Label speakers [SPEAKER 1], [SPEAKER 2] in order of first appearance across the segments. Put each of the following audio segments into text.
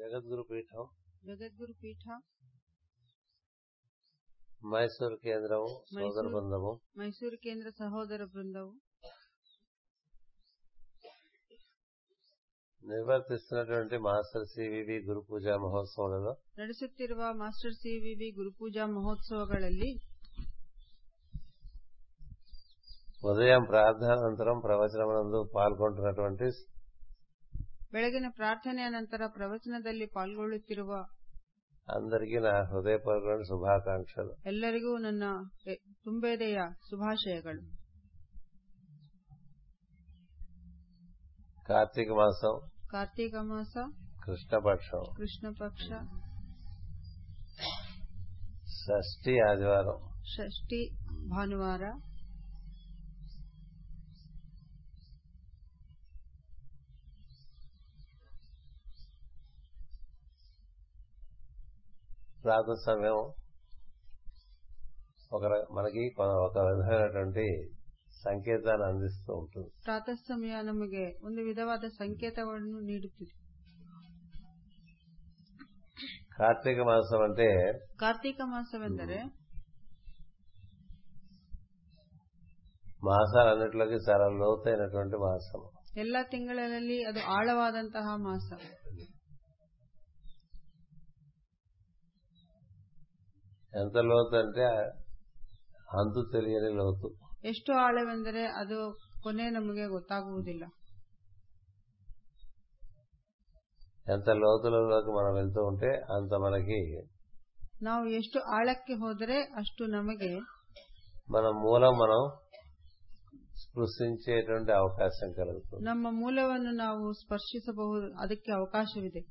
[SPEAKER 1] జగద్గురు పీఠం
[SPEAKER 2] జగద్గురు పీఠ
[SPEAKER 1] మైసూరు కేంద్రం సోదర
[SPEAKER 2] మైసూరు.
[SPEAKER 1] బృందము
[SPEAKER 2] ಮೈಸೂರು ಕೇಂದ್ರ ಸಹೋದರ ಬೃಂದವು
[SPEAKER 1] నిర్వర్తిస్తున్నటువంటి మాస్టర్ సివివి గురు పూజా మహోత్సవాలలో
[SPEAKER 2] ನಡೆಸುತ್ತಿರುವ ಮಾಸ್ಟರ್ ಸಿವಿವಿ ಗುರುಪೂಜಾ ಮಹೋತ್ಸವಗಳಲ್ಲಿ
[SPEAKER 1] ఉదయం ప్రార్థనానంతరం ప్రవచనమునందు పాల్గొంటున్నటువంటి
[SPEAKER 2] ಬೆಳಗಿನ ಪ್ರಾರ್ಥನೆಯ ನಂತರ ಪ್ರವಚನದಲ್ಲಿ ಪಾಲ್ಗೊಳ್ಳುತ್ತಿರುವ
[SPEAKER 1] అందరికీ నా హృదయపూర్వక శుభాకాంక్షలు
[SPEAKER 2] ಎಲ್ಲರಿಗೂ ನನ್ನ ಎ- ತುಂಬೆದೆಯ ಶುಭಾಶಯಗಳು
[SPEAKER 1] కార్తీక మాసం
[SPEAKER 2] ಕಾರ್ತೀಕ ಮಾಸ
[SPEAKER 1] కృష్ణపక్షం
[SPEAKER 2] ಕೃಷ್ಣ ಪಕ್ಷ
[SPEAKER 1] షష్ఠి ఆదివారం
[SPEAKER 2] ಷಷ್ಠಿ ಭಾನುವಾರ
[SPEAKER 1] ప్రార్థన సమయం ఒక ర- మనకి కొ- ఒక విధమైనటువంటి సంకేతాన్ని అందిస్తూ ఉంటుంది
[SPEAKER 2] ಪ್ರಾತಃ ಸಮಯ ನಮಗೆ ಒಂದು ವಿಧವಾದ ಸಂಕೇತವನ್ನು ನೀಡುತ್ತಿದೆ
[SPEAKER 1] కార్తీక మాసం అంటే
[SPEAKER 2] ಕಾರ್ತೀಕ ಮಾಸವೆಂದರೆ
[SPEAKER 1] మాసాలన్నిటిలోకి చాలా లోతైనటువంటి మాసం
[SPEAKER 2] ಎಲ್ಲ ತಿಂಗಳಲ್ಲಿ ಅದು ಆಳವಾದಂತಹ ಮಾಸ
[SPEAKER 1] ఎంత లోతు అంటే అంతు తెలియని లోతు
[SPEAKER 2] ಎಷ್ಟು ಆಳವೆಂದರೆ ಅದು ಕೊನೆ ನಮಗೆ ಗೊತ್ತಾಗುವುದಿಲ್ಲ
[SPEAKER 1] ఎంత లోతులలోకి మనం వెళ్తూ ఉంటే అంత మనకి
[SPEAKER 2] ನಾವು ಎಷ್ಟು ಆಳಕ್ಕೆ ಹೋದರೆ ಅಷ್ಟು ನಮಗೆ
[SPEAKER 1] మన మూలం మనం స్పృశించేటువంటి అవకాశం కలుగుతుంది
[SPEAKER 2] ನಮ್ಮ ಮೂಲವನ್ನು ನಾವು ಸ್ಪರ್ಶಿಸಬಹುದು ಅದಕ್ಕೆ ಅವಕಾಶವಿದೆ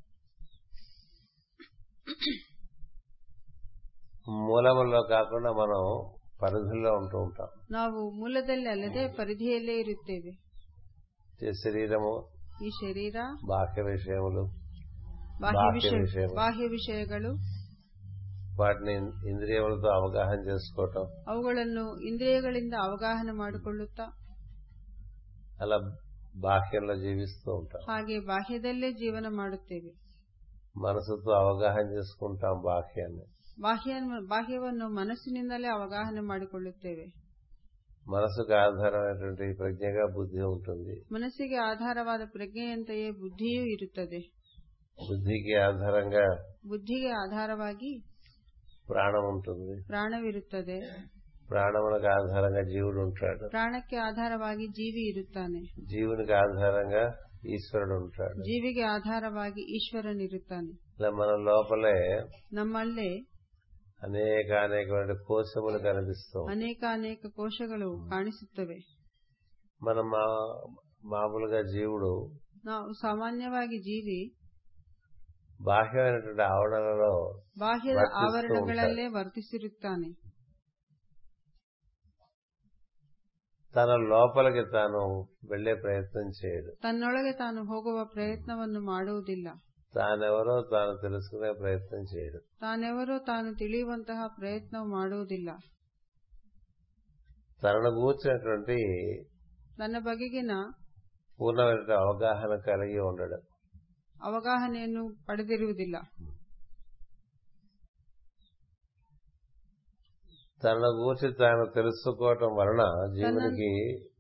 [SPEAKER 1] మూలంలో కాకుండా మనం పరిధుల్లో ఉంటూ ఉంటాం
[SPEAKER 2] ನಾವು ಮೂಲದಲ್ಲಿ ಅಲ್ಲದೆ ಪರಿಧಿಯಲ್ಲೇ ಇರುತ್ತೇವೆ
[SPEAKER 1] ఈ శరీరము
[SPEAKER 2] ಈ ಶರೀರ
[SPEAKER 1] బాహ్య ವಿషయములు
[SPEAKER 2] ಬಾಹ್ಯ
[SPEAKER 1] ಬಾಹ್ಯ
[SPEAKER 2] ವಿಷಯ
[SPEAKER 1] ವಿಷಯಗಳು.
[SPEAKER 2] ಬಾಹ್ಯ ವಿಷಯಗಳು
[SPEAKER 1] వాటిని ఇం- ఇంద్రియములతో అవగాహన చేసుకోవటం
[SPEAKER 2] ಅವುಗಳನ್ನು ಇಂದ್ರಿಯಗಳಿಂದ ಅವಗಾಹನ ಮಾಡಿಕೊಳ್ಳುತ್ತಾ
[SPEAKER 1] అలా బాహ్యంలో జీవిస్తూ ఉంటాం
[SPEAKER 2] ಹಾಗೆ ಬಾಹ್ಯದಲ್ಲೇ ಜೀವನ ಮಾಡುತ್ತೇವೆ
[SPEAKER 1] మనసుతో అవగాహన చేసుకుంటాం బాహ్యాన్ని
[SPEAKER 2] ಬಾಹ್ಯ ಬಾಹ್ಯವನ್ನು ಮನಸ್ಸಿನಿಂದಲೇ ಅವಗಾಹನ ಮಾಡಿಕೊಳ್ಳುತ್ತೇವೆ
[SPEAKER 1] మనసుకు ఆధారమైనటువంటి ప్రజ్ఞగా బుద్ధి ఉంటుంది
[SPEAKER 2] ಮನಸ್ಸಿಗೆ ಆಧಾರವಾದ ಪ್ರಜ್ಞೆಯಂತೆಯೇ ಬುದ್ಧಿಯೂ ಇರುತ್ತದೆ
[SPEAKER 1] బుద్ధికి ఆధారంగా
[SPEAKER 2] ಬುದ್ಧಿಗೆ ಆಧಾರವಾಗಿ
[SPEAKER 1] ప్రాణం ఉంటుంది
[SPEAKER 2] ಪ್ರಾಣವಿರುತ್ತದೆ
[SPEAKER 1] ప్రాణములకు ఆధారంగా జీవుడు ఉంటాడు
[SPEAKER 2] ಪ್ರಾಣಕ್ಕೆ ಆಧಾರವಾಗಿ ಜೀವಿ ಇರುತ್ತಾನೆ
[SPEAKER 1] జీవునికి ఆధారంగా ఈశ్వరుడు ఉంటాడు
[SPEAKER 2] ಜೀವಿಗೆ ಆಧಾರವಾಗಿ ಈಶ್ವರನಿರುತ್ತಾನೆ
[SPEAKER 1] ఇలా మన లోపలే
[SPEAKER 2] ನಮ್ಮಲ್ಲೇ
[SPEAKER 1] అనేక అనేకమైన కోశములు కనిపిస్తాం
[SPEAKER 2] ಅನೇಕ ಅನೇಕ ಕೋಶಗಳು ಕಾಣಿಸುತ್ತವೆ
[SPEAKER 1] మనం మా- మామూలుగా జీవుడు
[SPEAKER 2] ನಾವು ಸಾಮಾನ್ಯವಾಗಿ ಜೀವಿ
[SPEAKER 1] బాహ్యమైనటువంటి ఆవరణలలో
[SPEAKER 2] ಬಾಹ್ಯದ
[SPEAKER 1] ವರ್ತಿಸ್ತಾ
[SPEAKER 2] ಆವರಣಗಳಲ್ಲೇ ವರ್ತಿಸಿರುತ್ತಾನೆ
[SPEAKER 1] తన లోపలికి తాను వెళ్లే ప్రయత్నం చేయడు
[SPEAKER 2] ತನ್ನೊಳಗೆ ತಾನು ಹೋಗುವ ಪ್ರಯತ್ನವನ್ನು ಮಾಡುವುದಿಲ್ಲ
[SPEAKER 1] తానెవరో తాను తెలుసుకునే ప్రయత్నం చేయడు
[SPEAKER 2] ತಾನೆವರೂ ತಾನು ತಿಳಿಯುವಂತಹ ಪ್ರಯತ್ನ ಮಾಡುವುದಿಲ್ಲ
[SPEAKER 1] తనను కూర్చున్నటువంటి
[SPEAKER 2] ತನ್ನ ಬಗೆಗಿನ
[SPEAKER 1] పూర్ణమైన అవగాహన కలిగి ఉండడం
[SPEAKER 2] ಅವಗಾಹನೆಯನ್ನು ಪಡೆದಿರುವುದಿಲ್ಲ
[SPEAKER 1] తనను గూర్చి తాను తెలుసుకోవటం వలన జీవునికి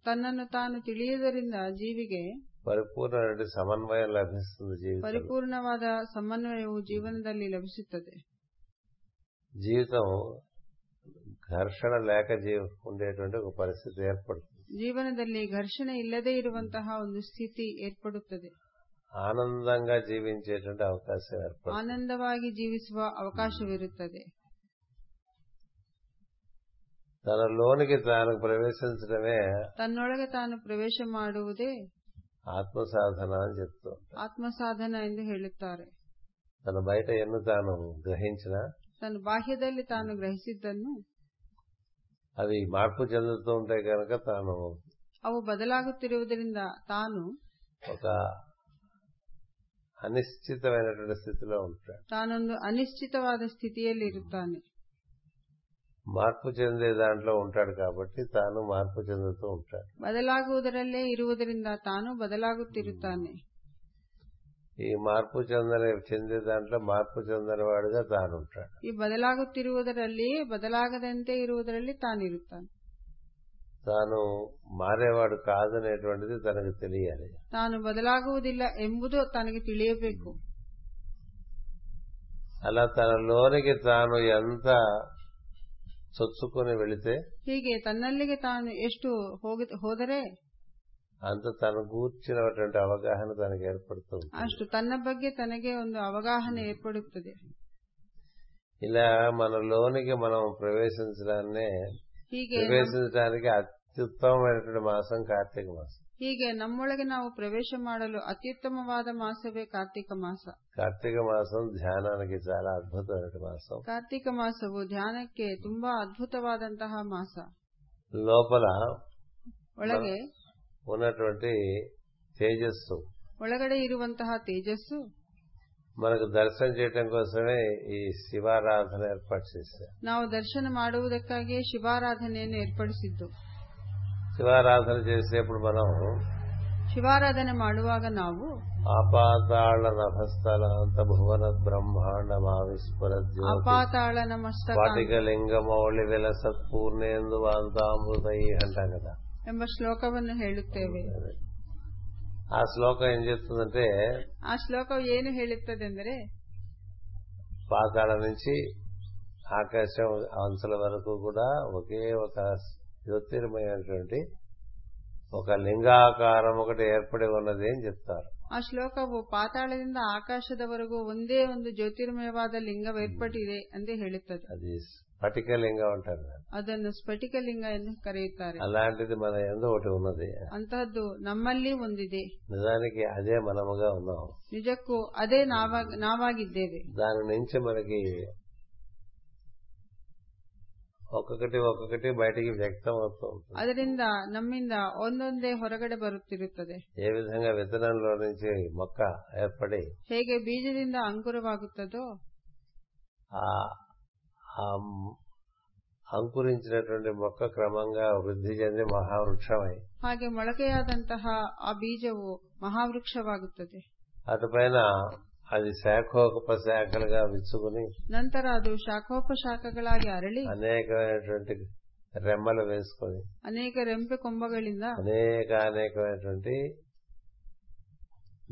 [SPEAKER 2] ತನ್ನನ್ನು ತಾನು ತಿಳಿಯುವುದರಿಂದ ಜೀವಿಗೆ
[SPEAKER 1] పరిపూర్ణమైన సమన్వయం లభిస్తుంది జీవితం
[SPEAKER 2] ಪರಿಪೂರ್ಣವಾದ ಸಮನ್ವಯವು ಜೀವನದಲ್ಲಿ ಲಭಿಸುತ್ತದೆ
[SPEAKER 1] జీవితం ఘర్షణ లేక జీవ ఉండేటువంటి ఒక పరిస్థితి ఏర్పడుతుంది
[SPEAKER 2] ಜೀವನದಲ್ಲಿ ಘರ್ಷಣೆ ಇಲ್ಲದೇ ಇರುವಂತಹ ಒಂದು ಸ್ಥಿತಿ ಏರ್ಪಡುತ್ತದೆ
[SPEAKER 1] ఆనందంగా జీవించేటువంటి అవకాశం ఏర్పడుతుంది
[SPEAKER 2] ಆನಂದವಾಗಿ ಜೀವಿಸುವ ಅವಕಾಶವಿರುತ್ತದೆ
[SPEAKER 1] తన లోనికి తాను ప్రవేశించడమే
[SPEAKER 2] ತನ್ನೊಳಗೆ ತಾನು ಪ್ರವೇಶ ಮಾಡುವುದೇ
[SPEAKER 1] ఆత్మ సాధన అని చెప్తూ ఉంటాం
[SPEAKER 2] ಆತ್ಮಸಾಧನ ಎಂದು ಹೇಳುತ್ತಾರೆ
[SPEAKER 1] తన బయట ఎన్ను తాను గ్రహించిన
[SPEAKER 2] ತನ್ನ ಬಾಹ್ಯದಲ್ಲಿ ತಾನು ಗ್ರಹಿಸಿದ್ದನ್ನು
[SPEAKER 1] అవి మార్పు చెందుతూ ఉంటాయి కనుక తాను
[SPEAKER 2] ಅವು ಬದಲಾಗುತ್ತಿರುವುದರಿಂದ ತಾನು
[SPEAKER 1] ఒక అనిశ్చితమైనటువంటి స్థితిలో ఉంటాడు
[SPEAKER 2] ತಾನೊಂದು ಅನಿಶ್ಚಿತವಾದ ಸ್ಥಿತಿಯಲ್ಲಿ ಇರುತ್ತಾನೆ
[SPEAKER 1] మార్పు చెందే దాంట్లో ఉంటాడు కాబట్టి తాను మార్పు చెందుతూ ఉంటాడు
[SPEAKER 2] ಬದಲಾಗುವುದರಲ್ಲೇ ಇರುವುದರಿಂದ ತಾನು ಬದಲಾಗುತ್ತಿರುತ್ತಾನೆ
[SPEAKER 1] ఈ మార్పు చెందని చెందే దాంట్లో మార్పు చెందని వాడుగా తాను ఉంటాడు
[SPEAKER 2] ಈ ಬದಲಾಗುತ್ತಿರುವುದರಲ್ಲಿ ಬದಲಾಗದಂತೆ ಇರುವುದರಲ್ಲಿ ತಾನಿರುತ್ತಾನೆ
[SPEAKER 1] తాను మారేవాడు కాదనేటువంటిది తనకు తెలియాలి
[SPEAKER 2] ತಾನು ಬದಲಾಗುವುದಿಲ್ಲ ಎಂಬುದು ತನಗೆ ತಿಳಿಯಬೇಕು
[SPEAKER 1] అలా తన లోనికి తాను ఎంత చొచ్చుకుని వెళితే
[SPEAKER 2] ಹೀಗೆ ತನ್ನಲ್ಲಿಗೆ ತಾನು ಎಷ್ಟು ಹೋಗ- ಹೋದರೆ
[SPEAKER 1] అంత తన కూర్చున్నటువంటి అవగాహన తనకు ఏర్పడుతుంది
[SPEAKER 2] ಅಷ್ಟು ತನ್ನ ಬಗ್ಗೆ ತನಗೆ ಒಂದು ಅವಗಾಹನೆ ಏರ್ಪಡುತ್ತದೆ
[SPEAKER 1] ఇలా మన లోనికి మనం ప్రవేశించడాన్నే
[SPEAKER 2] ಹೀಗೆ ನಮ್-
[SPEAKER 1] ప్రవేశించడానికి అత్యుత్తమమైనటువంటి మాసం కార్తీక మాసం
[SPEAKER 2] ಹೀಗೆ ನಮ್ಮೊಳಗೆ ನಾವು ಪ್ರವೇಶ ಮಾಡಲು ಅತ್ಯುತ್ತಮವಾದ ಮಾಸವೇ ಕಾರ್ತಿಕ ಮಾಸ
[SPEAKER 1] కార్తీక మాసం ధ్యానానికి చాలా అద్భుతమైన మాసం
[SPEAKER 2] ಕಾರ್ತಿಕ ಮಾಸವು ಧ್ಯಾನಕ್ಕೆ ತುಂಬಾ ಅದ್ಭುತವಾದಂತಹ ಮಾಸ
[SPEAKER 1] లోపల
[SPEAKER 2] ಒಳಗೆ
[SPEAKER 1] ఉన్నటువంటి తేజస్సు
[SPEAKER 2] ಒಳಗಡೆ ಇರುವಂತಹ ತೇಜಸ್ಸು
[SPEAKER 1] మనకు దర్శనం చేయటం కోసమే ఈ శివారాధన ఏర్పాటు చేశారు
[SPEAKER 2] ನಾವು ದರ್ಶನ ಮಾಡುವುದಕ್ಕಾಗಿಯೇ ಶಿವಾರಾಧನೆಯನ್ನು ಏರ್ಪಡಿಸಿದ್ದು
[SPEAKER 1] శివారాధన చేసేప్పుడు మనం
[SPEAKER 2] ಶಿವಾರಾಧನೆ ಮಾಡುವಾಗ ನಾವು
[SPEAKER 1] ఆపాతాళ నభస్థలాంత భువన బ్రహ్మాండ మావిస్ఫుర జ్యోతి
[SPEAKER 2] ಅಪಾತಾಳ ನಮಸ್ತಕ
[SPEAKER 1] వాటిక లింగమౌళి విలసత్ పూర్ణేందు వాంతామృతయి అంటాం కదా
[SPEAKER 2] ಎಂಬ ಶ್ಲೋಕವನ್ನು ಹೇಳುತ್ತೇವೆ
[SPEAKER 1] ఆ శ్లోకం ఏం చెప్తుందంటే
[SPEAKER 2] ಆ ಶ್ಲೋಕವು ಏನು ಹೇಳುತ್ತದೆಂದರೆ
[SPEAKER 1] పాతాళ నుంచి ఆకాశం అంచుల వరకు కూడా ఒకే ఒక జ్యోతిర్మయమైనటువంటి ఒక లింగాకారం ఒకటి ఏర్పడి ఉన్నది అని చెప్తారు
[SPEAKER 2] ಆ ಶ್ಲೋಕವು ಪಾತಾಳದಿಂದ ಆಕಾಶದವರೆಗೂ ಒಂದೇ ಒಂದು ಜ್ಯೋತಿರ್ಮಯವಾದ ಲಿಂಗವೇರ್ಪಟ್ಟಿದೆ ಎಂದೇ ಹೇಳುತ್ತದೆ
[SPEAKER 1] అది స్ఫటిక లింగం అంటారు దాన్ని.
[SPEAKER 2] ಅದನ್ನು ಸ್ಫಟಿಕ ಲಿಂಗ ಎಂದು ಕರೆಯುತ್ತಾರೆ
[SPEAKER 1] అలాంటిది మన ఎందు ఒకటి ఉన్నది
[SPEAKER 2] ಅಂತಹದ್ದು ನಮ್ಮಲ್ಲಿ ಒಂದಿದೆ
[SPEAKER 1] నిజానికి అదే మనముగా ఉన్నాం
[SPEAKER 2] ನಿಜಕ್ಕೂ ಅದೇ ನಾವಾಗ- ನಾವಾಗಿದ್ದೇವೆ
[SPEAKER 1] దాని నుంచి మనకి ఒక్కొక్కటి ఒక్కొక్కటి బయటికి వ్యక్తం అవుతూ ఉంటుంది
[SPEAKER 2] ಅದರಿಂದ ನಮ್ಮಿಂದ ಒಂದೊಂದೇ ಹೊರಗಡೆ ಬರುತ್ತಿರುತ್ತದೆ
[SPEAKER 1] ఏ విధంగా విత్తనంలో నుంచి మొక్క ఏర్పడి
[SPEAKER 2] ಹೇಗೆ ಬೀಜದಿಂದ ಅಂಕುರವಾಗುತ್ತದೋ
[SPEAKER 1] ఆ ఆ మ్- అంకురించినటువంటి మొక్క క్రమంగా వృద్ధి చెంది మహావృక్షమై
[SPEAKER 2] ಹಾಗೆ ಮೊಳಕೆಯಾದಂತಹ ಆ ಬೀಜವು ಮಹಾವೃಕ್ಷವಾಗುತ್ತದೆ
[SPEAKER 1] అటుపైన అది శాఖోపశాఖలుగా విచ్చుకుని
[SPEAKER 2] ನಂತರ ಅದು ಶಾಖೋಪಶಾಖಗಳಾಗಿ ಅರಳಿ
[SPEAKER 1] అనేకమైనటువంటి రెమ్మలు వేసుకొని
[SPEAKER 2] ಅನೇಕ ರೆಂಪೆ ಕೊಂಬಗಳಿಂದ
[SPEAKER 1] అనేక అనేకమైనటువంటి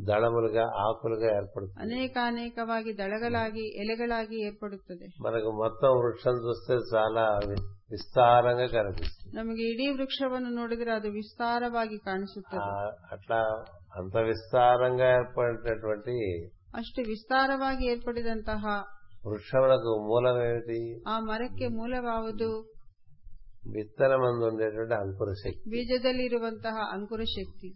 [SPEAKER 1] దళములుగా ఆకులుగా ఏర్పడుతుంది
[SPEAKER 2] ಅನೇಕಾನೇಕವಾಗಿ ದಳಗಳಾಗಿ ಎಲೆಗಳಾಗಿ ಏರ್ಪಡುತ್ತದೆ
[SPEAKER 1] మనకు మొత్తం వృక్షం చూస్తే చాలా వి- విస్తారంగా కనిపిస్తుంది
[SPEAKER 2] ನಮಗೆ ಇಡೀ ವೃಕ್ಷವನ್ನು ನೋಡಿದರೆ ಅದು ವಿಸ್ತಾರವಾಗಿ
[SPEAKER 1] ఆ
[SPEAKER 2] ಕಾಣಿಸುತ್ತದೆ
[SPEAKER 1] అట్లా అంత విస్తారంగా ఏర్పడినటువంటి
[SPEAKER 2] ಅಷ್ಟು ವಿಸ್ತಾರವಾಗಿ ಏರ್ಪಡಿದಂತಹ
[SPEAKER 1] వృక్షములకు మూలం ఏమిటి
[SPEAKER 2] ಆ ಮರಕ್ಕೆ ಮೂಲವಾವುದು
[SPEAKER 1] విత్తనమందు ఉండేటువంటి అంకుర శక్తి
[SPEAKER 2] ಬೀಜದಲ್ಲಿರುವಂತಹ ಅಂಕುರ ಶಕ್ತಿ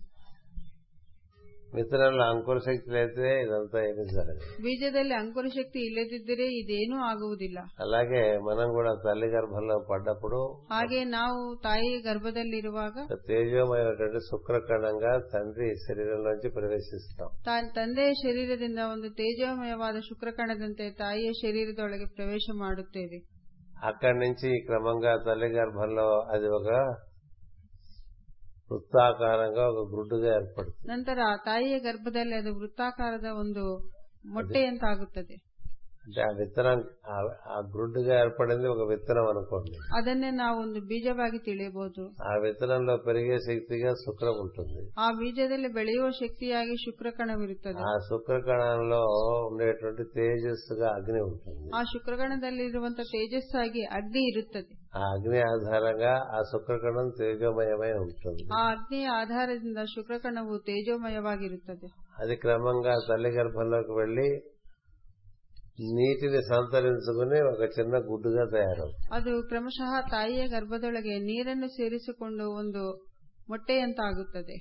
[SPEAKER 1] విత్తనంలో అంకుర శక్తి లేతే ఇదంతా ఏమీ జరగదు
[SPEAKER 2] ಬೀಜದಲ್ಲಿ ಅಂಕುರ ಶಕ್ತಿ ಇಲ್ಲದಿದ್ದರೆ ಇದೇನೂ ಆಗುವುದಿಲ್ಲ
[SPEAKER 1] అలాగే మనం కూడా తల్లి గర్భంలో పడ్డప్పుడు
[SPEAKER 2] ಹಾಗೆ ನಾವು ತಾಯಿ ಗರ್ಭದಲ್ಲಿರುವಾಗ
[SPEAKER 1] ఒక తేజోమయమైనటువంటి శుక్రకణంగా తండ్రి శరీరంలోంచి ప్రవేశిస్తాం
[SPEAKER 2] ತಾ- ತಂದೆಯ ಶರೀರದಿಂದ ಒಂದು ತೇಜೋಮಯವಾದ ಶುಕ್ರಕಣದಂತೆ ತಾಯಿಯ ಶರೀರದೊಳಗೆ ಪ್ರವೇಶ ಮಾಡುತ್ತೇವೆ
[SPEAKER 1] అక్కడి నుంచి క్రమంగా తల్లి గర్భంలో అది ఒక వృత్తాకారంగా ఒక గ్రుడ్డుగా ఏర్పడుతుంది
[SPEAKER 2] ನಂತರ ತಾಯಿಯ ಗರ್ಭದಲ್ಲಿ ಅದು ವೃತ್ತಾಕಾರದ ಒಂದು ಮೊಟ್ಟೆಯಂತಾಗುತ್ತದೆ
[SPEAKER 1] అంటే ఆ విత్తనం ఆ- ఆ గ్రుడ్డుగా ఏర్పడింది ఒక విత్తనం అనుకోండి
[SPEAKER 2] ಅದನ್ನೇ ನಾವು ಒಂದು ಬೀಜವಾಗಿ ತಿಳಿಯಬಹುದು
[SPEAKER 1] ఆ విత్తనంలో పెరిగే శక్తిగా శుక్రం ఉంటుంది
[SPEAKER 2] ಆ ಬೀಜದಲ್ಲಿ ಬೆಳೆಯುವ ಶಕ್ತಿಯಾಗಿ ಶುಕ್ರಕಣವಿರುತ್ತದೆ
[SPEAKER 1] ఆ శుక్రకణంలో ఉండేటువంటి తేజస్సుగా అగ్ని ఉంటుంది
[SPEAKER 2] ಆ ಶುಕ್ರಕಣದಲ್ಲಿರುವಂತಹ ತೇಜಸ್ಸಾಗಿ ಅಗ್ನಿ ಇರುತ್ತದೆ
[SPEAKER 1] ఆ అగ్ని ఆధారంగా ఆ శుక్రకణం తేజోమయమై ఉంటుంది
[SPEAKER 2] ಆ ಅಗ್ನಿಯ ಆಧಾರದಿಂದ ಶುಕ್ರಕಣವು ತೇಜೋಮಯವಾಗಿರುತ್ತದೆ
[SPEAKER 1] అది క్రమంగా తల్లి గర్భంలోకి వెళ్లి నీటిని సంతరించుకుని ఒక చిన్న గుడ్డుగా తయారవుతుంది
[SPEAKER 2] ಅದು ಕ್ರಮಶಃ ತಾಯಿಯ ಗರ್ಭದೊಳಗೆ ನೀರನ್ನು ಸೇರಿಸಿಕೊಂಡು ಒಂದು ಮೊಟ್ಟೆಯಂತಾಗುತ್ತದೆ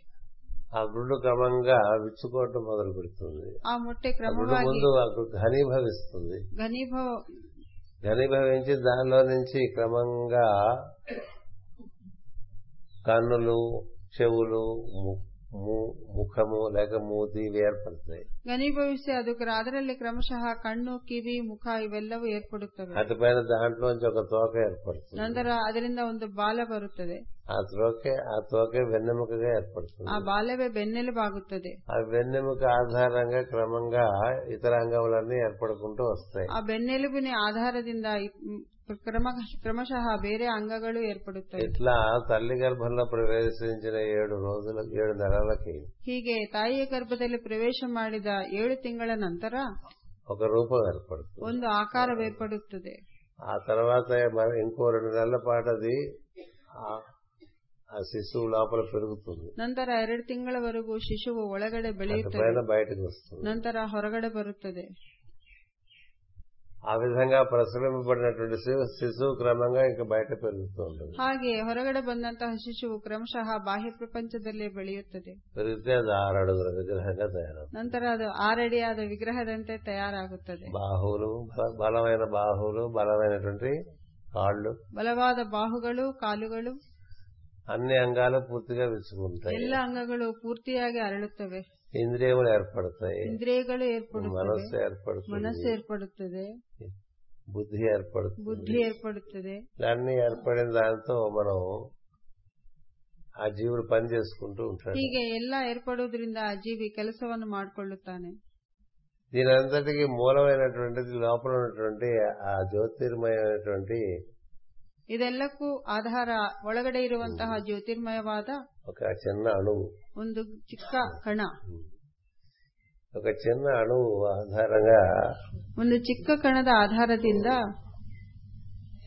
[SPEAKER 1] ఆ గుడ్డు క్రమంగా విచ్చుకోవటం మొదలు పెడుతుంది
[SPEAKER 2] ಆ మొಟ್ಟೆ
[SPEAKER 1] ఆ గుడ్డు
[SPEAKER 2] ಕ್ರಮವಾಗಿ
[SPEAKER 1] ముందు ఆ గుడ్డు ఘనీభవిస్తుంది
[SPEAKER 2] ಘನೀಭವ
[SPEAKER 1] ఘనీభవించి దానిలో నుంచి క్రమంగా కన్నులు చెవులు ము- ಮೂ- ಮುಖము లేక ಮೂತಿ ఇవి ఏర్పడతాయి
[SPEAKER 2] ಘನೀಭವಿಸಿ ಅದಕ್ಕೆ ಅದರಲ್ಲಿ ಕ್ರಮಶಃ ಕಣ್ಣು ಕಿವಿ ಮುಖ ಇವೆಲ್ಲವೂ ಏರ್ಪಡುತ್ತವೆ
[SPEAKER 1] అటుపైన దాంట్లోంచి ఒక తోక ఏర్పడుతుంది
[SPEAKER 2] ನಂತರ ಅದರಿಂದ ಒಂದು ಬಾಲ ಬರುತ್ತದೆ
[SPEAKER 1] ఆ తోకే ఆ తోకే వెన్నెముకగా ఏర్పడుతుంది
[SPEAKER 2] ಆ ಬಾಲವೇ ಬೆನ್ನೆಲುಬಾಗುತ್ತದೆ
[SPEAKER 1] ఆ వెన్నెముక ఆధారంగా క్రమంగా ఇతర అంగములన్నీ ఏర్పడుకుంటూ వస్తాయి
[SPEAKER 2] ಆ ಬೆನ್ನೆಲುಬಿನ ಆಧಾರದಿಂದ ಇ- ಮ್, ಕ್ರಮ ಕ್ರಮಶಃ ಬೇರೆ ಅಂಗಗಳು ಏರ್ಪಡುತ್ತವೆ
[SPEAKER 1] ఇట్లా తల్లి గర్భంలో ప్రవేశించిన ఏడు రోజుల ఏడు నెలలకి
[SPEAKER 2] ಹೀಗೆ ತಾಯಿಯ ಗರ್ಭದಲ್ಲಿ ಪ್ರವೇಶ ಮಾಡಿದ ಏಳು ತಿಂಗಳ ನಂತರ
[SPEAKER 1] ఒక రూపం ఏర్పడుతుంది
[SPEAKER 2] ಒಂದು ಆಕಾರವೇರ್ಪಡುತ್ತದೆ
[SPEAKER 1] ఆ తర్వాత మరి ఇంకో రెండు నెలల పాటు అది ఆ- ఆ శిశువు లోపల పెరుగుతుంది
[SPEAKER 2] ನಂತರ ಎರಡು ತಿಂಗಳವರೆಗೂ ಶಿಶುವು ಒಳಗಡೆ ಬೆಳೆಯುತ್ತದೆ
[SPEAKER 1] పైన బయటకు వస్తుంది
[SPEAKER 2] ನಂತರ ಹೊರಗಡೆ ಬರುತ್ತದೆ
[SPEAKER 1] ఆ విధంగా ప్రసవింపబడినటువంటి శి- శిశువు క్రమంగా ఇంకా బయట పెరుగుతూ ఉంటుంది
[SPEAKER 2] ಹಾಗೆ ಹೊರಗಡೆ ಬಂದಂತಹ ಶಿಶುವು ಕ್ರಮಶಃ ಬಾಹ್ಯ ಪ್ರಪಂಚದಲ್ಲೇ ಬೆಳೆಯುತ್ತದೆ
[SPEAKER 1] పెరిగితే అది ఆరు అడుగుల విగ్రహంగా తయారవుతుంది
[SPEAKER 2] ನಂತರ ಅದು ಆರಡಿಯಾದ ವಿಗ್ರಹದಂತೆ ತಯಾರಾಗುತ್ತದೆ
[SPEAKER 1] బాహువులు బల- బలమైన బాహువులు బలమైనటువంటి కాళ్ళు
[SPEAKER 2] ಬಲವಾದ ಬಾಹುಗಳು ಕಾಲುಗಳು
[SPEAKER 1] అన్ని అంగాలు పూర్తిగా విచ్చుకుంటాయి
[SPEAKER 2] ಎಲ್ಲ ಅಂಗಗಳು ಪೂರ್ತಿಯಾಗಿ ಅರಳುತ್ತವೆ
[SPEAKER 1] ఇంద్రియములు ఏర్పడతాయి
[SPEAKER 2] ಇಂದ್ರಿಯಗಳು ಏರ್ಪಡುತ್ತವೆ
[SPEAKER 1] మనస్సు ఏర్పడుతుంది
[SPEAKER 2] ಮನಸ್ಸು ಏರ್ಪಡುತ್ತದೆ
[SPEAKER 1] బుద్ధి ఏర్పడుతుంది
[SPEAKER 2] ಬುದ್ಧಿ ಏರ್ಪಡುತ್ತದೆ
[SPEAKER 1] ఇవన్నీ ఏర్పడిన దాంతో మనం ఆ జీవుడు పని చేసుకుంటూ ఉంటాడు
[SPEAKER 2] ಹೀಗೆ ಎಲ್ಲ ಏರ್ಪಡುವುದರಿಂದ ಆ ಜೀವಿ ಕೆಲಸವನ್ನು ಮಾಡಿಕೊಳ್ಳುತ್ತಾನೆ
[SPEAKER 1] దీనంతటికి మూలమైనటువంటిది లోపల ఉన్నటువంటి ఆ జ్యోతిర్మయమైనటువంటి
[SPEAKER 2] ಇದೆಲ್ಲಕ್ಕೂ ಆಧಾರ ಒಳಗಡೆ ಇರುವಂತಹ ಜ್ಯೋತಿರ್ಮಯವಾದ
[SPEAKER 1] ఒక చిన్న అణువు
[SPEAKER 2] ಒಂದು ಚಿಕ್ಕ ಕಣ
[SPEAKER 1] ఒక చిన్న అణువు ఆధారంగా
[SPEAKER 2] ಒಂದು ಚಿಕ್ಕ ಕಣದ ಆಧಾರದಿಂದ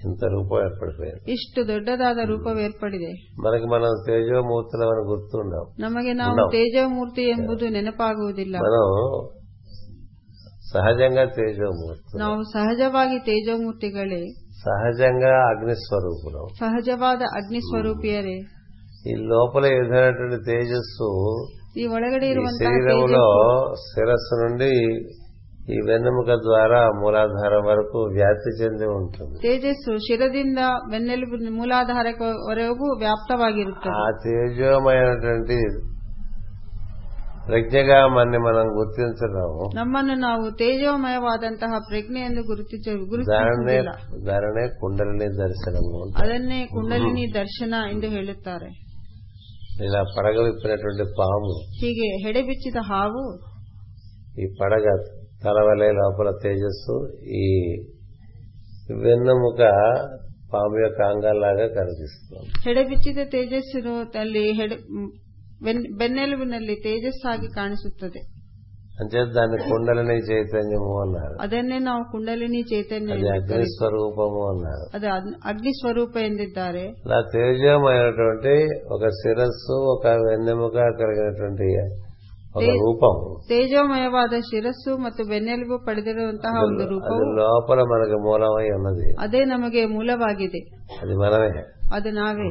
[SPEAKER 1] ఇంత రూపం ఏర్పడిపోయింది
[SPEAKER 2] ಇಷ್ಟು ದೊಡ್ಡದಾದ ರೂಪವೇರ್ಪಡಿದೆ
[SPEAKER 1] మనకి మనం తేజోమూర్తులమని గుర్తుండం
[SPEAKER 2] ನಮಗೆ ನಾವು ತೇಜಮೂರ್ತಿ ಎಂಬುದು ನೆನಪಾಗುವುದಿಲ್ಲ
[SPEAKER 1] మనం సహజంగా తేజోమూర్తులు
[SPEAKER 2] ನಾವು ಸಹಜವಾಗಿ ತೇಜಮೂರ್ತಿಗಳೇ
[SPEAKER 1] సహజంగా అగ్నిస్వరూపులం
[SPEAKER 2] ಸಹಜವಾದ ಅಗ್ನಿ ಸ್ವರೂಪಿಯರೇ
[SPEAKER 1] ఈ లోపల ఈ విధమైనటువంటి తేజస్సు
[SPEAKER 2] ಈ ಒಳಗಡೆ
[SPEAKER 1] ఈ
[SPEAKER 2] ಇರುವಂತಹ
[SPEAKER 1] శరీరంలో
[SPEAKER 2] ತೇಜಸ್ಸು
[SPEAKER 1] శిరస్సు నుండి ఈ వెన్నెముక ద్వారా మూలాధారం వరకు వ్యాప్తి చెంది ఉంటుంది
[SPEAKER 2] ತೇಜಸ್ಸು ಶಿರದಿಂದ ಬೆನ್ನೆಲುಬು ಮೂಲಾಧಾರವರೆಗೂ ವ್ಯಾಪ್ತವಾಗಿರುತ್ತದೆ
[SPEAKER 1] ఆ తేజోమయమైనటువంటి ప్రజ్ఞగా మన్ని మనం గుర్తించడం
[SPEAKER 2] ನಮ್ಮನ್ನು ನಾವು ತೇಜೋಮಯವಾದಂತಹ ಪ್ರಜ್ಞೆ ಎಂದು ಗುರುತಿಸ
[SPEAKER 1] దానినే
[SPEAKER 2] ಗುರುತಿಸುವುದಿಲ್ಲ
[SPEAKER 1] దానినే కుండలిని దర్శనము అంటారు.
[SPEAKER 2] ಅದನ್ನೇ ಕುಂಡಲಿನಿ ದರ್ಶನ ಎಂದು ಹೇಳುತ್ತಾರೆ
[SPEAKER 1] ఇలా పడగ విప్పినటువంటి పాము
[SPEAKER 2] ಹೀಗೆ ಹೆಡೆಬಿಚ್ಚಿದ ಹಾವು
[SPEAKER 1] ఈ పడగ తలవలే లోపల తేజస్సు ఈ వెన్నెముక పాము యొక్క అంగాల్లాగా కనిపిస్తుంది
[SPEAKER 2] ಹೆಡೆಬಿಚ್ಚಿದ ತೇಜಸ್ಸಿನ ಅಲ್ಲಿ ಹೆಡೆ- ಮ್, ಬೆನ್- ಬೆನ್ನೆಲುಬಿನಲ್ಲಿ ತೇಜಸ್ಸಾಗಿ ಕಾಣಿಸುತ್ತದೆ
[SPEAKER 1] అంచేత దాన్ని కుండలిని చైతన్యము అన్నారు
[SPEAKER 2] ಅದನ್ನೇ ನಾವು ಕುಂಡಲಿನಿ ಚೈತನ್ಯ
[SPEAKER 1] అది
[SPEAKER 2] ಎಂದು
[SPEAKER 1] అగ్ని ಸ್ವరూపము ಅన్నారు
[SPEAKER 2] ಅದು ಅಗ್- ಅಗ್ನಿ ಸ್ವರೂಪ ಎಂದಿದ್ದಾರೆ
[SPEAKER 1] ఇలా తేజమైనటువంటి ఒక శిరస్సు ఒక వెన్నెముక కలిగినటువంటి ఒక రూపం
[SPEAKER 2] ತೇಜೋಮಯವಾದ ಶಿರಸ್ಸು ಮತ್ತು ಬೆನ್ನೆಲುಬು ಪಡೆದಿರುವಂತಹ ಒಂದು ರೂಪವು
[SPEAKER 1] అది లోపల మనకి మూలమై ఉన్నది
[SPEAKER 2] ಅದೇ ನಮಗೆ ಮೂಲವಾಗಿದೆ
[SPEAKER 1] అది మనమే
[SPEAKER 2] ಅದು ನಾವೇ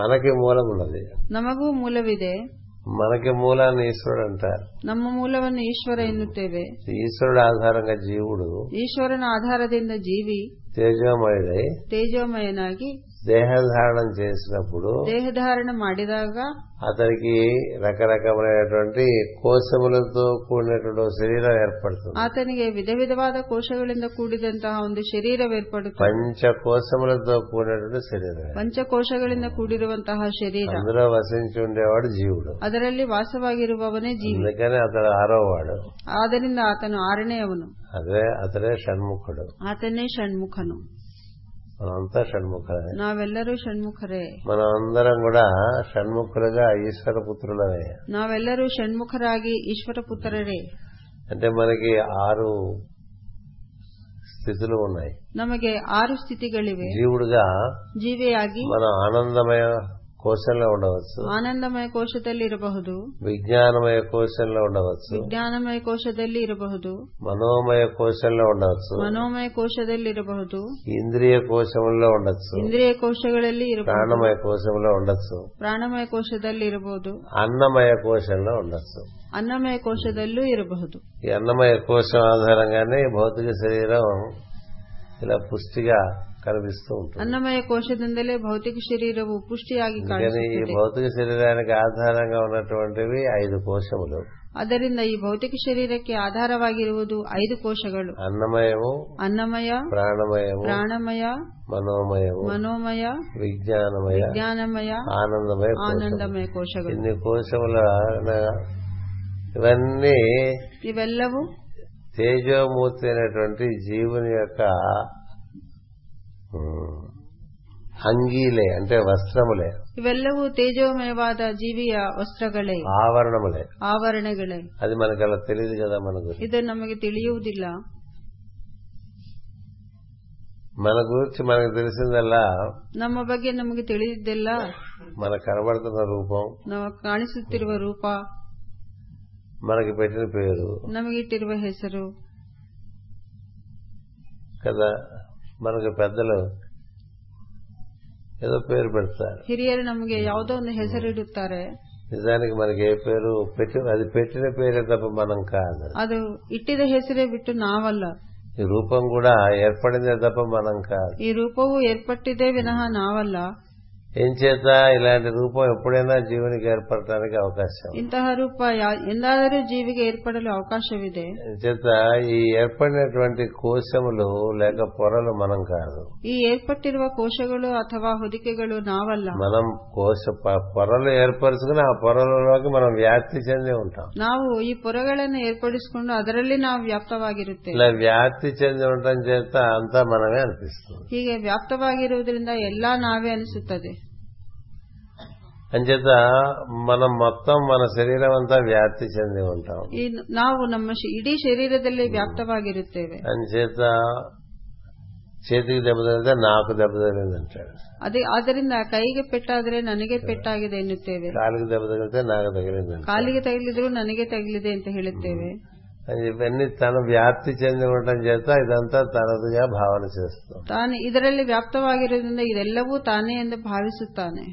[SPEAKER 1] మనకి మూలం ఉన్నది
[SPEAKER 2] ನಮಗೂ ಮೂಲವಿದೆ
[SPEAKER 1] మనకి మూలాన్ని ఈశ్వరుడు అంటారు
[SPEAKER 2] ನಮ್ಮ ಮೂಲವನ್ನು ಈಶ್ವರ ಎನ್ನುತ್ತೇವೆ
[SPEAKER 1] ఈశ్వరుడు ఆధారంగా జీవుడు
[SPEAKER 2] ಈಶ್ವರನ ಆಧಾರದಿಂದ ಜೀವಿ
[SPEAKER 1] తేజోమయుడై
[SPEAKER 2] ತೇಜೋಮಯನಾಗಿ
[SPEAKER 1] దేహధారణం చేసినప్పుడు
[SPEAKER 2] ದೇಹಧಾರಣ ಮಾಡಿದಾಗ
[SPEAKER 1] అతనికి రకరకమైనటువంటి కోశములతో కూడినటువంటి ఒక శరీరం ఏర్పడుతుంది
[SPEAKER 2] ಆತನಿಗೆ ವಿಧ ವಿಧವಾದ ಕೋಶಗಳಿಂದ ಕೂಡಿದಂತಹ ಒಂದು ಶರೀರವೇರ್ಪಡುತ್ತದೆ
[SPEAKER 1] పంచ కోశములతో కూడినటువంటి శరీరం
[SPEAKER 2] ಪಂಚಕೋಶಗಳಿಂದ ಕೂಡಿರುವಂತಹ ಶರೀರ
[SPEAKER 1] అందులో వసించి ఉండేవాడు జీవుడు
[SPEAKER 2] ಅದರಲ್ಲಿ ವಾಸವಾಗಿರುವವನೇ ಜೀವಿ
[SPEAKER 1] అందుకని అతడు ఆరోవాడు
[SPEAKER 2] ಆದ್ದರಿಂದ ಆತನು ಆರನೆಯವನು
[SPEAKER 1] అదే అతడే షణ్ముఖుడు
[SPEAKER 2] ಆತನೇ ಷಣ್ಮುಖನು
[SPEAKER 1] మనమంతా షణ్ముఖులే
[SPEAKER 2] ನಾವೆಲ್ಲರೂ ಷಣ್ಮುಖರೇ
[SPEAKER 1] మనం అందరం కూడా షణ్ముఖులుగా ఈశ్వర పుత్రులమే
[SPEAKER 2] ನಾವೆಲ್ಲರೂ ಷಣ್ಮುಖರಾಗಿ ಈಶ್ವರ ಪುತ್ರರೇ
[SPEAKER 1] అంటే మనకి ఆరు స్థితులు ఉన్నాయి
[SPEAKER 2] ನಮಗೆ ಆರು ಸ್ಥಿತಿಗಳಿವೆ
[SPEAKER 1] జీవుడుగా
[SPEAKER 2] ಜೀವಿಯಾಗಿ
[SPEAKER 1] మనం ఆనందమయ కోశంలో ఉండవచ్చు
[SPEAKER 2] ಆನಂದಮಯ ಕೋಶದಲ್ಲಿ ಇರಬಹುದು
[SPEAKER 1] విజ్ఞానమయ కోశంలో ఉండవచ్చు
[SPEAKER 2] ವಿಜ್ಞಾನಮಯ ಕೋಶದಲ್ಲಿ ಇರಬಹುದು
[SPEAKER 1] మనోమయ కోశంలో ఉండవచ్చు
[SPEAKER 2] ಮನೋಮಯ ಕೋಶದಲ್ಲಿ ಇರಬಹುದು
[SPEAKER 1] ఇంద్రియ కోశంలో ఉండొచ్చు
[SPEAKER 2] ಇಂದ್ರಿಯ ಕೋಶಗಳಲ್ಲಿ ಇರಬಹುದು
[SPEAKER 1] ప్రాణమయ కోశంలో ఉండొచ్చు
[SPEAKER 2] ಪ್ರಾಣಮಯ ಕೋಶದಲ್ಲಿ ಇರಬಹುದು
[SPEAKER 1] అన్నమయ కోశంలో ఉండొచ్చు
[SPEAKER 2] ಅನ್ನಮಯ ಕೋಶದಲ್ಲೂ ಇರಬಹುದು
[SPEAKER 1] ఈ అన్నమయ కోశం ఆధారంగానే ఈ భౌతిక శరీరం ఇలా పుష్టిగా కనిపిస్తూ ఉంటుంది
[SPEAKER 2] ಅನ್ನಮಯ ಕೋಶದಿಂದಲೇ ಭೌತಿಕ ಶರೀರವು ಪುಷ್ಟಿಯಾಗಿ
[SPEAKER 1] అందుకని ఈ
[SPEAKER 2] ಕಾಣಿಸುತ್ತದೆ
[SPEAKER 1] భౌతిక శరీరానికి ఆధారంగా ఉన్నటువంటివి ఐదు కోశములు
[SPEAKER 2] ಅದರಿಂದ ಈ ಭೌತಿಕ ಶರೀರಕ್ಕೆ ಆಧಾರವಾಗಿರುವುದು ಐದು ಕೋಶಗಳು
[SPEAKER 1] అన్నమయము
[SPEAKER 2] ಅನ್ನಮಯ
[SPEAKER 1] ప్రాణమయము
[SPEAKER 2] ಪ್ರಾಣಮಯ
[SPEAKER 1] మనోమయము
[SPEAKER 2] ಮನೋಮಯ
[SPEAKER 1] విజ్ఞానమయ
[SPEAKER 2] ಜ್ಞಾನಮಯ
[SPEAKER 1] ఆనందమయ కోశం
[SPEAKER 2] ಆನಂದಮಯ ಕೋಶಗಳು
[SPEAKER 1] ఇన్ని కోశముల ఇవన్నీ
[SPEAKER 2] ಇವೆಲ್ಲವೂ
[SPEAKER 1] తేజోమూర్తి అయినటువంటి జీవుని యొక్క ఉమ్, అంగీలే అంటే వస్త్రములే
[SPEAKER 2] ಇವೆಲ್ಲವೂ ತೇಜೋಮಯವಾದ ಜೀವಿಯ ವಸ್ತ್ರಗಳೇ
[SPEAKER 1] ఆవరణములే
[SPEAKER 2] ಆವರಣಗಳೇ
[SPEAKER 1] అది మనకు అలా తెలియదు కదా మన గురించి
[SPEAKER 2] ಇದು ನಮಗೆ ತಿಳಿಯುವುದಿಲ್ಲ
[SPEAKER 1] మన గురించి మనకు తెలిసిందల్లా
[SPEAKER 2] ನಮ್ಮ ಬಗ್ಗೆ ನಮಗೆ ತಿಳಿದಿದ್ದೆಲ್ಲ
[SPEAKER 1] మన కనబడుతున్న రూపం
[SPEAKER 2] ನಾವು ಕಾಣಿಸುತ್ತಿರುವ ರೂಪ
[SPEAKER 1] మనకి పెట్టిన పేరు
[SPEAKER 2] ನಮಗಿಟ್ಟಿರುವ ಹೆಸರು
[SPEAKER 1] కదా మనకు పెద్దలు ఏదో పేరు పెడతారు
[SPEAKER 2] ಹಿರಿಯರು ನಮಗೆ ಯಾವುದೋ ಒಂದು ಹೆಸರಿಡುತ್ತಾರೆ
[SPEAKER 1] నిజానికి మనకి ఏ పేరు పెట్టి అది పెట్టిన పేరే తప్ప మనం కాదు
[SPEAKER 2] ಅದು ಇಟ್ಟಿದ ಹೆಸರೇ ಬಿಟ್ಟು ನಾವಲ್ಲ
[SPEAKER 1] ఈ రూపం కూడా ఏర్పడిందే తప్ప మనం కాదు
[SPEAKER 2] ಈ ರೂಪವು ಏರ್ಪಟ್ಟಿದೆ ವಿನಃ ನಾವಲ್ಲ
[SPEAKER 1] ఏం చేత ఇలాంటి రూపం ఎప్పుడైనా జీవునికి ఏర్పడటానికి అవకాశం
[SPEAKER 2] ಇಂತಹ ರೂಪ ಯಾ- ಎಂದಾದರೂ ಜೀವಿಗೆ ಏರ್ಪಡಲು ಅವಕಾಶವಿದೆ
[SPEAKER 1] చేత ఈ ఏర్పడినటువంటి కోశములు లేక పొరలు మనం కాదు
[SPEAKER 2] ಈ ಏರ್ಪಟ್ಟಿರುವ ಕೋಶಗಳು ಅಥವಾ ಹೊದಿಕೆಗಳು ನಾವಲ್ಲ
[SPEAKER 1] మనం కోశ ప- పొరలు ఏర్పరచుకుని ఆ పొరలలోకి మనం వ్యాప్తి చెంది ఉంటాం
[SPEAKER 2] ನಾವು ಈ ಪೊರೆಗಳನ್ನು ಏರ್ಪಡಿಸಿಕೊಂಡು ಅದರಲ್ಲಿ ನಾವು ವ್ಯಾಪ್ತವಾಗಿರುತ್ತೇವೆ
[SPEAKER 1] ఇలా వ్యాప్తి చెంది ఉండటం చేత అంతా మనమే అనిపిస్తుంది
[SPEAKER 2] ಹೀಗೆ ವ್ಯಾಪ್ತವಾಗಿರುವುದರಿಂದ ಎಲ್ಲಾ ನಾವೇ ಅನಿಸುತ್ತದೆ
[SPEAKER 1] అంచేత మనం మొత్తం మన శరీరం అంతా వ్యాప్తి చెంది ఉంటాం
[SPEAKER 2] ಈ ನಾವು ನಮ್ಮ ಶಿ- ಇಡೀ ಶರೀರದಲ್ಲಿ ವ್ಯಾಪ್ತವಾಗಿರುತ್ತೇವೆ
[SPEAKER 1] అంచేత చేతికి దెబ్బ తగిలితే నాకు దెబ్బ తగిలింది అంటాడు
[SPEAKER 2] ಅದೇ ಆದ್ದರಿಂದ ಕೈಗೆ ಪೆಟ್ಟಾದರೆ ನನಗೆ ಪೆಟ್ಟಾಗಿದೆ ಎನ್ನುತ್ತೇವೆ
[SPEAKER 1] కాలుకి దెబ్బ తగిలితే నాకు తగిలింది అంటాడు.
[SPEAKER 2] ಕಾಲಿಗೆ ತಗಲಿದ್ರು ನನಗೆ ತಗಲಿದೆ ಅಂತ ಹೇಳುತ್ತೇವೆ
[SPEAKER 1] అని ఇవన్నీ తన వ్యాప్తి చెంది ఉండటం చేత ఇదంతా తనదిగా భావన చేస్తాం
[SPEAKER 2] ತಾನು ಇದರಲ್ಲಿ ವ್ಯಾಪ್ತವಾಗಿರುವುದರಿಂದ ಇದೆಲ್ಲವೂ ತಾನೇ ಎಂದು ಭಾವಿಸುತ್ತಾನೆ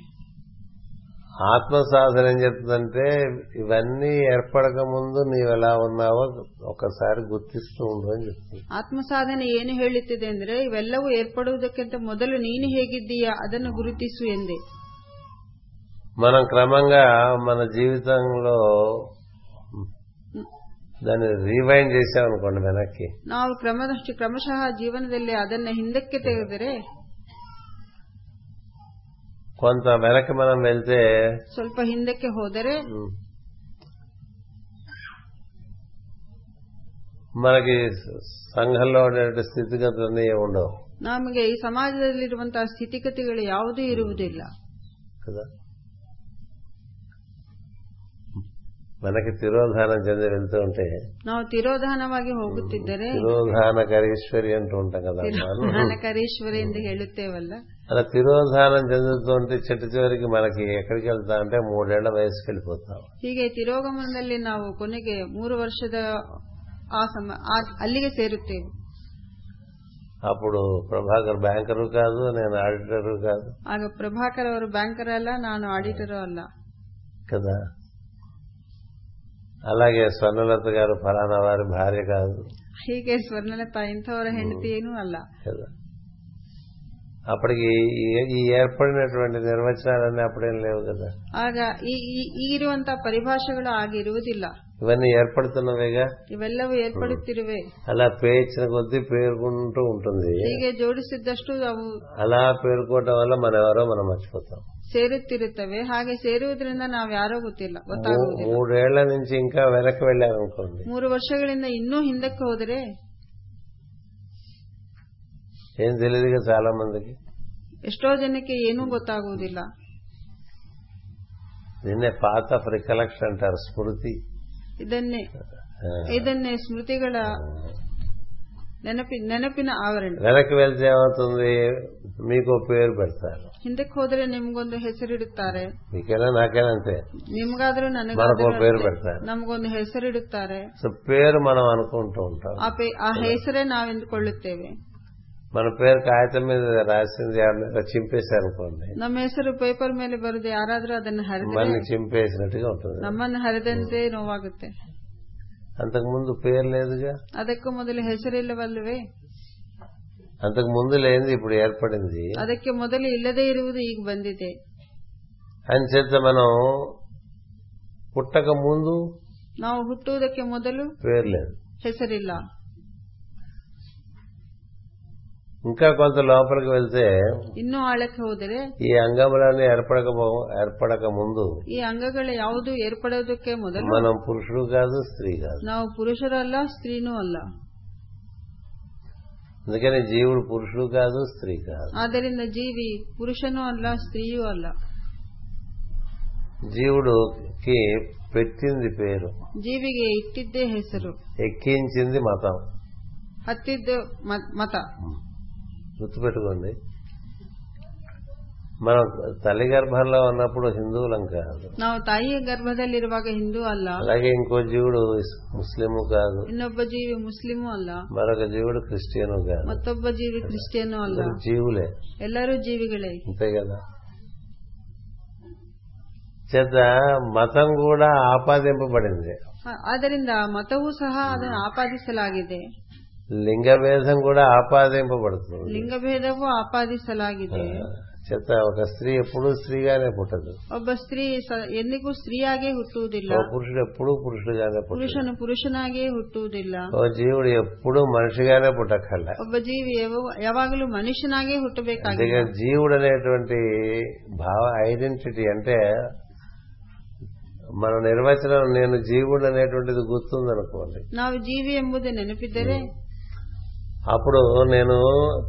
[SPEAKER 1] ఆత్మ సాధన ఏం చెప్తుందంటే ఇవన్నీ ఏర్పడక ముందు నీవెలా ఉన్నావో ఒకసారి గుర్తిస్తూ ఉండు అని చెప్తుంది
[SPEAKER 2] ಆತ್ಮ ಸಾಧನೆ ಏನು ಹೇಳುತ್ತಿದೆ ಅಂದ್ರೆ ಇವೆಲ್ಲವೂ ಏರ್ಪಡುವುದಕ್ಕಿಂತ ಮೊದಲು ನೀನು ಹೇಗಿದ್ದೀಯಾ ಅದನ್ನು ಗುರುತಿಸು ಎಂದೇ
[SPEAKER 1] మనం క్రమంగా మన జీవితంలో దాన్ని రీవైండ్ చేసామనుకోండి వెనక్కి
[SPEAKER 2] ನಾವು ಕ್ರಮದಷ್ಟು ಕ್ರಮಶಃ ಜೀವನದಲ್ಲಿ ಅದನ್ನ ಹಿಂದಕ್ಕೆ ತೆಗೆದರೆ
[SPEAKER 1] కొంత వెనక్కి మనం వెళ్తే
[SPEAKER 2] ಸ್ವಲ್ಪ ಹಿಂದಕ್ಕೆ ಹೋದರೆ
[SPEAKER 1] మనకి సంఘంలో ఉండేటువంటి స్థితిగతులన్నీ ఏమి ఉండవు
[SPEAKER 2] ನಮಗೆ ಈ ಸಮಾಜದಲ್ಲಿರುವಂತಹ ಸ್ಥಿತಿಗತಿಗಳು ಯಾವುದೂ ಇರುವುದಿಲ್ಲ
[SPEAKER 1] కదా మనకి తిరోధానం చెంది వెళ్తూ ఉంటే
[SPEAKER 2] ನಾವು ತಿರೋಧಾನವಾಗಿ ಹೋಗುತ್ತಿದ್ದರೆ
[SPEAKER 1] తిరోధాన కరీశ్వరి అంటూ ఉంటాం కదా మనం
[SPEAKER 2] ಜ್ಞಾನಕರೇಶ್ವರಿ ಎಂದು ಹೇಳುತ್ತೇವಲ್ಲ
[SPEAKER 1] అలా తిరోధానం చెందుతూ ఉంటే చెట్టు చివరికి మనకి ఎక్కడికి వెళ్తా అంటే మూడేళ్ల వయసుకి వెళ్ళిపోతాం
[SPEAKER 2] ಹೀಗೆ ತಿರೋಗಮನದಲ್ಲಿ ನಾವು ಕೊನೆಗೆ ಮೂರು ವರ್ಷದ ಆ ಸಮ ಆ- ಅಲ್ಲಿಗೆ ಸೇರುತ್ತೇವೆ
[SPEAKER 1] అప్పుడు ప్రభాకర్ బ్యాంకరు కాదు నేను ఆడిటరు కాదు
[SPEAKER 2] ಆಗ ಪ್ರಭಾಕರ್ ಅವರು ಬ್ಯಾಂಕರ್ ಅಲ್ಲ ನಾನು ಆಡಿಟರ್ ಅಲ್ಲ
[SPEAKER 1] కదా అలాగే స్వర్ణలత గారు ఫలానా వారి భార్య కాదు
[SPEAKER 2] ಹೀಗೆ ಸ್ವರ್ಣಲತಾ ಇಂಥವರ ಹೆಂಡತಿ ಏನೂ ಅಲ್ಲ
[SPEAKER 1] కదా అప్పటికి ఈ- ఈ ఏర్పడినటువంటి నిర్వచనాలన్నీ అప్పుడేం లేవు కదా
[SPEAKER 2] ಆಗ ಈ ಈ- ಈಗಿರುವಂತಹ ಪರಿಭಾಷೆಗಳು ಆಗಿರುವುದಿಲ್ಲ
[SPEAKER 1] ఇవన్నీ ఏర్పడుతున్నవేగా
[SPEAKER 2] ಇವೆಲ್ಲವೂ ಏರ್ಪಡುತ್ತಿರುವೆ
[SPEAKER 1] అలా పేర్చిన కొద్దీ పేర్కొంటూ ఉంటుంది
[SPEAKER 2] ಹೀಗೆ ಜೋಡಿಸಿದ್ದಷ್ಟು ಅವು
[SPEAKER 1] అలా పేర్కోవటం వల్ల మనం ఎవరో మనం మర్చిపోతాం
[SPEAKER 2] ಸೇರುತ್ತಿರುತ್ತವೆ ಹಾಗೆ ಸೇರುವುದರಿಂದ ನಾವು ಯಾರೋ ಗೊತ್ತಿಲ್ಲ
[SPEAKER 1] మూ-
[SPEAKER 2] ಗೊತ್ತಾಗುವುದಿಲ್ಲ
[SPEAKER 1] మూడేళ్ల నుంచి ఇంకా వెనక్కి వెళ్ళామనుకోండి
[SPEAKER 2] ಮೂರು ವರ್ಷಗಳಿಂದ ಇನ್ನೂ ಹಿಂದಕ್ಕೆ ಹೋದರೆ
[SPEAKER 1] ఏం తెలియదుగా చాలా మందికి
[SPEAKER 2] ಎಷ್ಟೋ ಜನಕ್ಕೆ ಏನೂ ಗೊತ್ತಾಗುವುದಿಲ್ಲ
[SPEAKER 1] దీన్నే పాత ఆఫ్ రికలెక్షన్ అంటారు స్మృతి
[SPEAKER 2] ಇದನ್ನೇ
[SPEAKER 1] ఆ,
[SPEAKER 2] ಇದನ್ನೇ ಸ್ಮೃತಿಗಳ ನೆನಪಿ ನೆನಪಿನ ಆವರಣ
[SPEAKER 1] వెనక్కి వెళ్తే ఏమవుతుంది మీకు పేరు పెడతారు
[SPEAKER 2] ಹಿಂದಕ್ಕೆ ಹೋದರೆ ನಿಮ್ಗೊಂದು ಹೆಸರಿಡುತ್ತಾರೆ
[SPEAKER 1] మీకైనా నాకైనా అంతే
[SPEAKER 2] ನಿಮ್ಗಾದ್ರೂ
[SPEAKER 1] మనకు
[SPEAKER 2] ನನಗಾದ್ರೂ
[SPEAKER 1] పేరు పెడతారు
[SPEAKER 2] ನಮಗೊಂದು ಹೆಸರಿಡುತ್ತಾರೆ
[SPEAKER 1] సో పేరు మనం అనుకుంటూ ఉంటాం
[SPEAKER 2] ಆ ಪೇ- ಆ ಹೆಸರೇ ನಾವೆಂದುಕೊಳ್ಳುತ್ತೇವೆ
[SPEAKER 1] మన పేరు కాగితం మీద రాసింది ఎవరైనా చింపేశారనుకోండి
[SPEAKER 2] ನಮ್ಮ ಹೆಸರು ಪೇಪರ್ ಮೇಲೆ ಬರೆದು ಯಾರಾದ್ರೂ ಅದನ್ನು ಹರಿದರೆ
[SPEAKER 1] మనల్ని చింపేసినట్టుగా ఉంటుంది
[SPEAKER 2] ನಮ್ಮನ್ನು ಹರಿದಂತೆ ನೋವಾಗುತ್ತೆ
[SPEAKER 1] అంతకుముందు పేరు లేదుగా
[SPEAKER 2] ಅದಕ್ಕೂ ಮೊದಲು ಹೆಸರಿಲ್ಲವಲ್ವೇ
[SPEAKER 1] అంతకు ముందు లేనిది ఇప్పుడు ఏర్పడింది
[SPEAKER 2] ಅದಕ್ಕೆ ಮೊದಲು ಇಲ್ಲದೇ ಇರುವುದು ಈಗ ಬಂದಿದೆ
[SPEAKER 1] అని చేత మనం పుట్టక ముందు
[SPEAKER 2] ನಾವು ಹುಟ್ಟುವುದಕ್ಕೆ ಮೊದಲು
[SPEAKER 1] పేరు లేదు
[SPEAKER 2] ಹೆಸರಿಲ್ಲ
[SPEAKER 1] ఇంకా కొంత లోపలికి వెళ్తే
[SPEAKER 2] ಇನ್ನೂ ಆಳಕ್ಕೆ ಹೋದರೆ
[SPEAKER 1] ఈ అంగములన్నీ ఏర్పడక ఏర్పడక ముందు
[SPEAKER 2] ಈ ಅಂಗಗಳು ಯಾವುದು ಏರ್ಪಡೋದಕ್ಕೆ ಮೊದಲು
[SPEAKER 1] మనం పురుషుడు కాదు స్త్రీ కాదు
[SPEAKER 2] ನಾವು ಪುರುಷರಲ್ಲ ಸ್ತ್ರೀನೂ ಅಲ್ಲ
[SPEAKER 1] అందుకని జీవుడు పురుషుడు కాదు స్త్రీ కాదు
[SPEAKER 2] ಆದ್ದರಿಂದ ಜೀವಿ ಪುರುಷನೂ ಅಲ್ಲ ಸ್ತ್ರೀಯೂ ಅಲ್ಲ
[SPEAKER 1] జీవుడుకి పెట్టింది పేరు
[SPEAKER 2] ಜೀವಿಗೆ ಇಟ್ಟಿದ್ದೇ ಹೆಸರು
[SPEAKER 1] ఎక్కించింది మతం
[SPEAKER 2] ಹತ್ತಿದ್ದು ಮ- ಮತ
[SPEAKER 1] గుర్తుపెట్టుకోండి మనం తల్లి గర్భంలో ఉన్నప్పుడు హిందువులం కాదు
[SPEAKER 2] ನಾವು ತಾಯಿಯ ಗರ್ಭದಲ್ಲಿರುವಾಗ ಹಿಂದೂ ಅಲ್ಲ
[SPEAKER 1] అలాగే ఇంకో జీవుడు ఇస్- ముస్లిము కాదు
[SPEAKER 2] ಇನ್ನೊಬ್ಬ ಜೀವಿ ಮುಸ್ಲಿಮೂ ಅಲ್ಲ
[SPEAKER 1] మరొక జీవుడు క్రిస్టియను కాదు
[SPEAKER 2] ಮತ್ತೊಬ್ಬ ಜೀವಿ ಕ್ರಿಶ್ಚಿಯನ್ನೂ ಅಲ್ಲ
[SPEAKER 1] అందరూ జీవులే
[SPEAKER 2] ಎಲ್ಲರೂ ಜೀವಿಗಳೇ
[SPEAKER 1] అంతే కదా చేత మతం కూడా ఆపాదింపబడింది
[SPEAKER 2] ಆ- ಆದ್ದರಿಂದ ಮತವೂ ಸಹ ಅದನ್ನು ಆಪಾದಿಸಲಾಗಿದೆ
[SPEAKER 1] లింగభేదం కూడా ఆపాదింపబడుతుంది
[SPEAKER 2] ಲಿಂಗಭೇದವೂ ಆಪಾದಿಸಲಾಗಿದೆ
[SPEAKER 1] చేత ఒక స్త్రీ ఎప్పుడూ స్త్రీగానే పుట్టదు
[SPEAKER 2] ಒಬ್ಬ ಸ್ತ್ರೀ ಸ- ಎಂದಿಗೂ ಸ್ತ್ರೀಯಾಗೇ ಹುಟ್ಟುವುದಿಲ್ಲ
[SPEAKER 1] ఒక పురుషుడు ఎప్పుడూ పురుషుడుగానే పుట్టదు
[SPEAKER 2] ಪುರುಷನು ಪುರುಷನಾಗೇ ಹುಟ್ಟುವುದಿಲ್ಲ
[SPEAKER 1] ఓ జీవుడు ఎప్పుడూ మనిషిగానే పుట్టక్కర్లే
[SPEAKER 2] ಒಬ್ಬ ಜೀವಿ ಯಾವ- ಯಾವಾಗಲೂ ಮನುಷ್ಯನಾಗೇ ಹುಟ್ಟಬೇಕಾಗಿದೆ
[SPEAKER 1] అందుకే జీవుడు అనేటువంటి భావ ఐడెంటిటీ అంటే మన నిర్వచనం నేను జీవుడు అనేటువంటిది గుర్తుందనుకోండి
[SPEAKER 2] ನಾವು ಜೀವಿ ಎಂಬುದು ನೆನಪಿದ್ದರೆ
[SPEAKER 1] అప్పుడు నేను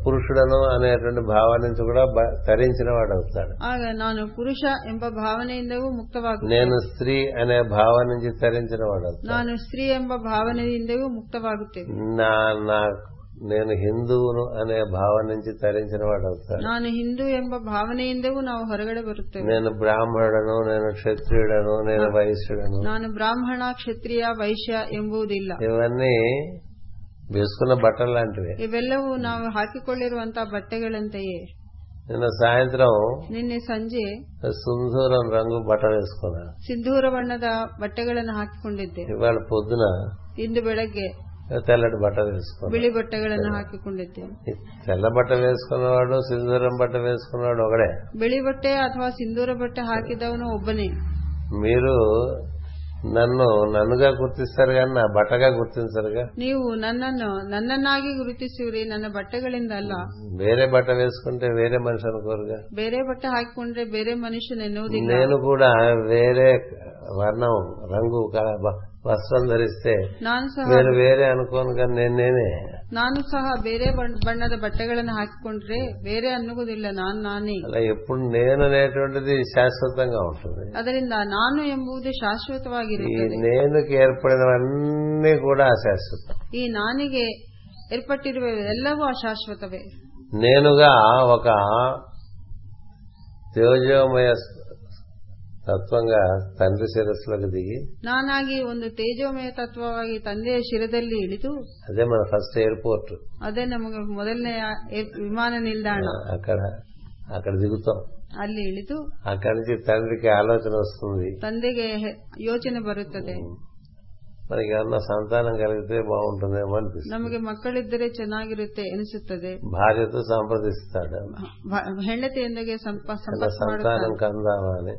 [SPEAKER 1] పురుషుడను అనేటువంటి భావం నుంచి కూడా బ- తరించిన వాడు అవుతాడు
[SPEAKER 2] ಆಗ ನಾನು ಪುರುಷ ಎಂಬ ಭಾವನೆಯಿಂದವೂ ಮುಕ್ತವಾಗುತ್ತೇನೆ
[SPEAKER 1] నేను స్త్రీ అనే భావం నుంచి తరించిన వాడు అవుతాడు
[SPEAKER 2] ನಾನು ಸ್ತ್ರೀ ಎಂಬ ಭಾವನೆಯಿಂದವೂ ಮುಕ್ತವಾಗುತ್ತೇನೆ
[SPEAKER 1] నా నా నేను హిందువును అనే భావం నుంచి తరించిన వాడు అవుతాడు
[SPEAKER 2] ನಾನು ಹಿಂದೂ ಎಂಬ ಭಾವನೆಯಿಂದವೂ ನಾವು ಹೊರಗಡೆ ಬರುತ್ತೇವೆ
[SPEAKER 1] నేను బ్రాహ్మణుడను నేను క్షత్రియుడను నేను వైశ్యుడను
[SPEAKER 2] ನಾನು ಬ್ರಾಹ್ಮಣ ಕ್ಷತ್ರಿಯ ವೈಶ್ಯ ಎಂಬುದಿಲ್ಲ
[SPEAKER 1] ఇవన్నీ వేసుకున్న బట్టలు లాంటివి
[SPEAKER 2] ಇವೆಲ್ಲವೂ ನಾವು ಹಾಕಿಕೊಳ್ಳಿರುವಂತಹ ಬಟ್ಟೆಗಳಂತೆಯೇ
[SPEAKER 1] నిన్న సాయంత్రం
[SPEAKER 2] ನಿನ್ನೆ ಸಂಜೆ
[SPEAKER 1] సుందూరం రంగు బట్ట వేసుకున్నాను
[SPEAKER 2] ಸಿಂಧೂರ ಬಣ್ಣದ ಬಟ್ಟೆಗಳನ್ನು ಹಾಕಿಕೊಂಡಿದ್ದೆ
[SPEAKER 1] ఇవాళ పొద్దున
[SPEAKER 2] ಇಂದು ಬೆಳಗ್ಗೆ
[SPEAKER 1] తెల్లటి బట్ట వేసుకున్నాను
[SPEAKER 2] ಬಿಳಿ ಬಟ್ಟೆಗಳನ್ನು ಹಾಕಿಕೊಂಡಿದ್ದೆ
[SPEAKER 1] ఈ తెల్ల బట్ట వేసుకున్నవాడు సింధూరం బట్ట వేసుకున్నవాడు ఒకడే
[SPEAKER 2] ಬಿಳಿ ಬಟ್ಟೆ ಅಥವಾ ಸಿಂಧೂರ ಬಟ್ಟೆ ಹಾಕಿದವನು ಒಬ್ಬನೇ
[SPEAKER 1] మీరు నన్ను నన్నుగా గుర్తిస్తారు కానీ నా బట్టగా గుర్తించరుగా
[SPEAKER 2] ನೀವು ನನ್ನನ್ನು ನನ್ನನ್ನಾಗಿ ಗುರುತಿಸುವಿರಿ ನನ್ನ ಬಟ್ಟೆಗಳಿಂದ ಅಲ್ಲ
[SPEAKER 1] వేరే బట్ట వేసుకుంటే వేరే మనిషి అనుకోరుగా
[SPEAKER 2] ಬೇರೆ ಬಟ್ಟೆ ಹಾಕಿಕೊಂಡ್ರೆ ಬೇರೆ ಮನುಷ್ಯನೆನ್ನುವುದಿಲ್ಲ
[SPEAKER 1] నేను కూడా వేరే వర్ణం రంగు క- వ- వస్త్రం ధరిస్తే
[SPEAKER 2] ನಾನು ಸಹ
[SPEAKER 1] వేరు వేరే అనుకోను కానీ నేను నేనే
[SPEAKER 2] ನಾನು ಸಹ ಬೇರೆ ಬಣ್ಣ- ಬಣ್ಣದ ಬಟ್ಟೆಗಳನ್ನು ಹಾಕಿಕೊಂಡ್ರೆ ಬೇರೆ ಅನ್ನುವುದಿಲ್ಲ ನಾನು ನಾನೇ
[SPEAKER 1] అలా ఎప్పుడు నేను అనేటువంటిది శాశ్వతంగా ఉంటుంది
[SPEAKER 2] ಅದರಿಂದ ನಾನು ಎಂಬುದು
[SPEAKER 1] ఈ
[SPEAKER 2] ಶಾಶ್ವತವಾಗಿರುತ್ತದೆ
[SPEAKER 1] నేనుకి ఏర్పడినవన్నీ కూడా అశాశ్వతం
[SPEAKER 2] ಈ ನಾನಿಗೆ ಏರ್ಪಟ್ಟಿರುವ ಎಲ್ಲವೂ ಅಶಾಶ್ವತವೇ
[SPEAKER 1] నేనుగా ఒక తేజోమయ తత్వంగా తండ్రి శిరస్సులోకి దిగి
[SPEAKER 2] ನಾನಾಗಿ ಒಂದು ತೇಜೋಮಯ ತತ್ವವಾಗಿ ತಂದೆಯ ಶಿರದಲ್ಲಿ ಇಳಿದು
[SPEAKER 1] అదే మన ఫస్ట్ ఎయిర్పోర్ట్
[SPEAKER 2] ಅದೇ ನಮಗೆ ಮೊದಲನೆಯ ಏರ್- ವಿಮಾನ ನಿಲ್ದಾಣ
[SPEAKER 1] అక్కడ అక్కడ దిగుతాం
[SPEAKER 2] ಅಲ್ಲಿ ಇಳಿದು
[SPEAKER 1] అక్కడి నుంచి తండ్రికి ఆలోచన వస్తుంది
[SPEAKER 2] ತಂದೆಗೆ ಹೆ- ಯೋಚನೆ ಬರುತ್ತದೆ
[SPEAKER 1] మనకి ఏమన్నా సంతానం కలిగితే బాగుంటుందేమో అనిపిస్తుంది
[SPEAKER 2] ನಮಗೆ ಮಕ್ಕಳಿದ್ದರೆ ಚೆನ್ನಾಗಿರುತ್ತೆ ಎನಿಸುತ್ತದೆ
[SPEAKER 1] భార్యతో సంప్రదిస్తాడు
[SPEAKER 2] ಭ- ಹೆಂಡತಿಯೊಂದಿಗೆ ಸಂಪ-
[SPEAKER 1] అలా
[SPEAKER 2] ಸಂಪರ್ಕ ಮಾಡುತ್ತಾನೆ
[SPEAKER 1] సంతానం కందామా అని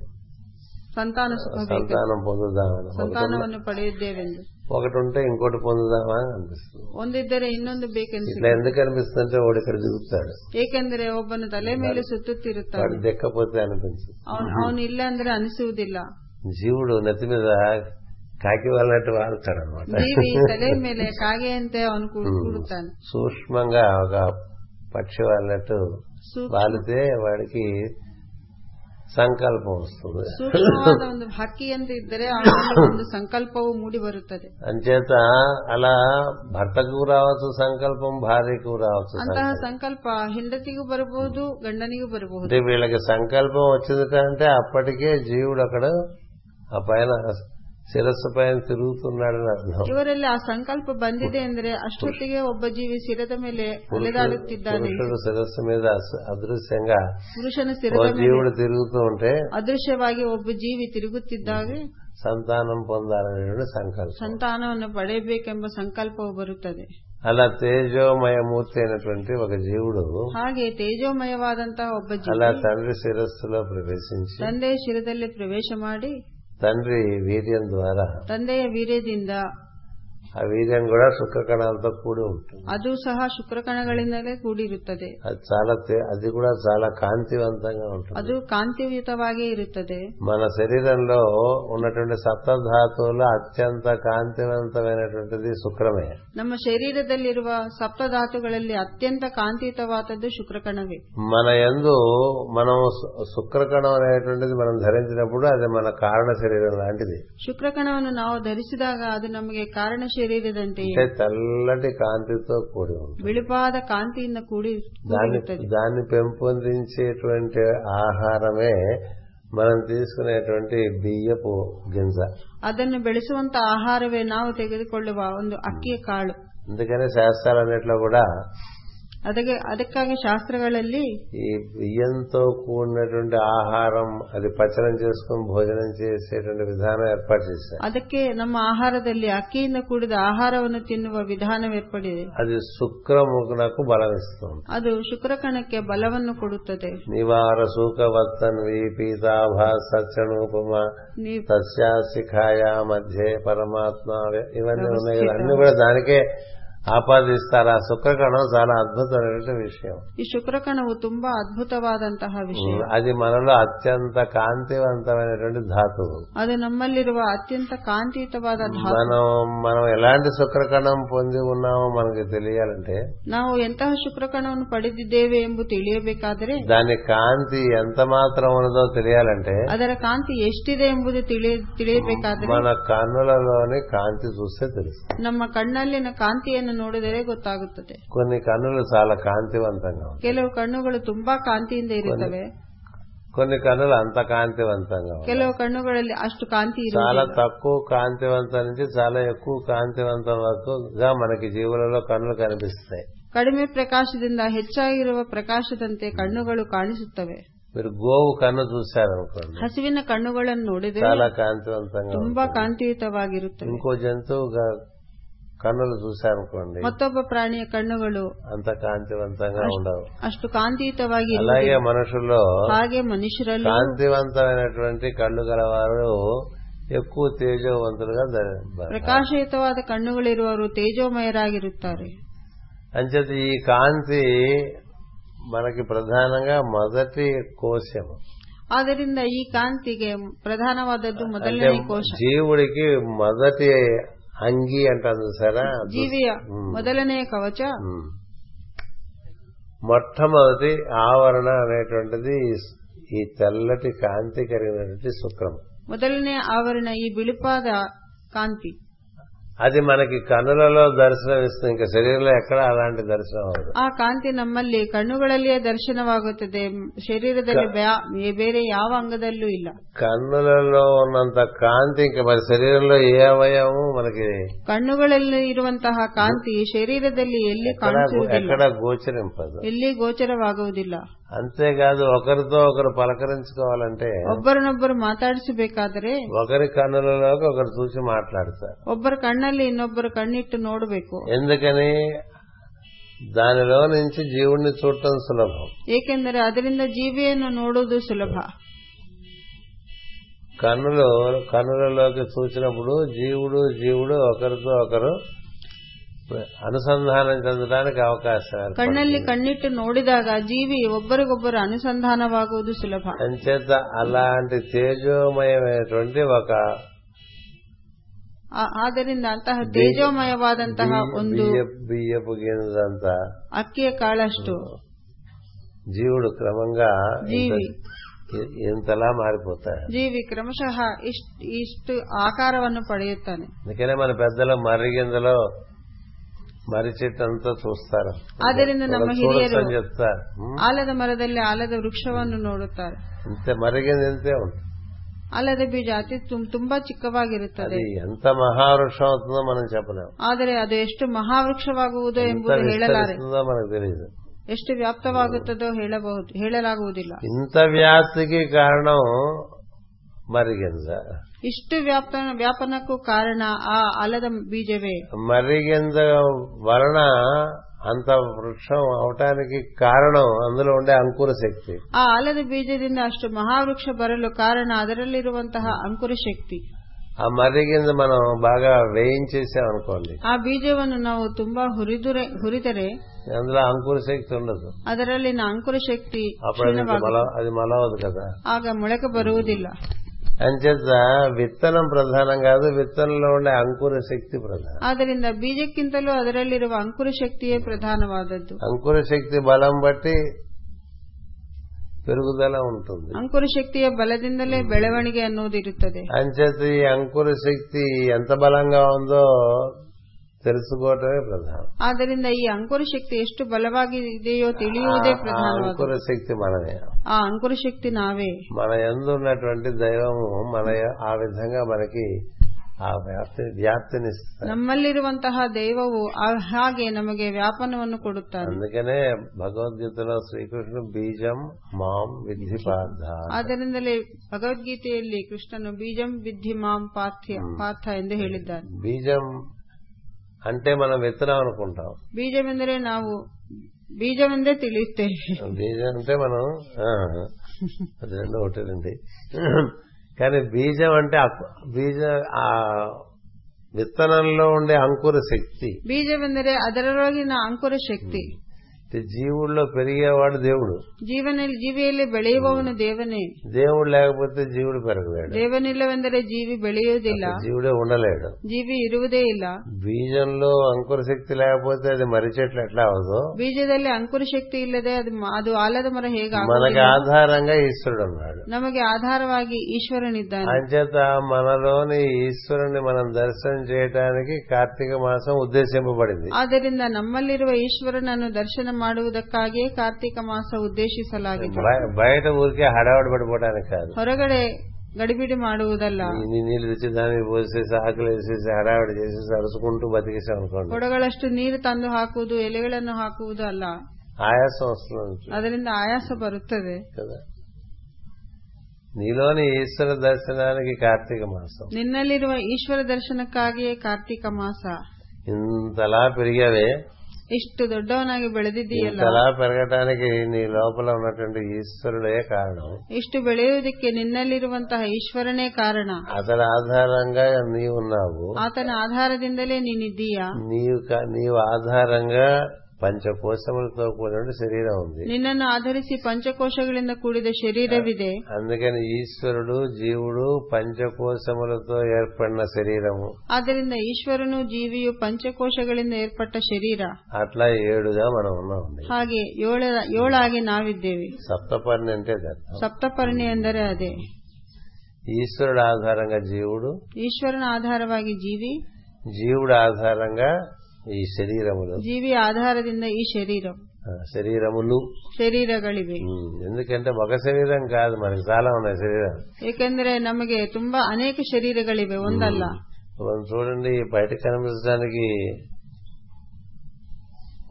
[SPEAKER 2] ಸಂತಾನ ಸುಖ ಬೇಕು
[SPEAKER 1] సంతానం పొందుదామని
[SPEAKER 2] ಸಂತಾನವನ್ನು ಪಡೆಯುತ್ತೇವೆಂದು
[SPEAKER 1] ఒకటి ఉంటే ఇంకోటి పొందుదామా అని అనిపిస్తుంది
[SPEAKER 2] ಒಂದಿದ್ದರೆ ಇನ್ನೊಂದು ಬೇಕೆನಿಸುತ್ತೆ
[SPEAKER 1] ఇట్లా ఎందుకు అనిపిస్తుందంటే వాడు ఇక్కడ దిగుతాడు
[SPEAKER 2] ಏಕೆಂದರೆ ಒಬ್ಬನು ತಲೆ ಮೇಲೆ ಸುತ್ತುತ್ತಿರುತ್ತಾನೆ
[SPEAKER 1] వాడు దిక్కపోతే అనిపించదు
[SPEAKER 2] ಅವನು ಅವನು ಇಲ್ಲ ಅಂದ್ರೆ ಅನಿಸುವುದಿಲ್ಲ
[SPEAKER 1] జీవుడు నెత్తి మీద కాకి వాళ్ళట్టు వాడతాడు అనమాట
[SPEAKER 2] ಜೀವಿ ತಲೆ ಮೇಲೆ ಕಾಗೆಯಂತೆ ಅವನು ಕೂ- ಕೂರುತ್ತಾನೆ
[SPEAKER 1] సూక్ష్మంగా ఒక పక్షి వాళ్ళట్టు
[SPEAKER 2] ಸೂ-
[SPEAKER 1] వాలితే వాడికి సంకల్పం వస్తుంది
[SPEAKER 2] ಸೂಕ್ಷ್ಮವಾದ ಒಂದು ಹಕ್ಕಿಯಂತೆ ಇದ್ದರೆ ಅವನಲ್ಲಿ ಒಂದು ಸಂಕಲ್ಪವು ಮೂಡಿ ಬರುತ್ತದೆ
[SPEAKER 1] అంచేత అలా భర్తకు రావచ్చు సంకల్పం భార్యకు రావచ్చు
[SPEAKER 2] ಅಂತಹ ಸಂಕల్ಪ ಹೆಂಡತಿಗೂ ಬರಬಹುದು ಗಂಡನಿಗೂ ಬರಬಹುದು
[SPEAKER 1] అంటే వీళ్ళకి సంకల్పం వచ్చింది అంటే అప్పటికే జీవుడు అక్కడ ఆ పైన శిరస్సు పైన తిరుగుతున్నాడని అర్థం
[SPEAKER 2] ಇವರಲ್ಲಿ ಆ ಸಂಕల్ಪ ಬಂದಿದೆ ಅಂದರೆ ಅಷ್ಟೊತ್ತಿಗೆ ಒಬ್ಬ ಜೀವಿ ಶಿರದ ಮೇಲೆ ಅಲೆದಾಡುತ್ತಿದ್ದಾನೆ
[SPEAKER 1] పురుషుడు శిరస్సు మీద అస- అదృశ్యంగా
[SPEAKER 2] ಪುರುಷನ
[SPEAKER 1] ఓ
[SPEAKER 2] ಶಿರದ ಮೇಲೆ
[SPEAKER 1] జీవుడు తిరుగుతూ ఉంటే
[SPEAKER 2] ಅದೃಶ್ಯವಾಗಿ ಒಬ್ಬ ಜೀವಿ ತಿರುಗುತ್ತಿದ್ದಾಗ
[SPEAKER 1] సంతానం పొందాలనేటువంటి సంకల్పం
[SPEAKER 2] ಸಂತಾನವನ್ನು ಪಡೆಯಬೇಕೆಂಬ ಸಂಕಲ್ಪವು ಬರುತ್ತದೆ
[SPEAKER 1] అలా తేజోమయమూర్తి అయినటువంటి ఒక జీవుడు
[SPEAKER 2] ಹಾಗೆ ತೇಜೋಮಯವಾದಂತಹ ಒಬ್ಬ
[SPEAKER 1] అలా
[SPEAKER 2] ಜೀವಿ
[SPEAKER 1] తండ్రి ಶಿరస్సులో ప్రవేశించి
[SPEAKER 2] ತಂದೆ ಶಿರದಲ್ಲಿ ಪ್ರವೇಶ ಮಾಡಿ
[SPEAKER 1] తండ్రి వీర్యం ద్వారా
[SPEAKER 2] ತಂದೆಯ ವೀರ್ಯದಿಂದ
[SPEAKER 1] ఆ వీర్యం కూడా శుక్ర కణాలతో కూడి ఉంటుంది
[SPEAKER 2] ಅದು ಸಹ ಶುಕ್ರಕಣಗಳಿಂದಲೇ ಕೂಡಿರುತ್ತದೆ
[SPEAKER 1] అది చాలా తే- అది కూడా చాలా కాంతివంతంగా ఉంటుంది
[SPEAKER 2] ಅದು ಕಾಂತಿಯುತವಾಗೇ ಇರುತ್ತದೆ
[SPEAKER 1] మన శరీరంలో ఉన్నటువంటి సప్తధాతువులో అత్యంత కాంతివంతమైనటువంటిది శుక్రమే
[SPEAKER 2] ನಮ್ಮ ಶರೀರದಲ್ಲಿರುವ ಸಪ್ತಧಾತುಗಳಲ್ಲಿ ಅತ್ಯಂತ ಕಾಂತಿಯುತವಾದದ್ದು ಶುಕ್ರಕಣವೇ
[SPEAKER 1] మన యందు మనం శు- శుక్రకణం అనేటువంటిది మనం ధరించినప్పుడు అది మన కారణ శరీరం లాంటిది
[SPEAKER 2] ಶುಕ್ರಕಣವನ್ನು ನಾವು ಧರಿಸಿದಾಗ ಅದು ನಮಗೆ ಕಾರಣ ಶರೀರದಂತೆಯೇ
[SPEAKER 1] అంటే తెల్లటి కాంతితో కూడి ఉంటుంది
[SPEAKER 2] ಬಿಳುಪಾದ ಕಾಂತಿಯಿಂದ ಕೂಡಿ
[SPEAKER 1] దాన్ని
[SPEAKER 2] ಕೂಡಿರುತ್ತದೆ
[SPEAKER 1] దాన్ని పెంపొందించేటువంటి ఆహారమే మనం తీసుకునేటువంటి బియ్యపు గింజ
[SPEAKER 2] ಅದನ್ನು ಬೆಳೆಸುವಂತ ಆಹಾರವೇ ನಾವು ತೆಗೆದುಕೊಳ್ಳುವ ಒಂದು ಅಕ್ಕಿಯ ಕಾಳು
[SPEAKER 1] అందుకనే శాస్త్రాలన్నిట్లో కూడా
[SPEAKER 2] ಅದಕ್ಕೆ ಅದಕ್ಕಾಗಿ ಶಾಸ್ತ್ರಗಳಲ್ಲಿ
[SPEAKER 1] ఈ బియ్యంతో కూడినటువంటి ఆహారం అది పచనం చేసుకుని భోజనం చేసేటువంటి విధానం ఏర్పాటు చేశారు
[SPEAKER 2] ಅದಕ್ಕೆ ನಮ್ಮ ಆಹಾರದಲ್ಲಿ ಅಕ್ಕಿಯಿಂದ ಕೂಡಿದ ಆಹಾರವನ್ನು ತಿನ್ನುವ ವಿಧಾನ ಏರ್ಪಡಿದೆ
[SPEAKER 1] అది శుక్రముఖునకు బలం ఇస్తుంది
[SPEAKER 2] ಅದು ಶುಕ್ರಕಣಕ್ಕೆ ಬಲವನ್ನು ಕೊಡುತ್ತದೆ
[SPEAKER 1] నివార సూక వర్తన్వి పీతాభా సత్యనూపమ
[SPEAKER 2] ನೀವು
[SPEAKER 1] తస్యా శిఖాయా మధ్యే పరమాత్మ ఇవన్నీ ఉన్నాయి కదా, అన్ని కూడా దానికే ఆపాదిస్తారు ఆ శుక్రకణం చాలా అద్భుతమైనటువంటి విషయం
[SPEAKER 2] ಈ ಶುಕ್ರಕಣವು ತುಂಬಾ ಅದ್ಭುತವಾದಂತಹ ವಿಷಯ
[SPEAKER 1] అది మనలో అత్యంత కాంతివంతమైనటువంటి ధాతువు
[SPEAKER 2] ಅದು ನಮ್ಮಲ್ಲಿರುವ ಅತ್ಯಂತ ಕಾಂತಿಯುತವಾದ ಧಾತು
[SPEAKER 1] మనం మనం ఎలాంటి శుక్రకణం పొంది ఉన్నామో మనకి తెలియాలంటే
[SPEAKER 2] ನಾವು ಎಂತಹ ಶುಕ್ರಕಣವನ್ನು ಪಡೆದಿದ್ದೇವೆ ಎಂಬುದು ತಿಳಿಯಬೇಕಾದರೆ
[SPEAKER 1] దాని కాంతి ఎంత మాత్రం ఉన్నదో తెలియాలంటే
[SPEAKER 2] ಅದರ ಕಾಂತಿ ಎಷ್ಟಿದೆ ಎಂಬುದು ತಿಳಿ- ತಿಳಿಯಬೇಕಾದರೆ
[SPEAKER 1] మన కన్నులలోని కాంతి చూస్తే తెలుస్తుంది
[SPEAKER 2] ನಮ್ಮ ಕಣ್ಣಲ್ಲಿನ ಕಾಂತಿಯನ್ನು ನೋಡಿದರೆ ಗೊತ್ತಾಗುತ್ತದೆ
[SPEAKER 1] కొన్ని కన్నులు చాలా కాంతివంతంగా ఉంటాయి
[SPEAKER 2] ಕೆಲವು ಕಣ್ಣುಗಳು ತುಂಬಾ ಕಾಂತಿಯಿಂದ ಇರುತ್ತವೆ
[SPEAKER 1] కొన్ని కన్నులు అంత కాంతివంతంగా ఉంటాయి
[SPEAKER 2] ಕೆಲವು ಕಣ್ಣುಗಳಲ್ಲಿ ಅಷ್ಟು ಕಾಂತಿ
[SPEAKER 1] చాలా
[SPEAKER 2] ಇರುವುದಿಲ್ಲ
[SPEAKER 1] తక్కువ కాంతివంతం నుంచి చాలా ఎక్కువ కాంతివంతం వరకుగా మనకి జీవులలో కన్నులు కనిపిస్తాయి
[SPEAKER 2] ಕಡಿಮೆ ಪ್ರಕಾಶದಿಂದ ಹೆಚ್ಚಾಗಿರುವ ಪ್ರಕಾಶದಂತೆ ಕಣ್ಣುಗಳು ಕಾಣಿಸುತ್ತವೆ
[SPEAKER 1] మీరు గోవు కన్ను చూశారనుకోండి
[SPEAKER 2] ಹಸುವಿನ ಕಣ್ಣುಗಳನ್ನು ನೋಡಿದರೆ
[SPEAKER 1] చాలా కాంతివంతంగా ఉంటుంది.
[SPEAKER 2] ತುಂಬಾ ಕಾಂತಿಯುತವಾಗಿರುತ್ತವೆ
[SPEAKER 1] ఇంకో జంతువు గా- కన్నులు చూశారనుకోండి
[SPEAKER 2] ಮತ್ತೊಬ್ಬ ಪ್ರಾಣಿಯ ಕಣ್ಣುಗಳು
[SPEAKER 1] అంత కాంతివంతంగా ఉండవు
[SPEAKER 2] ಅಷ್ಟು ಕಾಂತಿಯುತವಾಗಿ ಇರುವುದಿಲ್ಲ.
[SPEAKER 1] అలాగే మనుషుల్లో
[SPEAKER 2] ಹಾಗೆ ಮನುಷ್ಯರಲ್ಲಿ
[SPEAKER 1] కాంతివంతమైనటువంటి కళ్ళు గలవారు ఎక్కువ తేజవంతులుగా ధరి-
[SPEAKER 2] ಪ್ರಕಾಶಯುತವಾದ ಕಣ್ಣುಗಳಿರುವವರು ತೇಜೋಮಯರಾಗಿರುತ್ತಾರೆ
[SPEAKER 1] అంచేత ఈ కాంతి మనకి ప్రధానంగా మొదటి కోశము
[SPEAKER 2] ಆದ್ದರಿಂದ ಈ ಕಾಂತಿಗೆ ಪ್ರಧಾನವಾದದ್ದು
[SPEAKER 1] అంటే
[SPEAKER 2] ಮೊದಲನೇ ಕೋಶ
[SPEAKER 1] జీవుడికి మొదటి అంగి అంటారు చూసారా
[SPEAKER 2] ಜೀವಿಯ ಮೊದಲನೆಯ ಕವಚ
[SPEAKER 1] ఉమ్. మొట్టమొదటి ఆవరణ అనేటువంటిది ఈ- ఈ తెల్లటి కాంతి కలిగినటువంటి శుక్రం
[SPEAKER 2] ಮೊದಲನೇ ಆವರಣ ಈ ಬಿಳುಪಾದ ಕಾಂತಿ
[SPEAKER 1] అది మనకి కన్నులలో దర్శనమిస్తుంది ఇంకా శరీరంలో ఎక్కడ అలాంటి దర్శనం అవ్వదు
[SPEAKER 2] ಆ ಕಾಂತಿ ನಮ್ಮಲ್ಲಿ ಕಣ್ಣುಗಳಲ್ಲಿಯೇ ದರ್ಶನವಾಗುತ್ತದೆ ಶರೀರದಲ್ಲಿ ಬ್ಯಾ- ಬೇರೆ ಯಾವ ಅಂಗದಲ್ಲೂ ಇಲ್ಲ
[SPEAKER 1] కన్నులలో ఉన్నంత కాంతి ఇంకా మరి శరీరంలో ఏ అవయవము మనకి
[SPEAKER 2] ಕಣ್ಣುಗಳಲ್ಲಿ ಇರುವಂತಹ ಕಾಂತಿ ಶರೀರದಲ್ಲಿ ಎಲ್ಲಿ
[SPEAKER 1] ఎక్కడ
[SPEAKER 2] ಕಾಣಿಸುವುದಿಲ್ಲ
[SPEAKER 1] ఎక్కడ గోచరింపదు
[SPEAKER 2] ಎಲ್ಲಿ ಗೋಚರವಾಗುವುದಿಲ್ಲ
[SPEAKER 1] అంతేకాదు ఒకరితో ఒకరు పలకరించుకోవాలంటే
[SPEAKER 2] ಒಬ್ಬರನ್ನೊಬ್ಬರು ಮಾತಾಡಿಸಬೇಕಾದರೆ
[SPEAKER 1] ఒకరి కన్నులలోకి ఒకరు చూసి మాట్లాడతారు
[SPEAKER 2] ಒಬ್ಬರ ಕಣ್ಣಲ್ಲಿ ಇನ್ನೊಬ್ಬರು ಕಣ್ಣಿಟ್ಟು ನೋಡಬೇಕು
[SPEAKER 1] ఎందుకని దానిలో నుంచి జీవుణ్ణి చూడటం సులభం
[SPEAKER 2] ಏಕೆಂದರೆ ಅದರಿಂದ ಜೀವಿಯನ್ನು ನೋಡುವುದು ಸುಲಭ
[SPEAKER 1] కన్నులు కన్నులలోకి చూసినప్పుడు జీవుడు జీవుడు ఒకరితో ఒకరు అనుసంధానం చెందడానికి అవకాశం ఏర్పడుతుంది.
[SPEAKER 2] ಕಣ್ಣಲ್ಲಿ ಕಣ್ಣಿಟ್ಟು ನೋಡಿದಾಗ ಜೀವಿ ಒಬ್ಬರಿಗೊಬ್ಬರು ಅನುಸಂಧಾನವಾಗುವುದು ಸುಲಭ
[SPEAKER 1] అంచేత అలాంటి తేజోమయమైనటువంటి ఒక
[SPEAKER 2] ಆ- ಆದ್ದರಿಂದ ಅಂತಹ ತೇಜೋಮಯವಾದಂತಹ ಒಂದು
[SPEAKER 1] బియ్యపు- బియ్యపు గింజంత
[SPEAKER 2] ಅಕ್ಕಿಯ ಕಾಳಷ್ಟು
[SPEAKER 1] జీవుడు క్రమంగా ఇంత-
[SPEAKER 2] ಜೀವಿ
[SPEAKER 1] ఇ- ఇంతలా మారిపోతాడు
[SPEAKER 2] ಜೀವಿ ಕ್ರಮಶಃ ಇಷ್ಟ್- ಇಷ್ಟು ಆಕಾರವನ್ನು ಪಡೆಯುತ್ತಾನೆ
[SPEAKER 1] అందుకనే మన పెద్దలు మర్రి గింజలో మర్రి చెట్టు అంతా చూస్తారు
[SPEAKER 2] ಆದ್ದರಿಂದ ನಮ್ಮ
[SPEAKER 1] మనం చూడొచ్చు
[SPEAKER 2] ಹಿರಿಯರು
[SPEAKER 1] అని చెప్తారు ఉమ్.
[SPEAKER 2] ಆಲದ ಮರದಲ್ಲಿ ಆಲದ ವೃಕ್ಷವನ್ನು ನೋಡುತ್ತಾರೆ
[SPEAKER 1] ఇంత మర్రి గింజ ఇంతే ఉంటుంది
[SPEAKER 2] ಆಲದ ಬೀಜ ಅತಿ ತುಂ- ತುಂಬಾ ಚಿಕ್ಕವಾಗಿರುತ್ತದೆ
[SPEAKER 1] అది ఎంత మహావృక్షం అవుతుందో మనం చెప్పలేము
[SPEAKER 2] ಆದರೆ ಅದು ಎಷ್ಟು ಮಹಾವೃಕ್ಷವಾಗುವುದೋ
[SPEAKER 1] ఎంత
[SPEAKER 2] ಎಂಬುದು ಹೇಳಲಾರೆ
[SPEAKER 1] విస్తరిస్తుందో మనకు తెలియదు
[SPEAKER 2] ಎಷ್ಟು ವ್ಯಾಪ್ತವಾಗುತ್ತದೋ ಹೇಳಬಹುದು ಹೇಳಲಾಗುವುದಿಲ್ಲ
[SPEAKER 1] ఇంత వ్యాప్తికి కారణం ಮರಿಗೆಂಜ
[SPEAKER 2] ಇಷ್ಟು ವ್ಯಾಪನ ವ್ಯಾಪನಕ್ಕೂ ಕಾರಣ ಆ ಅಲದ ಬೀಜವೇ
[SPEAKER 1] మర్రిగింజ వలన అంత వృక్షం అవటానికి కారణం అందులో ఉండే అంకుర శక్తి
[SPEAKER 2] ಆ ಆಲದ ಬೀಜದಿಂದ ಅಷ್ಟು ಮಹಾವೃಕ್ಷ ಬರಲು ಕಾರಣ ಅದರಲ್ಲಿರುವಂತಹ ಅಂಕುರ ಶಕ್ತಿ
[SPEAKER 1] ఆ మర్రిగింజ మనం బాగా వేయించేసామనుకోండి
[SPEAKER 2] ಆ ಬೀಜವನ್ನು ನಾವು ತುಂಬಾ ಹುರಿದುರೆ ಹುರಿದರೆ
[SPEAKER 1] అందులో అంకుర శక్తి ఉండదు
[SPEAKER 2] ಅದರಲ್ಲಿನ ಅಂಕುರ ಶಕ್ತಿ
[SPEAKER 1] అప్పుడు అది ఇంకా మొల అది మొలవదు కదా
[SPEAKER 2] ಆಗ ಮೊಳಕೆ ಬರುವುದಿಲ್ಲ
[SPEAKER 1] అంచేత విత్తనం ప్రధానం కాదు విత్తనంలో ఉండే అంకుర శక్తి ప్రధానం
[SPEAKER 2] ಆದ್ದರಿಂದ ಬೀಜಕ್ಕಿಂತಲೂ ಅದರಲ್ಲಿರುವ ಅಂಕುರ ಶಕ್ತಿಯೇ ಪ್ರಧಾನವಾದದ್ದು
[SPEAKER 1] అంకుర ಶక్తి బలం బట్టి పెరుగుదల ఉంటుంది
[SPEAKER 2] ಅಂಕುರ ಶಕ್ತಿಯ ಬಲದಿಂದಲೇ ಬೆಳವಣಿಗೆ ಅನ್ನೋದು ಇರುತ್ತದೆ
[SPEAKER 1] అంచేత ఈ అంకుర శక్తి ఎంత బలంగా ఉందో తెలుసుకోవటమే ప్రధానం
[SPEAKER 2] ಆದ್ದರಿಂದ ಈ ಅಂಕುರ ಶಕ್ತಿ ಎಷ್ಟು ಬಲವಾಗಿದೆಯೋ ತಿಳಿಯುವುದೇ
[SPEAKER 1] ఆ
[SPEAKER 2] ಪ್ರಧಾನವಾದದ್ದು
[SPEAKER 1] అంకుర ಶక్తి మనమే
[SPEAKER 2] ಆ ಅಂಕುರ ಶಕ್ತಿ ನಾವೇ
[SPEAKER 1] మన ఎందు ఉన్నటువంటి దైవము మన ఆ విధంగా మనకి ఆ వ్యాప్తి వ్యాప్తినిస్తారు
[SPEAKER 2] ನಮ್ಮಲ್ಲಿರುವಂತಹ ದೈವವು ಆ- ಹಾಗೆ ನಮಗೆ ವ್ಯಾಪನವನ್ನು ಕೊಡುತ್ತಾನೆ
[SPEAKER 1] అందుకనే భగవద్గీతలో శ్రీకృష్ణుడు బీజం మాం విద్ధి పార్థ
[SPEAKER 2] ಆದ್ದರಿಂದಲೇ ಭಗವದ್ಗೀತೆಯಲ್ಲಿ ಕೃಷ್ಣನು ಬೀಜಂ ವಿದ್ಧಿ ಮಾಂ ಪಾರ್ಥ್ಯ ಪಾರ್ಥ ಎಂದು ಹೇಳಿದ್ದಾನೆ
[SPEAKER 1] బీజం అంటే మనం విత్తనం అనుకుంటాం
[SPEAKER 2] ಬೀಜವೆಂದರೆ ನಾವು ಬೀಜವೆಂದೇ ತಿಳಿಯುತ್ತೇವೆ
[SPEAKER 1] బీజం అంటే మనం ఆ, అది రెండు ఒకటేనండి కానీ బీజం అంటే అకు- బీజ ఆ విత్తనంలో ఉండే అంకుర శక్తి
[SPEAKER 2] ಬೀಜವೆಂದರೆ ಅದರೊಳಗಿನ ಅಂಕುರ ಶಕ್ತಿ
[SPEAKER 1] ఇది జీవుల్లో పెరిగేవాడు దేవుడు
[SPEAKER 2] ಜೀವನ ಜೀವಿಯಲ್ಲಿ ಬೆಳೆಯುವವನು ದೇವನೇ
[SPEAKER 1] దేవుడు లేకపోతే జీవుడు పెరగలేడు
[SPEAKER 2] ದೇವನಿಲ್ಲವೆಂದರೆ ಜೀವಿ ಬೆಳೆಯುವುದಿಲ್ಲ
[SPEAKER 1] జీవుడే ఉండలేడు
[SPEAKER 2] ಜೀವಿ ಇರುವುದೇ ಇಲ್ಲ
[SPEAKER 1] బీజంలో అంకుర శక్తి లేకపోతే అది మర్రి చెట్లు ఎట్లా అవదో
[SPEAKER 2] ಬೀಜದಲ್ಲಿ ಅಂಕುರ ಶಕ್ತಿ ಇಲ್ಲದೆ ಅದು ಮ- ಅದು ಆಲದ ಮರ ಹೇಗ
[SPEAKER 1] మనకి ఆధారంగా ఈశ్వరుడు ఉన్నాడు
[SPEAKER 2] ನಮಗೆ ఆಧಾರವಾಗಿ ಈಶ್ವರನಿದ್ದಾನೆ
[SPEAKER 1] అంచేత మనలోని ఈశ్వరుని మనం దర్శనం చేయడానికి కార్తీక మాసం ఉద్దేశింపబడింది
[SPEAKER 2] ಆದ್ದರಿಂದ ನಮ್ಮಲ್ಲಿರುವ ಈಶ್ವರನನ್ನು ದರ್ಶನ ಮಾಡುವುದಕ್ಕಾಗಿಯೇ ಕಾರ್ತಿಕ ಮಾಸ ಉದ್ದೇಶಿಸಲಾಗಿದೆ
[SPEAKER 1] బయ- బయట ఊరికే హడావుడి పడిపోవడానికి కాదు
[SPEAKER 2] ಹೊರಗಡೆ ಗಡಿಬಿಡಿ ಮಾಡುವುದಲ್ಲ
[SPEAKER 1] ఇన్ని నీళ్లు తెచ్చి దాన్ని పోసేసి ఆకులు వేసేసి హడావుడి చేసేసి అరుచుకుంటూ బతికేసాం అనుకోండి
[SPEAKER 2] ಕೊಡಗಳಷ್ಟು ನೀರು ತಂದು ಹಾಕುವುದು ಎಲೆಗಳನ್ನು ಹಾಕುವುದು ಅಲ್ಲ
[SPEAKER 1] ఆయాసం వస్తుంది
[SPEAKER 2] ಅದರಿಂದ ಆಯಾಸ ಬರುತ್ತದೆ
[SPEAKER 1] కదా నీలోని ఈశ్వర దర్శనానికి కార్తీక మాసం
[SPEAKER 2] ನಿನ್ನಲ್ಲಿರುವ ಈಶ್ವರ ದರ್ಶನಕ್ಕಾಗಿಯೇ ಕಾರ್ತಿಕ ಮಾಸ
[SPEAKER 1] ఇంతలా పెరిగావే
[SPEAKER 2] ಇಷ್ಟು ದೊಡ್ಡವನಾಗಿ ಬೆಳೆದಿದ್ದೀಯಲ್ಲ
[SPEAKER 1] ఇంతలా పెరగటానికి నీ లోపల ఉన్నటువంటి ఈశ్వరుడే కారణం
[SPEAKER 2] ಇಷ್ಟು ಬೆಳೆಯುವುದಕ್ಕೆ ನಿನ್ನಲ್ಲಿರುವಂತಹ ಈಶ್ವರನೇ ಕಾರಣ
[SPEAKER 1] అతడి ఆధారంగా నీవు ఉన్నావు
[SPEAKER 2] ಆತನ ಆಧಾರದಿಂದಲೇ ನೀನಿದ್ದೀಯಾ
[SPEAKER 1] నీవు కా- నీవు ఆధారంగా పంచకోశములతో కూడిన శరీరం ఉంది
[SPEAKER 2] ನಿನ್ನನ್ನು ಆಧರಿಸಿ ಪಂಚಕೋಶಗಳಿಂದ ಕೂಡಿದ ಶರೀರವಿದೆ
[SPEAKER 1] అందుకని ఈశ్వరుడు జీవుడు పంచకోశములతో ఏర్పడిన శరీరము
[SPEAKER 2] ಆದ್ದರಿಂದ ಈಶ್ವರನು ಜೀವಿಯು ಪಂಚಕೋಶಗಳಿಂದ ಏರ್ಪಟ್ಟ ಶರೀರ
[SPEAKER 1] అట్లా ఏడుగా మనం ఉన్నాం
[SPEAKER 2] ಹಾಗೆ ಏಳ- ಏಳಾಗಿ ನಾವಿದ್ದೇವೆ
[SPEAKER 1] సప్తపర్ణి అంటే దత్తం
[SPEAKER 2] ಸಪ್ತಪರ್ಣಿ ಎಂದರೆ ಅದೇ
[SPEAKER 1] ఈశ్వరుడు ఆధారంగా జీవుడు
[SPEAKER 2] ಈಶ್ವರನ ಆಧಾರವಾಗಿ ಜೀವಿ
[SPEAKER 1] జీవుడు ఆధారంగా ఈ శరీరములు
[SPEAKER 2] ಜೀವಿ ಆಧಾರದಿಂದ ಈ ಶರೀರ
[SPEAKER 1] ఆ, శరీరములు
[SPEAKER 2] ಶರೀರಗಳಿವೆ
[SPEAKER 1] ఉమ్, ఎందుకంటే ఒక శరీరం కాదు మనకి చాలా ఉన్నాయి శరీరం
[SPEAKER 2] ಏಕೆಂದರೆ ನಮಗೆ ತುಂಬಾ ಅನೇಕ ಶರೀರಗಳಿವೆ ಒಂದಲ್ಲ
[SPEAKER 1] మనం చూడండి బయట కనిపించడానికి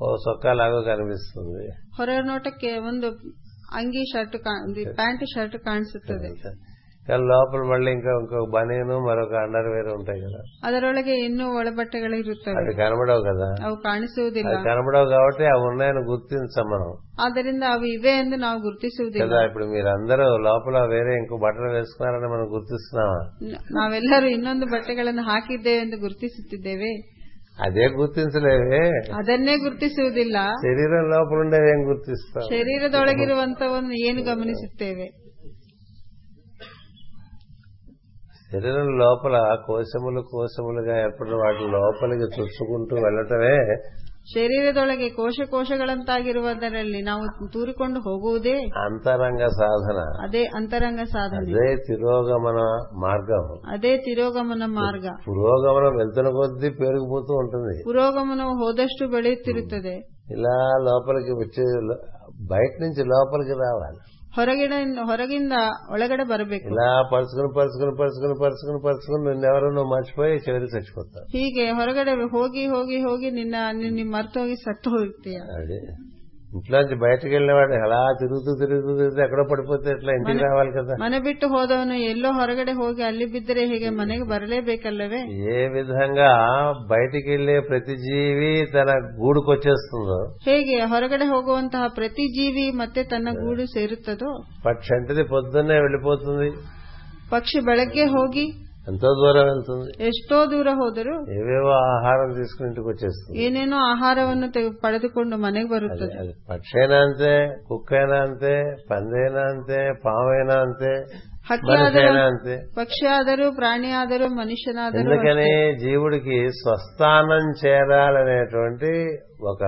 [SPEAKER 1] ఓ సొక్కా లాగా కనిపిస్తుంది
[SPEAKER 2] ಹೊರ ನೋಟಕ್ಕೆ ಒಂದು ಅಂಗಿ ಶರ್ಟ್ ಕಾ- ಇದು ಪ್ಯಾಂಟ್ ಶರ್ಟ್ ಕಾಣಿಸುತ್ತದೆ
[SPEAKER 1] కానీ లోపల మళ్ళీ ఇంకా ఇంకొక బనీను మరొక అండర్ వేర్ ఉంటాయి కదా
[SPEAKER 2] ಅದರೊಳಗೆ ಇನ್ನೂ ಒಳಬಟ್ಟೆಗಳಿರುತ್ತವೆ
[SPEAKER 1] అవి కనబడవు కదా
[SPEAKER 2] ಅವು ಕಾಣಿಸುವುದಿಲ್ಲ
[SPEAKER 1] అవి కనబడవు కాబట్టి అవి ఉన్నాయని గుర్తించాం మనం
[SPEAKER 2] ಆದ್ದರಿಂದ ಅವು ಇವೆ ಎಂದು ನಾವು ಗುರುತಿಸುವುದಿಲ್ಲ
[SPEAKER 1] కదా ఇప్పుడు మీరందరూ లోపల వేరే ఇంకో బట్టలు వేసుకున్నారని మనం గుర్తిస్తున్నామా
[SPEAKER 2] ನ- ನಾವೆಲ್ಲರೂ ಇನ್ನೊಂದು ಬಟ್ಟೆಗಳನ್ನು ಹಾಕಿದ್ದೇವೆ ಎಂದು ಗುರುತಿಸುತ್ತಿದ್ದೇವೆ
[SPEAKER 1] అదే గుర్తించలేవే
[SPEAKER 2] ಅದನ್ನೇ ಗುರುತಿಸುವುದಿಲ್ಲ
[SPEAKER 1] శరీరం లోపల ఉండేవేం గుర్తిస్తాం
[SPEAKER 2] ಶರೀರದೊಳಗಿರುವಂತವನ್ನು ಏನು ಗಮನಿಸುತ್ತೇವೆ
[SPEAKER 1] శరీరం లోపల కోశములు కోశములుగా ఏర్పడిన వాటి లోపలికి చుచ్చుకుంటూ వెళ్ళటమే
[SPEAKER 2] ಶರೀರದೊಳಗೆ ಕೋಶ ಕೋಶಗಳಂತಾಗಿರುವುದರಲ್ಲಿ ನಾವು ತೂರಿಕೊಂಡು ಹೋಗುವುದೇ
[SPEAKER 1] అంతరంగ సాధన
[SPEAKER 2] ಅದೇ ಅಂತರಂಗ ಸಾಧನೆ
[SPEAKER 1] అదే తిరోగమన మార్గం
[SPEAKER 2] ಅದೇ ತಿರೋಗಮನ ಮಾರ್ಗ
[SPEAKER 1] పురోగమనం వెళ్తున్న కొద్దీ పెరిగిపోతూ ఉంటుంది
[SPEAKER 2] ಪುರೋಗಮನವು ಹೋದಷ್ಟು ಬೆಳೆಯುತ್ತಿರುತ್ತದೆ
[SPEAKER 1] ఇలా లోపలికి వచ్చే బయట నుంచి లోపలికి రావాలి
[SPEAKER 2] ಹೊರಗಿನ ಹೊರಗಿಂದ ಒಳಗಡೆ ಬರಬೇಕು
[SPEAKER 1] ఇలా పరుచుకుని పరుచుకుని పరుచుకుని పరుచుకుని పరుచుకుని నిన్నెవరో నువ్వు మర్చిపోయి చివరి చచ్చిపోతావు
[SPEAKER 2] ಹೀಗೆ ಹೊರಗಡೆ ಹೋಗಿ ಹೋಗಿ ಹೋಗಿ ನಿನ್ನ ನಿನ್ನ ಮರ್ತೋಗಿ ಸತ್ತು ಹೋಗ್ತೀಯ
[SPEAKER 1] అది ఇంట్లోంచి బయటకు వెళ్ళేవాడు అలా తిరుగుతూ తిరుగుతూ తిరుగుతూ ఎక్కడో పడిపోతే ఎట్లా ఇంటికి రావాలి కదా
[SPEAKER 2] ಮನೆ ಬಿಟ್ಟು ಹೋದವನು ಎಲ್ಲೋ ಹೊರಗಡೆ ಹೋಗಿ ಅಲ್ಲಿ ಬಿದ್ದರೆ ಹೇಗೆ ಮನೆಗೆ ಬರಲೇಬೇಕಲ್ಲವೇ
[SPEAKER 1] ఏ విధంగా బయటికి వెళ్లే ప్రతి జీవి తన గూడుకొచ్చేస్తుందో
[SPEAKER 2] ಹೇಗೆ ಹೊರಗಡೆ ಹೋಗುವಂತಹ ಪ್ರತಿ ಜೀವಿ ಮತ್ತೆ ತನ್ನ ಗೂಡು ಸೇರುತ್ತದೋ
[SPEAKER 1] పక్షి అంటేది పొద్దున్నే వెళ్ళిపోతుంది
[SPEAKER 2] ಪಕ್ಷಿ ಬೆಳಗ್ಗೆ ಹೋಗಿ
[SPEAKER 1] ఎంతో దూరం వెళ్తుంది
[SPEAKER 2] ಎಷ್ಟೋ ದೂರ ಹೋದರೂ
[SPEAKER 1] ఏవేవో ఆహారం తీసుకుని ఇంటికి వచ్చేస్తుంది
[SPEAKER 2] ಏನೇನೋ ಆಹಾರವನ್ನು ತೆಗೆ- ಪಡೆದುಕೊಂಡು ಮನೆಗೆ ಬರುತ್ತದೆ
[SPEAKER 1] అది పక్షి అయినా అంతే కుక్క అయినా అంతే పందైనా అంతే పామైనా అంతే
[SPEAKER 2] ಹಕ್ಕಿ
[SPEAKER 1] మనిషి
[SPEAKER 2] ಆದರೂ
[SPEAKER 1] అయినా అంతే
[SPEAKER 2] ಪಕ್ಷಿ ಆದರೂ ಪ್ರಾಣಿ ಆದರೂ ಮನುಷ್ಯನಾದರೂ
[SPEAKER 1] ఎందుకని జీవుడికి స్వస్థానం చేరాలనేటువంటి ఒక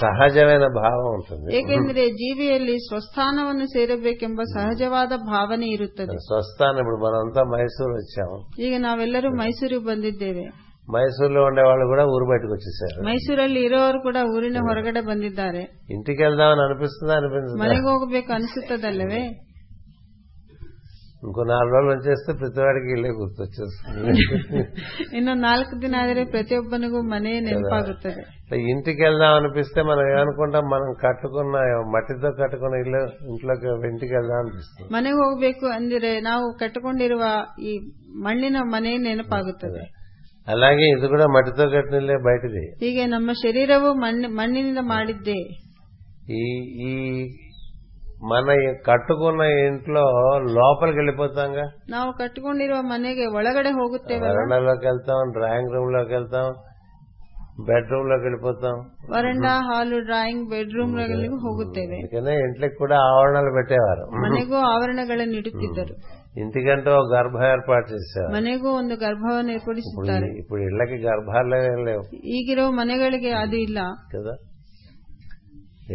[SPEAKER 1] సహజమైన భావం ఉంటుంది
[SPEAKER 2] ಏಕೆಂದರೆ ಜೀವಿಯಲ್ಲಿ ಸ್ವಸ್ಥಾನವನ್ನು ಸೇರಬೇಕೆಂಬ ಸಹಜವಾದ ಭಾವನೆ ಇರುತ್ತದೆ
[SPEAKER 1] స్వస్థానం ఇప్పుడు మనంతా మైసూరు వచ్చాము
[SPEAKER 2] ಈಗ ನಾವೆಲ್ಲರೂ ಮೈಸೂರಿಗೆ ಬಂದಿದ್ದೇವೆ
[SPEAKER 1] మైసూరులో ఉండే వాళ్ళు కూడా ఊరు బయటకు వచ్చేసారు
[SPEAKER 2] ಮೈಸೂರಲ್ಲಿ ಇರೋರು ಕೂಡ ಊರಿನ ಹೊರಗಡೆ ಬಂದಿದ್ದಾರೆ
[SPEAKER 1] ఇంటికి వెళ్దామని అనిపిస్తుందా అనిపించదా
[SPEAKER 2] ಮನೆಗೆ ಹೋಗಬೇಕು ಅನಿಸುತ್ತದಲ್ಲವೇ
[SPEAKER 1] ఇంకో నాలుగు రోజులు వచ్చేస్తే ప్రతివాడికి వెళ్ళే గుర్తొచ్చేస్తుంది
[SPEAKER 2] ಇನ್ನು ನಾಲ್ಕು ದಿನ ಆದರೆ ಪ್ರತಿಯೊಬ್ಬನಿಗೂ ಮನೆ ನೆನಪಾಗುತ್ತದೆ
[SPEAKER 1] ఇట్లా ఇంటికి వెళ్దాం అనిపిస్తే మనం ఏమనుకుంటాం మనం కట్టుకున్న మట్టితో కట్టుకున్న ఇల్లు ఇంట్లోకి ఇంటికి వెళ్దాం అనిపిస్తుంది
[SPEAKER 2] ಮನೆಗೆ ಹೋಗಬೇಕು ಅಂದರೆ ನಾವು ಕಟ್ಟಿಕೊಂಡಿರುವ ಈ ಮಣ್ಣಿನ ಮನೆ ನೆನಪಾಗುತ್ತದೆ
[SPEAKER 1] అలాగే ఇది కూడా మట్టితో కట్టిన ఇల్లే బయటది
[SPEAKER 2] ಹೀಗೆ ನಮ್ಮ ಶರೀರವು ಮಣ್ಣಿ- ಮಣ್ಣಿನಿಂದ ಮಾಡಿದ್ದೇ
[SPEAKER 1] ఈ ఈ మన ఈ కట్టుకున్న ఇంట్లో లోపలికి వెళ్ళిపోతాంగా
[SPEAKER 2] ನಾವು ಕಟ್ಟಿಕೊಂಡಿರುವ ಮನೆಗೆ ಒಳಗಡೆ ಹೋಗುತ್ತೇವಲ್ಲ
[SPEAKER 1] వరండాలోకి వెళ్తాం డ్రాయింగ్ రూమ్ లోకి వెళ్తాం బెడ్రూమ్ లోకి వెళ్ళిపోతాం
[SPEAKER 2] ವರಂಡ ಹಾಲು ಡ್ರಾಯಿಂಗ್ ಬೆಡ್ರೂಮ್ ಗಳಿಗೂ ಹೋಗುತ್ತೇವೆ
[SPEAKER 1] అందుకనే ఇంట్లోకి కూడా ఆవరణలు పెట్టేవారు
[SPEAKER 2] ಮನೆಗೂ ಆವರಣಗಳನ್ನು ಇಡುತ್ತಿದ್ದರು
[SPEAKER 1] ఇంటికంటే ఒక గర్భం ఏర్పాటు చేసేవారు
[SPEAKER 2] ಮನೆಗೂ ಒಂದು ಗರ್ಭವನ್ನು
[SPEAKER 1] ఇప్పుడు
[SPEAKER 2] ಏರ್ಪಡಿಸುತ್ತಾರೆ
[SPEAKER 1] ఇప్పుడు ఇళ్లకి గర్భాలు ఏం లేవు
[SPEAKER 2] ಈಗಿರೋ ಮನೆಗಳಿಗೆ ಅದು ಇಲ್ಲ
[SPEAKER 1] కదా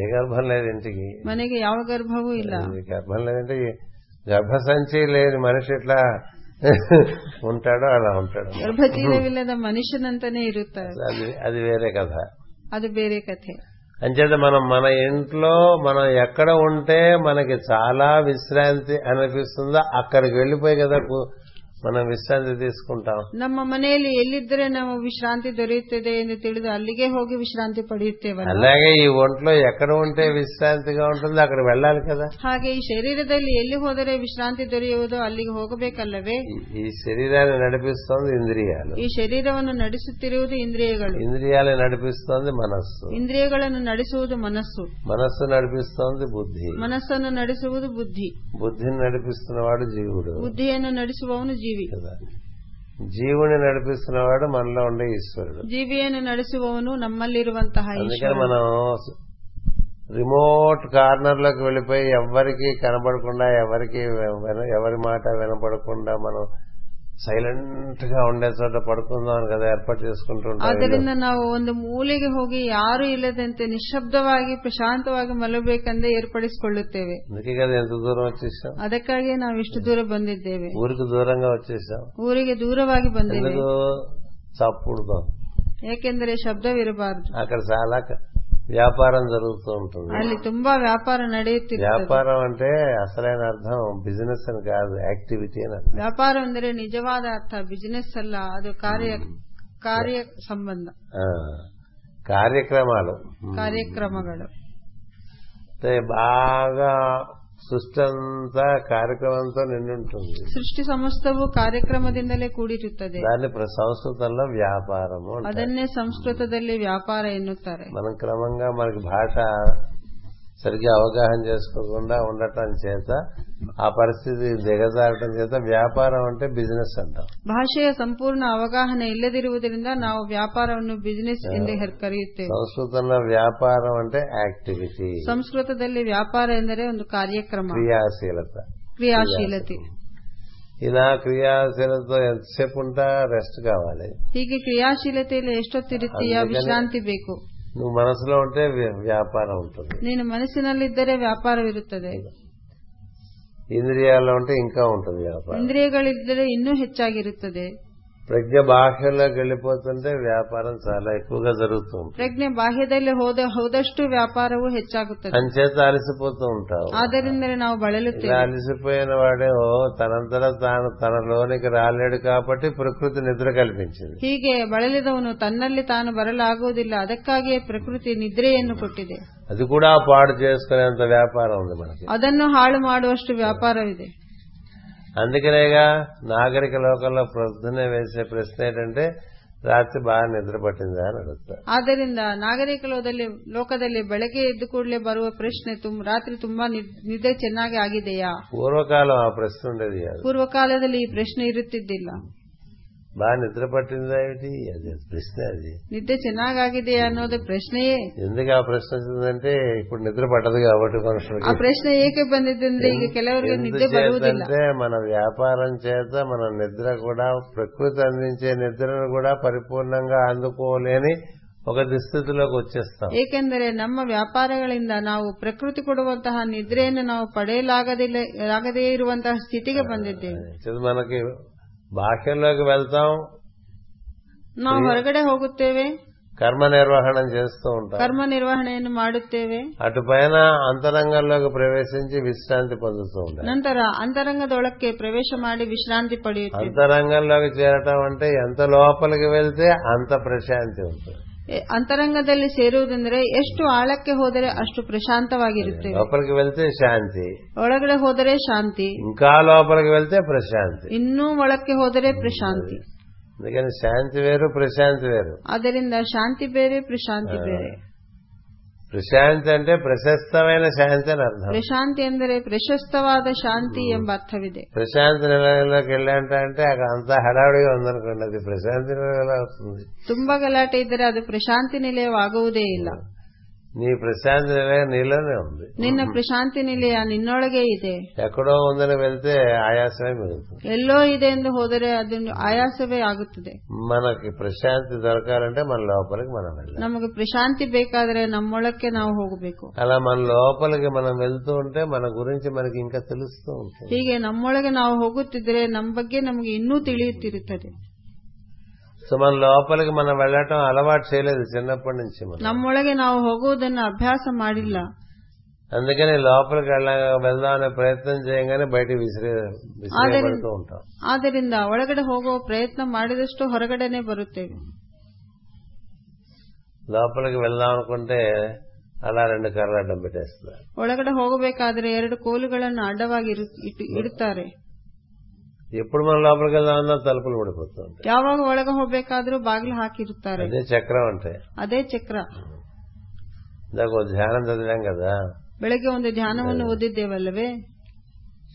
[SPEAKER 1] ఏ గర్భం లేదు ఇంటికి
[SPEAKER 2] ಮನೆಗೆ ಯಾವ ಗರ್ಭವೂ ಇಲ್ಲ
[SPEAKER 1] ఈ గర్భం లేదంటే ఈ గర్భసంచి లేని మనిషి ఎట్లా ఉంటాడో అలా ఉంటాడు
[SPEAKER 2] ಗರ್ಭಚೀಲವಿಲ್ಲದ ಮನುಷ್ಯನಂತಾನೆ ಇರುತ್ತಾರೆ
[SPEAKER 1] అది అది వేరే కథ
[SPEAKER 2] ಅದು ಬೇರೆ ಕಥೆ
[SPEAKER 1] అంచేత మనం మన ఇంట్లో మనం ఎక్కడ ఉంటే మనకి చాలా విశ్రాంతి అనిపిస్తుందో అక్కడికి వెళ్ళిపోయి కదా కు- మనం విశ్రాంతి తీసుకుంటాం
[SPEAKER 2] ನಮ್ಮ ಮನೆಯಲ್ಲಿ ಎಲ್ಲಿದ್ದರೆ ನಾವು ವಿಶ್ರಾಂತಿ ದೊರೆಯುತ್ತದೆ ಎಂದು ತಿಳಿದು ಅಲ್ಲಿಗೆ ಹೋಗಿ ವಿಶ್ರಾಂತಿ ಪಡೆಯುತ್ತೇವಲ್ಲ
[SPEAKER 1] అలాగే ఈ ఒంట్లో ఎక్కడ ఉంటే విశ్రాంతిగా ఉంటుందో అక్కడ వెళ్ళాలి కదా
[SPEAKER 2] ಹಾಗೆ ಈ ಶರೀರದಲ್ಲಿ ಎಲ್ಲಿ ಹೋದರೆ ವಿಶ್ರಾಂತಿ ದೊರೆಯುವುದು ಅಲ್ಲಿಗೆ ಹೋಗಬೇಕಲ್ಲವೇ
[SPEAKER 1] ఈ- ఈ శరీరాన్ని నడిపిస్తోంది ఇంద్రియాలు
[SPEAKER 2] ಈ ಶರೀರವನ್ನು ನಡೆಸುತ್ತಿರುವುದು ಇಂದ್ರಿಯಗಳು
[SPEAKER 1] ఇంద్రియాలు నడిపిస్తోంది మనస్సు
[SPEAKER 2] ಇಂದ್ರಿಯಗಳನ್ನು ನಡೆಸುವುದು ಮನಸ್ಸು
[SPEAKER 1] మనస్సు నడిపిస్తోంది బుద్ధి
[SPEAKER 2] ಮನಸ್ಸನ್ನು ನಡೆಸುವುದು ಬುದ್ಧಿ
[SPEAKER 1] బుద్ధిని నడిపిస్తున్నవాడు జీవుడు
[SPEAKER 2] ಬುದ್ಧಿಯನ್ನು ನಡೆಸುವವನು ಜೀವಿ
[SPEAKER 1] కదా జీవుని నడిపిస్తున్నవాడు మనలో ఉండే ఈశ్వరుడు
[SPEAKER 2] ಜೀವಿಯನ್ನು ನಡೆಸುವವನು ನಮ್ಮಲ್ಲಿರುವಂತಹ ಈಶ್ವರ
[SPEAKER 1] అందుకని మనం రిమోట్ కార్నర్ లోకి వెళ్ళిపోయి ఎవరికి కనబడకుండా ఎవరికి విన- ఎవరి మాట వినపడకుండా మనం సైలెంట్ గా ఉండే చోట పడుకుందాం అని కదా ఏర్పాటు చేసుకుంటుంటాం
[SPEAKER 2] ಆದ್ದರಿಂದ ನಾವು ಒಂದು ಮೂಲೆಗೆ ಹೋಗಿ ಯಾರು ಇಲ್ಲದಂತೆ ನಿಶಬ್ದವಾಗಿ ಪ್ರಶಾಂತವಾಗಿ ಮಲಗಬೇಕೆಂದೇ ಏರ್ಪಡಿಸಿಕೊಳ್ಳುತ್ತೇವೆ
[SPEAKER 1] అందుకే కదా ఎంత దూరం వచ్చేసాం
[SPEAKER 2] ಅದಕ್ಕಾಗಿ ನಾವು ಇಷ್ಟು ದೂರ ಬಂದಿದ್ದೇವೆ
[SPEAKER 1] ఊరికి దూరంగా వచ్చేసాం
[SPEAKER 2] ಊರಿಗೆ ದೂರವಾಗಿ ಬಂದಿದ್ದೇವೆ
[SPEAKER 1] ఎందుకు చప్పుడుదాం
[SPEAKER 2] ಏಕೆಂದರೆ ಶಬ್ದವಿರಬಾರದು
[SPEAKER 1] అక్కడ చాలా క- వ్యాపారం జరుగుతూ ఉంటుంది
[SPEAKER 2] ಅಲ್ಲಿ ತುಂಬಾ ವ್ಯಾಪಾರ ನಡೆಯುತ್ತಿರುತ್ತದೆ
[SPEAKER 1] వ్యాపారం అంటే అసలైన అర్థం బిజినెస్ అని కాదు యాక్టివిటీ అని అర్థం.
[SPEAKER 2] ವ್ಯಾಪಾರ ಅಂದರೆ ನಿಜವಾದ ಅರ್ಥ ಬಿಸಿನೆಸ್ ಅಲ್ಲ ಅದು ಕಾರ್ಯ ಕಾರ್ಯ ಸಂಬಂಧ
[SPEAKER 1] ఆ, కార్యక్రమాలు
[SPEAKER 2] ಕಾರ್ಯಕ್ರಮಗಳು
[SPEAKER 1] అంటే బాగా సృష్టి అంతా కార్యక్రమంతో నిండి ఉంటుంది
[SPEAKER 2] ಸೃಷ್ಟಿ ಸಮಸ್ತವು ಕಾರ್ಯಕ್ರಮದಿಂದಲೇ ಕೂಡಿರುತ್ತದೆ
[SPEAKER 1] దాన్ని ప్ర- సంస్కృతంలో వ్యాపారము అంటారు.
[SPEAKER 2] ಅದನ್ನೇ ಸಂಸ್ಕೃತದಲ್ಲಿ ವ್ಯಾಪಾರ ಎನ್ನುತ್ತಾರೆ
[SPEAKER 1] మనం క్రమంగా మనకి భాష సరిగ్గా అవగాహన చేసుకోకుండా ఉండటం చేత ఆ పరిస్థితి దిగజారటం చేత వ్యాపారం అంటే బిజినెస్ అంటాం
[SPEAKER 2] ಭಾಷೆಯ ಸಂಪೂರ್ಣ ಅವಗಾಹನೆ ಇಲ್ಲದಿರುವುದರಿಂದ ನಾವು ವ್ಯಾಪಾರವನ್ನು ಬಿಸಿನೆಸ್ ಎಂದು ಹೆರ್- ಕರೆಯುತ್ತೇವೆ
[SPEAKER 1] సంస్కృతంలో వ్యాపారం అంటే యాక్టివిటీ
[SPEAKER 2] ಸಂಸ್ಕೃತದಲ್ಲಿ ವ್ಯಾಪಾರ ಎಂದರೆ ಒಂದು ಕಾರ್ಯಕ್ರಮ
[SPEAKER 1] క్రియాశీలత
[SPEAKER 2] ಕ್ರಿಯಾಶೀಲತೆ
[SPEAKER 1] ఇలా క్రియాశీలతో ఎంతసేపు ఉంటా రెస్ట్ కావాలి
[SPEAKER 2] ಹೀಗೆ ಕ್ರಿಯಾಶೀಲತೆಯಲ್ಲಿ ಎಷ್ಟೊತ್ತಿರುತ್ತೀಯ ವಿಶ್ರಾಂತಿ ಬೇಕು
[SPEAKER 1] నువ్వు మనసులో ఉంటే వ్య- వ్యాపారం ఉంటుంది
[SPEAKER 2] ನೀನು ಮನಸ್ಸಿನಲ್ಲಿದ್ದರೆ ವ್ಯಾಪಾರವಿರುತ್ತದೆ
[SPEAKER 1] ఇంద్రియాల్లో ఉంటే ఇంకా ఉంటుంది వ్యాపారం
[SPEAKER 2] ಇಂದ್ರಿಯಗಳಿದ್ದರೆ ಇನ್ನೂ ಹೆಚ್ಚಾಗಿರುತ್ತದೆ
[SPEAKER 1] ప్రజ్ఞ బాహ్యంలోకి వెళ్ళిపోతుంటే వ్యాపారం చాలా ఎక్కువగా జరుగుతూ ఉంటుంది
[SPEAKER 2] ಪ್ರಜ್ಞೆ ಬಾಹ್ಯದಲ್ಲಿ ಹೋದ ಹೋದಷ್ಟು ವ್ಯಾಪಾರವು ಹೆಚ್ಚಾಗುತ್ತದೆ
[SPEAKER 1] అంచేత అలసిపోతూ ఉంటావు
[SPEAKER 2] ಆದ್ದರಿಂದ ನಾವು
[SPEAKER 1] ఇలా
[SPEAKER 2] ಬಳಲುತ್ತೇವೆ
[SPEAKER 1] అలసిపోయిన వాడే "ఓ, తనంతటా తాను తన లోనికి రాలేడు కాబట్టి ప్రకృతి నిద్ర కల్పించింది
[SPEAKER 2] ಹೀಗೆ ಬಳಲಿದವನು ತನ್ನಲ್ಲಿ ತಾನು ಬರಲಾಗುವುದಿಲ್ಲ ಅದಕ್ಕಾಗಿಯೇ ಪ್ರಕೃತಿ ನಿದ್ರೆಯನ್ನು ಕೊಟ್ಟಿದೆ
[SPEAKER 1] అది కూడా పాడు చేసుకునేంత వ్యాపారం ఉంది మనకి
[SPEAKER 2] ಅದನ್ನು ಹಾಳು ಮಾಡುವಷ್ಟು ವ್ಯಾಪಾರವಿದೆ
[SPEAKER 1] అందుకనేగా నాగరిక లోకంలో ప్రొద్దునే వేసే ప్రశ్న ఏంటంటే రాత్రి బాగా నిద్ర పట్టిందా అని అడుగుతా
[SPEAKER 2] ಆದ್ದರಿಂದ ನಾಗರಿಕ ಲೋದಲ್ಲಿ- ಲೋಕದಲ್ಲಿ ಬೆಳಗ್ಗೆ ಎದ್ದು ಕೂಡಲೇ ಬರುವ ಪ್ರಶ್ನೆ ತುಂ- ರಾತ್ರಿ ತುಂಬಾ ನಿದ್- ನಿದ್ದೆ ಚೆನ್ನಾಗಿ ಆಗಿದೆಯಾ
[SPEAKER 1] పూర్వకాలం ఆ ప్రశ్న ఉండేది కాదు
[SPEAKER 2] ಪೂರ್ವಕಾಲದಲ್ಲಿ ಈ ಪ್ರಶ್ನೆ ಇರುತ್ತಿದ್ದಿಲ್ಲ
[SPEAKER 1] బాగా నిద్ర పట్టిందా ఏమిటి అది ప్రశ్న అది
[SPEAKER 2] ನಿದ್ದೆ ಚೆನ್ನಾಗಾಗಿದೆಯಾ ಅನ್ನೋದು ಪ್ರಶ್ನೆಯೇ
[SPEAKER 1] ఎందుకు ఆ ప్రశ్న వచ్చిందంటే ఇప్పుడు నిద్ర పట్టదు కాబట్టి
[SPEAKER 2] ಆ
[SPEAKER 1] మనుషులకి
[SPEAKER 2] ಪ್ರಶ್ನೆ ಏಕೆ ಬಂದಿದ್ದಂದ್ರೆ ಈಗ ಕೆಲವರಿಗೆ ನಿದ್ದೆ ಬರುವುದಿಲ್ಲ
[SPEAKER 1] ఎందుచేతంటే మన వ్యాపారం చేత మన నిద్ర కూడా ప్రకృతి అందించే నిద్రను కూడా పరిపూర్ణంగా అందుకోలేని ఒక దుస్థితిలోకి వచ్చేస్తాం
[SPEAKER 2] ಏಕೆಂದರೆ ನಮ್ಮ ವ್ಯಾಪಾರಗಳಿಂದ ನಾವು ಪ್ರಕೃತಿ ಕೊಡುವಂತಹ ನಿದ್ರೆಯನ್ನು ನಾವು ಪಡೆಯಲಾಗದಿಲ್ಲ ಆಗದೇ ಇರುವಂತಹ ಸ್ಥಿತಿಗೆ ಬಂದಿದ್ದೇವೆ
[SPEAKER 1] ఇది మనకి బాహ్యంలోకి వెళ్తాం
[SPEAKER 2] ನಾವು ಹೊರಗಡೆ ಹೋಗುತ್ತೇವೆ
[SPEAKER 1] కర్మ నిర్వహణం చేస్తూ ఉంటాం
[SPEAKER 2] ಕರ್ಮ ನಿರ್ವಹಣೆಯನ್ನು ಮಾಡುತ್ತೇವೆ
[SPEAKER 1] అటు పైన అంతరంగంలోకి ప్రవేశించి విశ్రాంతి పొందుతూ ఉంటాం
[SPEAKER 2] ನಂತರ ಅಂತರಂಗದೊಳಕ್ಕೆ ಪ್ರವೇಶ ಮಾಡಿ ವಿಶ್ರಾಂತಿ ಪಡೆಯುತ್ತೇವೆ
[SPEAKER 1] అంతరంగంలోకి చేరటం అంటే ఎంత లోపలికి వెళ్తే అంత ప్రశాంతి ఉంటుంది
[SPEAKER 2] ಎ- ಅಂತರಂಗದಲ್ಲಿ ಸೇರುವುದೆಂದರೆ ಎಷ್ಟು ಆಳಕ್ಕೆ ಹೋದರೆ ಅಷ್ಟು ಪ್ರಶಾಂತವಾಗಿರುತ್ತೇವೆ
[SPEAKER 1] లోపలికి వెళ్తే శాంతి
[SPEAKER 2] ಒಳಗಡೆ ಹೋದರೆ ಶಾಂತಿ
[SPEAKER 1] ఇంకా లోపలికి వెళ్తే ప్రశాంతి
[SPEAKER 2] ಇನ್ನೂ ಒಳಕ್ಕೆ ಹೋದರೆ ಪ್ರಶಾಂತಿ
[SPEAKER 1] అందుకని శాంతి వేరు ప్రశాంతి వేరు
[SPEAKER 2] ಆದ್ದರಿಂದ ಶಾಂತಿ ಬೇರೆ ಪ್ರಶಾಂತಿ ಬೇರೆ
[SPEAKER 1] ప్రశాంతి అంటే ప్రశస్తమైన శాంతి అని అర్థం
[SPEAKER 2] ಪ್ರಶಾಂತಿ ಎಂದರೆ ಪ್ರಶಸ್ತವಾದ ಶಾಂತಿ ಎಂಬ ಅರ್ಥವಿದೆ
[SPEAKER 1] ప్రశాంతి నిలయంలోకి వెళ్ళాంట అంటే అక్కడ అంతా హడావుడిగా ఉందనుకోండి అది ప్రశాంతి నిలయంలో అవుతుంది
[SPEAKER 2] ತುಂಬಾ ಗಲಾಟೆ ಇದ್ದರೆ ಅದು ಪ್ರಶಾಂತಿ ನಿಲಯವಾಗುವುದೇ ಇಲ್ಲ
[SPEAKER 1] నీ ప్రశాంతి నిలయం నీలోనే ఉంది
[SPEAKER 2] ನಿನ್ನ ಪ್ರಶಾಂತಿ ನಿಲಯ ನಿನ್ನೊಳಗೆ ಇದೆ
[SPEAKER 1] ఎక్కడో ఉందని వెళ్తే ఆయాసమే మిగులుతుంది
[SPEAKER 2] ಎಲ್ಲೋ ಇದೆ ಎಂದು ಹೋದರೆ ಅದನ್ನು ಆಯಾಸವೇ ಆಗುತ್ತದೆ
[SPEAKER 1] మనకి ప్రశాంతి దొరకాలంటే మన లోపలికి మనం వెళ్ళాలి
[SPEAKER 2] ನಮಗೆ ಪ್ರಶಾಂತಿ ಬೇಕಾದರೆ ನಮ್ಮೊಳಕ್ಕೆ ನಾವು ಹೋಗಬೇಕು
[SPEAKER 1] అలా మన లోపలికి మనం వెళ్తూ ఉంటే మన గురించి మనకి ఇంకా తెలుస్తూ ఉంటుంది
[SPEAKER 2] ಹೀಗೆ ನಮ್ಮೊಳಗೆ ನಾವು ಹೋಗುತ್ತಿದ್ದರೆ ನಮ್ಮ ಬಗ್ಗೆ ನಮಗೆ ಇನ್ನೂ ತಿಳಿಯುತ್ತಿರುತ್ತದೆ
[SPEAKER 1] సో మన లోపలికి మనం వెళ్ళటం అలవాటు చేయలేదు చిన్నప్పటి నుంచి మనం
[SPEAKER 2] ನಮ್ಮೊಳಗೆ ನಾವು ಹೋಗುವುದನ್ನು ಅಭ್ಯಾಸ ಮಾಡಿಲ್ಲ
[SPEAKER 1] అందుకని లోపలికి వెళ్ళ వెళ్దాం అనే ప్రయత్నం చేయగానే బయట విసిరే విసిరేపడుతూ ఉంటాం
[SPEAKER 2] ಆದ್ದರಿಂದ ಒಳಗಡೆ ಹೋಗುವ ಪ್ರಯತ್ನ ಮಾಡಿದಷ್ಟು ಹೊರಗಡೆನೆ ಬರುತ್ತೇವೆ
[SPEAKER 1] లోపలికి వెళ్దాం అనుకుంటే అలా రెండు కర్రలు అడ్డం పెట్టేస్తున్నారు
[SPEAKER 2] ಒಳಗಡೆ ಹೋಗಬೇಕಾದರೆ ಎರಡು ಕೋಲುಗಳನ್ನು ಅಡ್ಡವಾಗಿ ಇರು- ಇಟ್ಟು- ಇಡುತ್ತಾರೆ
[SPEAKER 1] ఎప్పుడు మనం లోపలికి వెళ్దాం అన్నా తలుపులు ఊడిపోతూ ఉంటాయి
[SPEAKER 2] ಯಾವಾಗ ಒಳಗೆ ಹೋಗಬೇಕಾದ್ರೂ ಬಾಗಿಲು ಹಾಕಿರುತ್ತಾರೆ
[SPEAKER 1] అదే చక్రం అంటే
[SPEAKER 2] ಅದೇ ಚಕ್ರ
[SPEAKER 1] ఇందాక ఓ ధ్యానం చదివాం కదా
[SPEAKER 2] ಬೆಳಗ್ಗೆ ಒಂದು ಧ್ಯಾನವನ್ನು ಓದಿದ್ದೇವಲ್ಲವೇ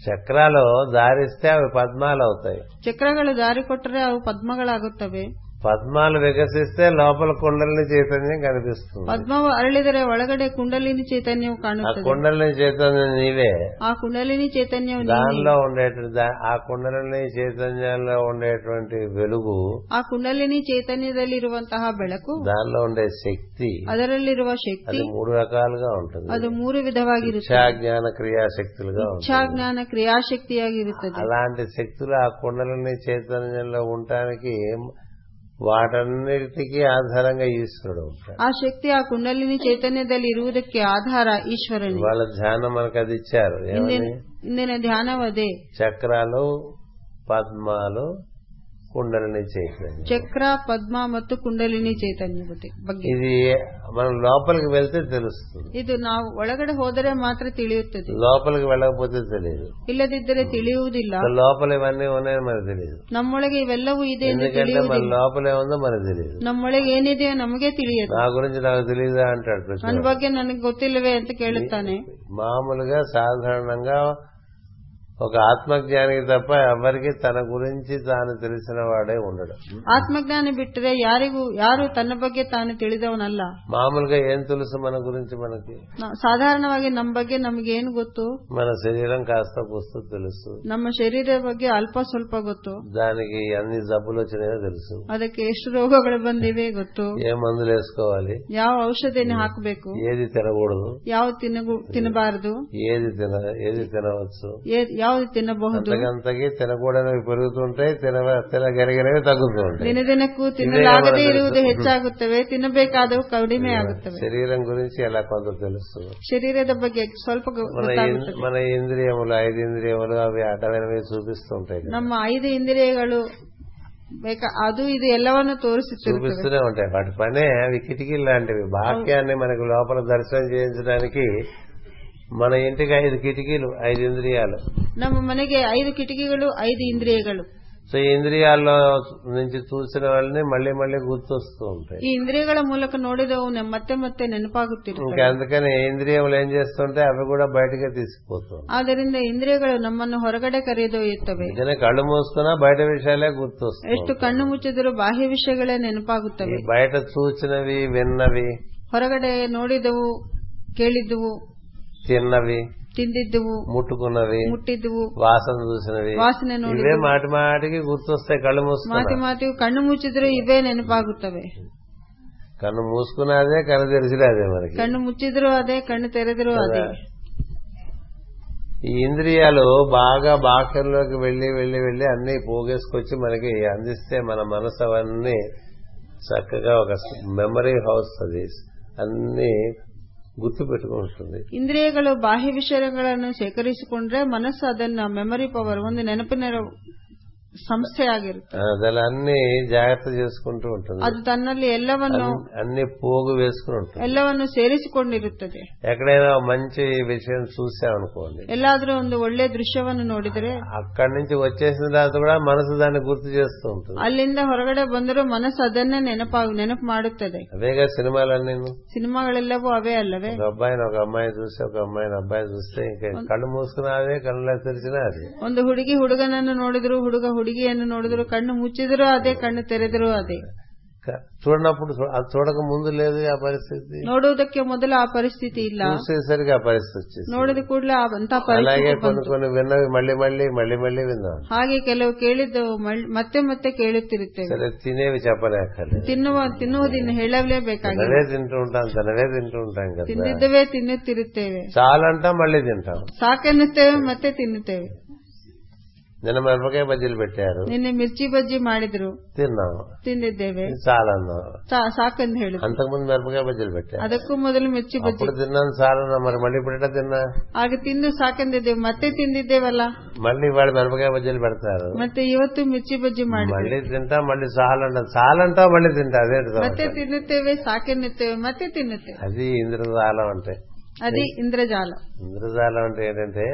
[SPEAKER 1] చక్రాలు దారిస్తే అవి పద్మాలు అవుతాయి
[SPEAKER 2] ಚಕ್ರಗಳು ದಾರಿ ಕೊಟ್ಟರೆ ಅವು ಪದ್ಮಗಳಾಗುತ್ತವೆ
[SPEAKER 1] పద్మాలు వికసిస్తే లోపల కుండలని చైతన్యం కనిపిస్తుంది
[SPEAKER 2] ಪದ್ಮವು ಅರಳಿದರೆ ಒಳಗಡೆ ಕುಂಡಲಿನಿ చైతన్యವು
[SPEAKER 1] ఆ
[SPEAKER 2] ಕಾಣುತ್ತದೆ
[SPEAKER 1] కుండలని చైతన్యం నీవే
[SPEAKER 2] ಆ ಕುಂಡಲಿನಿ ಚೈತನ್ಯವು ನೀನೇ.
[SPEAKER 1] దానిలో ఉండేటువంటి దా- ఆ కుండలని చైతన్యంలో ఉండేటువంటి వెలుగు
[SPEAKER 2] ಆ ಕುಂಡಲಿನಿ ಚೈತನ್ಯದಲ್ಲಿರುವಂತಹ ಬೆಳಕು
[SPEAKER 1] దానిలో ఉండే శక్తి
[SPEAKER 2] ಅದರಲ್ಲಿರುವ ಶಕ್ತಿ
[SPEAKER 1] అది ಮೂడు రకాలుగా ఉంటుంది
[SPEAKER 2] ಅದು ಮೂರು ವಿಧವಾಗಿರುತ್ತದೆ
[SPEAKER 1] ఇచ్చా జ్ఞాನ క్రియాశక్తులుగా ఉంటుంది
[SPEAKER 2] ಇಚ್ಛಾಜ್ಞಾನ ಕ್ರಿಯಾಶಕ್ತಿಯಾಗಿರುತ್ತದೆ
[SPEAKER 1] అలాంటి శక్తులు ఆ కుండలని చైతన్యంలో ఉండటానికి వాటన్నిటికీ ఆధారంగా ఈశ్వరుడు ఉంటాడు
[SPEAKER 2] ಆ ಶಕ್ತಿ ಆ ಕುಂಡಲಿನಿ ಚೈತನ್ಯದಲ್ಲಿ ಇರುವುದಕ್ಕೆ ಆಧಾರ ಈಶ್ವರನೇ
[SPEAKER 1] వాళ్ళ ధ్యానం మనకు అది ఇచ్చారు
[SPEAKER 2] ಇಂದಿನ
[SPEAKER 1] ఏమని
[SPEAKER 2] ಇಂದಿನ ಧ್ಯಾನವದೇ
[SPEAKER 1] చక్రాలు పద్మాలు కుండలని చైతన్యం
[SPEAKER 2] ಚಕ್ರ ಪದ್ಮ ಮತ್ತು ಕುಂಡಲಿನಿ ಚೈತನ್ಯ ಬಗ್ಗೆ- ಬಗ್ಗೆ
[SPEAKER 1] ఇది మనం లోపలికి వెళ్తే తెలుస్తుంది
[SPEAKER 2] ಇದು ನಾವು ಒಳಗಡೆ ಹೋದರೆ ಮಾತ್ರ ತಿಳಿಯುತ್ತದೆ
[SPEAKER 1] లోపలికి వెళ్ళకపోతే తెలియదు
[SPEAKER 2] ಇಲ್ಲದಿದ್ದರೆ ತಿಳಿಯುವುದಿಲ್ಲ
[SPEAKER 1] లోపల ఇవన్నీ ఉన్నాయని మనకు తెలియదు
[SPEAKER 2] ನಮ್ಮೊಳಗೆ ಇವೆಲ್ಲವೂ ಇದೆ ಎಂದು
[SPEAKER 1] ఎందుకంటే మన
[SPEAKER 2] ತಿಳಿಯುವುದಿಲ್ಲ
[SPEAKER 1] లోపలే ఉందో మనకు తెలియదు
[SPEAKER 2] ನಮ್ಮೊಳಗೆ ಏನಿದೆಯೋ ನಮಗೆ ತಿಳಿಯದು
[SPEAKER 1] నా గురించి నాకు తెలియదా అంటాడు ప్రశ్న
[SPEAKER 2] ನನ್ನ ಬಗ್ಗೆ ನನಗೆ ಗೊತ್ತಿಲ್ಲವೇ ಅಂತ ಕೇಳುತ್ತಾನೆ
[SPEAKER 1] మామూలుగా సాధారణంగా ఒక ఆత్మజ్ఞానికి తప్ప ఎవరికి తన గురించి తాను తెలిసిన వాడే ఉండడు
[SPEAKER 2] ಆತ್ಮಜ್ಞಾನಿ ಬಿಟ್ಟರೆ ಯಾರಿಗೂ ಯಾರು ತನ್ನ ಬಗ್ಗೆ ತಾನು ತಿಳಿದವನಲ್ಲ
[SPEAKER 1] మామూలుగా ఏం తెలుసు మన గురించి మనకి
[SPEAKER 2] ನಾ- ಸಾಧಾರಣವಾಗಿ ನಮ್ಮ ಬಗ್ಗೆ ನಮಗೇನು ಗೊತ್ತು
[SPEAKER 1] మన శరీరం కాస్త పుస్తూ తెలుసు
[SPEAKER 2] ನಮ್ಮ ಶರೀರದ ಬಗ್ಗೆ ಅಲ್ಪ ಸ್ವಲ್ಪ ಗೊತ್ತು
[SPEAKER 1] దానికి అన్ని జబ్బులు వచ్చినాయో తెలుసు
[SPEAKER 2] ಅದಕ್ಕೆ ಎಷ್ಟು ರೋಗಗಳು ಬಂದಿವೆ ಗೊತ್ತು
[SPEAKER 1] ఏ మందులు వేసుకోవాలి
[SPEAKER 2] ಯಾವ ಔಷಧಿಯನ್ನು ಹಾಕಬೇಕು
[SPEAKER 1] ఏది తినకూడదు
[SPEAKER 2] ಯಾವ ತಿನ್ನಗು- ತಿನ್ನಬಾರದು
[SPEAKER 1] ఏది తిన ఏది తినవచ్చు
[SPEAKER 2] ಏ- ಯಾವ್ದು ತಿನ್ನಬಹುದು
[SPEAKER 1] అంతకంతకి తినకూడనివి పెరుగుతుంటాయి తినవ తినగలిగినవి తగ్గుతూ ఉంటాయి
[SPEAKER 2] ದಿನ ದಿನಕ್ಕೂ ತಿನ್ನಲಾಗದೇ ಇರುವುದು ಹೆಚ್ಚಾಗುತ್ತವೆ ತಿನ್ನಬೇಕಾದವು ಕಡಿಮೆ ಆಗುತ್ತವೆ
[SPEAKER 1] శరీరం గురించి ఎలా కొంత తెలుసు
[SPEAKER 2] ಶರೀರದ ಬಗ್ಗೆ ಸ್ವಲ್ಪ ಗೊ-
[SPEAKER 1] మన ఇం-
[SPEAKER 2] ಗೊತ್ತಾಗುತ್ತದೆ
[SPEAKER 1] మన ఇంద్రియములు ఐదు ఇంద్రియములు అవి అడ్డమైనవి చూపిస్తూ ఉంటాయి కదా.
[SPEAKER 2] ನಮ್ಮ ಐದು ಇಂದ್ರಿಯಗಳು ಬೇಕಾ ಅದು ಇದು ಎಲ್ಲವನ್ನು ತೋರಿಸುತ್ತಿರುತ್ತದೆ
[SPEAKER 1] చూపిస్తూనే ఉంటాయి వాటి పనే అవి కిటికీలు లాంటివి వాక్యాన్ని మనకు లోపల దర్శనం చేయించడానికి మన ఇంటికి ఐదు కిటికీలు ఐదు ఇంద్రియాలు
[SPEAKER 2] ನಮ್ಮ ಮನೆಗೆ ಐದು ಕಿಟಕಿಗಳು ಐದು ಇಂದ್ರಿಯಗಳು
[SPEAKER 1] సో ఈ ఇంద్రియాల్లో నుంచి చూసిన వాళ్ళని మళ్ళీ మళ్ళీ గుర్తొస్తూ ఉంటాయి
[SPEAKER 2] ಈ ಇಂದ್ರಿಯಗಳ ಮೂಲಕ ನೋಡಿದವು ನೆ- ಮತ್ತೆ ಮತ್ತೆ
[SPEAKER 1] ఇంకా
[SPEAKER 2] ನೆನಪಾಗುತ್ತಿರುತ್ತವೆ
[SPEAKER 1] అందుకని ఇంద్రియములు ఏం చేస్తుంటే అవి కూడా బయటకే తీసుకుపోతాం
[SPEAKER 2] ಆದ್ದರಿಂದ ಇಂದ್ರಿಯಗಳು ನಮ್ಮನ್ನು ಹೊರಗಡೆ ಕರೆದೊಯ್ಯುತ್ತವೆ
[SPEAKER 1] అందుకనే కళ్ళు మూసుకున్నా బయట విషయాలే గుర్తొస్తాయి
[SPEAKER 2] ಎಷ್ಟು ಕಣ್ಣು ಮುಚ್ಚಿದರೂ ಬಾಹ್ಯ ವಿಷಯಗಳೇ
[SPEAKER 1] ఈ
[SPEAKER 2] ನೆನಪಾಗುತ್ತವೆ
[SPEAKER 1] బయట చూచినవి విన్నవి
[SPEAKER 2] ಹೊರಗಡೆ ನೋಡಿದವು ಕೇಳಿದ್ದವು
[SPEAKER 1] తిన్నవి
[SPEAKER 2] ತಿಂದಿದ್ದವು
[SPEAKER 1] ముట్టుకున్నవి
[SPEAKER 2] ಮುಟ್ಟಿದ್ದವು
[SPEAKER 1] వాసన చూసినవి
[SPEAKER 2] ವಾಸನೆ
[SPEAKER 1] ఇవే
[SPEAKER 2] ನೋಡಿದವು
[SPEAKER 1] మాటి మాటికి గుర్తొస్తాయి కళ్ళు
[SPEAKER 2] ಮಾತಿ
[SPEAKER 1] మూసుకున్నా
[SPEAKER 2] ಮಾತಿಯು ಕಣ್ಣು ಮುಚ್ಚಿದ್ರು ಇವೇ ನೆನಪಾಗುತ್ತವೆ
[SPEAKER 1] కన్ను మూసుకున్నదే కన్ను తెరిచినా అదే మనకి
[SPEAKER 2] ಕಣ್ಣು ಮುಚ್ಚಿದ್ರು ಅದೇ ಕಣ್ಣು ತೆರೆದರೂ ಅದೇ
[SPEAKER 1] ఈ ఇంద్రియాలు బాగా బాహ్యంలోకి వెళ్లి వెళ్లి వెళ్లి అన్ని పోగేసుకొచ్చి మనకి అందిస్తే మన మనసు అవన్నీ చక్కగా ఒక మెమరీ హౌస్ అది అన్ని గుర్తు పెట్టుకుంటుంది
[SPEAKER 2] ಇಂದ್ರಿಯಗಳು ಬಾಹ್ಯ ವಿಷಯಗಳನ್ನು ಶೇಖರಿಸಿಕೊಂಡ್ರೆ ಮನಸ್ಸು ಅದನ್ನ ಮೆಮರಿ ಪವರ್ ಒಂದು ನೆನಪಿನ ಸಂಸ್ಥೆಯಾಗಿರುತ್ತೆ
[SPEAKER 1] అలా అన్ని జాగ్రత్త చేసుకుంటూ ఉంటుంది
[SPEAKER 2] ಅದು ತನ್ನಲ್ಲಿ ಎಲ್ಲವನ್ನು
[SPEAKER 1] అన్- అన్ని పోగు వేసుకుని ఉంటుంది
[SPEAKER 2] ಎಲ್ಲವನ್ನು ಸೇರಿಸಿಕೊಂಡಿರುತ್ತದೆ
[SPEAKER 1] ఎక్కడైనా ఒక మంచి విషయం చూసామనుకోండి
[SPEAKER 2] ಎಲ್ಲಾದ್ರೂ ಒಂದು ಒಳ್ಳೆ ದೃಶ್ಯವನ್ನು ನೋಡಿದರೆ
[SPEAKER 1] అక్కడి నుంచి వచ్చేసిన తర్వాత కూడా మనసు దాన్ని గుర్తు చేస్తూ ఉంటుంది
[SPEAKER 2] ಅಲ್ಲಿಂದ ಹೊರಗಡೆ ಬಂದರೂ ಮನಸ್ಸು ಅದನ್ನೇ ನೆನಪಾ ನೆನಪು ಮಾಡುತ್ತದೆ
[SPEAKER 1] అదేగా సినిమాలన్నీ
[SPEAKER 2] ಸಿನಿಮಾಗಳೆಲ್ಲವೂ ಅವೇ ಅಲ್ಲವೇ
[SPEAKER 1] ఒక అబ్బాయిని ఒక అమ్మాయి చూసి ఒక అమ్మాయిని అబ్బాయి చూస్తే ఇంకా కళ్ళు మూసుకున్నా అదే కళ్ళు తెరిచినా అదే
[SPEAKER 2] ಒಂದು ಹುಡುಗಿ ಹುಡುಗನನ್ನು ನೋಡಿದ್ರು ಹುಡುಗ ಹುಡುಗಿಯನ್ನು ನೋಡಿದ್ರು ಕಣ್ಣು ಮುಚ್ಚಿದ್ರು ಅದೇ ಕಣ್ಣು ತೆರೆದರೂ ಅದೇ
[SPEAKER 1] క- చూడనప్పుడు చూ- అది చూడక ముందు లేదు ఆ పరిస్థితి
[SPEAKER 2] ನೋಡುವುದಕ್ಕೆ ಮೊದಲು ಆ ಪರಿಸ್ಥಿತಿ ಇಲ್ಲ
[SPEAKER 1] చూసేసరికి ఆ పరిస్థితి వచ్చేసి
[SPEAKER 2] ನೋಡಿದ ಕೂಡಲೇ ಅಂತ ಪರಿಸ್ಥಿತಿ
[SPEAKER 1] అలాగే కొన్ని
[SPEAKER 2] ಬಂತು.
[SPEAKER 1] కొన్ని విన్నవి మళ్ళీ మళ్ళీ మళ్ళీ మళ్ళీ విన్నాం
[SPEAKER 2] ಹಾಗೆ ಕೆಲವು ಕೇಳಿದ್ದವು ಮಳ್- ಮತ್ತೆ ಮತ್ತೆ ಕೇಳುತ್ತಿರುತ್ತೇವೆ
[SPEAKER 1] సరే తినేవి చెప్పలేకలేదు
[SPEAKER 2] ತಿನ್ನುವ ತಿನ್ನುವುದಿನ್ನು ಹೇಳಲೇಬೇಕಾಗಿದೆ
[SPEAKER 1] తినవే తింటూ ఉంటాం తినవే తింటూ ఉంటాం కదా
[SPEAKER 2] ತಿಂದಿದ್ದವೇ ತಿನ್ನುತ್ತಿರುತ್ತೇವೆ
[SPEAKER 1] చాలంటాం మళ్ళీ తింటాం
[SPEAKER 2] ಸಾಕೆನ್ನುತ್ತೇವೆ ಮತ್ತೆ ತಿನ್ನುತ್ತೇವೆ
[SPEAKER 1] నిన్న మిరపకాయ బజ్జీలు పెట్టారు
[SPEAKER 2] ನಿನ್ನೆ ಮಿರ್ಚಿ ಬಜ್ಜಿ ಮಾಡಿದ್ರು
[SPEAKER 1] తిన్నాం
[SPEAKER 2] ತಿಂದಿದ್ದೇವೆ
[SPEAKER 1] ఇది చాలన్నాం
[SPEAKER 2] ಸಾ- ಸಾಕೆಂದು ಹೇಳಿದ್ರು
[SPEAKER 1] అంతకుముందు మిరపకాయ బజ్జీలు పెట్టారు
[SPEAKER 2] ಅದಕ್ಕೂ ಮೊದಲು ಮಿರ್ಚಿ ಬಜ್ಜಿ
[SPEAKER 1] అప్పుడు తిన్నాను చాలన్నా మరి మళ్ళీ ఇప్పుడు ఎట్లా తిన్నా
[SPEAKER 2] ಆಗ ತಿಂದು ಸಾಕೆಂದಿದ್ದೇವೆ ಮತ್ತೆ ತಿಂದಿದ್ದೇವಲ್ಲ
[SPEAKER 1] మళ్ళీ ఇవాళ మిరపకాయ బజ్జీలు పెడతారు
[SPEAKER 2] ಮತ್ತೆ ಇವತ್ತು ಮಿರ್ಚಿ ಬಜ್ಜಿ ಮಾಡಿದ್ರು
[SPEAKER 1] మళ్ళీ తింటా మళ్ళీ చాలంటా చాలంటా మళ్ళీ తింటా అదే
[SPEAKER 2] ಮತ್ತೆ ತಿನ್ನುತ್ತೇವೆ ಸಾಕೆನ್ನುತ್ತೇವೆ ಮತ್ತೆ ತಿನ್ನುತ್ತೇವೆ
[SPEAKER 1] అది ఇంద్రజాలం అంటే
[SPEAKER 2] ಅದೇ ಇಂದ್ರಜಾಲ
[SPEAKER 1] ఇంద్రజాలం అంటే ఏంటంటే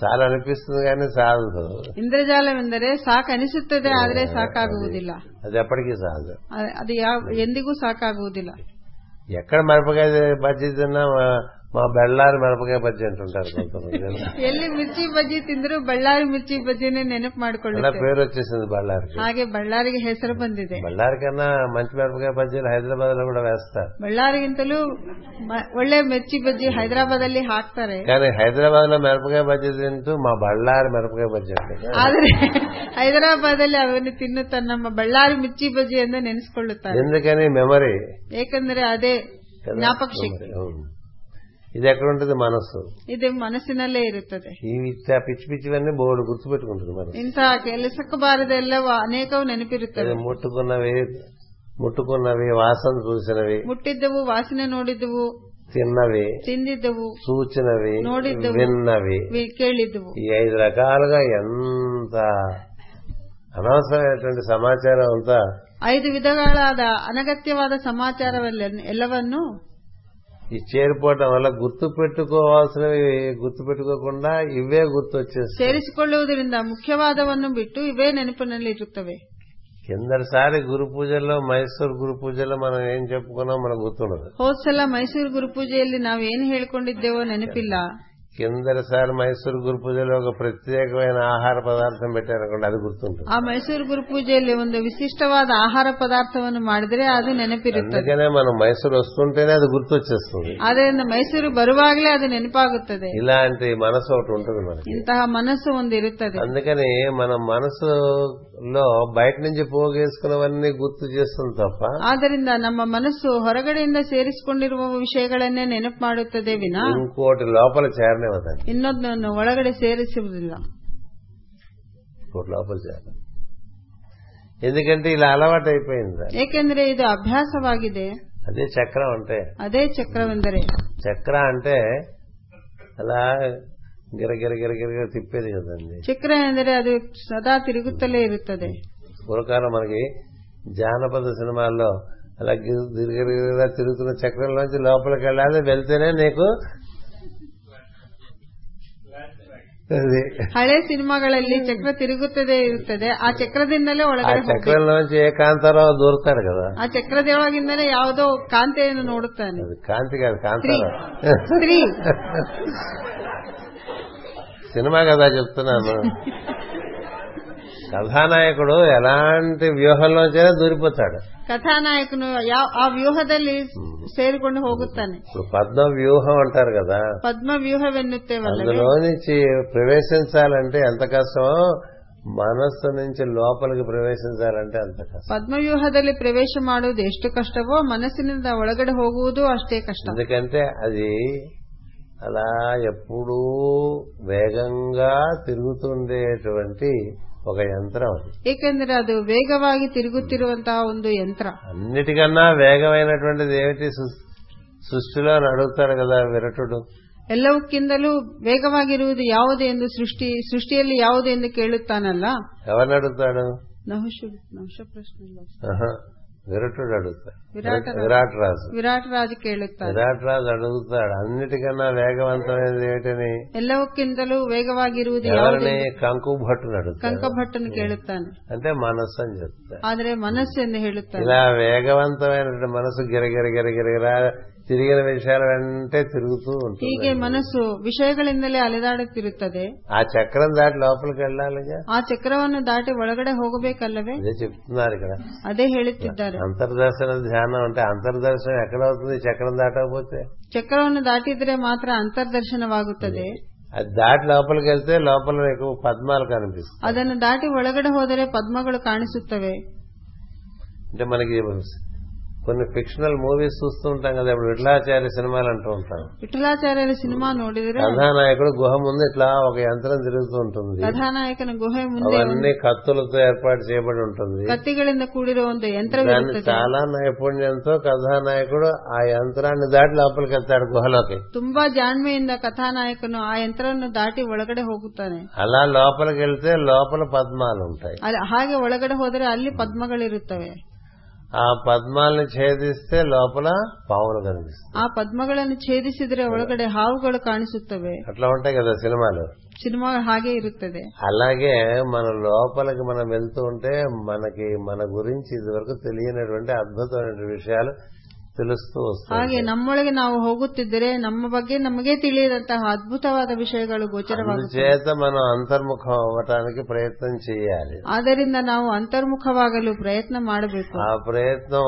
[SPEAKER 1] చాలా అనిపిస్తుంది కానీ సాధదు
[SPEAKER 2] ಇಂದ್ರಜಾಲವೆಂದರೆ ಸಾಕನಿಸುತ್ತದೆ ಆದರೆ ಸಾಕಾಗುವುದಿಲ್ಲ
[SPEAKER 1] అది ಎప్పటికీ సాధదు
[SPEAKER 2] ಅ- ಅದು ಯಾವ ಎಂದಿಗೂ ಸಾಕಾಗುವುದಿಲ್ಲ
[SPEAKER 1] ఎక్కడ మిరపకాయ బజ్జీ తిన్నా మా- మా బెళ్ళారి మిరపకాయ బజ్జీ అంటుంటారు కొంతమంది
[SPEAKER 2] ಎಲ್ಲಿ ಮಿರ್ಚಿ ಬಜ್ಜಿ ತಿಂದರೂ ಬಳ್ಳಾರಿ ಮಿರ್ಚಿ ಬಜ್ಜಿನೇ ನೆನಪು
[SPEAKER 1] అలా
[SPEAKER 2] ಮಾಡಿಕೊಳ್ಳುತ್ತೆ
[SPEAKER 1] పేరు వచ్చేసింది బళ్ళారికి
[SPEAKER 2] ಹಾಗೆ ಬಳ್ಳಾರಿಗೆ ಹೆಸರು ಬಂದಿದೆ
[SPEAKER 1] బళ్ళారి కన్నా మంచి మిరపకాయ బజ్జీలు హైదరాబాద్ లో కూడా వేస్తారు
[SPEAKER 2] ಬಳ್ಳಾರಿಗಿಂತಲೂ ಮ- ಒಳ್ಳೆ ಮಿರ್ಚಿ ಬಜ್ಜಿ ಹೈದರಾಬಾದ್ ಅಲ್ಲಿ ಹಾಕ್ತಾರೆ
[SPEAKER 1] కానీ హైదరాబాద్ లో మిరపకాయ బజ్జీ తింటూ మా బళ్ళారి మిరపకాయ బజ్జీ అంటే
[SPEAKER 2] ಆದರೆ ಹೈದರಾಬಾದ್ ಅಲ್ಲಿ ಅವನ್ನು ತಿನ್ನುತ್ತ ನಮ್ಮ ಬಳ್ಳಾರಿ ಮಿರ್ಚಿ ಬಜ್ಜಿ ಎಂದು ನೆನೆಸಿಕೊಳ್ಳುತ್ತಾರೆ
[SPEAKER 1] ఎందుకని మెమరీ
[SPEAKER 2] ಏಕೆಂದರೆ ಅದೇ ಜ್ಞಾಪಕ ಶಕ್ತಿ
[SPEAKER 1] ఇది ఎక్కడ ఉంటుంది మనస్సు
[SPEAKER 2] ಇದು ಮನಸ್ಸಿನಲ್ಲೇ ಇರುತ್ತದೆ
[SPEAKER 1] ఈ ఇట్లా పిచ్చి పిచ్చివన్నీ బోర్డు గుర్తుపెట్టుకుంటుంది మనసు
[SPEAKER 2] ಇಂತಹ ಕೆಲಸಕ್ಕೆ ಬಾರದೆಲ್ಲವೂ ಅನೇಕವು ನೆನಪಿರುತ್ತವೆ
[SPEAKER 1] ఇది ముట్టుకున్నవి ముట్టుకున్నవి వాసన చూసినవి
[SPEAKER 2] ಮುಟ್ಟಿದ್ದವು ವಾಸನೆ ನೋಡಿದ್ದವು
[SPEAKER 1] తిన్నవి
[SPEAKER 2] ತಿಂದಿದ್ದವು
[SPEAKER 1] చూచినవి
[SPEAKER 2] నోడిద్దవు.
[SPEAKER 1] విన్నవి
[SPEAKER 2] ವಿ- ಕೇಳಿದ್ದವು
[SPEAKER 1] ఈ ఐదు రకాలుగా ఎంత అనవసరమైనటువంటి సమాచారం అంతా
[SPEAKER 2] ಐದು ವಿಧಗಳಾದ ಅನಗತ್ಯವಾದ ಸಮಾಚಾರವೆಲ್ಲ ಎಲ್ಲವನ್ನು
[SPEAKER 1] ఈ చేరిపోవటం వల్ల గుర్తు పెట్టుకోవాల్సినవి గుర్తు పెట్టుకోకుండా ఇవే గుర్తు వచ్చేస్తాయి
[SPEAKER 2] ಸೇರಿಸಿಕೊಳ್ಳುವುದರಿಂದ ಮುಖ್ಯವಾದವನ್ನು ಬಿಟ್ಟು ಇವೇ ನೆನಪಿನಲ್ಲಿ ಇರುತ್ತವೆ
[SPEAKER 1] కిందటిసారి గురు పూజల్లో మైసూర్ గురు పూజల్లో మనం ఏం చెప్పుకున్నాం మనకు గుర్తుండదు
[SPEAKER 2] ಹೋದ್ ಸಲ ಮೈಸೂರು ಗುರುಪೂಜೆಯಲ್ಲಿ ನಾವು ಏನು ಹೇಳಿಕೊಂಡಿದ್ದೇವೋ ನೆನಪಿಲ್ಲ
[SPEAKER 1] కిందటిసారి మైసూర్ గురు పూజలో ఒక ప్రత్యేకమైన ఆహార పదార్థం పెట్టారనుకోండి అది గుర్తుంటుంది
[SPEAKER 2] ಆ ಮೈಸೂರು ಗುರುಪೂಜೆಯಲ್ಲಿ ಒಂದು ವಿಶಿಷ್ಟವಾದ ಆಹಾರ ಪದಾರ್ಥವನ್ನು ಮಾಡಿದರೆ ಅದು ನೆನಪಿರುತ್ತದೆ
[SPEAKER 1] అందుకనే మనం మైసూర్ వస్తుంటేనే అది గుర్తొచ్చేస్తుంది
[SPEAKER 2] ಆದ್ದರಿಂದ ಮೈಸೂರು ಬರುವಾಗಲೇ ಅದು ನೆನಪಾಗುತ್ತದೆ
[SPEAKER 1] ఇలాంటి మనసు ఒకటి ఉంటుంది మనకి
[SPEAKER 2] ಇಂತಹ ಮನಸ್ಸು ಒಂದಿರುತ್ತದೆ
[SPEAKER 1] అందుకని మన మనసులో బయట నుంచి పోగేసుకున్నవన్నీ గుర్తు చేస్తుంది తప్ప
[SPEAKER 2] ಆದ್ದರಿಂದ ನಮ್ಮ ಮನಸ್ಸು ಹೊರಗಡೆಯಿಂದ ಸೇರಿಸಿಕೊಂಡಿರುವ ವಿಷಯಗಳನ್ನೇ ನೆನಪು ಮಾಡುತ್ತದೆ ವಿನ
[SPEAKER 1] ఇంకోటి లోపల చేరనివ్వదండి
[SPEAKER 2] ಇನ್ನೊಂದನ್ನು ಒಳಗಡೆ ಸೇರಿಸುವುದಿಲ್ಲ
[SPEAKER 1] ఇంకోటి లోపల చేరడం ఎందుకంటే ఇలా అలవాటు అయిపోయింది
[SPEAKER 2] ಏಕೆಂದರೆ ಇದು ಅಭ್ಯಾಸವಾಗಿದೆ
[SPEAKER 1] అదే చక్రం అంటే
[SPEAKER 2] ಅದೇ ಚಕ್ರವೆಂದರೆ
[SPEAKER 1] చక్ర అంటే అలా గిరగిర గిరగిరగిర తిప్పేది కదండి
[SPEAKER 2] ಚಕ್ರ ಎಂದರೆ ಅದು ಸದಾ ತಿರುಗುತ್ತಲೇ ಇರುತ್ತದೆ
[SPEAKER 1] పూర్వకాలం మనకి జానపద సినిమాల్లో అలా గిరు- గిరగిరగిరగా తిరుగుతున్న చక్రంలోంచి లోపలికి వెళ్ళాలి వెళ్తేనే నీకు అది.
[SPEAKER 2] ಹಳೆ ಸಿನಿಮಾಗಳಲ್ಲಿ ಚಕ್ರ ತಿರುಗುತ್ತದೆ ಇರುತ್ತದೆ ಆ ಚಕ್ರದಿಂದಲೇ
[SPEAKER 1] ఆ
[SPEAKER 2] ಒಳಗಡೆ ಹೋಗ್ಬೇಕು
[SPEAKER 1] చక్రంలోంచి ఏ కాంతారావు దూరుతాడు కదా
[SPEAKER 2] ಆ ಚಕ್ರದೊಳಗಿಂದಲೇ ಯಾವುದೋ ಕಾಂತೆಯನ್ನು ನೋಡುತ್ತಾನೆ
[SPEAKER 1] అది కాంతి కాదు కాంతారావు
[SPEAKER 2] ಸ್ತ್ರೀ
[SPEAKER 1] సినిమా కదా చెప్తున్నాను కథానాయకుడు ఎలాంటి వ్యూహంలోంచైనా దూరిపోతాడు
[SPEAKER 2] ಕಥಾನಾಯಕನು ಯಾವ ಆ ವ್ಯೂಹದಲ್ಲಿ ಸೇರಿಕೊಂಡು ಹೋಗುತ್ತಾನೆ
[SPEAKER 1] ఇప్పుడు పద్మ వ్యూహం అంటారు కదా
[SPEAKER 2] ಪದ್ಮ ವ್ಯೂಹವೆನ್ನುತ್ತೇವಲ್ಲ
[SPEAKER 1] అందులో నుంచి ప్రవేశించాలంటే ఎంత కష్టమో మనస్సు నుంచి లోపలికి ప్రవేశించాలంటే అంత కష్టం
[SPEAKER 2] ಪದ್ಮವ್ಯೂಹದಲ್ಲಿ ಪ್ರವೇಶ ಮಾಡುವುದು ಎಷ್ಟು ಕಷ್ಟವೋ ಮನಸ್ಸಿನಿಂದ ಒಳಗಡೆ ಹೋಗುವುದು ಅಷ್ಟೇ ಕಷ್ಟ
[SPEAKER 1] ఎందుకంటే అది అలా ఎప్పుడూ వేగంగా తిరుగుతుండేటువంటి ఒక యంత్రం అది
[SPEAKER 2] ಏಕೆಂದರೆ ಅದು ವೇಗವಾಗಿ ತಿರುಗುತ್ತಿರುವಂತಹ ಒಂದು ಯಂತ್ರ
[SPEAKER 1] అన్నిటికన్నా వేగమైనటువంటిది ఏమిటి సృ- సృష్టిలో అని అడుగుతాడు కదా విరటుడు
[SPEAKER 2] ಎಲ್ಲವಕ್ಕಿಂತಲೂ ವೇಗವಾಗಿರುವುದು ಯಾವುದು ಎಂದು ಸೃಷ್ಟಿ ಸೃಷ್ಟಿಯಲ್ಲಿ ಯಾವುದು ಎಂದು ಕೇಳುತ್ತಾನಲ್ಲ
[SPEAKER 1] ఎవరిని అడుగుతాడు
[SPEAKER 2] ನಹುಷ ನಹುಷ ಪ್ರಶ್ನೆ ಇಲ್ಲ.
[SPEAKER 1] ఆహా, విరటుడు అడుగుతాడు
[SPEAKER 2] విరాట రాజు.
[SPEAKER 1] విరాట్ రాజు
[SPEAKER 2] ವಿರಾಟ್ ರಾಜ್ ಕೇಳುತ್ತಾನೆ
[SPEAKER 1] విరాట్ రాజు అడుగుతాడు అన్నిటికన్నా వేగవంతమైనది ఏమిటని
[SPEAKER 2] ಎಲ್ಲವಕ್ಕಿಂತಲೂ ವೇಗವಾಗಿರುವುದು ಯಾವುದು
[SPEAKER 1] ఎవరిని కంకు భట్టును అడుగుతాడు
[SPEAKER 2] ಕಂಕಭಟ್ಟನು ಕೇಳುತ್ತಾನೆ
[SPEAKER 1] అంటే మనస్సు అని చెప్తాడు
[SPEAKER 2] ಆದರೆ ಮನಸ್ಸು ಎಂದು ಹೇಳುತ್ತಾನೆ
[SPEAKER 1] ఇలా వేగవంతమైనటువంటి మనసు గిరగిర గిరగిరగిరా తిరిగిన విషయాల వెంటే తిరుగుతూ ఉంటుంది
[SPEAKER 2] ಹೀಗೆ ಮನಸ್ಸು ವಿಷಯಗಳಿಂದಲೇ ಅಲೆದಾಡುತ್ತಿರುತ್ತದೆ
[SPEAKER 1] ఆ చక్రం దాటి లోపలికి వెళ్ళాలిగా
[SPEAKER 2] ಆ ಚಕ್ರವನ್ನು ದಾಟಿ ಒಳಗಡೆ ಹೋಗಬೇಕಲ್ಲವೇ
[SPEAKER 1] అదే చెప్తున్నారు ఇక్కడ
[SPEAKER 2] ಅದೇ ಹೇಳುತ್ತಿದ್ದಾರೆ
[SPEAKER 1] అంతర్దర్శన ధ్యానం అంటే అంతర్దర్శనం ఎక్కడవుతుంది చక్రం దాటకపోతే
[SPEAKER 2] ಚಕ್ರವನ್ನು ದಾಟಿದರೆ ಮಾತ್ರ ಅಂತರ್ದರ್ಶನವಾಗುತ್ತದೆ
[SPEAKER 1] అది దాటి లోపలికి వెళ్తే లోపల ఎక్కువ పద్మాలు కనిపిస్తాయి
[SPEAKER 2] ಅದನ್ನು ದಾಟಿ ಒಳಗಡೆ ಹೋದರೆ ಪದ್ಮಗಳು ಕಾಣಿಸುತ್ತವೆ
[SPEAKER 1] అంటే మనకి కొన్ని ಫಿಕ್ಷನಲ್ మూవీస్ చూస్తూ ఉంటాం కదా ఇప్పుడు విఠలాచార్య సినిమాలు అంటూ ఉంటాం
[SPEAKER 2] ವಿಠಲಾಚಾರ್ಯರ ಸಿನಿಮಾ ನೋಡಿದರೆ
[SPEAKER 1] కథానాయకుడు గుహ ముందు ఇట్లా ఒక యంత్రం తిరుగుతూ ఉంటుంది
[SPEAKER 2] ಕಥಾನಾಯಕನ ಗುಹೆ ಮುಂದೆ
[SPEAKER 1] అవన్నీ కత్తులతో ఏర్పాటు చేయబడి ఉంటుంది
[SPEAKER 2] ಕತ್ತಿಗಳಿಂದ ಕೂಡಿರುವ ಒಂದು
[SPEAKER 1] దాన్ని
[SPEAKER 2] ಯಂತ್ರವಿರುತ್ತದೆ
[SPEAKER 1] చాలా నైపుణ్యంతో కథానాయకుడు ఆ యంత్రాన్ని దాటి లోపలికి వెళ్తాడు గుహలోకి
[SPEAKER 2] ತುಂಬಾ ಜಾಣ್ಮೆಯಿಂದ ಕಥಾನಾಯಕನು ಆ ಯಂತ್ರವನ್ನು ದಾಟಿ ಒಳಗಡೆ ಹೋಗುತ್ತಾನೆ
[SPEAKER 1] అలా లోపలికి వెళ్తే లోపల పద్మాలు ఉంటాయి
[SPEAKER 2] ಅಲ್ಲಿ- ಹಾಗೆ ಒಳಗಡೆ ಹೋದರೆ ಅಲ್ಲಿ ಪದ್ಮಗಳಿರುತ್ತವೆ
[SPEAKER 1] ఆ పద్మాలను ఛేదిస్తే లోపల పాములు కనిపిస్తాయి
[SPEAKER 2] ಆ ಪದ್ಮಗಳನ್ನು ಛೇದಿಸಿದರೆ ಒಳಗಡೆ ಹಾವುಗಳು ಕಾಣಿಸುತ್ತವೆ
[SPEAKER 1] అట్లా ఉంటాయి కదా సినిమాలు
[SPEAKER 2] ಸಿನಿಮಾ ಹಾಗೆ ಇರುತ್ತದೆ
[SPEAKER 1] అలాగే మన లోపలికి మనం వెళ్తూ ఉంటే మనకి మన గురించి ఇదివరకు తెలియనటువంటి అద్భుతమైన విషయాలు తెలుస్తూ వస్తాయి
[SPEAKER 2] ಹಾಗೆ ನಮ್ಮೊಳಗೆ ನಾವು ಹೋಗುತ್ತಿದ್ದರೆ ನಮ್ಮ ಬಗ್ಗೆ ನಮಗೆ ತಿಳಿಯದಂತಹ ಅದ್ಭುತವಾದ ವಿಷಯಗಳು ಗೋಚರವಾಗುತ್ತವೆ
[SPEAKER 1] అందుచేత మనం అంతర్ముఖం అవ్వటానికి ప్రయత్నం చేయాలి
[SPEAKER 2] ಆದ್ದರಿಂದ ನಾವು ಅಂತರ್ಮುಖವಾಗಲು ಪ್ರಯತ್ನ ಮಾಡಬೇಕು
[SPEAKER 1] ఆ ప్రయత్నం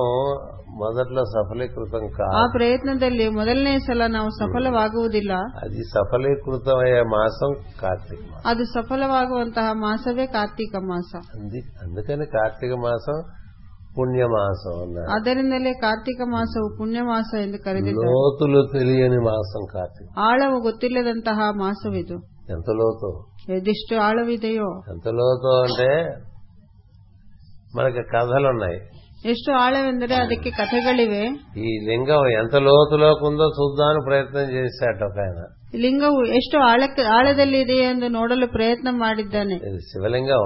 [SPEAKER 1] మొదట్లో సఫలీకృతం
[SPEAKER 2] ಆ
[SPEAKER 1] కాదు
[SPEAKER 2] ಪ್ರಯತ್ನದಲ್ಲಿ ಮೊದಲನೇ ಸಲ ನಾವು ಸಫಲವಾಗುವುದಿಲ್ಲ
[SPEAKER 1] అది సఫలీకృతం అయ్యే మాసం కార్తీక మాసం
[SPEAKER 2] ಅದು ಸಫಲವಾಗುವಂತಹ ಮಾಸವೇ ಕಾರ್ತೀಕ ಮಾಸ
[SPEAKER 1] అంది- అందుకని కార్తీక మాసం పుణ్యమాసం అన్నారు
[SPEAKER 2] ಆದ್ದರಿಂದಲೇ ಕಾರ್ತೀಕ ಮಾಸವು ಪುಣ್ಯ ಮಾಸ ಎಂದು ಕರೆದಿದ್ದಾರೆ
[SPEAKER 1] లోతులు తెలియని మాసం కార్తీక
[SPEAKER 2] ಆಳವು ಗೊತ್ತಿಲ್ಲದಂತಹ ಮಾಸವಿದು
[SPEAKER 1] ఎంత లోతు
[SPEAKER 2] ಎದಿಷ್ಟು ಆಳವಿದೆಯೋ
[SPEAKER 1] ఎంత లోతు అంటే మనకి కథలున్నాయి
[SPEAKER 2] ಎಷ್ಟು ಆಳವೆಂದರೆ ಅದಕ್ಕೆ ಕಥೆಗಳಿವೆ
[SPEAKER 1] ఈ లింగం ఎంత లోతులోకి ఉందో చూద్దామని ప్రయత్నం చేశాడు ఒక ఆయన
[SPEAKER 2] ಲಿಂಗವು ಎಷ್ಟು ಆಳಕ್ಕೆ ಆಳದಲ್ಲಿ ಇದೆಯೇ ಎಂದು ನೋಡಲು ప్రయత్న ಮಾಡಿದ್ದಾನೆ
[SPEAKER 1] ఇది శివలింగం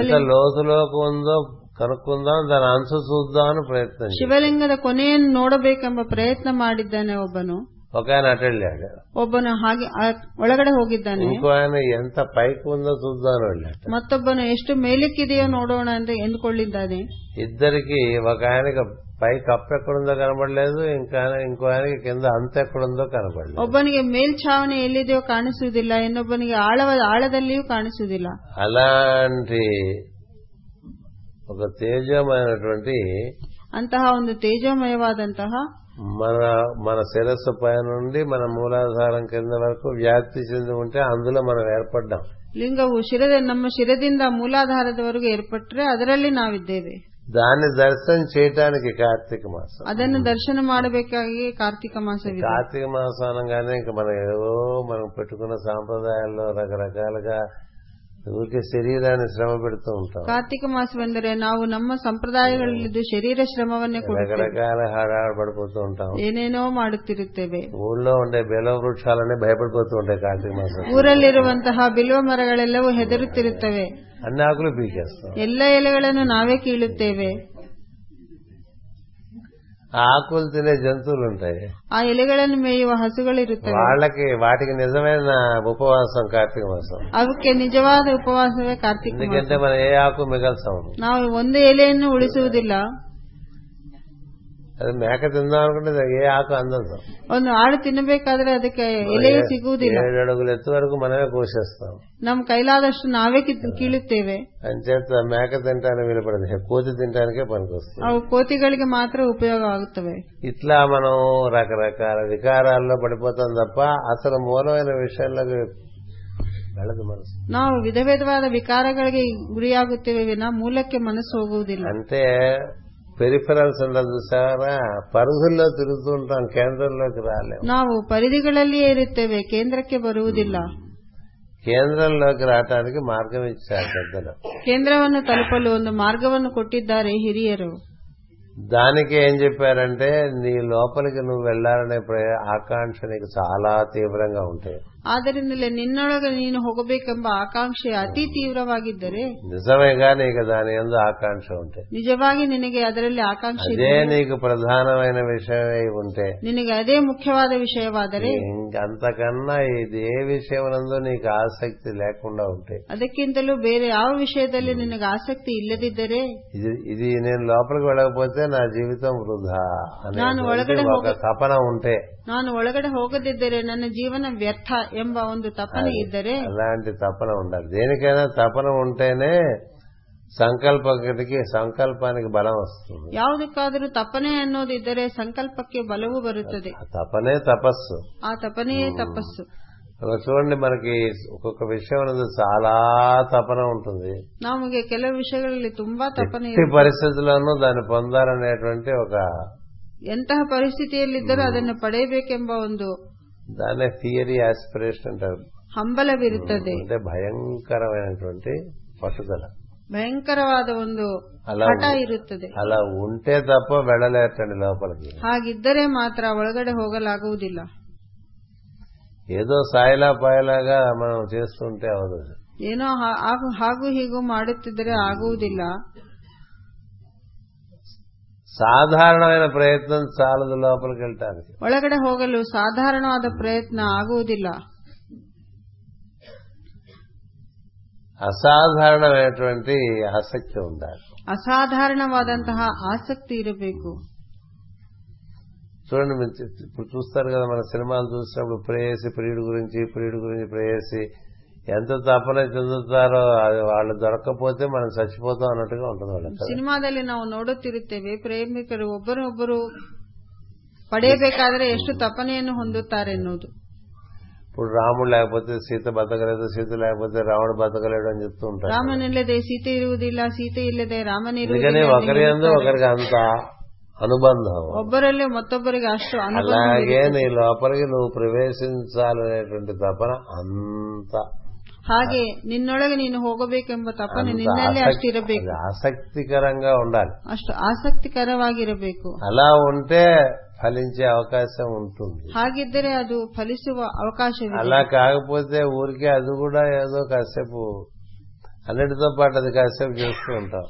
[SPEAKER 1] ఎంత లోతులోకి ఉందో కనుక్కుందాం దాని అంచు చూద్దామని ప్రయత్నం చేశాడు.
[SPEAKER 2] ಶಿವಲಿಂಗದ ಕೊನೆಯನ್ನು ನೋಡಬೇಕೆಂಬ ಪ್ರಯತ್ನ ಮಾಡಿದ್ದಾನೆ ಒಬ್ಬನು
[SPEAKER 1] ఒక ఆయన అటు వెళ్ళాడు
[SPEAKER 2] ಒಬ್ಬನು ಹಾಗೆ ಆ ಒಳಗಡೆ ಹೋಗಿದ್ದಾನೆ
[SPEAKER 1] ఇంకో ఆయన ఎంత పైకి ఉందో చూద్దామని వెళ్ళాడు
[SPEAKER 2] ಮತ್ತೊಬ್ಬನು ಎಷ್ಟು ಮೇಲಕ್ಕಿದೆಯೋ ನೋಡೋಣ ಅಂತ ಎಂದುಕೊಳ್ಳಿದ್ದಾನೆ
[SPEAKER 1] ఇద్దరికి ఒక ఆయనకి పై కప్పు ఎక్కడుందో కనబడలేదు ఇంకా ఇంకో ఆయనకి కింద అంత ఎక్కడుందో కనబడలేదు
[SPEAKER 2] ಒಬ್ಬನಿಗೆ ಮೇಲ್ಛಾವಣಿ ಎಲ್ಲಿದೆಯೋ ಕಾಣಿಸುವುದಿಲ್ಲ ಇನ್ನೊಬ್ಬನಿಗೆ ಆಳವ ಆಳದಲ್ಲಿಯೂ ಕಾಣಿಸುವುದಿಲ್ಲ
[SPEAKER 1] అలాంటి ఒక తేజమైనటువంటి
[SPEAKER 2] ಅಂತಹ ಒಂದು ತೇಜೋಮಯವಾದಂತಹ
[SPEAKER 1] మన మన శిరస్సు పై నుండి మన మూలాధారం కింద వరకు వ్యాప్తి చెంది ఉంటే అందులో మనం ఏర్పడ్డాం
[SPEAKER 2] ಲಿಂಗವು ಶಿರದ ನಮ್ಮ ಶಿರದಿಂದ ಮೂಲಾಧಾರದವರೆಗೂ ಏರ್ಪಟ್ಟರೆ ಅದರಲ್ಲಿ ನಾವಿದ್ದೇವೆ
[SPEAKER 1] దాన్ని దర్శనం చేయటానికి కార్తీక మాసం
[SPEAKER 2] ಅದನ್ನು ದರ್ಶನ ಮಾಡಬೇಕಾಗಿ ಕಾರ್ತಿಕ ಮಾಸವಿದೆ
[SPEAKER 1] కార్తీక మాసం అనగానే ఇంకా మనం ఏదో మనం పెట్టుకున్న సాంప్రదాయాల్లో రకరకాలుగా ఊరికే శరీరాన్ని శ్రమ పెడుతూ ఉంటాం
[SPEAKER 2] ಕಾರ್ತಿಕ ಮಾಸವೆಂದರೆ ನಾವು ನಮ್ಮ ಸಂಪ್ರದಾಯಗಳಲ್ಲಿದ್ದು ಶರೀರ ಶ್ರಮವನ್ನೇ ಕೊಡುತ್ತೇವೆ
[SPEAKER 1] రకరకాల హడావిడి పడిపోతూ ఉంటాం
[SPEAKER 2] ಏನೇನೋ ಮಾಡುತ್ತಿರುತ್ತೇವೆ
[SPEAKER 1] ఊళ్ళో ఉండే బెల వృక్షాలన్నీ భయపడిపోతూ ఉంటాయి కార్తీక మాసం
[SPEAKER 2] ಊರಲ್ಲಿರುವಂತಹ ಬಿಲ್ವ ಮರಗಳೆಲ್ಲವೂ ಹೆದರುತ್ತಿರುತ್ತವೆ
[SPEAKER 1] అన్ని ఆకులు పీకేస్తాం
[SPEAKER 2] ಎಲ್ಲ ಎಲೆಗಳನ್ನು ನಾವೇ ಕೀಳುತ್ತೇವೆ
[SPEAKER 1] ఆ ఆకులు తినే జంతువులు ఉంటాయి
[SPEAKER 2] ಆ ಎಲೆಗಳನ್ನು ಮೇಯುವ ಹಸುಗಳಿರುತ್ತವೆ
[SPEAKER 1] వాళ్ళకి వాటికి నిజమైన ఉపవాసం కార్తీక మాసం
[SPEAKER 2] ಅವಕ್ಕೆ ನಿಜವಾದ ಉಪವಾಸವೇ ಕಾರ್ತಿಕ ಮಾಸ.
[SPEAKER 1] ఎందుకంటే మనం ఏ ఆకు మిగల్సాం
[SPEAKER 2] ನಾವು ಒಂದು ಎಲೆಯನ್ನು ಉಳಿಸುವುದಿಲ್ಲ
[SPEAKER 1] అది మేక తిందాం అనుకుంటే ఏ ఆకు అందదు
[SPEAKER 2] ಒಂದು ಆಡು ತಿನ್ನಬೇಕಾದ್ರೆ ಅದಕ್ಕೆ ಎಲೆಯೂ ಸಿಗುವುದಿಲ್ಲ
[SPEAKER 1] ఏడు అడుగులు ఎత్తు వరకు మనమే కోసేస్తాం
[SPEAKER 2] ನಮ್ಮ ಕೈಲಾದಷ್ಟು ನಾವೇ ಕಿತ್ತು- ಕೀಳುತ್ತೇವೆ
[SPEAKER 1] అంచేత మేక తినడానికి వినపడదు కోతి తినడానికే పనికొస్తుంది
[SPEAKER 2] ಅವು ಕೋತಿಗಳಿಗೆ ಮಾತ್ರ ಉಪಯೋಗವಾಗುತ್ತವೆ
[SPEAKER 1] ఇట్లా మనం రకరకాల వికారాల్లో పడిపోతాం తప్ప అసలు మూలమైన విషయంలోకి వెళ్ళదు మనసు
[SPEAKER 2] ನಾವು ವಿಧ ವಿಧವಾದ ವಿಕಾರಗಳಿಗೆ ಗುರಿಯಾಗುತ್ತೇವೆ ವಿನ ಮೂಲಕ್ಕೆ ಮನಸ್ಸು ಹೋಗುವುದಿಲ್ಲ
[SPEAKER 1] అంటే పెరిఫరల్స్ ఉండదు చూసారా పరుగుల్లో తిరుగుతూ ఉంటాం కేంద్రంలోకి రాలేము
[SPEAKER 2] ನಾವು ಪರಿಧಿಗಳಲ್ಲಿಯೇ ಇರುತ್ತೇವೆ ಕೇಂದ್ರಕ್ಕೆ ಬರುವುದಿಲ್ಲ
[SPEAKER 1] కేంద్రంలోకి రావటానికి మార్గం ఇచ్చారు పెద్దలు
[SPEAKER 2] ಕೇಂದ್ರವನ್ನು ತಲುಪಲು ಒಂದು ಮಾರ್ಗವನ್ನು ಕೊಟ್ಟಿದ್ದಾರೆ ಹಿರಿಯರು
[SPEAKER 1] దానికి ఏం చెప్పారంటే నీ లోపలికి నువ్వు వెళ్లాలనే ప్రే- ఆకాంక్ష నీకు చాలా తీవ్రంగా ఉంటాయి
[SPEAKER 2] ಆದ್ದರಿಂದಲೇ ನಿನ್ನೊಳಗೆ ನೀನು ಹೋಗಬೇಕೆಂಬ ಆಕಾಂಕ್ಷೆ ಅತಿ ತೀವ್ರವಾಗಿದ್ದರೆ
[SPEAKER 1] నిజమేగా నీకు దాని ఎందు ఆకాంక్ష ఉంటాయి
[SPEAKER 2] ನಿಜವಾಗಿ ನಿನಗೆ ಅದರಲ್ಲಿ ಆಕಾಂಕ್ಷೆ ಇದೆ.
[SPEAKER 1] అదే నీకు ప్రధానమైన విషయమై ఉంటే
[SPEAKER 2] ನಿನಗೆ ಅದೇ ಮುಖ್ಯವಾದ ವಿಷಯವಾದರೆ
[SPEAKER 1] ఇంక అంతకన్నా ఇది ఏ విషయమునందు నీకు ఆసక్తి లేకుండా ఉంటే
[SPEAKER 2] ಅದಕ್ಕಿಂತಲೂ ಬೇರೆ ಯಾವ ವಿಷಯದಲ್ಲಿ ನಿನಗೆ ಆಸಕ್ತಿ ಇಲ್ಲದಿದ್ದರೆ
[SPEAKER 1] ఇది ఇది నేను లోపలికి వెళ్ళకపోతే నా జీవితం వృధా
[SPEAKER 2] ನಾನು ಒಳಗಡೆ
[SPEAKER 1] అనే ఒక తపన ఉంటే
[SPEAKER 2] ನಾನು ಒಳಗಡೆ ಹೋಗದಿದ್ದರೆ ನನ್ನ ಜೀವನ ವ್ಯರ್ಥ ಎಂಬ ಒಂದು ತಪನೆ ಇದ್ದರೆ
[SPEAKER 1] అలాంటి తపన ఉండాలి దేనికైనా తపన ఉంటేనే సంకల్పకి సంకల్పానికి బలం వస్తుంది
[SPEAKER 2] ಯಾವುದಕ್ಕಾದರೂ ತಪನೆ ಅನ್ನೋದಿದ್ದರೆ ಸಂಕಲ್ಪಕ್ಕೆ ಬಲವು ಬರುತ್ತದೆ
[SPEAKER 1] ఆ తపనే తపస్సు
[SPEAKER 2] ಆ ತಪನೆಯೇ ತಪಸ್ಸು
[SPEAKER 1] అలా చూడండి మనకి ఒక్కొక్క విషయం అనేది చాలా తపన ఉంటుంది
[SPEAKER 2] ನಮಗೆ ಕೆಲವು విషಯಗಳಲ್ಲಿ ತುಂಬಾ ತಪನೆ
[SPEAKER 1] ఎట్టి
[SPEAKER 2] ಇದೆ
[SPEAKER 1] పరిస్థితుల్లోనూ దాన్ని పొందాలనేటువంటి ఒక
[SPEAKER 2] ಎಂತಹ ಪರಿಸ್ಥಿತಿಯಲ್ಲಿದ್ದರೂ ಅದನ್ನು ಪಡೆಯಬೇಕೆಂಬ ಒಂದು
[SPEAKER 1] దాన్నే థియరీ ఆస్పిరేషన్ అంటారు
[SPEAKER 2] ಹಂಬಲವಿರುತ್ತದೆ
[SPEAKER 1] అంటే భయంకరమైనటువంటి పట్టుదల
[SPEAKER 2] ಭಯಂಕರವಾದ ಒಂದು
[SPEAKER 1] అలా
[SPEAKER 2] ಹಠ ಇರುತ್ತದೆ
[SPEAKER 1] అలా ఉంటే తప్ప వెళ్ళలేటండి లోపలికి
[SPEAKER 2] ಹಾಗಿದ್ದರೆ ಮಾತ್ರ ಒಳಗಡೆ ಹೋಗಲಾಗುವುದಿಲ್ಲ
[SPEAKER 1] ఏదో సాయిలా పాయలాగా మనం చేస్తుంటే అవదు
[SPEAKER 2] ಏನೋ ಹಾ- ಹಾಗೂ- ಹಾಗೂ ಹೀಗೂ ಮಾಡುತ್ತಿದ್ದರೆ ಆಗುವುದಿಲ್ಲ
[SPEAKER 1] సాధారణమైన ప్రయత్నం చాలదు లోపలికి వెళ్ళటానికి
[SPEAKER 2] ಒಳಗಡೆ ಹೋಗಲು ಸಾಧಾರಣವಾದ ಪ್ರಯತ್ನ ಆಗುವುದಿಲ್ಲ
[SPEAKER 1] అసాధారణమైనటువంటి ఆసక్తి ఉండాలి
[SPEAKER 2] ಅಸಾಧಾರಣವಾದಂತಹ ಆಸಕ್ತಿ ಇರಬೇಕು
[SPEAKER 1] చూడండి మీరు చూ- ఇప్పుడు చూస్తారు కదా మన సినిమాలు చూసినప్పుడు ప్రేయసి ప్రియుడి గురించి ప్రియుడి గురించి ప్రేయసి ఎంత తపన చెందుతారో అది వాళ్ళు దొరకకపోతే మనం చచ్చిపోతాం అన్నట్టుగా ఉంటుంది వాళ్ళకి
[SPEAKER 2] ಸಿನಿಮಾದಲ್ಲಿ ನಾವು ನೋಡುತ್ತಿರುತ್ತೇವೆ ಪ್ರೇಮಿಕರು ಒಬ್ಬರೊಬ್ಬರು ಪಡೆಯಬೇಕಾದರೆ ಎಷ್ಟು ತಪನೆಯನ್ನು ಹೊಂದುತ್ತಾರೆ ಎನ್ನುವುದು
[SPEAKER 1] ఇప్పుడు రాముడు లేకపోతే సీత బతకలేదు సీత లేకపోతే రాముడు బతకలేడు అని చెప్తూ ఉంటారు
[SPEAKER 2] ರಾಮನಿಲ್ಲದೆ ಸೀತೆ ಇರುವುದಿಲ್ಲ ಸೀತೆ ಇಲ್ಲದೆ ರಾಮನಿರುವುದಿಲ್ಲ
[SPEAKER 1] అందుకని ఒకరి అందు ఒకరికి అంత అనుబంధం
[SPEAKER 2] ಒಬ್ಬರಲ್ಲಿ ಮತ್ತೊಬ್ಬರಿಗೆ ಅಷ್ಟು ಅನುಭವ
[SPEAKER 1] అలాగే నీ లోపలికి నువ్వు ప్రవేశించాలనేటువంటి తపన అంత
[SPEAKER 2] ಹಾಗೆ ನಿನ್ನೊಳಗೆ ನೀನು ಹೋಗಬೇಕೆಂಬ ತಪನೆ
[SPEAKER 1] అంత
[SPEAKER 2] ನಿನ್ನಲ್ಲೇ
[SPEAKER 1] ఆసక్తి-
[SPEAKER 2] ಅಷ್ಟಿರಬೇಕು
[SPEAKER 1] అది ఆసక్తికరంగా ఉండాలి
[SPEAKER 2] ಅಷ್ಟು ಆಸಕ್ತಿಕರವಾಗಿರಬೇಕು
[SPEAKER 1] అలా ఉంటే ఫలించే అవకాశం ఉంటుంది
[SPEAKER 2] ಹಾಗಿದ್ದರೆ ಅದು ಫಲಿಸುವ ಅವಕಾಶವಿದೆ
[SPEAKER 1] అలా కాకపోతే ఊరికే అది కూడా ఏదో కాసేపు అన్నిటితో పాటు అది కాసేపు చేస్తూ ఉంటాం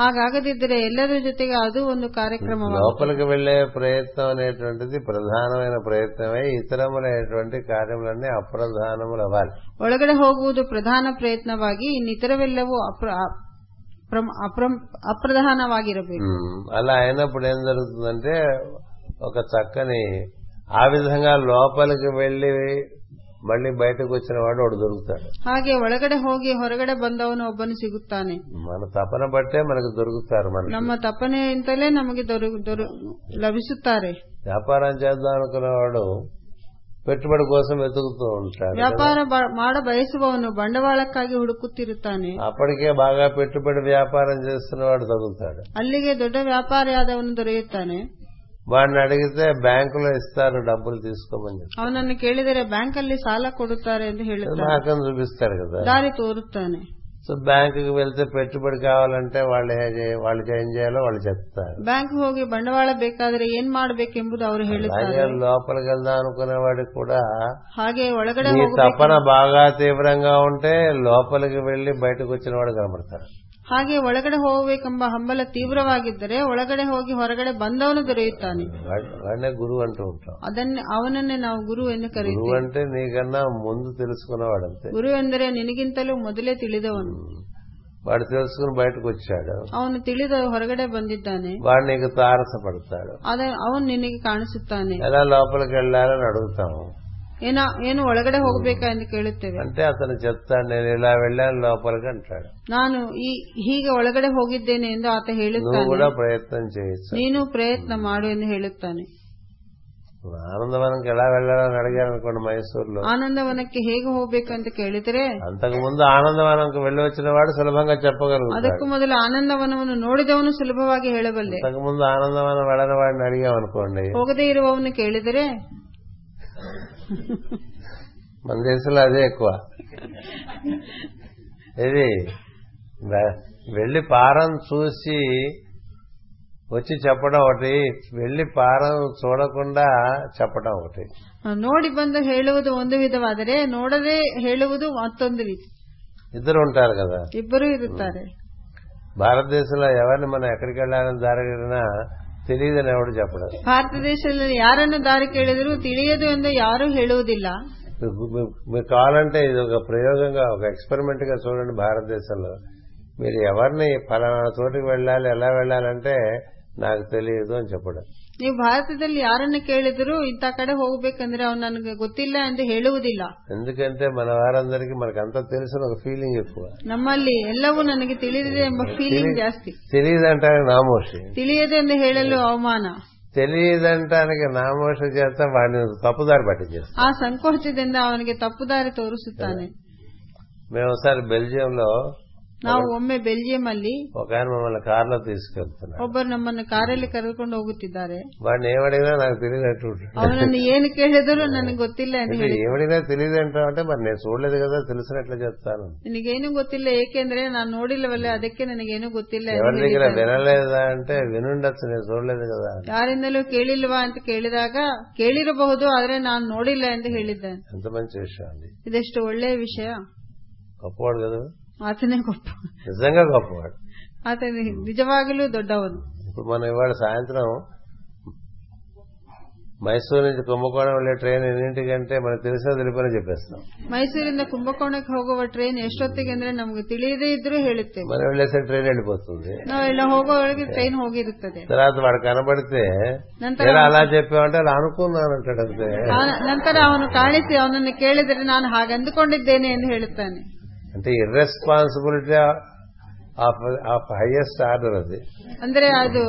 [SPEAKER 2] ಹಾಗಾಗದಿದ್ದರೆ ಎಲ್ಲರ ಜೊತೆಗೆ ಅದು ಒಂದು ಕಾರ್ಯಕ್ರಮವಾಗಿದೆ
[SPEAKER 1] లోపలికి వెళ్లే ప్రయత్నం అనేటువంటిది ప్రధానమైన ప్రయత్నమే ఇతరములైనటువంటి కార్యములన్నీ అప్రధానములు అవ్వాలి
[SPEAKER 2] ಒಳಗಡೆ ಹೋಗುವುದು ಪ್ರಧಾನ ಪ್ರಯತ್ನವಾಗಿ ಇನ್ನಿತರವೆಲ್ಲವೂ ಅಪ್ರ- ಅಪ್ರಮ್- ಅಪ್ರಮ್- ಅಪ್ರಧಾನವಾಗಿರಬೇಕು
[SPEAKER 1] ఉమ్, అలా అయినప్పుడు ఏం జరుగుతుందంటే ఒక చక్కని ఆ విధంగా లోపలికి వెళ్లి మళ్ళీ బయటకు వచ్చిన వాడు ఒకడు దొరుకుతాడు
[SPEAKER 2] ಹಾಗೆ ಒಳಗಡೆ ಹೋಗಿ ಹೊರಗಡೆ ಬಂದವನು ಒಬ್ಬನು ಸಿಗುತ್ತಾನೆ
[SPEAKER 1] మన తపన బట్టే మనకు దొరుకుతారు మనకి
[SPEAKER 2] ನಮ್ಮ ತಪ್ಪನೆಯಿಂದಲೇ ನಮಗೆ ದೊರ- ದೊರ- ಲಭಿಸುತ್ತಾರೆ
[SPEAKER 1] వ్యాపారం చేద్దాం అనుకునేవాడు పెట్టుబడి కోసం వెతుకుతూ ఉంటాడు
[SPEAKER 2] ವ್ಯಾಪಾರ ಬ- ಮಾಡ ಬಯಸುವವನು ಬಂಡವಾಳಕ್ಕಾಗಿ ಹುಡುಕುತ್ತಿರುತ್ತಾನೆ
[SPEAKER 1] అప్పటికే బాగా పెట్టుబడి వ్యాపారం చేస్తున్నవాడు తగులుతాడు
[SPEAKER 2] ಅಲ್ಲಿಗೆ ದೊಡ್ಡ ವ್ಯಾಪಾರಿಯಾದವನು ದೊರೆಯುತ್ತಾನೆ
[SPEAKER 1] వాడిని అడిగితే బ్యాంకులో ఇస్తారు డబ్బులు తీసుకోమని చెప్పి
[SPEAKER 2] ಅವನನ್ನು ಕೇಳಿದರೆ ಬ್ಯಾಂಕಲ್ಲಿ ಸಾಲ ಕೊಡುತ್ತಾರೆ ಎಂದು ಹೇಳುತ್ತಾನೆ
[SPEAKER 1] నాకని చూపిస్తాడు కదా
[SPEAKER 2] ದಾರಿ ತೋರುತ್ತಾನೆ
[SPEAKER 1] సో బ్యాంకుకి వెళ్తే పెట్టుబడి కావాలంటే వాళ్ళు ఏ చే- వాళ్ళు ఏం చేయాలో వాళ్ళు చెప్తారు
[SPEAKER 2] ಬ್ಯಾಂಕ್ ಹೋಗಿ ಬಂಡವಾಳ ಬೇಕಾದ್ರೆ ಏನ್ ಮಾಡ್ಬೇಕೆಂಬುದು ಅವರು
[SPEAKER 1] అలాగే
[SPEAKER 2] ಹೇಳುತ್ತಾರೆ
[SPEAKER 1] లోపలికి వెళ్దాం అనుకునేవాడికి కూడా
[SPEAKER 2] ಹಾಗೆ ಒಳಗಡೆ
[SPEAKER 1] నీ
[SPEAKER 2] ಹೋಗಬೇಕು
[SPEAKER 1] తపన బాగా తీవ్రంగా ఉంటే లోపలికి వెళ్లి బయటకు వచ్చిన వాడు కనబడతారు
[SPEAKER 2] ಹಾಗೆ ಒಳಗಡೆ ಹೋಗಬೇಕೆಂಬ ಹಂಬಲ ತೀವ್ರವಾಗಿದ್ದರೆ ಒಳಗಡೆ ಹೋಗಿ ಹೊರಗಡೆ ಬಂದವನು ದೊರೆಯುತ್ತಾನೆ
[SPEAKER 1] వాడ్- వాడినే గురువు అంటూ ఉంటాం
[SPEAKER 2] ಅದನ್ನೇ ಅವನನ್ನೇ ನಾವು ಗುರು ಎಂದು
[SPEAKER 1] గురువు
[SPEAKER 2] ಕರೆಯುತ್ತೇವೆ
[SPEAKER 1] అంటే నీకన్నా ముందు తెలుసుకున్నవాడు అంతే
[SPEAKER 2] ಗುರು ಎಂದರೆ ನಿನಗಿಂತಲೂ ಮೊದಲೇ ತಿಳಿದವನು
[SPEAKER 1] వాడు తెలుసుకుని బయటకు వచ్చాడు
[SPEAKER 2] ಅವನು ತಿಳಿದ ಹೊರಗಡೆ ಬಂದಿದ್ದಾನೆ
[SPEAKER 1] వాడు నీకు తారసపడతాడు
[SPEAKER 2] ಅದ ಅವನು ನಿನಗೆ ಕಾಣಿಸುತ್ತಾನೆ
[SPEAKER 1] ఎలా లోపలికి వెళ్ళాలని అడుగుతాము
[SPEAKER 2] ಏನ ಏನು ಒಳಗಡೆ ಹೋಗ್ಬೇಕಾ ಎಂದು ಕೇಳುತ್ತೇವೆ
[SPEAKER 1] అంటే అతను చెప్తాడు నేను ఇలా వెళ్ళాను లోపలికి అంటాడు
[SPEAKER 2] ನಾನು ಈ ಹೀಗೆ ಒಳಗಡೆ ಹೋಗಿದ್ದೇನೆ ಎಂದು ಆತ
[SPEAKER 1] నువ్వు
[SPEAKER 2] ಹೇಳುತ್ತಾನೆ
[SPEAKER 1] కూడా ప్రయత్నం చేయొచ్చు
[SPEAKER 2] ನೀನು ಪ್ರಯತ್ನ ಮಾಡು ಎಂದು ಹೇಳುತ್ತಾನೆ
[SPEAKER 1] ఇప్పుడు ఆనందవనంకి ఎలా వెళ్ళాలని అడిగారు అనుకోండి మైసూరులో
[SPEAKER 2] ಆನಂದವನಕ್ಕೆ ಹೇಗೆ ಹೋಗ್ಬೇಕು ಅಂತ ಕೇಳಿದರೆ
[SPEAKER 1] అంతకు ముందు ఆనందవనంకి వెళ్ళి వచ్చిన వాడు సులభంగా చెప్పగలుగుతాడు
[SPEAKER 2] ಅದಕ್ಕೂ ಮೊದಲು ಆನಂದವನವನ್ನು ನೋಡಿದವನು ಸುಲಭವಾಗಿ ಹೇಳಬಲ್ಲೆ
[SPEAKER 1] అంతకు ముందు ఆనందవనం వెళ్ళని వాడిని అడిగామనుకోండి
[SPEAKER 2] ಹೋಗದೇ ಇರುವವನು ಕೇಳಿದರೆ
[SPEAKER 1] మన దేశంలో అదే ఎక్కువ ఇది వె- వెళ్ళి పారం చూసి వచ్చి చెప్పడం ఒకటి వెళ్ళి పారం చూడకుండా చెప్పడం ఒకటి
[SPEAKER 2] ನೋಡಿ ಬಂದು ಹೇಳುವುದು ಒಂದು ವಿಧವಾದರೆ ನೋಡದೆ ಹೇಳುವುದು ಮತ್ತೊಂದು ರೀತಿ
[SPEAKER 1] ఇద్దరు ఉంటారు కదా
[SPEAKER 2] ಇಬ್ಬರೂ ಇರುತ್ತಾರೆ
[SPEAKER 1] భారతదేశంలో ఎవరిని మనం ఎక్కడికి వెళ్ళాలని దారినా తెలియదని ఎవడు చెప్పడం
[SPEAKER 2] ಭಾರತ ದೇಶದಲ್ಲಿ ಯಾರನ್ನು ದಾರಿ ಕೇಳಿದರೂ ತಿಳಿಯದು ಎಂದು ಯಾರೂ ಹೇಳುವುದಿಲ್ಲ
[SPEAKER 1] మీకు- మీకు- మీకు కావాలంటే ఇది ఒక ప్రయోగంగా ఒక ఎక్స్పెరిమెంట్ గా చూడండి భారతదేశంలో మీరు ఎవరిని ఫలానా చోటికి వెళ్ళాలి ఎలా వెళ్ళాలంటే నాకు తెలియదు అని చెప్పడం
[SPEAKER 2] ನೀವು ಭಾರತದಲ್ಲಿ ಯಾರನ್ನು ಕೇಳಿದರೂ ಇಂಥ ಕಡೆ ಹೋಗ್ಬೇಕಂದ್ರೆ ಅವ್ನು ನನಗೆ ಗೊತ್ತಿಲ್ಲ ಎಂದು ಹೇಳುವುದಿಲ್ಲ
[SPEAKER 1] ఎందుకంటే మన వారందరికీ మనకంతా తెలిసిన ఒక ఫీలింగ్ ఎక్కువ
[SPEAKER 2] ನಮ್ಮಲ್ಲಿ ಎಲ್ಲವೂ ನನಗೆ ತಿಳಿದಿದೆ ಎಂಬ ಫೀಲಿಂಗ್ ಜಾಸ್ತಿ
[SPEAKER 1] తెలియదంటానికి నామోషి
[SPEAKER 2] ತಿಳಿಯದೆ ಎಂದು ಹೇಳಲು ಅವಮಾನ
[SPEAKER 1] తెలియదంటానికి నామోషి చేస్తే వాడిని తప్పుదారి పట్టించేస్తాం
[SPEAKER 2] ಆ ಸಂಕೋಚದಿಂದ ಅವನಿಗೆ ತಪ್ಪುದಾರಿ ತೋರಿಸುತ್ತಾನೆ
[SPEAKER 1] మేము ఒకసారి బెల్జియంలో
[SPEAKER 2] ನಾವು ಒಮ್ಮೆ ಬೆಲ್ಜಿಯಂ ಅಲ್ಲಿ
[SPEAKER 1] ఒక ఆయన మమ్మల్ని కారులో తీసుకెళ్తున్నాడు
[SPEAKER 2] ಒಬ್ಬರು ನಮ್ಮನ್ನು ಕಾರಲ್ಲಿ ಕರೆದುಕೊಂಡು ಹೋಗುತ್ತಿದ್ದಾರೆ
[SPEAKER 1] వాడిని ఏమడిగినా నాకు తెలియనట్టు ఉంటాడు.
[SPEAKER 2] ಅವನನ್ನು ಏನು ಕೇಳಿದರೂ ನನಗೆ ಗೊತ್ತಿಲ್ಲ ಎಂದು
[SPEAKER 1] అంటే
[SPEAKER 2] ಹೇಳಿ
[SPEAKER 1] ఏమడిగినా తెలియదు అంటావు అంటే మరి నేను చూడలేదు కదా తెలిసినట్లు చెప్తాను
[SPEAKER 2] ನಿನಗೇನು ಗೊತ್ತಿಲ್ಲ ಏಕೆಂದ್ರೆ ನಾನು ನೋಡಿಲ್ಲವಲ್ಲ ಅದಕ್ಕೆ ನನಗೇನು ಗೊತ್ತಿಲ್ಲ ಎಂದು
[SPEAKER 1] ఎవరి దగ్గర
[SPEAKER 2] ಹೇಳಿದ್ದಾರೆ.
[SPEAKER 1] వినలేదా అంటే వినుండొచ్చు నేను చూడలేదు కదా
[SPEAKER 2] ಯಾರಿಂದಲೂ ಕೇಳಿಲ್ವಾ ಅಂತ ಕೇಳಿದಾಗ ಕೇಳಿರಬಹುದು ಆದ್ರೆ ನಾನು ನೋಡಿಲ್ಲ ಎಂದು ಹೇಳಿದ್ದಾನೆ
[SPEAKER 1] ఎంత మంచి విషయం అండి
[SPEAKER 2] ಇದೆಷ್ಟು ಒಳ್ಳೆಯ ವಿಷಯ
[SPEAKER 1] గొప్పవాడు కదా
[SPEAKER 2] ಆತನೇ ಗೊಪ್ಪ
[SPEAKER 1] నిజంగా గొప్పవాడు
[SPEAKER 2] ಆತ ನಿಜವಾಗಲೂ ದೊಡ್ಡವನು
[SPEAKER 1] ఇప్పుడు మనం ఇవాళ సాయంత్రం మైసూరు నుంచి కుంభకోణం వెళ్లే ట్రైన్ ఎన్నింటికంటే మనకు తెలిసినా తెలిపని చెప్పేస్తాం
[SPEAKER 2] ಮೈಸೂರಿಂದ ಕುಂಭಕೋಣಕ್ಕೆ ಹೋಗುವ ಟ್ರೈನ್ ಎಷ್ಟೊತ್ತಿಗೆ ಅಂದ್ರೆ ನಮ್ಗೆ ತಿಳಿಯದೇ ಇದ್ರೂ ಹೇಳುತ್ತೇವೆ
[SPEAKER 1] మనం వెళ్ళేసరికి ట్రైన్ వెళ్ళిపోతుంది
[SPEAKER 2] ನಾವೆಲ್ಲ ಹೋಗೋವರೆಗೆ ಟ್ರೈನ್ ಹೋಗಿರುತ್ತದೆ
[SPEAKER 1] తర్వాత వాడు కనబడితే
[SPEAKER 2] ನಂತರ
[SPEAKER 1] ఎలా అలా చెప్పామంటే అలా అనుకున్నాను అంటాడు అంతే
[SPEAKER 2] ಆ- ನಂತರ ಅವನು ಕಾಣಿಸಿ ಅವನನ್ನು ಕೇಳಿದರೆ ನಾನು ಹಾಗೆ ಅಂದುಕೊಂಡಿದ್ದೇನೆ ಎಂದು ಹೇಳುತ್ತಾನೆ
[SPEAKER 1] అంటే irresponsibility of of highest order అది
[SPEAKER 2] ಅಂದ್ರೆ ಅದು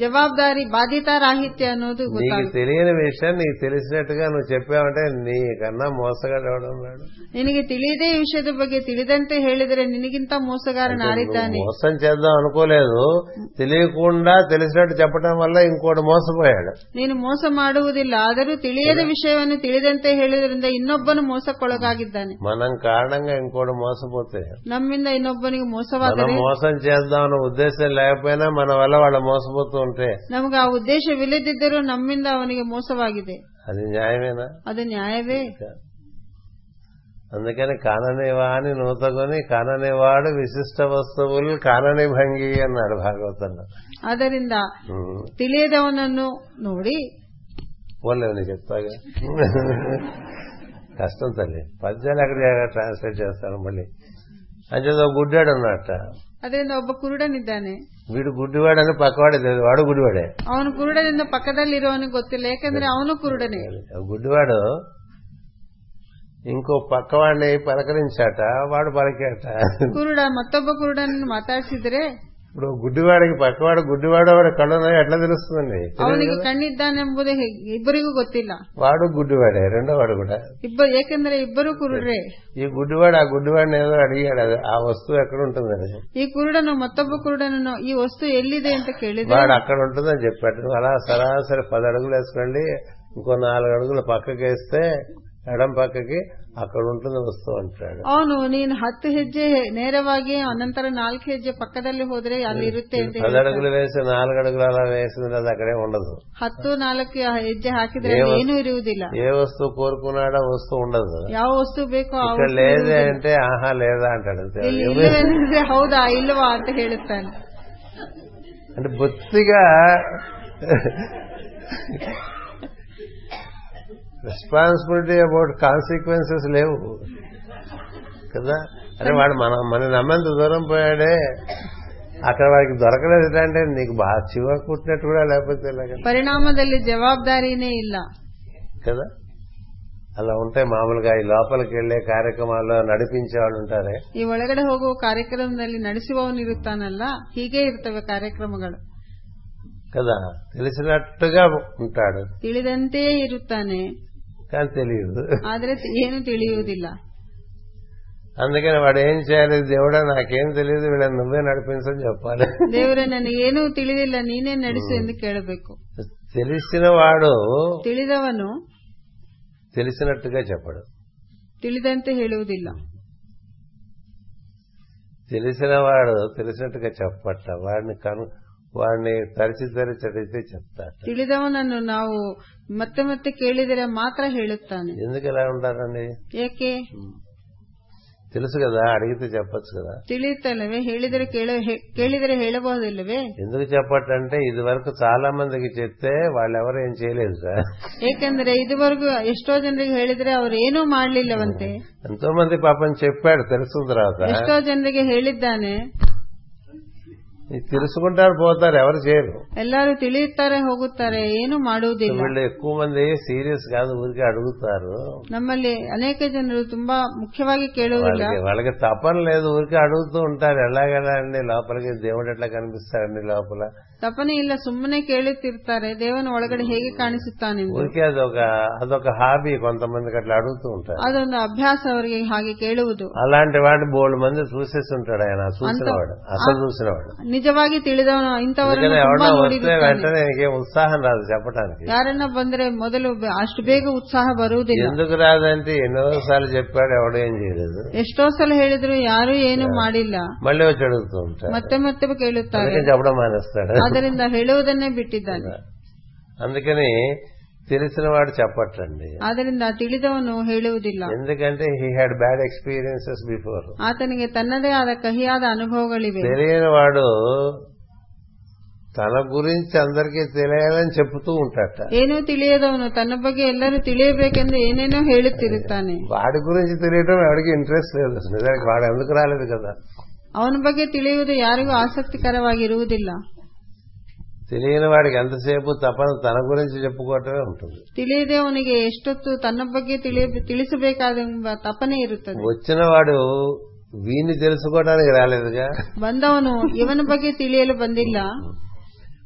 [SPEAKER 2] ಜವಾಬ್ದಾರಿ ಬಾಧಿತಾರಾಹಿತ್ಯ ಅನ್ನೋದು
[SPEAKER 1] నీకు
[SPEAKER 2] ಗೊತ್ತಾಗುತ್ತೆ
[SPEAKER 1] తెలియని విషయం నీకు తెలిసినట్టుగా నువ్వు చెప్పావంటే నీకన్నా మోసగాడు ఎవడన్నాడు
[SPEAKER 2] ನಿನಗೆ ತಿಳಿಯದೇ ಈ ವಿಷಯದ ಬಗ್ಗೆ ತಿಳಿದಂತೆ ಹೇಳಿದರೆ ನಿನಗಿಂತ ಮೋಸಗಾರನಾರಿದ್ದಾನೆ
[SPEAKER 1] మోసం చేద్దాం అనుకోలేదు తెలియకుండా తెలిసినట్టు చెప్పడం వల్ల ఇంకోటి మోసపోయాడు
[SPEAKER 2] ನೀನು ಮೋಸ ಮಾಡುವುದಿಲ್ಲ ಆದರೂ ತಿಳಿಯದ ವಿಷಯವನ್ನು ತಿಳಿದಂತೆ ಹೇಳಿದ್ರಿಂದ ಇನ್ನೊಬ್ಬನು ಮೋಸಕ್ಕೊಳಗಾಗಿದ್ದಾನೆ
[SPEAKER 1] మనం కారణంగా ఇంకోటి మోసపోతే
[SPEAKER 2] ನಮ್ಮಿಂದ ಇನ್ನೊಬ್ಬನಿಗೆ
[SPEAKER 1] మనం
[SPEAKER 2] ಮೋಸವಾದರೆ
[SPEAKER 1] మోసం చేద్దాం అన్న ఉద్దేశం లేకపోయినా మన వల్ల వాళ్ళు మోసపోతూ ఉంటే
[SPEAKER 2] ನಮಗೆ ಆ ಉದ್ದೇಶವಿಲ್ಲದಿದ್ದರೂ ನಮ್ಮಿಂದ ಅವನಿಗೆ ಮೋಸವಾಗಿದೆ
[SPEAKER 1] అది న్యాయమేనా
[SPEAKER 2] ಅದು ನ್ಯಾಯವೇ
[SPEAKER 1] అందుకని కాననివాని నూతకొని కాననివాడు విశిష్ట వస్తువులు కానని భంగి అన్నాడు భాగవతంలో
[SPEAKER 2] ಆದ್ದರಿಂದ
[SPEAKER 1] ఉమ్.
[SPEAKER 2] ತಿಳಿಯದವನನ್ನು ನೋಡಿ
[SPEAKER 1] పోలేని చెప్తాగా కష్టం తల్లి పద్యాలు ఎక్కడ ట్రాన్స్లేట్ చేస్తాను మళ్ళీ అంచేత ఒక గుడ్డాడు ఉన్నట్ట
[SPEAKER 2] ಅದರಿಂದ ಒಬ್ಬ ಕುರುಡನಿದ್ದಾನೆ
[SPEAKER 1] వీడు గుడ్డివాడని పక్కవాడే తెలియదు వాడు గుడ్డివాడే
[SPEAKER 2] ಅವನು ಕುರುಡನಿಂದ ಪಕ್ಕದಲ್ಲಿರೋವನಿಗೆ ಗೊತ್ತಿಲ್ಲ ಯಾಕಂದ್ರೆ ಅವನು ಕುರುಡನೇ
[SPEAKER 1] ఆ గుడ్డివాడు ఇంకో పక్కవాడిని పలకరించాట వాడు పలికాట
[SPEAKER 2] ಕುರುಡ ಮತ್ತೊಬ್ಬ ಕುರುಡನನ್ನು ಮಾತಾಡಿಸಿದರೆ
[SPEAKER 1] ఇప్పుడు గుడ్డివాడికి పక్కవాడు గుడ్డివాడు వాడు కళ్ళు ఉన్నాయి ఎట్లా తెలుస్తుందండి తెలియదు
[SPEAKER 2] ಅವನಿಗೆ
[SPEAKER 1] కదా?
[SPEAKER 2] ಕಣ್ಣಿದ್ದಾನೆಂಬುದೇ ಹೇ- ಇಬ್ಬರಿಗೂ ಗೊತ್ತಿಲ್ಲ
[SPEAKER 1] వాడు గుడ్డివాడే రెండో వాడు కూడా
[SPEAKER 2] ಇಬ್ಬರು ಏಕೆಂದರೆ ಇಬ್ಬರು ಕುರುಡ್ರೆ
[SPEAKER 1] ఈ గుడ్డివాడు ఆ గుడ్డివాడిని ఏదో అడిగాడు అది ఆ వస్తువు ఎక్కడ ఉంటుందని
[SPEAKER 2] ಈ ಕುರುಡನು ಮತ್ತೊಬ್ಬ ಕುರುಡನನ್ನು ಈ ವಸ್ತು ಎಲ್ಲಿದೆ ಅಂತ ಕೇಳಿದ
[SPEAKER 1] వాడు అక్కడ ఉంటుందని చెప్పాడు నువ్వు అలా సరాసరి పది అడుగులు వేసుకోండి ఇంకో నాలుగు అడుగులు పక్కకి వేస్తే ఎడం పక్కకి అక్కడ ఉంటుంది వస్తువు అంటాడు
[SPEAKER 2] ಅವನು ನೀನ್ ಹತ್ತು ಹೆಜ್ಜೆ ನೇರವಾಗಿ ಅನಂತರ ನಾಲ್ಕು ಹೆಜ್ಜೆ ಪಕ್ಕದಲ್ಲಿ ಹೋದ್ರೆ ಅಲ್ಲಿ ಇರುತ್ತೆ ಅಂತ
[SPEAKER 1] పది
[SPEAKER 2] ಹೇಳ್ತಾರೆ.
[SPEAKER 1] అడుగులు వేసి నాలుగు అడుగులు అలా వేసింది అది అక్కడే ఉండదు
[SPEAKER 2] ಹತ್ತು ನಾಲ್ಕು ಹೆಜ್ಜೆ ಹಾಕಿದ್ರೆ
[SPEAKER 1] ದೇವ-
[SPEAKER 2] ಅಲ್ಲಿ ಏನೂ ಇರುವುದಿಲ್ಲ
[SPEAKER 1] ఏ వస్తువు కోరుకున్నాడో ఆ వస్తువు ఉండదు
[SPEAKER 2] ಯಾವ ವಸ್ತು ಬೇಕೋ ಆ
[SPEAKER 1] ఇక్కడ
[SPEAKER 2] ವಸ್ತು
[SPEAKER 1] లేదే
[SPEAKER 2] ಇರುವುದಿಲ್ಲ.
[SPEAKER 1] అంటే ఆహా లేదా ಅಂತಾడు అంతే
[SPEAKER 2] ಇಲ್ಲಿ
[SPEAKER 1] ఎవరు-
[SPEAKER 2] ಇಲ್ಲವೆಂದ್ರೆ ಹೌದಾ ಇಲ್ವಾ ಅಂತ ಹೇಳುತ್ತಾನೆ
[SPEAKER 1] అంటే బొత్తిగా రెస్పాన్సిబిలిటీ అబౌట్ కాన్సిక్వెన్సెస్ లేవు కదా అరే వాడు మన మన నమ్మేంత దూరం పోయాడే అక్కడ వాడికి దొరకలేదు ఇలా అంటే నీకు బాగా చివా కుట్టినట్టు కూడా లేకపోతే ఇలాగ
[SPEAKER 2] ಪರಿಣಾಮದಲ್ಲಿ ಜವಾಬ್ದಾರಿನೇ ಇಲ್ಲ
[SPEAKER 1] కదా అలా ఉంటాయి మామూలుగా ఈ లోపలికి వెళ్లే కార్యక్రమాల్లో నడిపించే వాళ్ళు ఉంటారే
[SPEAKER 2] ಈ ಒಳಗಡೆ ಹೋಗುವ ಕಾರ್ಯಕ್ರಮದಲ್ಲಿ ನಡೆಸುವವನಿರುತ್ತಾನಲ್ಲ ಹೀಗೆ ಇರ್ತವೆ ಕಾರ್ಯಕ್ರಮಗಳು
[SPEAKER 1] కదా తెలిసినట్టుగా ఉంటాడు
[SPEAKER 2] ತಿಳಿದಂತೆಯೇ ಇರುತ್ತಾನೆ
[SPEAKER 1] కానీ తెలియదు
[SPEAKER 2] ಆದ್ರೆ ಏನು ತಿಳಿಯುವುದಿಲ್ಲ
[SPEAKER 1] అందుకని వాడు ఏం చేయాలి దేవుడా నాకేం తెలియదు వీళ్ళని నువ్వే నడిపించని చెప్పాలి
[SPEAKER 2] ದೇವರೇ ನನಗೇನೂ ತಿಳಿದಿಲ್ಲ ನೀನೇ ನಡೆಸು ಎಂದು ಕೇಳಬೇಕು
[SPEAKER 1] తెలిసిన వాడు
[SPEAKER 2] ತಿಳಿದವನು
[SPEAKER 1] తెలిసినట్టుగా చెప్పడు
[SPEAKER 2] ತಿಳಿದಂತೆ ಹೇಳುವುದಿಲ್ಲ
[SPEAKER 1] తెలిసిన వాడు తెలిసినట్టుగా చెప్పట వాడిని కను వాడిని తరిచి తరిచి అడిగితే చెప్తాట
[SPEAKER 2] ತಿಳಿದವನನ್ನು ನಾವು ಮತ್ತೆ ಮತ್ತೆ ಕೇಳಿದರೆ ಮಾತ್ರ ಹೇಳುತ್ತಾನೆ
[SPEAKER 1] ఎందుకు ఇలా ఉంటారండి
[SPEAKER 2] ಏಕೆ
[SPEAKER 1] తెలుసు కదా అడిగితే చెప్పొచ్చు కదా
[SPEAKER 2] ತಿಳಿಯುತ್ತಲ್ಲವೇ ಹೇಳಿದರೆ ಕೇಳ- ಹೇ- ಕೇಳಿದರೆ ಹೇಳಬಹುದಿಲ್ಲವೇ
[SPEAKER 1] ఎందుకు చెప్పటంటే ఇది వరకు చాలా మందికి చెప్తే వాళ్ళెవరు ఏం చేయలేదు సార్
[SPEAKER 2] ಏಕೆಂದರೆ ಇದುವರೆಗೂ ಎಷ್ಟೋ ಜನರಿಗೆ ಹೇಳಿದರೆ ಅವರು ಏನೂ ಮಾಡಲಿಲ್ಲವಂತೆ
[SPEAKER 1] ఎంతో మంది పాపం చెప్పాడు తెలుసుకున్న తర్వాత
[SPEAKER 2] ಎಷ್ಟೋ ಜನರಿಗೆ ಹೇಳಿದ್ದಾನೆ
[SPEAKER 1] ఇది తెలుసుకుంటారు పోతారు ఎవరు చేయరు
[SPEAKER 2] ಎಲ್ಲರೂ ತಿಳಿಯುತ್ತಾರೆ ಹೋಗುತ್ತಾರೆ ಏನು ಮಾಡುವುದಿಲ್ಲ
[SPEAKER 1] వీళ్ళు ఎక్కువ మంది సీరియస్ కాదు ఊరికే అడుగుతారు
[SPEAKER 2] ನಮ್ಮಲ್ಲಿ ಅನೇಕ ಜನರು ತುಂಬಾ ಮುಖ್ಯವಾಗಿ ಕೇಳುವುದಿಲ್ಲ
[SPEAKER 1] వాళ్ళకి వాళ్ళకి తపన లేదు ఊరికే అడుగుతూ ఉంటారు ఎలాగలా అండి లోపలికి దేవుడు ఎట్లా కనిపిస్తాడండి లోపల
[SPEAKER 2] ತಪನೆ ಇಲ್ಲ ಸುಮ್ಮನೆ ಕೇಳುತ್ತಿರ್ತಾರೆ ದೇವನ ಒಳಗಡೆ ಹೇಗೆ ಕಾಣಿಸುತ್ತಾನೆಂದು
[SPEAKER 1] ఊరికే అదొక అదొక హాబీ కొంతమందికి అట్లా అడుగుతూ ఉంటారు
[SPEAKER 2] ಅದೊಂದು ಅಭ್ಯಾಸ ಅವರಿಗೆ ಹಾಗೆ ಕೇಳುವುದು
[SPEAKER 1] అలాంటి వాడు బోల్డ్ మంది చూసేసి ఉంటాడు ఆయన చూసిన
[SPEAKER 2] అంత-
[SPEAKER 1] వాడు అసలు చూసిన వాడు
[SPEAKER 2] ನಿಜವಾಗಿ ತಿಳಿದವನು ಇಂಥವರನ್ನು
[SPEAKER 1] ఎందుకంటే
[SPEAKER 2] ತುಂಬಾ
[SPEAKER 1] ఎవడో వస్తే
[SPEAKER 2] ನೋಡಿರುತ್ತಾನೆ
[SPEAKER 1] వెంటనే ఇంకేం ಉತ್ಸಾహం రాదు చెప్పడానికి
[SPEAKER 2] ಯಾರನ್ನ ಬಂದ್ರೆ ಮೊದಲು ಬ- ಅಷ್ಟು ಬೇಗ ಉತ್ಸಾಹ ಬರುವುದಿಲ್ಲ
[SPEAKER 1] ఎందుకు రాదంటే ఎన్నో సార్లు చెప్పాడు ఎవడో ఏం చేయలేదు
[SPEAKER 2] ಎಷ್ಟೋ ಸಲ ಹೇಳಿದ್ರು ಯಾರು ಏನು ಮಾಡಿಲ್ಲ
[SPEAKER 1] మళ్ళీ వచ్చి అడుగుతూ ఉంటాడు
[SPEAKER 2] ಮತ್ತೆ ಮತ್ತೆ ಕೇಳುತ್ತಾರೆ
[SPEAKER 1] అందుకని చెప్పడం మానేస్తాడు
[SPEAKER 2] ಅದರಿಂದ ಹೇಳುವುದನ್ನೇ ಬಿಟ್ಟಿದ್ದಾನೆ
[SPEAKER 1] అందుకని తెలిసిన వాడు చెప్పట్లండి
[SPEAKER 2] ಆದ್ದರಿಂದ ತಿಳಿದವನು ಹೇಳುವುದಿಲ್ಲ
[SPEAKER 1] ఎందుకంటే he had bad experiences before
[SPEAKER 2] ಆತನಿಗೆ ತನ್ನದೇ ಆದ ಕಹಿಯಾದ ಅನುಭವಗಳಿವೆ
[SPEAKER 1] తెలియని వాడు తన గురించి అందరికీ తెలియాలని చెప్తూ ఉంటాట
[SPEAKER 2] ಏನೂ ತಿಳಿಯದವನು ತನ್ನ ಬಗ್ಗೆ ಎಲ್ಲರೂ ತಿಳಿಯಬೇಕೆಂದು ಏನೇನೋ ಹೇಳುತ್ತಿರುತ್ತಾನೆ
[SPEAKER 1] వాడి గురించి తెలియటం ఎవరికి ఇంట్రెస్ట్ లేదు నిజానికి వాడు ఎందుకు రాలేదు కదా
[SPEAKER 2] ಅವನ ಬಗ್ಗೆ ತಿಳಿಯುವುದು ಯಾರಿಗೂ ಆಸಕ್ತಿಕರವಾಗಿರುವುದಿಲ್ಲ
[SPEAKER 1] తెలియని వాడికి ఎంతసేపు తపన తన గురించి చెప్పుకోవటమే ఉంటుంది
[SPEAKER 2] ತಿಳಿಯದೆ ಅವನಿಗೆ ಎಷ್ಟೊತ್ತು ತನ್ನ ಬಗ್ಗೆ ತಿಳಿಯ- ತಿಳಿಸಬೇಕಾದೆಂಬ ತಪನೆ ಇರುತ್ತದೆ
[SPEAKER 1] వచ్చిన వాడు వీని తెలుసుకోవడానికి రాలేదుగా
[SPEAKER 2] ಬಂದವನು ಇವನ ಬಗ್ಗೆ ತಿಳಿಯಲು ಬಂದಿಲ್ಲ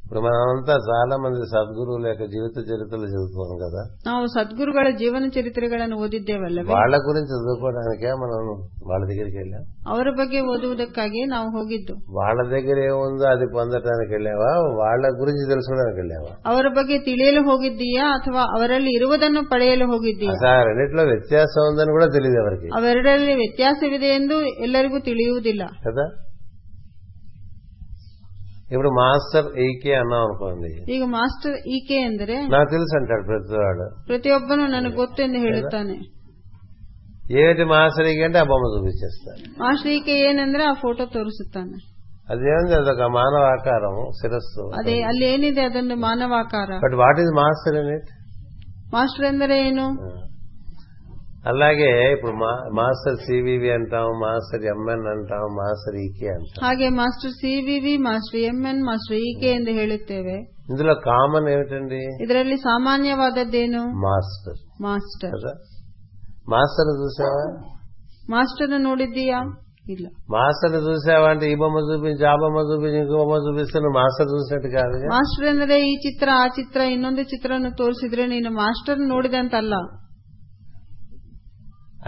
[SPEAKER 1] ఇప్పుడు మనమంతా చాలా మంది సద్గురువుల యొక్క జీవిత చరిత్రలు చదువుతాం కదా
[SPEAKER 2] ನಾವು ಸದ್ಗುರುಗಳ ಜೀವನ ಚರಿತ್ರೆಗಳನ್ನು ಓದಿದ್ದೇವಲ್ಲವೇ
[SPEAKER 1] వాళ్ళ గురించి చదువుకోవడానికే మనం వాళ్ళ దగ్గరికి వెళ్ళాం
[SPEAKER 2] ಅವರ ಬಗ್ಗೆ ಓದುವುದಕ್ಕಾಗಿ ನಾವು ಹೋಗಿದ್ದು
[SPEAKER 1] వాళ్ళ దగ్గర ఏముందో అది పొందటానికి వెళ్ళావా వాళ్ళ గురించి తెలుసుకోవడానికి వెళ్ళావా
[SPEAKER 2] ಅವರ ಬಗ್ಗೆ ತಿಳಿಯಲು ಹೋಗಿದ್ದೀಯಾ ಅಥವಾ ಅವರಲ್ಲಿ ಇರುವುದನ್ನು ಪಡೆಯಲು ಹೋಗಿದ್ದೀಯಾ
[SPEAKER 1] అసలు ఆ రెండిట్లో వ్యత్యాసం ఉందని కూడా తెలియదు ఎవరికి
[SPEAKER 2] ಅವೆರಡರಲ್ಲಿ ವ್ಯತ್ಯಾಸವಿದೆ ಎಂದು ಎಲ್ಲರಿಗೂ ತಿಳಿಯುವುದಿಲ್ಲ
[SPEAKER 1] కదా ఇప్పుడు మాస్టర్ ఈకే అన్నాం అనుకోండి
[SPEAKER 2] ಈಗ ಮಾಸ್ಟರ್ ಈಕೆ ಎಂದರೆ
[SPEAKER 1] నాకు తెలుసు అంటాడు ప్రతివాడు
[SPEAKER 2] ಪ್ರತಿಯೊಬ್ಬನು ನನಗೆ ಗೊತ್ತು ಎಂದು ಹೇಳುತ್ತಾನೆ
[SPEAKER 1] ఏమిటి మాస్టర్ ఈకే అంటే ఆ బొమ్మ చూపించేస్తాడు
[SPEAKER 2] ಮಾಸ್ಟರ್ ಈಕೆ ಏನಂದ್ರೆ ಆ ಫೋಟೋ ತೋರಿಸುತ್ತಾನೆ
[SPEAKER 1] అదేముంది అదొక మానవ ఆకారం శిరస్సు
[SPEAKER 2] ಅದೇ ಅಲ್ಲಿ ಏನಿದೆ ಅದೊಂದು ಮಾನವಾಕಾರ
[SPEAKER 1] but what is master in it
[SPEAKER 2] master ಎಂದರೆ ಏನು
[SPEAKER 1] అలాగే ఇప్పుడు మా- మాస్టర్ సివివి అంటాం మాస్టర్ ఎంఎన్ అంటాం మాస్టర్ ఈకే అంటాం
[SPEAKER 2] ಹಾಗೆ master CVV master MN master EK ಎಂದು ಹೇಳುತ್ತೇವೆ
[SPEAKER 1] ఇందులో కామన్ ఏమిటండి
[SPEAKER 2] ಇದರಲ್ಲಿ ಸಾಮಾನ್ಯವಾದದ್ದೇನು
[SPEAKER 1] మాస్టర్
[SPEAKER 2] ಮಾಸ್ಟರ್
[SPEAKER 1] కదా మాస్టర్ చూసావా
[SPEAKER 2] ಮಾಸ್ಟರ್ ನೋಡಿದ್ದೀಯಾ ಇಲ್ಲ
[SPEAKER 1] మాస్టర్ చూసావా అంటే ఈ బొమ్మ చూపించి ఆ బొమ్మ చూపించి ఇంకో బొమ్మ చూపిస్తే నువ్వు మాస్టర్ చూసినట్టు కాదు
[SPEAKER 2] ಮಾಸ್ಟರ್ ಎಂದರೆ ಈ ಚಿತ್ರ ಆ ಚಿತ್ರ ಇನ್ನೊಂದು ಚಿತ್ರವನ್ನು ತೋರಿಸಿದ್ರೆ ನೀನು ಮಾಸ್ಟರ್ ನೋಡಿದಂತಲ್ಲ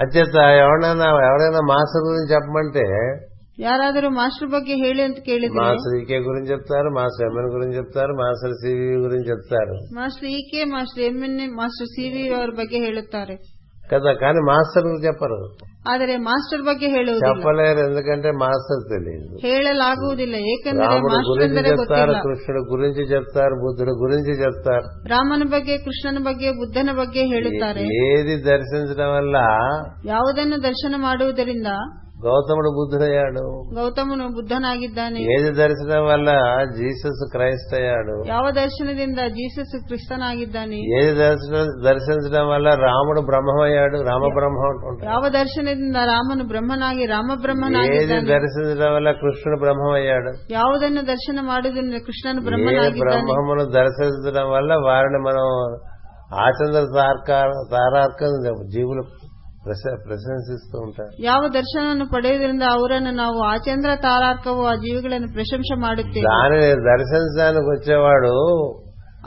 [SPEAKER 1] అంచేత ఎవరైనా ఎవరైనా మాస్టర్ గురించి చెప్పమంటే
[SPEAKER 2] ಯಾರಾದರೂ ಮಾಸ್ಟರ್ ಬಗ್ಗೆ ಹೇಳಿ ಅಂತ ಕೇಳಿದ್ರೆ
[SPEAKER 1] మాస్టర్ ఈకే గురించి చెప్తారు మాస్టర్ ఎంఎన్ గురించి చెప్తారు మాస్టర్ సివి గురించి చెప్తారు
[SPEAKER 2] master EK master MN master CV ಅವರ ಬಗ್ಗೆ ಹೇಳುತ್ತಾರೆ
[SPEAKER 1] కదా కానీ మాస్టర్ చెప్పరు
[SPEAKER 2] ಆದರೆ ಮಾಸ್ಟರ್ ಬಗ್ಗೆ ಹೇಳುವುದಿಲ್ಲ
[SPEAKER 1] చెప్పలేరు ఎందుకంటే మాస్టర్ తెలియదు
[SPEAKER 2] ಹೇಳಲಾಗುವುದಿಲ್ಲ ಏಕೆಂದರೆ
[SPEAKER 1] రాముడు
[SPEAKER 2] ಮಾಸ್ಟರ್
[SPEAKER 1] గురించి
[SPEAKER 2] ಎಂದರೆ
[SPEAKER 1] చెప్తారు
[SPEAKER 2] ಗೊತ್ತಿಲ್ಲ
[SPEAKER 1] కృష్ణుడు గురించి చెప్తారు బుద్ధుడు గురించి చెప్తారు
[SPEAKER 2] ರಾಮನ ಬಗ್ಗೆ ಕೃಷ್ಣನ ಬಗ್ಗೆ ಬುದ್ಧನ ಬಗ್ಗೆ ಹೇಳುತ್ತಾರೆ
[SPEAKER 1] ఏది దర్శించడం వల్ల
[SPEAKER 2] ಯಾವುದನ್ನು ದರ್ಶನ ಮಾಡುವುದರಿಂದ
[SPEAKER 1] గౌతముడు బుద్ధుడయ్యాడు
[SPEAKER 2] ಗೌತಮನು ಬುದ್ಧನಾಗಿದ್ದಾನೆ
[SPEAKER 1] ఏది దర్శనం వల్ల జీసస్ క్రైస్ట్ అయ్యాడు
[SPEAKER 2] ಯಾವ ದರ್ಶನದಿಂದ ಜೀಸಸ್ ಕ್ರಿಸ್ತನಾಗಿದ್ದಾನೆ
[SPEAKER 1] ఏది దర్శనం దర్శించడం వల్ల రాముడు బ్రహ్మమయ్యాడు రామబ్రహ్మ అంటుంటాడు
[SPEAKER 2] ಯಾವ ದರ್ಶನದಿಂದ ರಾಮನು ಬ್ರಹ್ಮನಾಗಿ
[SPEAKER 1] ఏది
[SPEAKER 2] ರಾಮಬ್ರಹ್ಮನಾಗಿದ್ದಾನೆ
[SPEAKER 1] దర్శించడం వల్ల కృష్ణుడు బ్రహ్మమయ్యాడు
[SPEAKER 2] ಯಾವುದನ್ನು ದರ್ಶನ ಮಾಡುವುದರಿಂದ ಕೃಷ್ಣನು
[SPEAKER 1] ఏ
[SPEAKER 2] ಬ್ರಹ್ಮನಾಗಿದ್ದಾನೆ
[SPEAKER 1] బ్రహ్మమును దర్శించడం వల్ల వారిని మనం ఆచంద్ర తార్కార- తారార్కం జీవులు ప్రశ- ప్రశంసిస్తూ ఉంటారు
[SPEAKER 2] ಯಾವ ದರ್ಶನವನ್ನು ಪಡೆಯುವುದರಿಂದ ಅವರನ್ನು ನಾವು ಆಚಂದ್ರ ತಾರಾರ್ಕವು ಆ ಜೀವಿಗಳನ್ನು ಪ್ರಶಂಸೆ ಮಾಡುತ್ತೇವೆ
[SPEAKER 1] దానిని దర్శించడానికి వచ్చేవాడు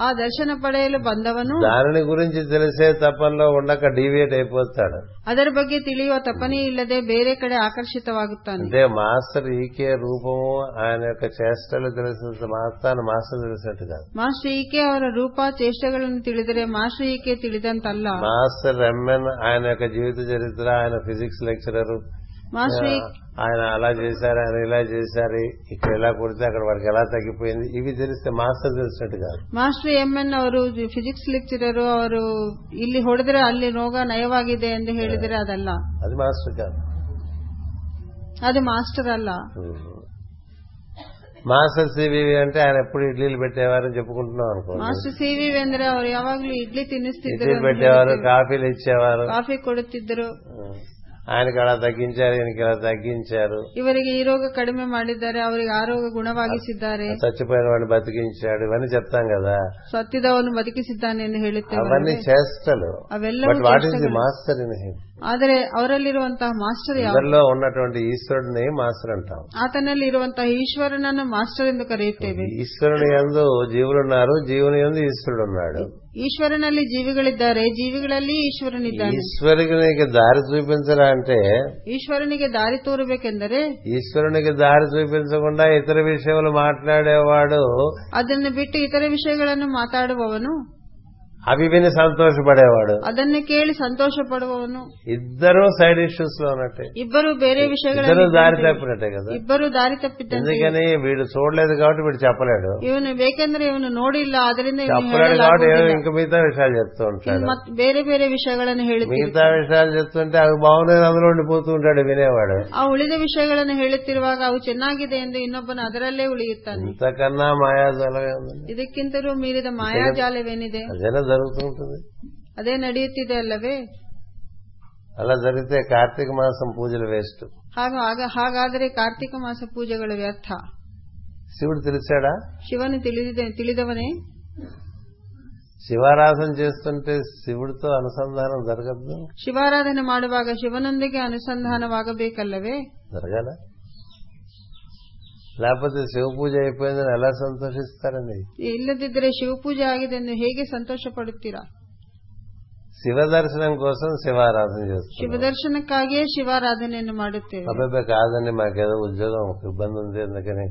[SPEAKER 2] ಆ ದರ್ಶನ ಪಡೆಯಲು ಬಂದವನು
[SPEAKER 1] దానిని గురించి తెలిసే తపంలో ఉండక డీవియేట్ అయిపోతాడు
[SPEAKER 2] ಅದರ ಬಗ್ಗೆ ತಿಳಿಯುವ ತಪನೆ ಇಲ್ಲದೆ ಬೇರೆ కಡೆ ಆಕರ್ಷಿತವಾಗುತ್ತಾನೆ
[SPEAKER 1] అంటే మాస్టర్ ఈకే రూపము ఆయన యొక్క చేష్టలు తెలిసిన మాస్టర్ మాస్టర్ తెలిసినట్టు కాదు
[SPEAKER 2] ಮಾಸ್ಟರ್ ಈಕೆ ಅವರ ರೂಪ ಚೇಷ್ಟೆಗಳನ್ನು ತಿಳಿದರೆ ಮಾಸ್ಟರ್ ಈಕೆ ತಿಳಿದಂತಲ್ಲ
[SPEAKER 1] మాస్టర్ ఎంఎన్ ఆయన యొక్క జీవిత చరిత్ర ఆయన ఫిజిక్స్ లెక్చరర్
[SPEAKER 2] ಮಾಸ್ಟರ್ ಈ-
[SPEAKER 1] ఆయన అలా చేశారు ఆయన ఇలా చేశారు ఇక్కడ ఎలా కొడితే అక్కడ వాడికి ఎలా తగ్గిపోయింది ఇవి తెలిస్తే మాస్టర్ తెలిసినట్టు కాదు
[SPEAKER 2] ಮಾಸ್ಟರ್ ಎಂಎನ್ ಅವರು ಫಿಸಿಕ್ಸ್ ಲೆಕ್ಚರರು ಅವರು ಇಲ್ಲಿ ಹೊಡೆದ್ರೆ ಅಲ್ಲಿ ರೋಗ ನಯವಾಗಿದೆ ಎಂದು ಹೇಳಿದರೆ ಅದಲ್ಲ
[SPEAKER 1] అది మాస్టర్ కాదు
[SPEAKER 2] ಅದು ಮಾಸ್ಟರ್ ಅಲ್ಲ
[SPEAKER 1] మాస్టర్ సివివి అంటే ఆయన ఎప్పుడు ఇడ్లీలు పెట్టేవారని చెప్పుకుంటున్నాం అనుకోండి
[SPEAKER 2] ಮಾಸ್ಟರ್ ಸಿವಿ ಅಂದ್ರೆ ಅವರು ಯಾವಾಗ್ಲೂ ಇಡ್ಲಿ ತಿನ್ನಿಸ್ತಿದ್ರು
[SPEAKER 1] ఇడ్లీలు పెట్టేవారు కాఫీలు ಇచ్చేవారు
[SPEAKER 2] ಕಾಫಿ ಕೊಡುತ್ತಿದ್ದರು
[SPEAKER 1] ఆయనకి అలా తగ్గించారు ఈయనకి ఇలా తగ్గించారు
[SPEAKER 2] ಇವರಿಗೆ ಈ ರೋಗ ಕಡಿಮೆ ಮಾಡಿದ್ದಾರೆ ಅವರಿಗೆ ಆ ರೋಗ ಗುಣವಾಗಿಸಿದ್ದಾರೆ
[SPEAKER 1] చచ్చిపోయిన వాడిని బతికించాడు ఇవన్నీ చెప్తాం కదా
[SPEAKER 2] ಸತ್ತಿದವನು ಬದುಕಿಸಿದ್ದಾನೆ ಎಂದು ಹೇಳುತ್ತೇವೆ
[SPEAKER 1] అవన్నీ చేష్టలు
[SPEAKER 2] ಅವೆಲ್ಲವೂ
[SPEAKER 1] బట్ వాట్ ఈస్ ది
[SPEAKER 2] ಚೇಷ್ಟೆಗಳು.
[SPEAKER 1] మాస్టర్ ఇన్ హిమ్
[SPEAKER 2] ಆದರೆ ಅವರಲ್ಲಿರುವಂತಹ ಮಾಸ್ಟರ್ ಯಾರು
[SPEAKER 1] అందరిలో ఉన్నటువంటి ఈశ్వరుడిని మాస్టర్ అంటాం
[SPEAKER 2] ಆತನಲ್ಲಿ ಇರುವಂತಹ ಈಶ್ವರನನ್ನು ಮಾಸ್ಟರ್ ಎಂದು ಕರೆಯುತ್ತೇವೆ
[SPEAKER 1] ఈశ్వరుని యందు జీవులున్నారు జీవుని యందు ఈశ్వరుడు ఉన్నాడు
[SPEAKER 2] ಈಶ್ವರನಲ್ಲಿ ಜೀವಿಗಳಿದ್ದಾರೆ ಜೀವಿಗಳಲ್ಲಿ ಈಶ್ವರನಿದ್ದಾನೆ
[SPEAKER 1] ఈశ్వరునికి నీకు దారి చూపించరా అంటే
[SPEAKER 2] ಈಶ್ವರನಿಗೆ ದಾರಿ ತೋರಬೇಕೆಂದರೆ
[SPEAKER 1] ఈశ్వరునికి దారి చూపించకుండా ఇతర విషయములు మాట్లాడేవాడు
[SPEAKER 2] ಅದನ್ನು ಬಿಟ್ಟು ಇತರ ವಿಷಯಗಳನ್ನು ಮಾತಾಡುವವನು
[SPEAKER 1] అవి విని సంతోషపడేవాడు
[SPEAKER 2] ಅದನ್ನು ಕೇಳಿ ಸಂತೋಷ ಪಡುವವನು
[SPEAKER 1] ఇద్దరూ సైడ్ ఇష్యూస్ లో ఉన్నట్టే
[SPEAKER 2] ಇಬ್ಬರು ಬೇರೆ
[SPEAKER 1] ఇద్దరు దారి
[SPEAKER 2] ವಿಷಯಗಳನ್ನು
[SPEAKER 1] తప్పినట్టే కదా
[SPEAKER 2] ಇಬ್ಬರು ದಾರಿ ತಪ್ಪಿದ್ದಂತೆ
[SPEAKER 1] ఎందుకని వీడు చూడలేదు కాబట్టి వీడు చెప్పలేడు
[SPEAKER 2] ಇವನು ಬೇಕೆಂದರೆ ಇವನು ನೋಡಿಲ್ಲ ಅದರಿಂದ ಇವನು
[SPEAKER 1] చెప్పలేడు కాబట్టి ఏమో
[SPEAKER 2] ಹೇಳಲಾಗುವುದಿಲ್ಲ.
[SPEAKER 1] ఇంకా మిగతా విషయాలు చెప్తూ
[SPEAKER 2] ಇನ್ನು
[SPEAKER 1] ఉంటాడు
[SPEAKER 2] ಮತ್ತ್ ಬೇರೆ ಬೇರೆ ವಿಷಯಗಳನ್ನು ಹೇಳುತ್ತಿ
[SPEAKER 1] మిగతా విషయాలు చెప్తుంటే అవి బాగున్నాయి అందులో ఉండిపోతూ ఉంటాడు వినేవాడు
[SPEAKER 2] ಆ ಉಳಿದ ವಿಷಯಗಳನ್ನು ಹೇಳುತ್ತಿರುವಾಗ ಅವು ಚೆನ್ನಾಗಿದೆ ಎಂದು ಇನ್ನೊಬ್ಬನು ಅದರಲ್ಲೇ ಉಳಿಯುತ್ತಾನೆ
[SPEAKER 1] ఇంతకన్నా మాయాజాలమే ఉందండి
[SPEAKER 2] ಇದಕ್ಕಿಂತಲೂ ಮೀರಿದ ಮಾಯಾಜಾಲವೇನಿದೆ
[SPEAKER 1] అదేలా జరుగుతూ ఉంటుంది
[SPEAKER 2] ಅದೇ ನಡೆಯುತ್ತಿದೆ ಅಲ್ಲವೇ
[SPEAKER 1] అలా జరిగితే కార్తీక మాసం పూజలు వేస్ట్
[SPEAKER 2] ಹಾಗೂ ಆಗ- ಹಾಗಾದರೆ ಕಾರ್ತಿಕ ಮಾಸ ಪೂಜೆಗಳು ವ್ಯರ್ಥ
[SPEAKER 1] శివుడు తెలిసాడా
[SPEAKER 2] ಶಿವನು ತಿಳಿದಿದೆ ತಿಳಿದವನೇ
[SPEAKER 1] శివారాధన చేస్తుంటే శివుడితో అనుసంధానం జరగద్దు
[SPEAKER 2] ಶಿವಾರಾಧನೆ ಮಾಡುವಾಗ ಶಿವನೊಂದಿಗೆ ಅನುಸಂಧಾನವಾಗಬೇಕಲ್ಲವೇ
[SPEAKER 1] జరగాల లేకపోతే శివ పూజ అయిపోయిందని ఎలా సంతోషిస్తారండి
[SPEAKER 2] ಇಲ್ಲದಿದ್ದರೆ ಶಿವಪೂಜೆ ಆಗಿದೆ ಎಂದು ಹೇಗೆ ಸಂತೋಷ ಪಡುತ್ತೀರಾ
[SPEAKER 1] శివ దర్శనం కోసం శివారాధన చేస్తాం
[SPEAKER 2] ಶಿವದರ್ಶನಕ್ಕಾಗಿಯೇ ಶಿವಾರಾಧನೆಯನ್ನು ಮಾಡುತ್ತೇವೆ
[SPEAKER 1] అబ్బాయి కాదండి మాకేదో ఉద్యోగం ఒక ఇబ్బంది ఉంది అందుకని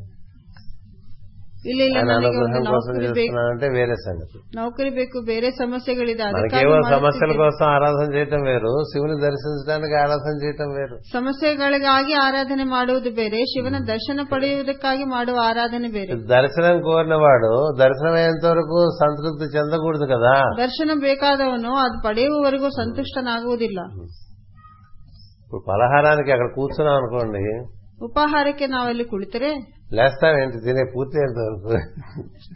[SPEAKER 2] ಇಲ್ಲಿ ಇಲ್ಲ
[SPEAKER 1] ఆయన
[SPEAKER 2] ನನಗೆ ಒಂದು
[SPEAKER 1] అనుగ్రహం కోసం
[SPEAKER 2] ನೌಕರಿ ಬೇಕು
[SPEAKER 1] చేస్తున్నానంటే వేరే సంగతి
[SPEAKER 2] ನೌಕರಿ ಬೇಕು ಬೇರೆ ಸಮಸ್ಯೆಗಳಿದೆ ಅದಕ್ಕಾಗಿ
[SPEAKER 1] మనకేవో సమస్యల
[SPEAKER 2] ಮಾಡುತ್ತಿದ್ದೇವೆ.
[SPEAKER 1] కోసం ఆరాధన చేయటం వేరు శివుని దర్శించడానికి ఆరాధన చేయటం వేరు
[SPEAKER 2] ಸಮಸ್ಯೆಗಳಿಗಾಗಿ ಆರಾಧನೆ ಮಾಡುವುದು ಬೇರೆ ಶಿವನ ದರ್ಶನ ಪಡೆಯುವುದಕ್ಕಾಗಿ ಮಾಡುವ ಆರಾಧನೆ ಬೇರೆ
[SPEAKER 1] దర్శనం కోరినవాడు దర్శనం అయ్యేంత వరకు సంతృప్తి చెందకూడదు కదా
[SPEAKER 2] ದರ್ಶನ ಬೇಕಾದವನು ಅದು ಪಡೆಯುವವರೆಗೂ ಸಂತುಷ್ಟನಾಗುವುದಿಲ್ಲ
[SPEAKER 1] ఇప్పుడు పలహారానికి అక్కడ కూర్చున్నాం అనుకోండి
[SPEAKER 2] ಉಪಾಹಾರಕ್ಕೆ ನಾವಲ್ಲಿ ಕುಳಿತರೆ
[SPEAKER 1] లేస్తామేంటి తినే పూర్తి అయ్యేంత వరకు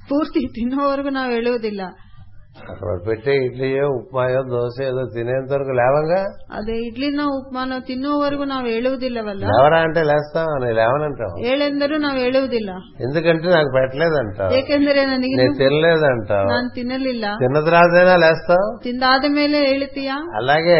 [SPEAKER 2] ಪೂರ್ತಿ ತಿನ್ನುವವರೆಗೂ ನಾವು ಹೇಳುವುದಿಲ್ಲ
[SPEAKER 1] అక్కడ పెట్టే ఇడ్లీయో ఉప్మాయో దోశ ఏదో తినేంత వరకు లేవంగా
[SPEAKER 2] ಅದೇ ಇಡ್ಲಿನ ಉಪಮಾನ ತಿನ್ನುವವರೆಗೂ ನಾವು ಹೇಳುವುದಿಲ್ಲವಲ್ಲ
[SPEAKER 1] లేవరా అంటే లేస్తాం అని లేవనంటాం
[SPEAKER 2] ಹೇಳೆಂದರೂ ನಾವು ಹೇಳುವುದಿಲ್ಲ
[SPEAKER 1] ఎందుకంటే నాకు పెట్టలేదంటాం
[SPEAKER 2] ಏಕೆಂದರೆ ನನಗೆ
[SPEAKER 1] నేను తినలేదంటాం
[SPEAKER 2] ನಾನು ತಿನ್ನಲಿಲ್ಲ
[SPEAKER 1] తిన్న తర్వాతైనా లేస్తాం
[SPEAKER 2] ತಿಂದಾದ ಮೇಲೆ ಹೇಳುತ್ತೀಯಾ
[SPEAKER 1] అలాగే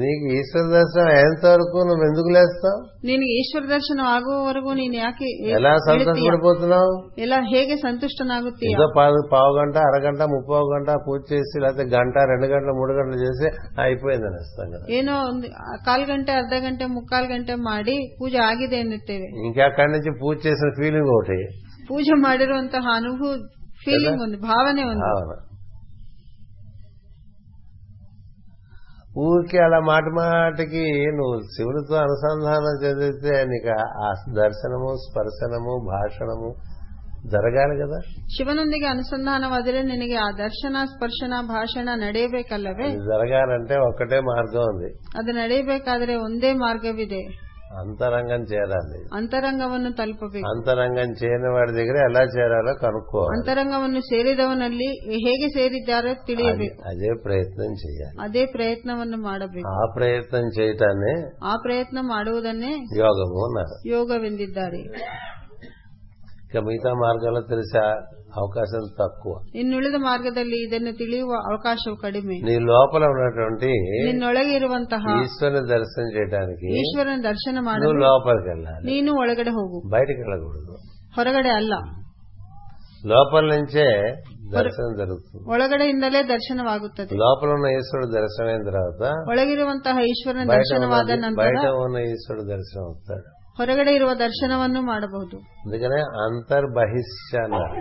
[SPEAKER 1] నీకు ఈశ్వర దర్శనం అయ్యేంత వరకు నువ్వు ఎందుకు లేస్తావు
[SPEAKER 2] ನಿನಗೆ ಈಶ್ವರ ದರ್ಶನ ಆಗುವವರೆಗೂ ನೀನು ಯಾಕೆ
[SPEAKER 1] ఎలా సంతోషపడిపోతున్నావు
[SPEAKER 2] ಎಲ್ಲ ಹೇಗೆ ಸಂತುಷ್ಟನಾಗುತ್ತೀಯ
[SPEAKER 1] ఏదో పావు పావు గంట అరగంట ముప్పావు గంట పూజ చేసి లేకపోతే గంట రెండు గంటలు మూడు గంటలు చేసి "ఆ, అయిపోయింది అనేస్తాం కదా
[SPEAKER 2] ಏನೋ ಒಂದು ಕಾಲ್ ಗಂಟೆ ಅರ್ಧ ಗಂಟೆ ಮುಕ್ಕಾಲ್ ಗಂಟೆ ಮಾಡಿ ಪೂಜೆ ಆಗಿದೆ ಎನ್ನುತ್ತೇವೆ
[SPEAKER 1] ఇంకా అక్కడి నుంచి పూజ చేసిన ఫీలింగ్ ఒకటి
[SPEAKER 2] ಪೂಜೆ ಮಾಡಿರುವಂತಹ ಅನುಭವ ಫೀಲಿಂಗ್ ಒಂದು ಭಾವನೆ ಒಂದು
[SPEAKER 1] భావన ఊరికి అలా మాట మాటకి నువ్వు శివుడితో అనుసంధానం చెందితే నీకు ఆ- ఆ దర్శనము స్పర్శనము భాషణము జరగాలి కదా
[SPEAKER 2] ಶಿವನೊಂದಿಗೆ ಅನುಸಂಧಾನವಾದರೆ ನಿನಗೆ ಆ ದರ್ಶನ ಸ್ಪರ್ಶನ ಭಾಷಣ ನಡೆಯಬೇಕಲ್ಲವೇ
[SPEAKER 1] ಇದು జరగాలంటే ఒక్కటే మార్గం ఉంది
[SPEAKER 2] ಅದು ನಡೆಯಬೇಕಾದರೆ ಒಂದೇ ಮಾರ್ಗವಿದೆ
[SPEAKER 1] అంతరంగం చేరాలి
[SPEAKER 2] ಅಂತರಂಗವನ್ನು ತಲುಪಬೇಕು
[SPEAKER 1] అంతరంగం చేయని వాడి దగ్గర ఎలా చేరాలో కనుక్కోవాలి
[SPEAKER 2] ಅಂತರಂಗವನ್ನು ಸೇರಿದವನಲ್ಲಿ ಹೇಗೆ ಸೇರಿದ್ದಾರೋ
[SPEAKER 1] అది-
[SPEAKER 2] ತಿಳಿಯಬೇಕು
[SPEAKER 1] అదే ప్రయత్నం చేయాలి
[SPEAKER 2] ಅದೇ ಪ್ರಯತ್ನವನ್ನು ಮಾಡಬೇಕು
[SPEAKER 1] ఆ ప్రయత్నం చేయటాన్ని
[SPEAKER 2] ಆ ಪ್ರಯತ್ನ ಮಾಡುವುದನ್ನೇ
[SPEAKER 1] యోగము అన్నారు
[SPEAKER 2] ಯೋಗವೆಂದಿದ್ದಾರೆ
[SPEAKER 1] ఇక మిగతా మార్గాల్లో తెలిసే అవకాశం తక్కువ
[SPEAKER 2] ಇನ್ನುಳಿದ ಮಾರ್ಗದಲ್ಲಿ ಇದನ್ನು ತಿಳಿಯುವ ಅವಕಾಶವು ಕಡಿಮೆ
[SPEAKER 1] నీ లోపల ఉన్నటువంటి
[SPEAKER 2] ನಿನ್ನೊಳಗೆ ಇರುವಂತಹ
[SPEAKER 1] ఈశ్వరుని దర్శనం చేయడానికి
[SPEAKER 2] ಈಶ್ವರನ ದರ್ಶನ
[SPEAKER 1] నువ్వు
[SPEAKER 2] ಮಾಡಲು
[SPEAKER 1] లోపలికి వెళ్ళాలి
[SPEAKER 2] ನೀನು ಒಳಗಡೆ ಹೋಗು
[SPEAKER 1] బయటికి వెళ్ళకూడదు
[SPEAKER 2] ಹೊರಗಡೆ ಅಲ್ಲ
[SPEAKER 1] లోపల నుంచే దర్శనం జరుగుతుంది
[SPEAKER 2] ಒಳಗಡೆಯಿಂದಲೇ ದರ್ಶನವಾಗುತ್ತದೆ
[SPEAKER 1] లోపల ఉన్న ఈశ్వరుడు దర్శనం అయిన తర్వాత
[SPEAKER 2] ಒಳಗಿರುವಂತಹ ಈಶ್ವರನ
[SPEAKER 1] బయట
[SPEAKER 2] ದರ್ಶನವಾದ
[SPEAKER 1] ఉన్న-
[SPEAKER 2] ನಂತರ
[SPEAKER 1] బయట ఉన్న ఈశ్వరుడు దర్శనం అవుతాడు
[SPEAKER 2] ಹೊರಗಡೆ ಇರುವ ದರ್ಶನವನ್ನು ಮಾಡಬಹುದು
[SPEAKER 1] అందుకనే అంతర్బహిష్య అన్నారు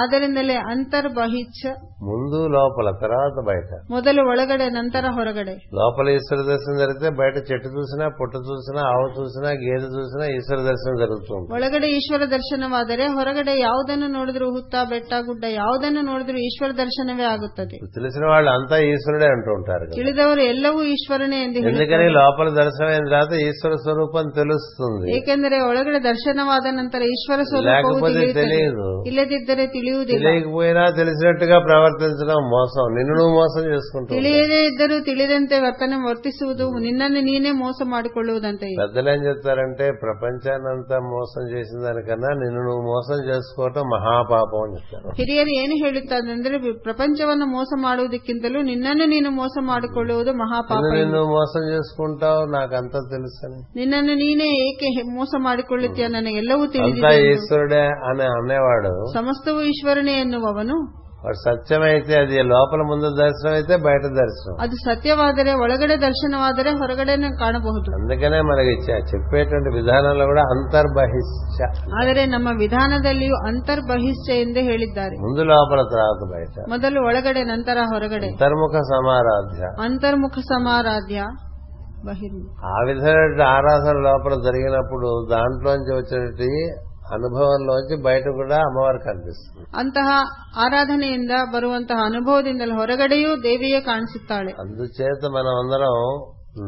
[SPEAKER 2] ಆದ್ದರಿಂದಲೇ ಅಂತರ್ಬಹಿಚ್ಚ
[SPEAKER 1] ముందు లోపల తర్వాత బయట
[SPEAKER 2] ಮೊದಲು ಒಳಗಡೆ ನಂತರ ಹೊರಗಡೆ
[SPEAKER 1] లోపల ఈశ్వర దర్శనం జరిగితే బయట చెట్టు చూసినా పుట్ట చూసినా ఆవు చూసినా గేదె చూసినా ఈశ్వర దర్శనం జరుగుతుంది
[SPEAKER 2] ಒಳಗಡೆ ಈಶ್ವರ ದರ್ಶನವಾದರೆ ಹೊರಗಡೆ ಯಾವುದನ್ನು ನೋಡಿದ್ರೂ ಹುತ್ತ ಬೆಟ್ಟ ಗುಡ್ಡ ಯಾವುದನ್ನು ನೋಡಿದ್ರೂ ಈಶ್ವರ ದರ್ಶನವೇ ಆಗುತ್ತದೆ
[SPEAKER 1] తెలిసిన వాళ్ళు అంతా ఈశ్వరుడే అంటూ ఉంటారు కదా.
[SPEAKER 2] ತಿಳಿದವರು ಎಲ್ಲವೂ ಈಶ್ವರನೇ ಎಂದು
[SPEAKER 1] ఎందుకని
[SPEAKER 2] ಹೇಳುತ್ತಾರೆ
[SPEAKER 1] లోపల దర్శనం అయిన తర్వాత ఈశ్వర స్వరూపం తెలుస్తుంది
[SPEAKER 2] ಏಕೆಂದರೆ ಒಳಗಡೆ ದರ್ಶನವಾದ ನಂತರ ಈಶ್ವರ ಸ್ವರೂಪವು
[SPEAKER 1] లేకపోతే
[SPEAKER 2] ತಿಳಿಯುತ್ತದೆ
[SPEAKER 1] తెలియదు
[SPEAKER 2] ಇಲ್ಲದಿದ್ದರೆ ತಿಳಿಯುವುದಿಲ್ಲ
[SPEAKER 1] తెలియకపోయినా తెలిసినట్టుగా ప్రవర్తించడం మోసం నిన్ను నువ్వు మోసం చేసుకుంటావు
[SPEAKER 2] ತಿಳಿಯದೇ ಇದ್ದರೂ ತಿಳಿದಂತೆ ವರ್ತನೆ ವರ್ತಿಸುವುದು ನಿನ್ನನ್ನು ನೀನೇ ಮೋಸ ಮಾಡಿಕೊಳ್ಳುವುದಂತೆ
[SPEAKER 1] పెద్దలు ఏం చెప్తారంటే ప్రపంచాన్నంతా మోసం చేసిన దానికన్నా నిన్ను నువ్వు మోసం చేసుకోవటం మహాపాపం అని చెప్తారు
[SPEAKER 2] ಹಿರಿಯರು ಏನು ಹೇಳುತ್ತಾರೆ ಅಂದರೆ ಪ್ರಪಂಚವನ್ನು ಮೋಸ ಮಾಡುವುದಕ್ಕಿಂತಲೂ ನಿನ್ನನ್ನು ನೀನು ಮೋಸ ಮಾಡಿಕೊಳ್ಳುವುದು ಮಹಾಪಾಪ
[SPEAKER 1] నిన్ను నిన్ను మోసం చేసుకుంటావు నాకంతా తెలుసని
[SPEAKER 2] ನಿನ್ನನ್ನು ನೀನೇ ಏಕೆ ಹೆ- ಮೋಸ ಮಾಡಿಕೊಳ್ಳುತ್ತೀಯ ನನಗೆಲ್ಲವೂ
[SPEAKER 1] అంతా
[SPEAKER 2] ತಿಳಿದಿದೆ ಎಂದು.
[SPEAKER 1] ఈశ్వరుడే అని అనేవాడు
[SPEAKER 2] ಸಮಸ್ತವೂ ಈಶ್ವರನೇ ಎನ್ನುವವನು
[SPEAKER 1] వాడు సత్యమైతే అది లోపల ముందు దర్శనం అయితే బయట దర్శనం
[SPEAKER 2] ಅದು ಸತ್ಯವಾದರೆ ಒಳಗಡೆ ದರ್ಶನವಾದರೆ ಹೊರಗಡೆನೇ కాణಬಹುದು
[SPEAKER 1] అందుకనే మనకి చె- చెప్పేటువంటి విధానంలో కూడా అంతర్బహిష్ట
[SPEAKER 2] ಆದರೆ ನಮ್ಮ ವಿಧಾನದಲ್ಲಿಯೂ ಅಂತರ್ಬಹಿಷ್ಠ ಎಂದೇ ಹೇಳಿದ್ದಾರೆ
[SPEAKER 1] ముందు లోపల తర్వాత బయట
[SPEAKER 2] ಮೊದಲು ಒಳಗಡೆ ನಂತರ ಹೊರಗಡೆ
[SPEAKER 1] అంతర్ముఖ సమారాధ్య
[SPEAKER 2] ಅಂತರ್ಮುಖ ಸಮಾರಾಧ್ಯ ಬಹಿರ್ಮುಖ
[SPEAKER 1] ఆ విధమైన ఆరాధన లోపల జరిగినప్పుడు దాంట్లోంచి వచ్చేటి అనుభవంలోంచి బయట కూడా అమ్మవారు కనిపిస్తుంది
[SPEAKER 2] ಅಂತಹ ಆರಾಧನೆಯಿಂದ ಬರುವಂತಹ ಅನುಭವದಿಂದಲೇ ಹೊರಗಡೆಯೂ ದೇವಿಯೇ ಕಾಣಿಸುತ್ತಾಳೆ
[SPEAKER 1] అందుచేత మనం అందరం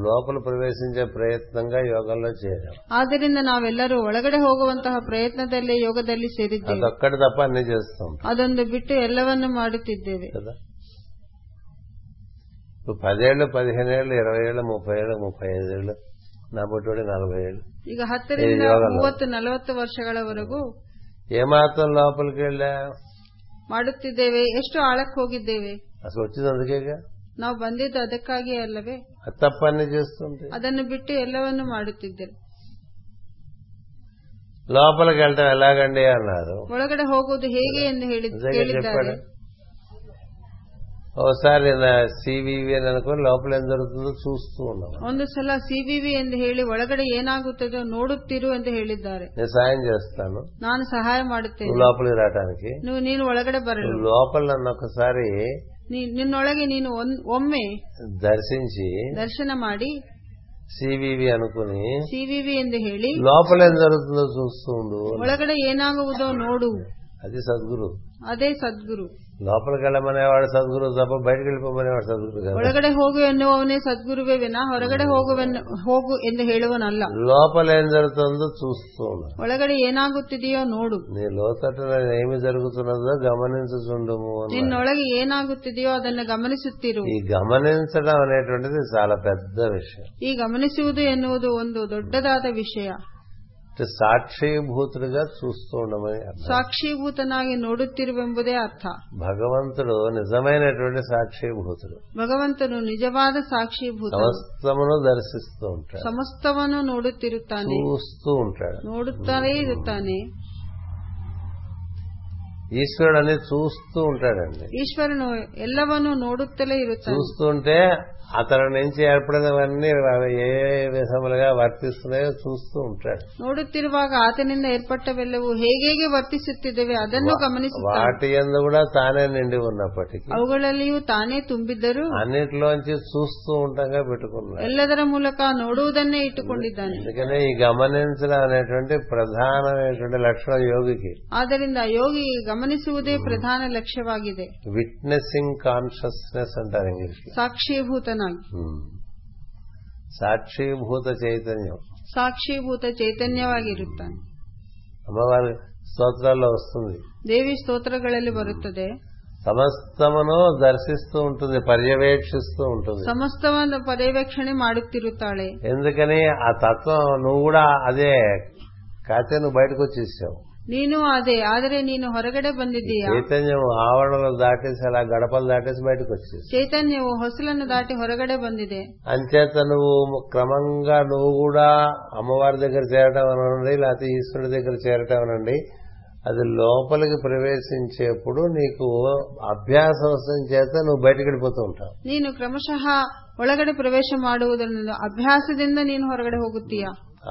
[SPEAKER 1] లోపల ప్రవేశించే ప్రయత్నంగా యోగంలో చేయాలి
[SPEAKER 2] ಆದ್ದರಿಂದ ನಾವೆಲ್ಲರೂ ಒಳಗಡೆ ಹೋಗುವಂತಹ ಪ್ರಯತ್ನದಲ್ಲೇ ಯೋಗದಲ್ಲಿ ಸೇರಿದ್ದೇವೆ
[SPEAKER 1] అదొక్కటి తప్ప అన్ని చేస్తాం
[SPEAKER 2] ಅದೊಂದು ಬಿಟ್ಟು ಎಲ್ಲವನ್ನು ಮಾಡುತ್ತಿದ್ದೇವೆ
[SPEAKER 1] కదా ఇప్పుడు పదేళ్ళు పదిహేను ఏళ్ళు ఇరవై ఏళ్ళు ముప్పై ఏళ్ళు ముప్పై ఐదు ఏళ్ళు నా పుట్టుబడి నలభై ఏళ్ళు
[SPEAKER 2] ಈಗ ಹತ್ತರಿಂದ
[SPEAKER 1] ಈ ಯೋಗ ಅಲ್ಲ.
[SPEAKER 2] ಮೂವತ್ತು ನಲವತ್ತು ವರ್ಷಗಳವರೆಗೂ
[SPEAKER 1] ఏమాత్రం లోపలికి వెళ్ళా
[SPEAKER 2] ಮಾಡುತ್ತಿದ್ದೇವೆ ಎಷ್ಟು ಆಳಕ್ಕೆ ಹೋಗಿದ್ದೇವೆ
[SPEAKER 1] అసలు వచ్చింది అందుకేగా
[SPEAKER 2] ನಾವು ಬಂದಿದ್ದು ಅದಕ್ಕಾಗಿ ಅಲ್ಲವೇ
[SPEAKER 1] అది తప్ప అన్ని చేస్తుంటే
[SPEAKER 2] ಅದನ್ನು ಬಿಟ್ಟು ಎಲ್ಲವನ್ನು ಮಾಡುತ್ತಿದ್ದೇವೆ
[SPEAKER 1] లోపలికి వెళ్ళటం ఎలాగండి అన్నారు
[SPEAKER 2] ಒಳಗಡೆ ಹೋಗುವುದು ಹೇಗೆ ಎಂದು ಹೇಳಿ
[SPEAKER 1] నిజంగా
[SPEAKER 2] ಕೇಳಿದ್ದಾರೆ
[SPEAKER 1] చెప్పాడు ఒకసారి నా సివివి అని అనుకుని లోపల ఏం జరుగుతుందో చూస్తూ ఉన్నాను
[SPEAKER 2] ಒಂದು ಸಲ ಸಿಬಿವಿ ಎಂದು ಹೇಳಿ ಒಳಗಡೆ ಏನಾಗುತ್ತದೋ ನೋಡುತ್ತಿರು ಎಂದು ಹೇಳಿದ್ದಾರೆ
[SPEAKER 1] నేను సాయం చేస్తాను
[SPEAKER 2] ನಾನು ಸಹಾಯ ಮಾಡುತ್ತೇನೆ
[SPEAKER 1] నువ్వు లోపలికి రావడానికి
[SPEAKER 2] ನೀವು ನೀನು ಒಳಗಡೆ ಬರಲು
[SPEAKER 1] నువ్వు లోపల నన్ను ఒకసారి
[SPEAKER 2] ನೀ- ನಿನ್ನೊಳಗೆ ನೀನು ಒನ್- ಒಮ್ಮೆ
[SPEAKER 1] దర్శించి
[SPEAKER 2] ದರ್ಶನ ಮಾಡಿ
[SPEAKER 1] సివివి అనుకుని
[SPEAKER 2] ಸಿವಿವಿ ಎಂದು ಹೇಳಿ
[SPEAKER 1] లోపల ఏం జరుగుతుందో చూస్తూ ఉండు
[SPEAKER 2] ಒಳಗಡೆ ಏನಾಗುವುದೋ ನೋಡು
[SPEAKER 1] అది సద్గురు
[SPEAKER 2] ಅದೇ సద్గుರು
[SPEAKER 1] లోపలికి వెళ్ళమనేవాడు సద్గురు తప్ప బయటకు వెళ్ళిపోమనేవాడు సద్గురు కదా
[SPEAKER 2] ಒಳಗಡೆ ಹೋಗು ಎನ್ನುವವನೇ ಸದ್ಗುರುವೇ ವಿನಾ ಹೊರಗಡೆ ಹೋಗುವೆನ್ನು ಹೋಗು ಎಂದು ಹೇಳುವನಲ್ಲ
[SPEAKER 1] లోపల ఏం జరుగుతుందో చూస్తూ ఉన్నాను
[SPEAKER 2] ಒಳಗಡೆ ಏನಾಗುತ್ತಿದೆಯೋ ನೋಡು
[SPEAKER 1] నీ లోతట్టున ఏమి జరుగుతున్నదో గమనించుచుండుము అన్నాడు.
[SPEAKER 2] ನಿನ್ನೊಳಗೆ ಏನಾಗುತ್ತಿದೆಯೋ ಅದನ್ನು ಗಮನಿಸುತ್ತಿರು
[SPEAKER 1] ఈ గమనించడం అనేటువంటిది చాలా పెద్ద విషయం
[SPEAKER 2] ಈ ಗಮನಿಸುವುದು ಎನ್ನುವುದು ಒಂದು ದೊಡ್ಡದಾದ ವಿಷಯ
[SPEAKER 1] అంటే సాక్షిభూతుడిగా చూస్తూ ఉండమని అర్థం
[SPEAKER 2] ಸಾಕ್ಷೀಭೂತನಾಗಿ ನೋಡುತ್ತಿರುವೆಂಬುದೇ ಅರ್ಥ
[SPEAKER 1] భగవంతుడు నిజమైనటువంటి సాక్షిభూతుడు
[SPEAKER 2] ಭಗವಂತನು ನಿಜವಾದ ಸಾಕ್ಷೀಭೂತ
[SPEAKER 1] సమస్తమును దర్శిస్తూ ఉంటాడు
[SPEAKER 2] ಸಮಸ್ತವನ್ನು ನೋಡುತ್ತಿರುತ್ತಾನೆ
[SPEAKER 1] చూస్తూ ఉంటాడు
[SPEAKER 2] ನೋಡುತ್ತಲೇ ಇರುತ್ತಾನೆ
[SPEAKER 1] ఈశ్వరుడు అనేది చూస్తూ ఉంటాడండి
[SPEAKER 2] ಈಶ್ವರನು ಎಲ್ಲವನ್ನೂ ನೋಡುತ್ತಲೇ ಇರುತ್ತಾನೆ
[SPEAKER 1] చూస్తూ ఉంటే అతని నుంచి ఏర్పడినవన్నీ అవి ఏ విధములుగా వర్తిస్తున్నాయో చూస్తూ ఉంటాడు
[SPEAKER 2] ನೋಡುತ್ತಿರುವಾಗ ಆತನಿಂದ ಏರ್ಪಟ್ಟವೆಲ್ಲವೂ ಹೇಗೆ ವರ್ತಿಸುತ್ತಿದ್ದೇವೆ ಅದನ್ನು ಗಮನಿಸುತ್ತಾನೆ
[SPEAKER 1] వాటి ఎందు కూడా తానే నిండి ఉన్నప్పటికీ
[SPEAKER 2] ಅವುಗಳಲ್ಲಿಯೂ ತಾನೇ ತುಂಬಿದ್ದರೂ
[SPEAKER 1] అన్నిటిలోంచి చూస్తూ ఉంటాగా పెట్టుకున్నాడు
[SPEAKER 2] ಎಲ್ಲದರ ಮೂಲಕ ನೋಡುವುದನ್ನೇ ಇಟ್ಟುಕೊಂಡಿದ್ದಾನೆ
[SPEAKER 1] అందుకనే ఈ గమనించడం అనేటువంటి ప్రధానమైనటువంటి లక్షణం యోగికి
[SPEAKER 2] ಆದ್ದರಿಂದ ಯೋಗಿ ಗಮನಿಸುವುದೇ ಪ್ರಧಾನ ಲಕ್ಷ್ಯವಾಗಿದೆ
[SPEAKER 1] విట్నెసింగ్ కాన్షియస్నెస్ అంటారు ఇంగ్లీష్ లో
[SPEAKER 2] ಸಾಕ್ಷೀಭೂತನಾಗಿ
[SPEAKER 1] Hmm. సాక్షీభూత చైతన్యం
[SPEAKER 2] ಸಾಕ್ಷೀಭೂತ ಚೈತನ್ಯವಾಗಿರುತ್ತಾನೆ
[SPEAKER 1] అమ్మవారి స్తోత్రాల్లో వస్తుంది
[SPEAKER 2] ದೇವಿ ಸ್ತೋತ್ರಗಳಲ್ಲಿ ಬರುತ್ತದೆ
[SPEAKER 1] సమస్తమును దర్శిస్తూ ఉంటుంది పర్యవేక్షిస్తూ ఉంటుంది
[SPEAKER 2] ಸಮಸ್ತವನ್ನು ಪರ್ಯವೇಕ್ಷಣೆ ಮಾಡುತ್ತಿರುತ್ತಾಳೆ
[SPEAKER 1] ఎందుకని ఆ తత్వం నువ్వు కూడా అదే కాకపోతే నువ్వు బయటకు వచ్చేసావు
[SPEAKER 2] ನೀನು ಅದೇ ಆದರೆ ನೀನು ಹೊರಗಡೆ ಬಂದಿದ್ದೀಯ
[SPEAKER 1] చైతన్యం ఆవరణలు దాటేసి అలా గడపలు దాటేసి బయటకు వచ్చేసి
[SPEAKER 2] ಚೈತನ್ಯವು ಹೊಸಲನ್ನು ದಾಟಿ ಹೊರಗಡೆ ಬಂದಿದೆ
[SPEAKER 1] అంచేత నువ్వు క్రమంగా నువ్వు కూడా అమ్మవారి దగ్గర చేరటం అనండి లేకపోతే ఈశ్వరుడి దగ్గర చేరటం అనండి అది లోపలికి ప్రవేశించేప్పుడు నీకు అభ్యాసవశం చేత నువ్వు బయటకు వెళ్ళిపోతూ ఉంటావు
[SPEAKER 2] ನೀನು ಕ್ರಮಶಃ ಒಳಗಡೆ ಪ್ರವೇಶ ಮಾಡುವುದನ್ನು ಅಭ್ಯಾಸದಿಂದ ನೀನು ಹೊರಗಡೆ ಹೋಗುತ್ತೀಯ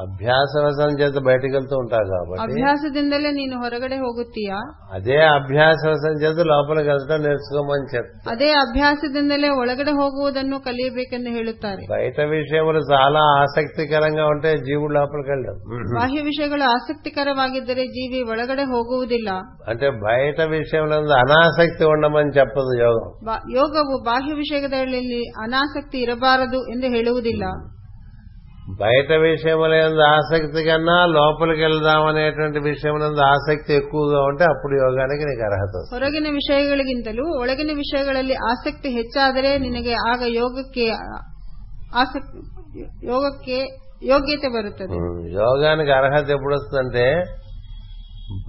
[SPEAKER 1] అభ్యాసవశం చేత బయటకు వెళ్తూ ఉంటావు కాబట్టి
[SPEAKER 2] ಅಭ್ಯಾಸದಿಂದಲೇ ನೀನು ಹೊರಗಡೆ ಹೋಗುತ್ತೀಯ
[SPEAKER 1] అదే అభ్యాసవశం చేత లోపలికి వెళ్ళటం నేర్చుకోమని చెప్తా
[SPEAKER 2] ಅದೇ ಅಭ್ಯಾಸದಿಂದಲೇ ಒಳಗಡೆ ಹೋಗುವುದನ್ನು ಕಲಿಯಬೇಕೆಂದು ಹೇಳುತ್ತಾರೆ
[SPEAKER 1] బయట విషయములు చాలా ఆసక్తికరంగా ఉంటే జీవుడు లోపలికి వెళ్ళడం
[SPEAKER 2] ಬಾಹ್ಯ ವಿಷಯಗಳು ಆಸಕ್ತಿಕರವಾಗಿದ್ದರೆ ಜೀವಿ ಒಳಗಡೆ ಹೋಗುವುದಿಲ್ಲ
[SPEAKER 1] అంటే బయట విషయంలో అనాసక్తి ఉండమని చెప్పదు యోగం
[SPEAKER 2] ಬಾ- ಯೋಗವು ಬಾಹ್ಯ ವಿಷಯಗಳಲ್ಲಿ ಅನಾಸಕ್ತಿ ಇರಬಾರದು ಎಂದು ಹೇಳುವುದಿಲ್ಲ
[SPEAKER 1] బయట విషయములందు ఆసక్తి కన్నా లోపలికి వెళ్దాం అనేటువంటి విషయములందు ఆసక్తి ఎక్కువగా ఉంటే అప్పుడు యోగానికి నీకు అర్హత వస్తుంది.
[SPEAKER 2] ಹೊರಗಿನ ವಿಷಯಗಳಿಗಿಂತಲೂ ಒಳಗಿನ ವಿಷಯಗಳಲ್ಲಿ ಆಸಕ್ತಿ ಹೆಚ್ಚಾದರೆ ನಿನಗೆ ಆಗ ಯೋಗಕ್ಕೆ ಆಸಕ್ತಿ ಯೋಗಕ್ಕೆ ಯೋಗ್ಯತೆ ಬರುತ್ತದೆ
[SPEAKER 1] ఉమ్, యోగానికి అర్హత ఎప్పుడు వస్తుందంటే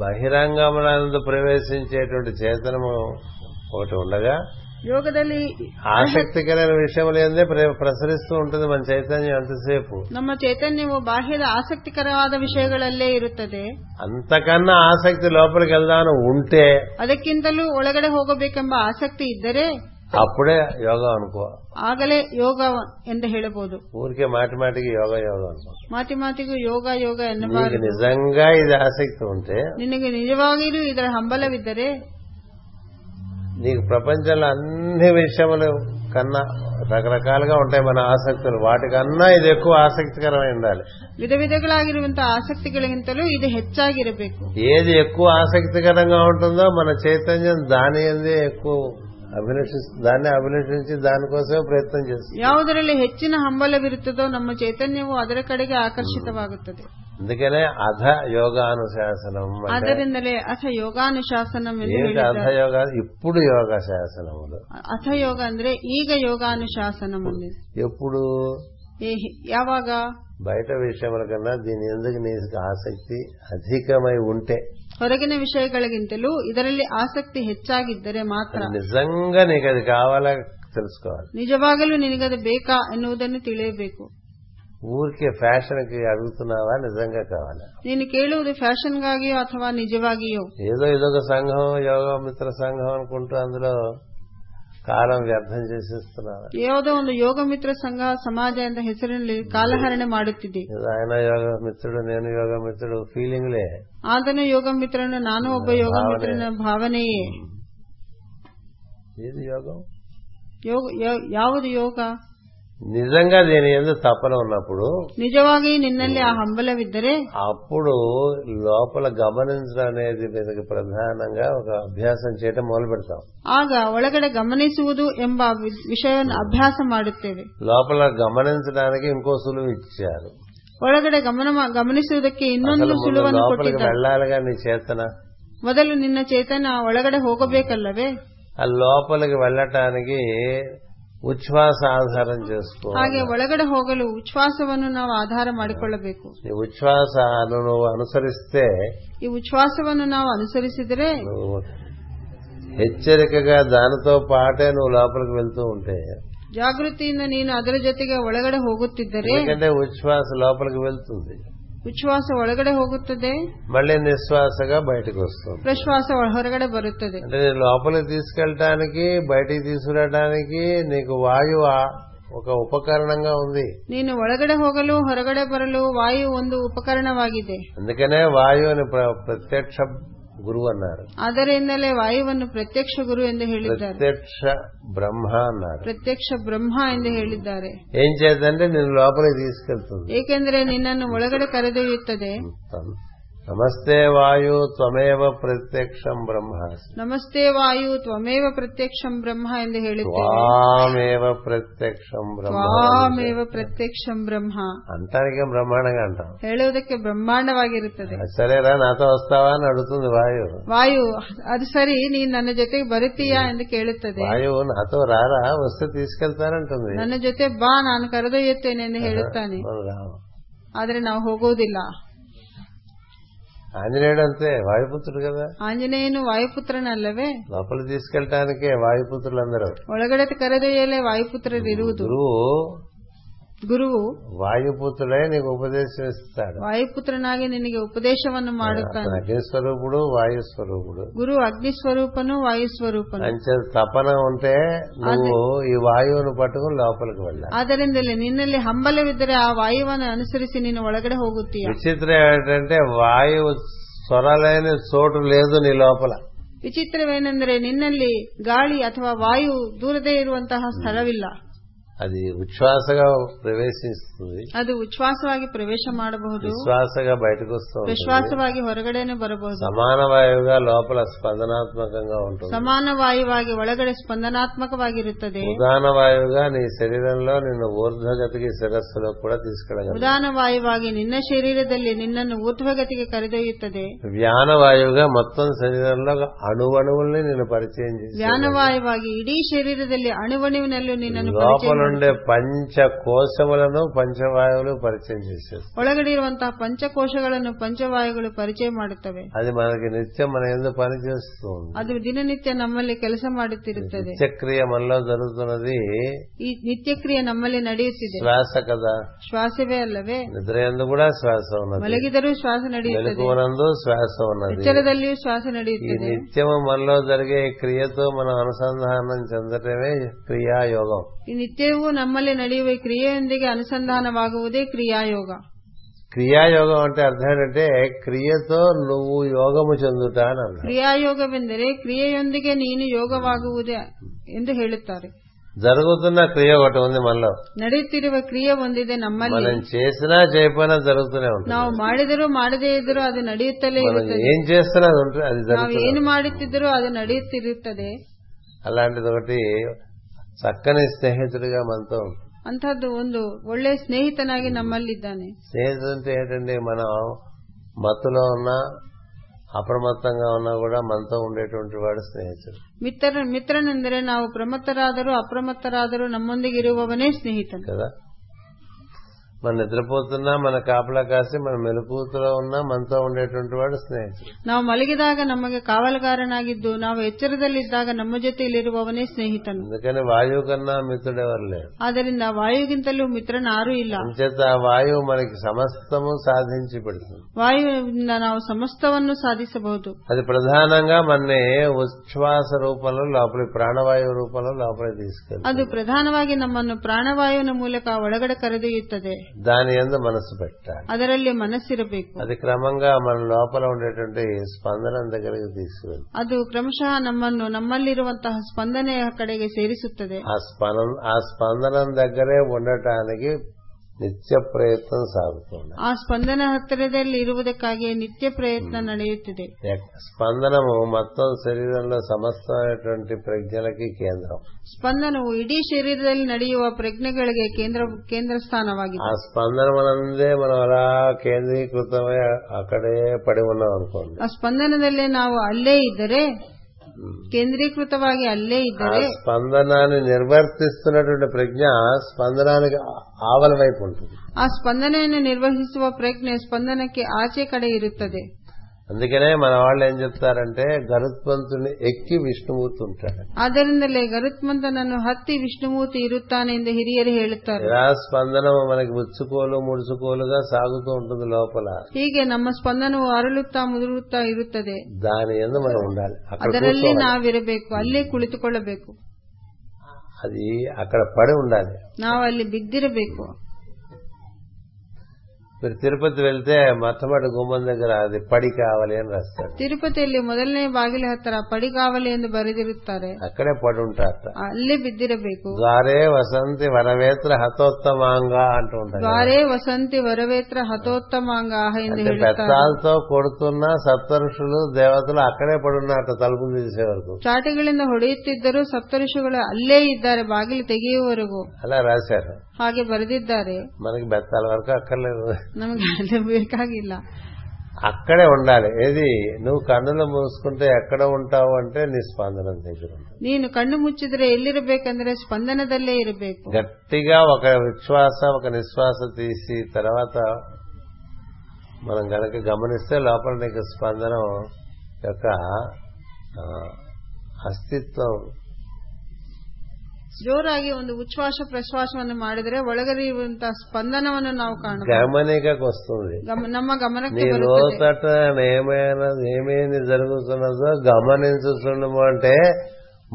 [SPEAKER 1] బహిరంగములందు ప్రవేశించేటువంటి చేతనము ఒకటి ఉండగా
[SPEAKER 2] ಯೋಗದಲ್ಲಿ
[SPEAKER 1] ఆసక్తికరమైన విషయములు ఏందే ప్రసరిస్తూ ఉంటుంది మన చైతన్యం అంతసేపు
[SPEAKER 2] ನಮ್ಮ ಚೈತನ್ಯವು ಬಾಹ್ಯದ ಆಸಕ್ತಿಕರವಾದ ವಿಷಯಗಳಲ್ಲೇ ಇರುತ್ತದೆ
[SPEAKER 1] అంతకన్నా ఆసక్తి లోపలికి వెళ్దామని ఉంటే
[SPEAKER 2] ಅದಕ್ಕಿಂತಲೂ ಒಳಗಡೆ ಹೋಗಬೇಕೆಂಬ ಆಸಕ್ತಿ ಇದ್ದರೆ
[SPEAKER 1] అప్పుడే యోగం అనుకో
[SPEAKER 2] ಆಗಲೇ ಯೋಗ ಎಂದು ಹೇಳಬಹುದು
[SPEAKER 1] ఊరికే మాటి మాటికి యోగ యోగ అనుకో
[SPEAKER 2] ಮಾತಿ ಮಾತಿಗೂ ಯೋಗ ಯೋಗ
[SPEAKER 1] నీకు
[SPEAKER 2] ಎನ್ನಬಾರದು
[SPEAKER 1] నిజంగా ఇది ఆసక్తి ఉంటే
[SPEAKER 2] ನಿನಗೆ ನಿಜವಾಗಿಯೂ ಇದರ ಹಂಬಲವಿದ್ದರೆ
[SPEAKER 1] నీకు ప్రపంచంలో అన్ని విషయములు కన్నా రకరకాలుగా ఉంటాయి మన ఆసక్తులు వాటికన్నా ఇది ఎక్కువ ఆసక్తికరమై ఉండాలి
[SPEAKER 2] ವಿಧ ವಿಧಗಳಾಗಿರುವಂತಹ ಆಸಕ್ತಿಗಳಿಗಿಂತಲೂ ಇದು ಹೆಚ್ಚಾಗಿರಬೇಕು
[SPEAKER 1] ఏది ఎక్కువ ఆసక్తికరంగా ఉంటుందో మన చైతన్యం దాని ఎందే ఎక్కువ అభిలషిస్తు దాన్ని అభిలషించి దానికోసమే ప్రయత్నం చేస్తుంది
[SPEAKER 2] ಯಾವುದರಲ್ಲಿ ಹೆಚ್ಚಿನ ಹಂಬಲವಿರುತ್ತದೋ ನಮ್ಮ ಚೈತನ್ಯವು ಅದರ ಕಡೆಗೆ ಆಕರ್ಷಿತವಾಗುತ್ತದೆ
[SPEAKER 1] అందుకనే అధ యోగానుశాసనం అంటే
[SPEAKER 2] ಆದ್ದರಿಂದಲೇ ಅಥ ಯೋಗಾನುಶಾಸನ ಎಂದು
[SPEAKER 1] ఏంటి
[SPEAKER 2] ಹೇಳಿದ್ದಾರೆ
[SPEAKER 1] అధ యోగ ఇప్పుడు యోగ శాసనములు
[SPEAKER 2] ಅಥ ಯೋಗ ಅಂದ್ರೆ ಈಗ ಯೋಗಾನುಶಾಸನ ಮುಂದೆ
[SPEAKER 1] ఎప్పుడు
[SPEAKER 2] ಯಾವಾಗ
[SPEAKER 1] బయట విషయముల కన్నా దీని ఎందుకు నీకు ఆసక్తి అధికమై ఉంటే
[SPEAKER 2] ಹೊರಗಿನ ವಿಷಯಗಳಿಗಿಂತಲೂ ಇದರಲ್ಲಿ ಆಸಕ್ತಿ ಹೆಚ್ಚಾಗಿದ್ದರೆ ಮಾತ್ರ
[SPEAKER 1] అది నిజంగా నీకు అది కావాలా తెలుసుకోవాలి
[SPEAKER 2] ನಿಜವಾಗಲೂ ನಿನಗದು ಬೇಕಾ ಎನ್ನುವುದನ್ನು ತಿಳಿಯಬೇಕು
[SPEAKER 1] ఊరికే ఫ్యాషన్ కి అడుగుతున్నావా నిజంగా కావాలా
[SPEAKER 2] ನೀನು ಕೇಳುವುದು ಫ್ಯಾಷನ್ಗಾಗಿಯೋ ಅಥವಾ ನಿಜವಾಗಿಯೋ
[SPEAKER 1] ఏదో ఇదొక సంఘం యోగా మిత్ర సంఘం అనుకుంటూ అందులో కాలం వ్యర్థం చేసేస్తున్నావా
[SPEAKER 2] ಯಾವುದೋ ಒಂದು ಯೋಗ ಮಿತ್ರ ಸಂಘ ಸಮಾಜ ಎಂದ ಹೆಸರಿನಲ್ಲಿ ಕಾಲಹರಣೆ ಮಾಡುತ್ತಿದೆ
[SPEAKER 1] ఏదో ఆయన యోగ మిత్రుడు నేను యోగ మిత్రుడు ఫీలింగ్లే
[SPEAKER 2] ಆತನು ಯೋಗ ಮಿತ್ರನು ನಾನು ಒಬ್ಬ ಯೋಗ ಮಿತ್ರನ ಭಾವನೆಯೇ
[SPEAKER 1] ఏది యోగం
[SPEAKER 2] ಯೋಗ ಯಾ- ಯಾವುದು ಯೋಗ
[SPEAKER 1] నిజంగా దీని ఎందు తపన ఉన్నప్పుడు
[SPEAKER 2] ನಿಜವಾಗಿ ನಿನ್ನಲ್ಲಿ ಆ ಹಂಬಲವಿದ್ದರೆ
[SPEAKER 1] అప్పుడు లోపల గమనించడం అనేది మీదకి ప్రధానంగా ఒక అభ్యాసం చేయటం మొదలు పెడతాం
[SPEAKER 2] ಆಗ ಒಳಗಡೆ ಗಮನಿಸುವುದು ಎಂಬ ವಿ- ವಿಷಯವನ್ನು ಅಭ್ಯಾಸ ಮಾಡುತ್ತೇವೆ
[SPEAKER 1] లోపల గమనించడానికి ఇంకో సులువు ఇచ్చారు
[SPEAKER 2] ಒಳಗಡೆ ಗಮನ ಮಾ- ಗಮನಿಸುವುದಕ್ಕೆ
[SPEAKER 1] అసలు
[SPEAKER 2] ಇನ್ನೊಂದು
[SPEAKER 1] ముందు
[SPEAKER 2] ಸುಳುವನ್ನು
[SPEAKER 1] లోపలికి
[SPEAKER 2] ಕೊಟ್ಟಿದ್ದಾರೆ
[SPEAKER 1] వెళ్ళాలిగా నీ చేతన
[SPEAKER 2] ಮೊದಲು ನಿನ್ನ ಚೇತನ ಒಳಗಡೆ ಹೋಗಬೇಕಲ್ಲವೇ
[SPEAKER 1] ఆ లోపలికి వెళ్ళటానికి ఉచ్ఛ్వాస ఆధారం చేసుకో
[SPEAKER 2] ಹಾಗೆ ಒಳಗಡೆ ಹೋಗಲು ಉಚ್ಛ್ವಾಸವನ್ನು ನಾವು ಆಧಾರ ಮಾಡಿಕೊಳ್ಳಬೇಕು
[SPEAKER 1] ఈ ఉచ్ఛ్వాసను నువ్వు అనుసరిస్తే
[SPEAKER 2] ಈ ಉಚ್ಛ್ವಾಸವನ್ನು ನಾವು ಅನುಸರಿಸಿದರೆ
[SPEAKER 1] నువ్వు హెచ్చరికగా దానితో పాటే నువ్వు లోపలికి వెళ్తూ ఉంటే
[SPEAKER 2] ಜಾಗೃತಿಯಿಂದ ನೀನು ಅದರ ಜೊತೆಗೆ ಒಳಗಡೆ ಹೋಗುತ್ತಿದ್ದರೆ
[SPEAKER 1] ఎందుకంటే ఉచ్ఛ్వాస లోపలికి వెళ్తుంది
[SPEAKER 2] ಉಚ್ಛ್ವಾಸ ಒಳಗಡೆ ಹೋಗುತ್ತದೆ
[SPEAKER 1] మళ్ళీ నిశ్వాసగా బయటకు వస్తుంది
[SPEAKER 2] ಪ್ರಶ್ವಾಸ ಹೊರಗಡೆ ಬರುತ್ತದೆ
[SPEAKER 1] అంటే నేను లోపలికి తీసుకెళ్ళటానికి బయటికి తీసుకురావడానికి నీకు వాయువు ఆ- ఒక ఉపకరణంగా ఉంది
[SPEAKER 2] ನೀನು ಒಳಗಡೆ ಹೋಗಲು ಹೊರಗಡೆ ಬರಲು ವಾಯು ಒಂದು ಉಪಕರಣವಾಗಿದೆ
[SPEAKER 1] అందుకనే వాయు అని ప్ర- ప్రత్యక్ష గురువు అన్నారు
[SPEAKER 2] ಆದ್ದರಿಂದಲೇ ವಾಯುವನ್ನು ಪ್ರತ್ಯಕ್ಷ ಗುರು ಎಂದು ಹೇಳಿದ್ದಾರೆ
[SPEAKER 1] ప్రత్యక్ష బ్రహ్మ అన్నారు
[SPEAKER 2] ಪ್ರತ್ಯಕ್ಷ ಬ್ರಹ್ಮ ಎಂದು ಹೇಳಿದ್ದಾರೆ
[SPEAKER 1] ఏం చేద్దంటే నేను లోపలికి తీసుకెళ్తుంది
[SPEAKER 2] ಏಕೆಂದರೆ ನಿನ್ನನ್ನು ಒಳಗಡೆ ಕರೆದೊಯ್ಯುತ್ತದೆ
[SPEAKER 1] తం- నమస్తే వాయు త్వమేవ ప్రత్యక్షం బ్రహ్మాస్మి
[SPEAKER 2] ನಮಸ್ತೆ ವಾಯು ತ್ವಮೇವ ಪ್ರತ್ಯಕ್ಷಂ ಬ್ರಹ್ಮ ಎಂದು ಹೇಳುತ್ತೇವೆ
[SPEAKER 1] త్వామేవ ప్రత్యక్షం బ్రహ్మ
[SPEAKER 2] ತ್ವಾಮೇವ ಪ್ರತ್ಯಕ್ಷಂ ಬ್ರಹ್ಮ
[SPEAKER 1] అంటానికే బ్రహ్మాండంగా అంటాం
[SPEAKER 2] ಹೇಳುವುದಕ್ಕೆ ಬ್ರಹ್ಮಾಂಡವಾಗಿರುತ್ತದೆ
[SPEAKER 1] "ఆ, సరేరా నాతో వస్తావా అని అడుగుతుంది వాయు
[SPEAKER 2] ವಾಯು ಅದು ಸರಿ ನೀನ್ ನನ್ನ ಜೊತೆಗೆ ಬರುತ್ತೀಯಾ ಎಂದು ಕೇಳುತ್ತದೆ
[SPEAKER 1] వాయువు నాతో రారా వస్తే తీసుకెళ్తానంటుంది
[SPEAKER 2] ನನ್ನ ಜೊತೆ ಬಾ ನಾನು ಕರೆದೊಯ್ಯುತ್ತೇನೆ ಎಂದು ಹೇಳುತ್ತಾನೆ
[SPEAKER 1] మనం రాము
[SPEAKER 2] ಆದರೆ ನಾವು ಹೋಗುವುದಿಲ್ಲ
[SPEAKER 1] ఆంజనేయుడు అంతే వాయుపుత్రుడు కదా
[SPEAKER 2] ಆಂಜನೇಯನು ವಾಯುಪುತ್ರನಲ್ಲವೇ
[SPEAKER 1] లోపలికి తీసుకెళ్ళటానికే వాయుపుత్రులందరూ
[SPEAKER 2] ಒಳಗಡೆ ಕರೆದೊಯ್ಯಲೇ ವಾಯುಪುತ್ರರಿರುವುದು
[SPEAKER 1] గురువు
[SPEAKER 2] ಗುರುವು
[SPEAKER 1] వాయుపుత్రుడే నీకు ఉపదేశం ఇస్తాడు
[SPEAKER 2] ವಾಯುಪುತ್ರನಾಗಿ ನಿನಗೆ ఉపదేశವನ್ನು
[SPEAKER 1] అతను
[SPEAKER 2] ಮಾಡುತ್ತಾನೆ
[SPEAKER 1] అగ్నిస్వరూపుడు వాయుస్వరూపుడు
[SPEAKER 2] ಗುರು ಅಗ್ನಿಸ್ವರೂಪನು ವಾಯುಸ್ವರೂಪನು
[SPEAKER 1] అంచే తపన ఉంటే నువ్వు ఈ వాయువును పట్టుకుని లోపలికి వెళ్ళాలి
[SPEAKER 2] ಆದ್ದರಿಂದಲೇ ನಿನ್ನಲ್ಲಿ ಹಂಬಲವಿದ್ದರೆ ಆ ವಾಯುವನ್ನು ಅನುಸರಿಸಿ ನೀನು ಒಳಗಡೆ ಹೋಗುತ್ತೀಯ
[SPEAKER 1] విచిత్రం ఏంటంటే వాయువు స్వరలేని చోటు లేదు నీ లోపల
[SPEAKER 2] ವಿಚಿತ್ರವೇನೆಂದರೆ ನಿನ್ನಲ್ಲಿ ಗಾಳಿ ಅಥವಾ ವಾಯು ದೂರದೇ ಇರುವಂತಹ ಸ್ಥಳವಿಲ್ಲ
[SPEAKER 1] అది ఉచ్ఛ్వాసగా ప్రవేశిస్తుంది
[SPEAKER 2] ಅದು ಉಚ್ಛ್ವಾಸವಾಗಿ ಪ್ರವೇಶ ಮಾಡಬಹುದು
[SPEAKER 1] విశ్వాసగా బయటకు వస్తుంది
[SPEAKER 2] ವಿಶ್ವಾಸವಾಗಿ ಹೊರಗಡೆನೆ ಬರಬಹುದು
[SPEAKER 1] సమాన వాయువుగా లోపల స్పందనాత్మకంగా ఉంటుంది
[SPEAKER 2] ಸಮಾನ ವಾಯುವಾಗಿ ಒಳಗಡೆ ಸ್ಪಂದನಾತ್ಮಕವಾಗಿರುತ್ತದೆ
[SPEAKER 1] ఉదాన వాయువుగా నీ శరీరంలో నిన్ను ఊర్ధ్వగతికి శిరస్సులో కూడా తీసుకెళ్ళగలదు
[SPEAKER 2] ಉದಾನ ವಾಯುವಾಗಿ ನಿನ್ನ ಶರೀರದಲ್ಲಿ ನಿನ್ನನ್ನು ಊರ್ಧ್ವಗತಿಗೆ ಕರೆದೊಯ್ಯುತ್ತದೆ
[SPEAKER 1] వ్యాన వాయువుగా మొత్తం శరీరంలో అణువణువుల్ని నేను పరిచయం చేసి
[SPEAKER 2] ವ್ಯಾನವಾಯವಾಗಿ ಇಡೀ ಶರೀರದಲ್ಲಿ ಅಣುವಣುವಿನಲ್ಲೂ ನಿನ್ನನ್ನು ಪರಿಚಯ ಮಾಡು.
[SPEAKER 1] లోపలుండే పంచ కోశములను పంచవాయువులు పరిచయం చేసేది
[SPEAKER 2] ಒಳಗಡೆ ಇರುವಂತಹ ಪಂಚಕೋಶಗಳನ್ನು ಪಂಚವಾಯುಗಳು ಪರಿಚಯ ಮಾಡುತ್ತವೆ
[SPEAKER 1] అది మనకి నిత్యం మన ఎందుకు పని చేస్తుంది
[SPEAKER 2] ಅದು ದಿನನಿತ್ಯ ನಮ್ಮಲ್ಲಿ ಕೆಲಸ ಮಾಡುತ್ತಿರುತ್ತದೆ
[SPEAKER 1] నిత్యక్రియ మనలో జరుగుతున్నది
[SPEAKER 2] ಈ ನಿತ್ಯಕ್ರಿಯೆ ನಮ್ಮಲ್ಲಿ ನಡೆಯುತ್ತಿದೆ
[SPEAKER 1] శ్వాస కదా
[SPEAKER 2] ಶ್ವಾಸವೇ ಅಲ್ಲವೇ
[SPEAKER 1] నిద్ర ಎಂದು కూడా శ్వాస ఉన్నది
[SPEAKER 2] ಮಲಗಿದರೂ ಶ್ವಾಸ ನಡೆಯುತ್ತದೆ
[SPEAKER 1] మెలకువనందు శ్వాస ఉన్నది
[SPEAKER 2] ಎಚ್ಚರದಲ್ಲಿಯೂ ಶ್ವಾಸ
[SPEAKER 1] ఈ
[SPEAKER 2] ನಡೆಯುತ್ತದೆ
[SPEAKER 1] నిత్యము మనలో జరిగే ఈ క్రియతో మనం అనుసంధానం చెందటమే క్రియాయోగం
[SPEAKER 2] ಈ ನಿತ್ಯವೂ ನಮ್ಮಲ್ಲಿ ನಡೆಯುವ ಈ ಕ್ರಿಯೆಯೊಂದಿಗೆ ಅನುಸಂಧಾನವಾಗುವುದೇ ಕ್ರಿಯಾಯೋಗ
[SPEAKER 1] క్రియాయోగం అంటే అర్థం ఏంటంటే క్రియతో నువ్వు యోగము చెందుట అని అర్థం
[SPEAKER 2] ಕ್ರಿಯಾಯೋಗವೆಂದರೆ ಕ್ರಿಯೆಯೊಂದಿಗೆ ನೀನು ಯೋಗವಾಗುವುದೇ ಎಂದು ಹೇಳುತ್ತಾರೆ
[SPEAKER 1] జరుగుతున్న క్రియ ఒకటి ఉంది మనలో
[SPEAKER 2] ನಡೆಯುತ್ತಿರುವ ಕ್ರಿಯೆ ಒಂದಿದೆ ನಮ್ಮಲ್ಲಿ
[SPEAKER 1] మనం చేసినా చేయకపోయినా జరుగుతూనే ఉంటుంది
[SPEAKER 2] ನಾವು ಮಾಡಿದರೂ ಮಾಡದೇ ಇದ್ದರೂ ಅದು ನಡೆಯುತ್ತಲೇ
[SPEAKER 1] మనం
[SPEAKER 2] ಇರುತ್ತದೆ
[SPEAKER 1] ఏం చేస్తున్నా అది ఉంటుంది అది
[SPEAKER 2] ನಾವು
[SPEAKER 1] జరుగుతుంది
[SPEAKER 2] ಏನು ಮಾಡುತ್ತಿದ್ದರೂ ಅದು ನಡೆಯುತ್ತಿರುತ್ತದೆ
[SPEAKER 1] అలాంటిది ఒకటి చక్కని స్నేహితుడిగా మనతో ఉంటుంది.
[SPEAKER 2] ಅಂತಹದ್ದು ಒಂದು ಒಳ್ಳೆ ಸ್ನೇಹಿತನಾಗಿ ನಮ್ಮಲ್ಲಿದ್ದಾನೆ
[SPEAKER 1] స్నేహితుడు అంటే ఏంటంటే మనం మత్తులో ఉన్నా అప్రమత్తంగా ఉన్నా కూడా మనతో ఉండేటువంటి వాడు స్నేహితుడు
[SPEAKER 2] ಮಿತ್ರ ಮಿತ್ರನೆಂದರೆ ನಾವು ಪ್ರಮತ್ತರಾದರೂ ಅಪ್ರಮತ್ತರಾದರೂ ನಮ್ಮೊಂದಿಗೆ ಇರುವವನೇ ಸ್ನೇಹಿತನು
[SPEAKER 1] కదా మనం నిద్రపోతున్నా మన కాపలా కాసి మన మెలకువలో ఉన్నా మనతో ఉండేటువంటి వాడు స్నేహితుడు
[SPEAKER 2] ನಾವು ಮಲಗಿದಾಗ ನಮಗೆ ಕಾವಲುಗಾರನಾಗಿದ್ದು ನಾವು ಎಚ್ಚರದಲ್ಲಿದ್ದಾಗ ನಮ್ಮ ಜೊತೆಯಲ್ಲಿರುವವನೇ ಸ್ನೇಹಿತನು
[SPEAKER 1] అందుకని వాయువు కన్నా మిత్రుడెవరు లేరు
[SPEAKER 2] ಆದ್ದರಿಂದ ವಾಯುಗಿಂತಲೂ ಮಿತ್ರನಾರೂ ಇಲ್ಲ
[SPEAKER 1] అంచేత ఆ వాయువు మనకి సమస్తము సాధించి పెడుతుంది
[SPEAKER 2] ವಾಯುವಿನಿಂದ ನಾವು ಸಮಸ್ತವನ್ನು ಸಾಧಿಸಬಹುದು
[SPEAKER 1] అది ప్రధానంగా మనని ఉచ్ఛ్వాస రూపంలో లోపలి ప్రాణవాయువు రూపంలో లోపలికి తీసుకెళ్తుంది
[SPEAKER 2] ಅದು ಪ್ರಧಾನವಾಗಿ ನಮ್ಮನ್ನು ಪ್ರಾಣವಾಯುವಿನ ಮೂಲಕ ಒಳಗಡೆ ಕರೆದೊಯ್ಯುತ್ತದೆ
[SPEAKER 1] దాని ఎందు మనసు పెట్టాలి
[SPEAKER 2] ಅದರಲ್ಲಿ ಮನಸ್ಸಿರಬೇಕು
[SPEAKER 1] అది క్రమంగా మన లోపల ఉండేటువంటి స్పందనం దగ్గరికి తీసుకువెళ్తుంది
[SPEAKER 2] ಅದು ಕ್ರಮಶಃ ನಮ್ಮನ್ನು ನಮ್ಮಲ್ಲಿರುವಂತಹ ಸ್ಪಂದನೆಯ ಕಡೆಗೆ ಸೇರಿಸುತ್ತದೆ
[SPEAKER 1] ఆ స్పందన ఆ స్పందనం దగ్గరే ఉండటానికి నిత్య ప్రయత్నం సాగుతుంది
[SPEAKER 2] ಆ ಸ್ಪಂದನ ಹತ್ತಿರದಲ್ಲಿ ಇರುವುದಕ್ಕಾಗಿ ನಿತ್ಯ ಪ್ರಯತ್ನ ನಡೆಯುತ್ತಿದೆ
[SPEAKER 1] ఎక్- స్పందనము మొత్తం శరీరంలో సమస్తమైనటువంటి ప్రజ్ఞలకి కేంద్రం
[SPEAKER 2] ಸ್ಪಂದನವು ಇಡೀ ಶರೀರದಲ್ಲಿ ನಡೆಯುವ ಪ್ರಜ್ಞೆಗಳಿಗೆ ಕೇಂದ್ರ ಕೇಂದ್ರ ಸ್ಥಾನವಾಗಿದೆ
[SPEAKER 1] ఆ స్పందనమనందే మనం అలా కేంద్రీకృతమై అక్కడే పడి ఉన్నాం అనుకోండి
[SPEAKER 2] ಆ ಸ್ಪಂದನದಲ್ಲೇ ನಾವು ಅಲ್ಲೇ ಇದ್ದರೆ ಕೇಂದ್ರೀಕೃತವಾಗಿ ಅಲ್ಲೇ
[SPEAKER 1] ఆ
[SPEAKER 2] ಇದ್ದರೆ
[SPEAKER 1] స్పందనాన్ని నిర్వర్తిస్తున్నటువంటి ప్రజ్ఞ స్పందనానికి ఆ- ఆవల వైపు ఉంటుంది
[SPEAKER 2] ಆ ಸ್ಪಂದನೆಯನ್ನು ನಿರ್ವಹಿಸುವ ಪ್ರಜ್ಞೆ ಸ್ಪಂದನಕ್ಕೆ ಆಚೆ ಕಡೆ ಇರುತ್ತದೆ
[SPEAKER 1] అందుకనే మన వాళ్ళు ఏం చెప్తారంటే గరుత్మంతుని ఎక్కి విష్ణుమూర్తి ఉంటాడు
[SPEAKER 2] ಆದ್ದರಿಂದಲೇ ಗರುತ್ಮಂತನನ್ನು ಹತ್ತಿ ವಿಷ್ಣುಮೂರ್ತಿ ಇರುತ್ತಾನೆ ಎಂದು ಹಿರಿಯರು ಹೇಳುತ್ತಾರೆ
[SPEAKER 1] ఇలా స్పందనము మనకి ముచ్చుకోలు ముడుచుకోలుగా సాగుతూ ఉంటుంది లోపల
[SPEAKER 2] ಹೀಗೆ ನಮ್ಮ ಸ್ಪಂದನವು ಅರಳುತ್ತಾ ಮುದುರುತ್ತಾ ಇರುತ್ತದೆ
[SPEAKER 1] దాని ఎందు మనం ఉండాలి అక్కడ
[SPEAKER 2] ಅದರಲ್ಲಿ
[SPEAKER 1] కూర్చోవాలి.
[SPEAKER 2] ನಾವಿರಬೇಕು ಅಲ್ಲೇ ಕುಳಿತುಕೊಳ್ಳಬೇಕು
[SPEAKER 1] అది అక్కడ పడి ఉండాలి
[SPEAKER 2] ನಾವು ಅಲ್ಲಿ ಬಿದ್ದಿರಬೇಕು
[SPEAKER 1] మీరు తిరుపతి వెళ్తే మొట్టమొదటి గుమ్మం దగ్గర అది పడి కావాలి అని రాస్తాడు
[SPEAKER 2] ತಿರುಪತಿಯಲ್ಲಿ ಮೊದಲನೇ ಬಾಗಿಲ ಹತ್ತಿರ ಪಡಿಗಾವಲಿ ಎಂದು ಬರೆದಿರುತ್ತಾರೆ
[SPEAKER 1] అక్కడే పడి ఉంటారట
[SPEAKER 2] ಅಲ್ಲೇ ಬಿದ್ದಿರಬೇಕು
[SPEAKER 1] ద్వారే వసంతి వరవేత్ర హతోత్తమాంగ అంటూ ఉంటాడు
[SPEAKER 2] ದ್ವಾರೇ ವಸಂತಿ ವರವೇತ್ರ ಹತೋತ್ತಮಾಂಗಾಹ ಎಂದು
[SPEAKER 1] అంటే
[SPEAKER 2] ಹೇಳುತ್ತಾರೆ
[SPEAKER 1] పెత్తాలతో కొడుతున్న సప్తరుషులు దేవతలు అక్కడే పడున్నారట తలుపులు తీసే వరకు
[SPEAKER 2] ಚಾಟಿಗಳಿಂದ ಹೊಡೆಯುತ್ತಿದ್ದರೂ ಸಪ್ತಋಷಿಗಳು ಅಲ್ಲೇ ಇದ್ದಾರೆ ಬಾಗಿಲು ತೆಗೆಯುವವರೆಗೂ
[SPEAKER 1] అలా రాశారు
[SPEAKER 2] ಹಾಗೆ ಬರೆದಿದ್ದಾರೆ
[SPEAKER 1] మనకి బెత్తాల వరకు అక్కర్లేదు
[SPEAKER 2] ನಮಗೆ ಅದು ಬೇಕಾಗಿಲ್ಲ
[SPEAKER 1] అక్కడే ఉండాలి ఏది నువ్వు కన్నులు మూసుకుంటే ఎక్కడ ఉంటావు అంటే నీ స్పందనం దగ్గర ఉంటావు.
[SPEAKER 2] ನೀನು ಕಣ್ಣು ಮುಚ್ಚಿದ್ರೆ ಎಲ್ಲಿರಬೇಕಂದ್ರೆ ಸ್ಪಂದನದಲ್ಲೇ ಇರಬೇಕು
[SPEAKER 1] గట్టిగా ఒక విశ్వాస ఒక నిశ్వాస తీసి తర్వాత మనం గనక గమనిస్తే లోపల నీకు స్పందనం యొక్క ఆ, అస్తిత్వం
[SPEAKER 2] ಜೋರಾಗಿ ಒಂದು ಉಚ್ಛ್ವಾಸ ಪ್ರಶ್ವಾಸವನ್ನು ಮಾಡಿದರೆ ಒಳಗರಿಯುವಂತಹ ಸ್ಪಂದನವನ್ನು ನಾವು ಕಾಣಬಹುದು
[SPEAKER 1] గమనికకు వస్తుంది
[SPEAKER 2] ಗಮ- ನಮ್ಮ
[SPEAKER 1] నీ
[SPEAKER 2] ಗಮನಕ್ಕೆ ಬರುತ್ತದೆ
[SPEAKER 1] లోతట ఏమైనా ఏమేమి జరుగుతున్నదో గమనించుతుండము అంటే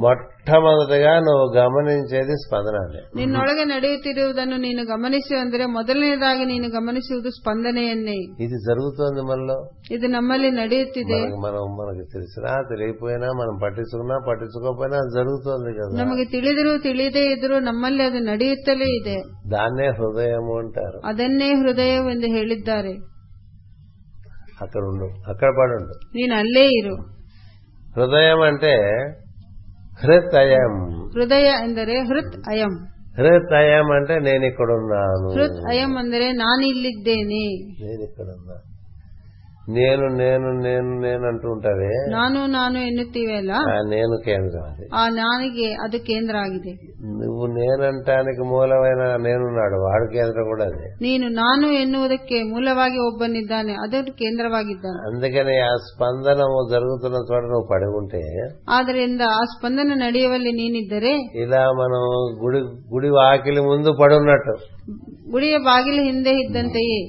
[SPEAKER 1] మొట్టమొదటిగా నువ్వు గమనించేది స్పందనాన్ని
[SPEAKER 2] ನಿನ್ನೊಳಗೆ ನಡೆಯುತ್ತಿರುವುದನ್ನು ನೀನು ಗಮನಿಸಿ ಅಂದರೆ ಮೊದಲನೇದಾಗಿ ನೀನು ಗಮನಿಸುವುದು ಸ್ಪಂದನೆಯನ್ನೇ
[SPEAKER 1] ఇది జరుగుతోంది మనలో
[SPEAKER 2] ಇದು ನಮ್ಮಲ್ಲಿ ನಡೆಯುತ್ತಿದೆ
[SPEAKER 1] మనకు మనం మనకు తెలిసినా తెలియపోయినా మనం పట్టించుకున్నా పట్టించుకోకపోయినా అది జరుగుతోంది కదా
[SPEAKER 2] ನಮಗೆ ತಿಳಿದರೂ ತಿಳಿದೇ ಇದ್ರೂ ನಮ್ಮಲ್ಲಿ ಅದು ನಡೆಯುತ್ತಲೇ ಇದೆ
[SPEAKER 1] దాన్నే హృదయము అంటారు
[SPEAKER 2] ಅದನ್ನೇ ಹೃದಯವೆಂದು ಹೇಳಿದ್ದಾರೆ
[SPEAKER 1] అక్కడ ఉండు అక్కడ పడుండు
[SPEAKER 2] ನೀನು ಅಲ್ಲೇ ಇರು
[SPEAKER 1] హృదయం అంటే హృతయం
[SPEAKER 2] ಹೃದಯ ಎಂದರೆ ಹೃತ್ ಅಯಂ
[SPEAKER 1] హృతయం అంటే నేను ఇక్కడ ఉన్నాను
[SPEAKER 2] ಹೃತ್ ಅಯಂ ಅಂದರೆ ನಾನಿಲ್ಲಿದ್ದೇನೆ
[SPEAKER 1] నేను ఇక్కడ ఉన్నాను నేను నేను నేను నేను అంటూ ఉంటావే
[SPEAKER 2] ನಾನು ನಾನು ಎನ್ನುತ್ತೀವಿ ಅಲ್ಲ
[SPEAKER 1] ఆ నేను కేంద్రం అది
[SPEAKER 2] ಆ ನಾನಿಗೆ ಅದು ಕೇಂದ್ರ ಆಗಿದೆ
[SPEAKER 1] నువ్వు నేనంటానికి మూలమైన నేనున్నాడు వాడు కేంద్రం కూడా అది
[SPEAKER 2] ನೀನು ನಾನು ಎನ್ನುವುದಕ್ಕೆ ಮೂಲವಾಗಿ ಒಬ್ಬನಿದ್ದಾನೆ ಅದು ಕೇಂದ್ರವಾಗಿದ್ದಾನೆ
[SPEAKER 1] అందుకని ఆ స్పందనము జరుగుతున్న చోట నువ్వు పడి ఉంటే
[SPEAKER 2] ಆದ್ದರಿಂದ ಆ ಸ್ಪಂದನ ನಡೆಯುವಲ್ಲಿ ನೀನಿದ್ದರೆ
[SPEAKER 1] ఇలా మనం గుడి గుడి వాకిలి ముందు పడున్నట్టు
[SPEAKER 2] ಗುಡಿಯ ಬಾಗಿಲು ಹಿಂದೆ ಇದ್ದಂತೆಯೇ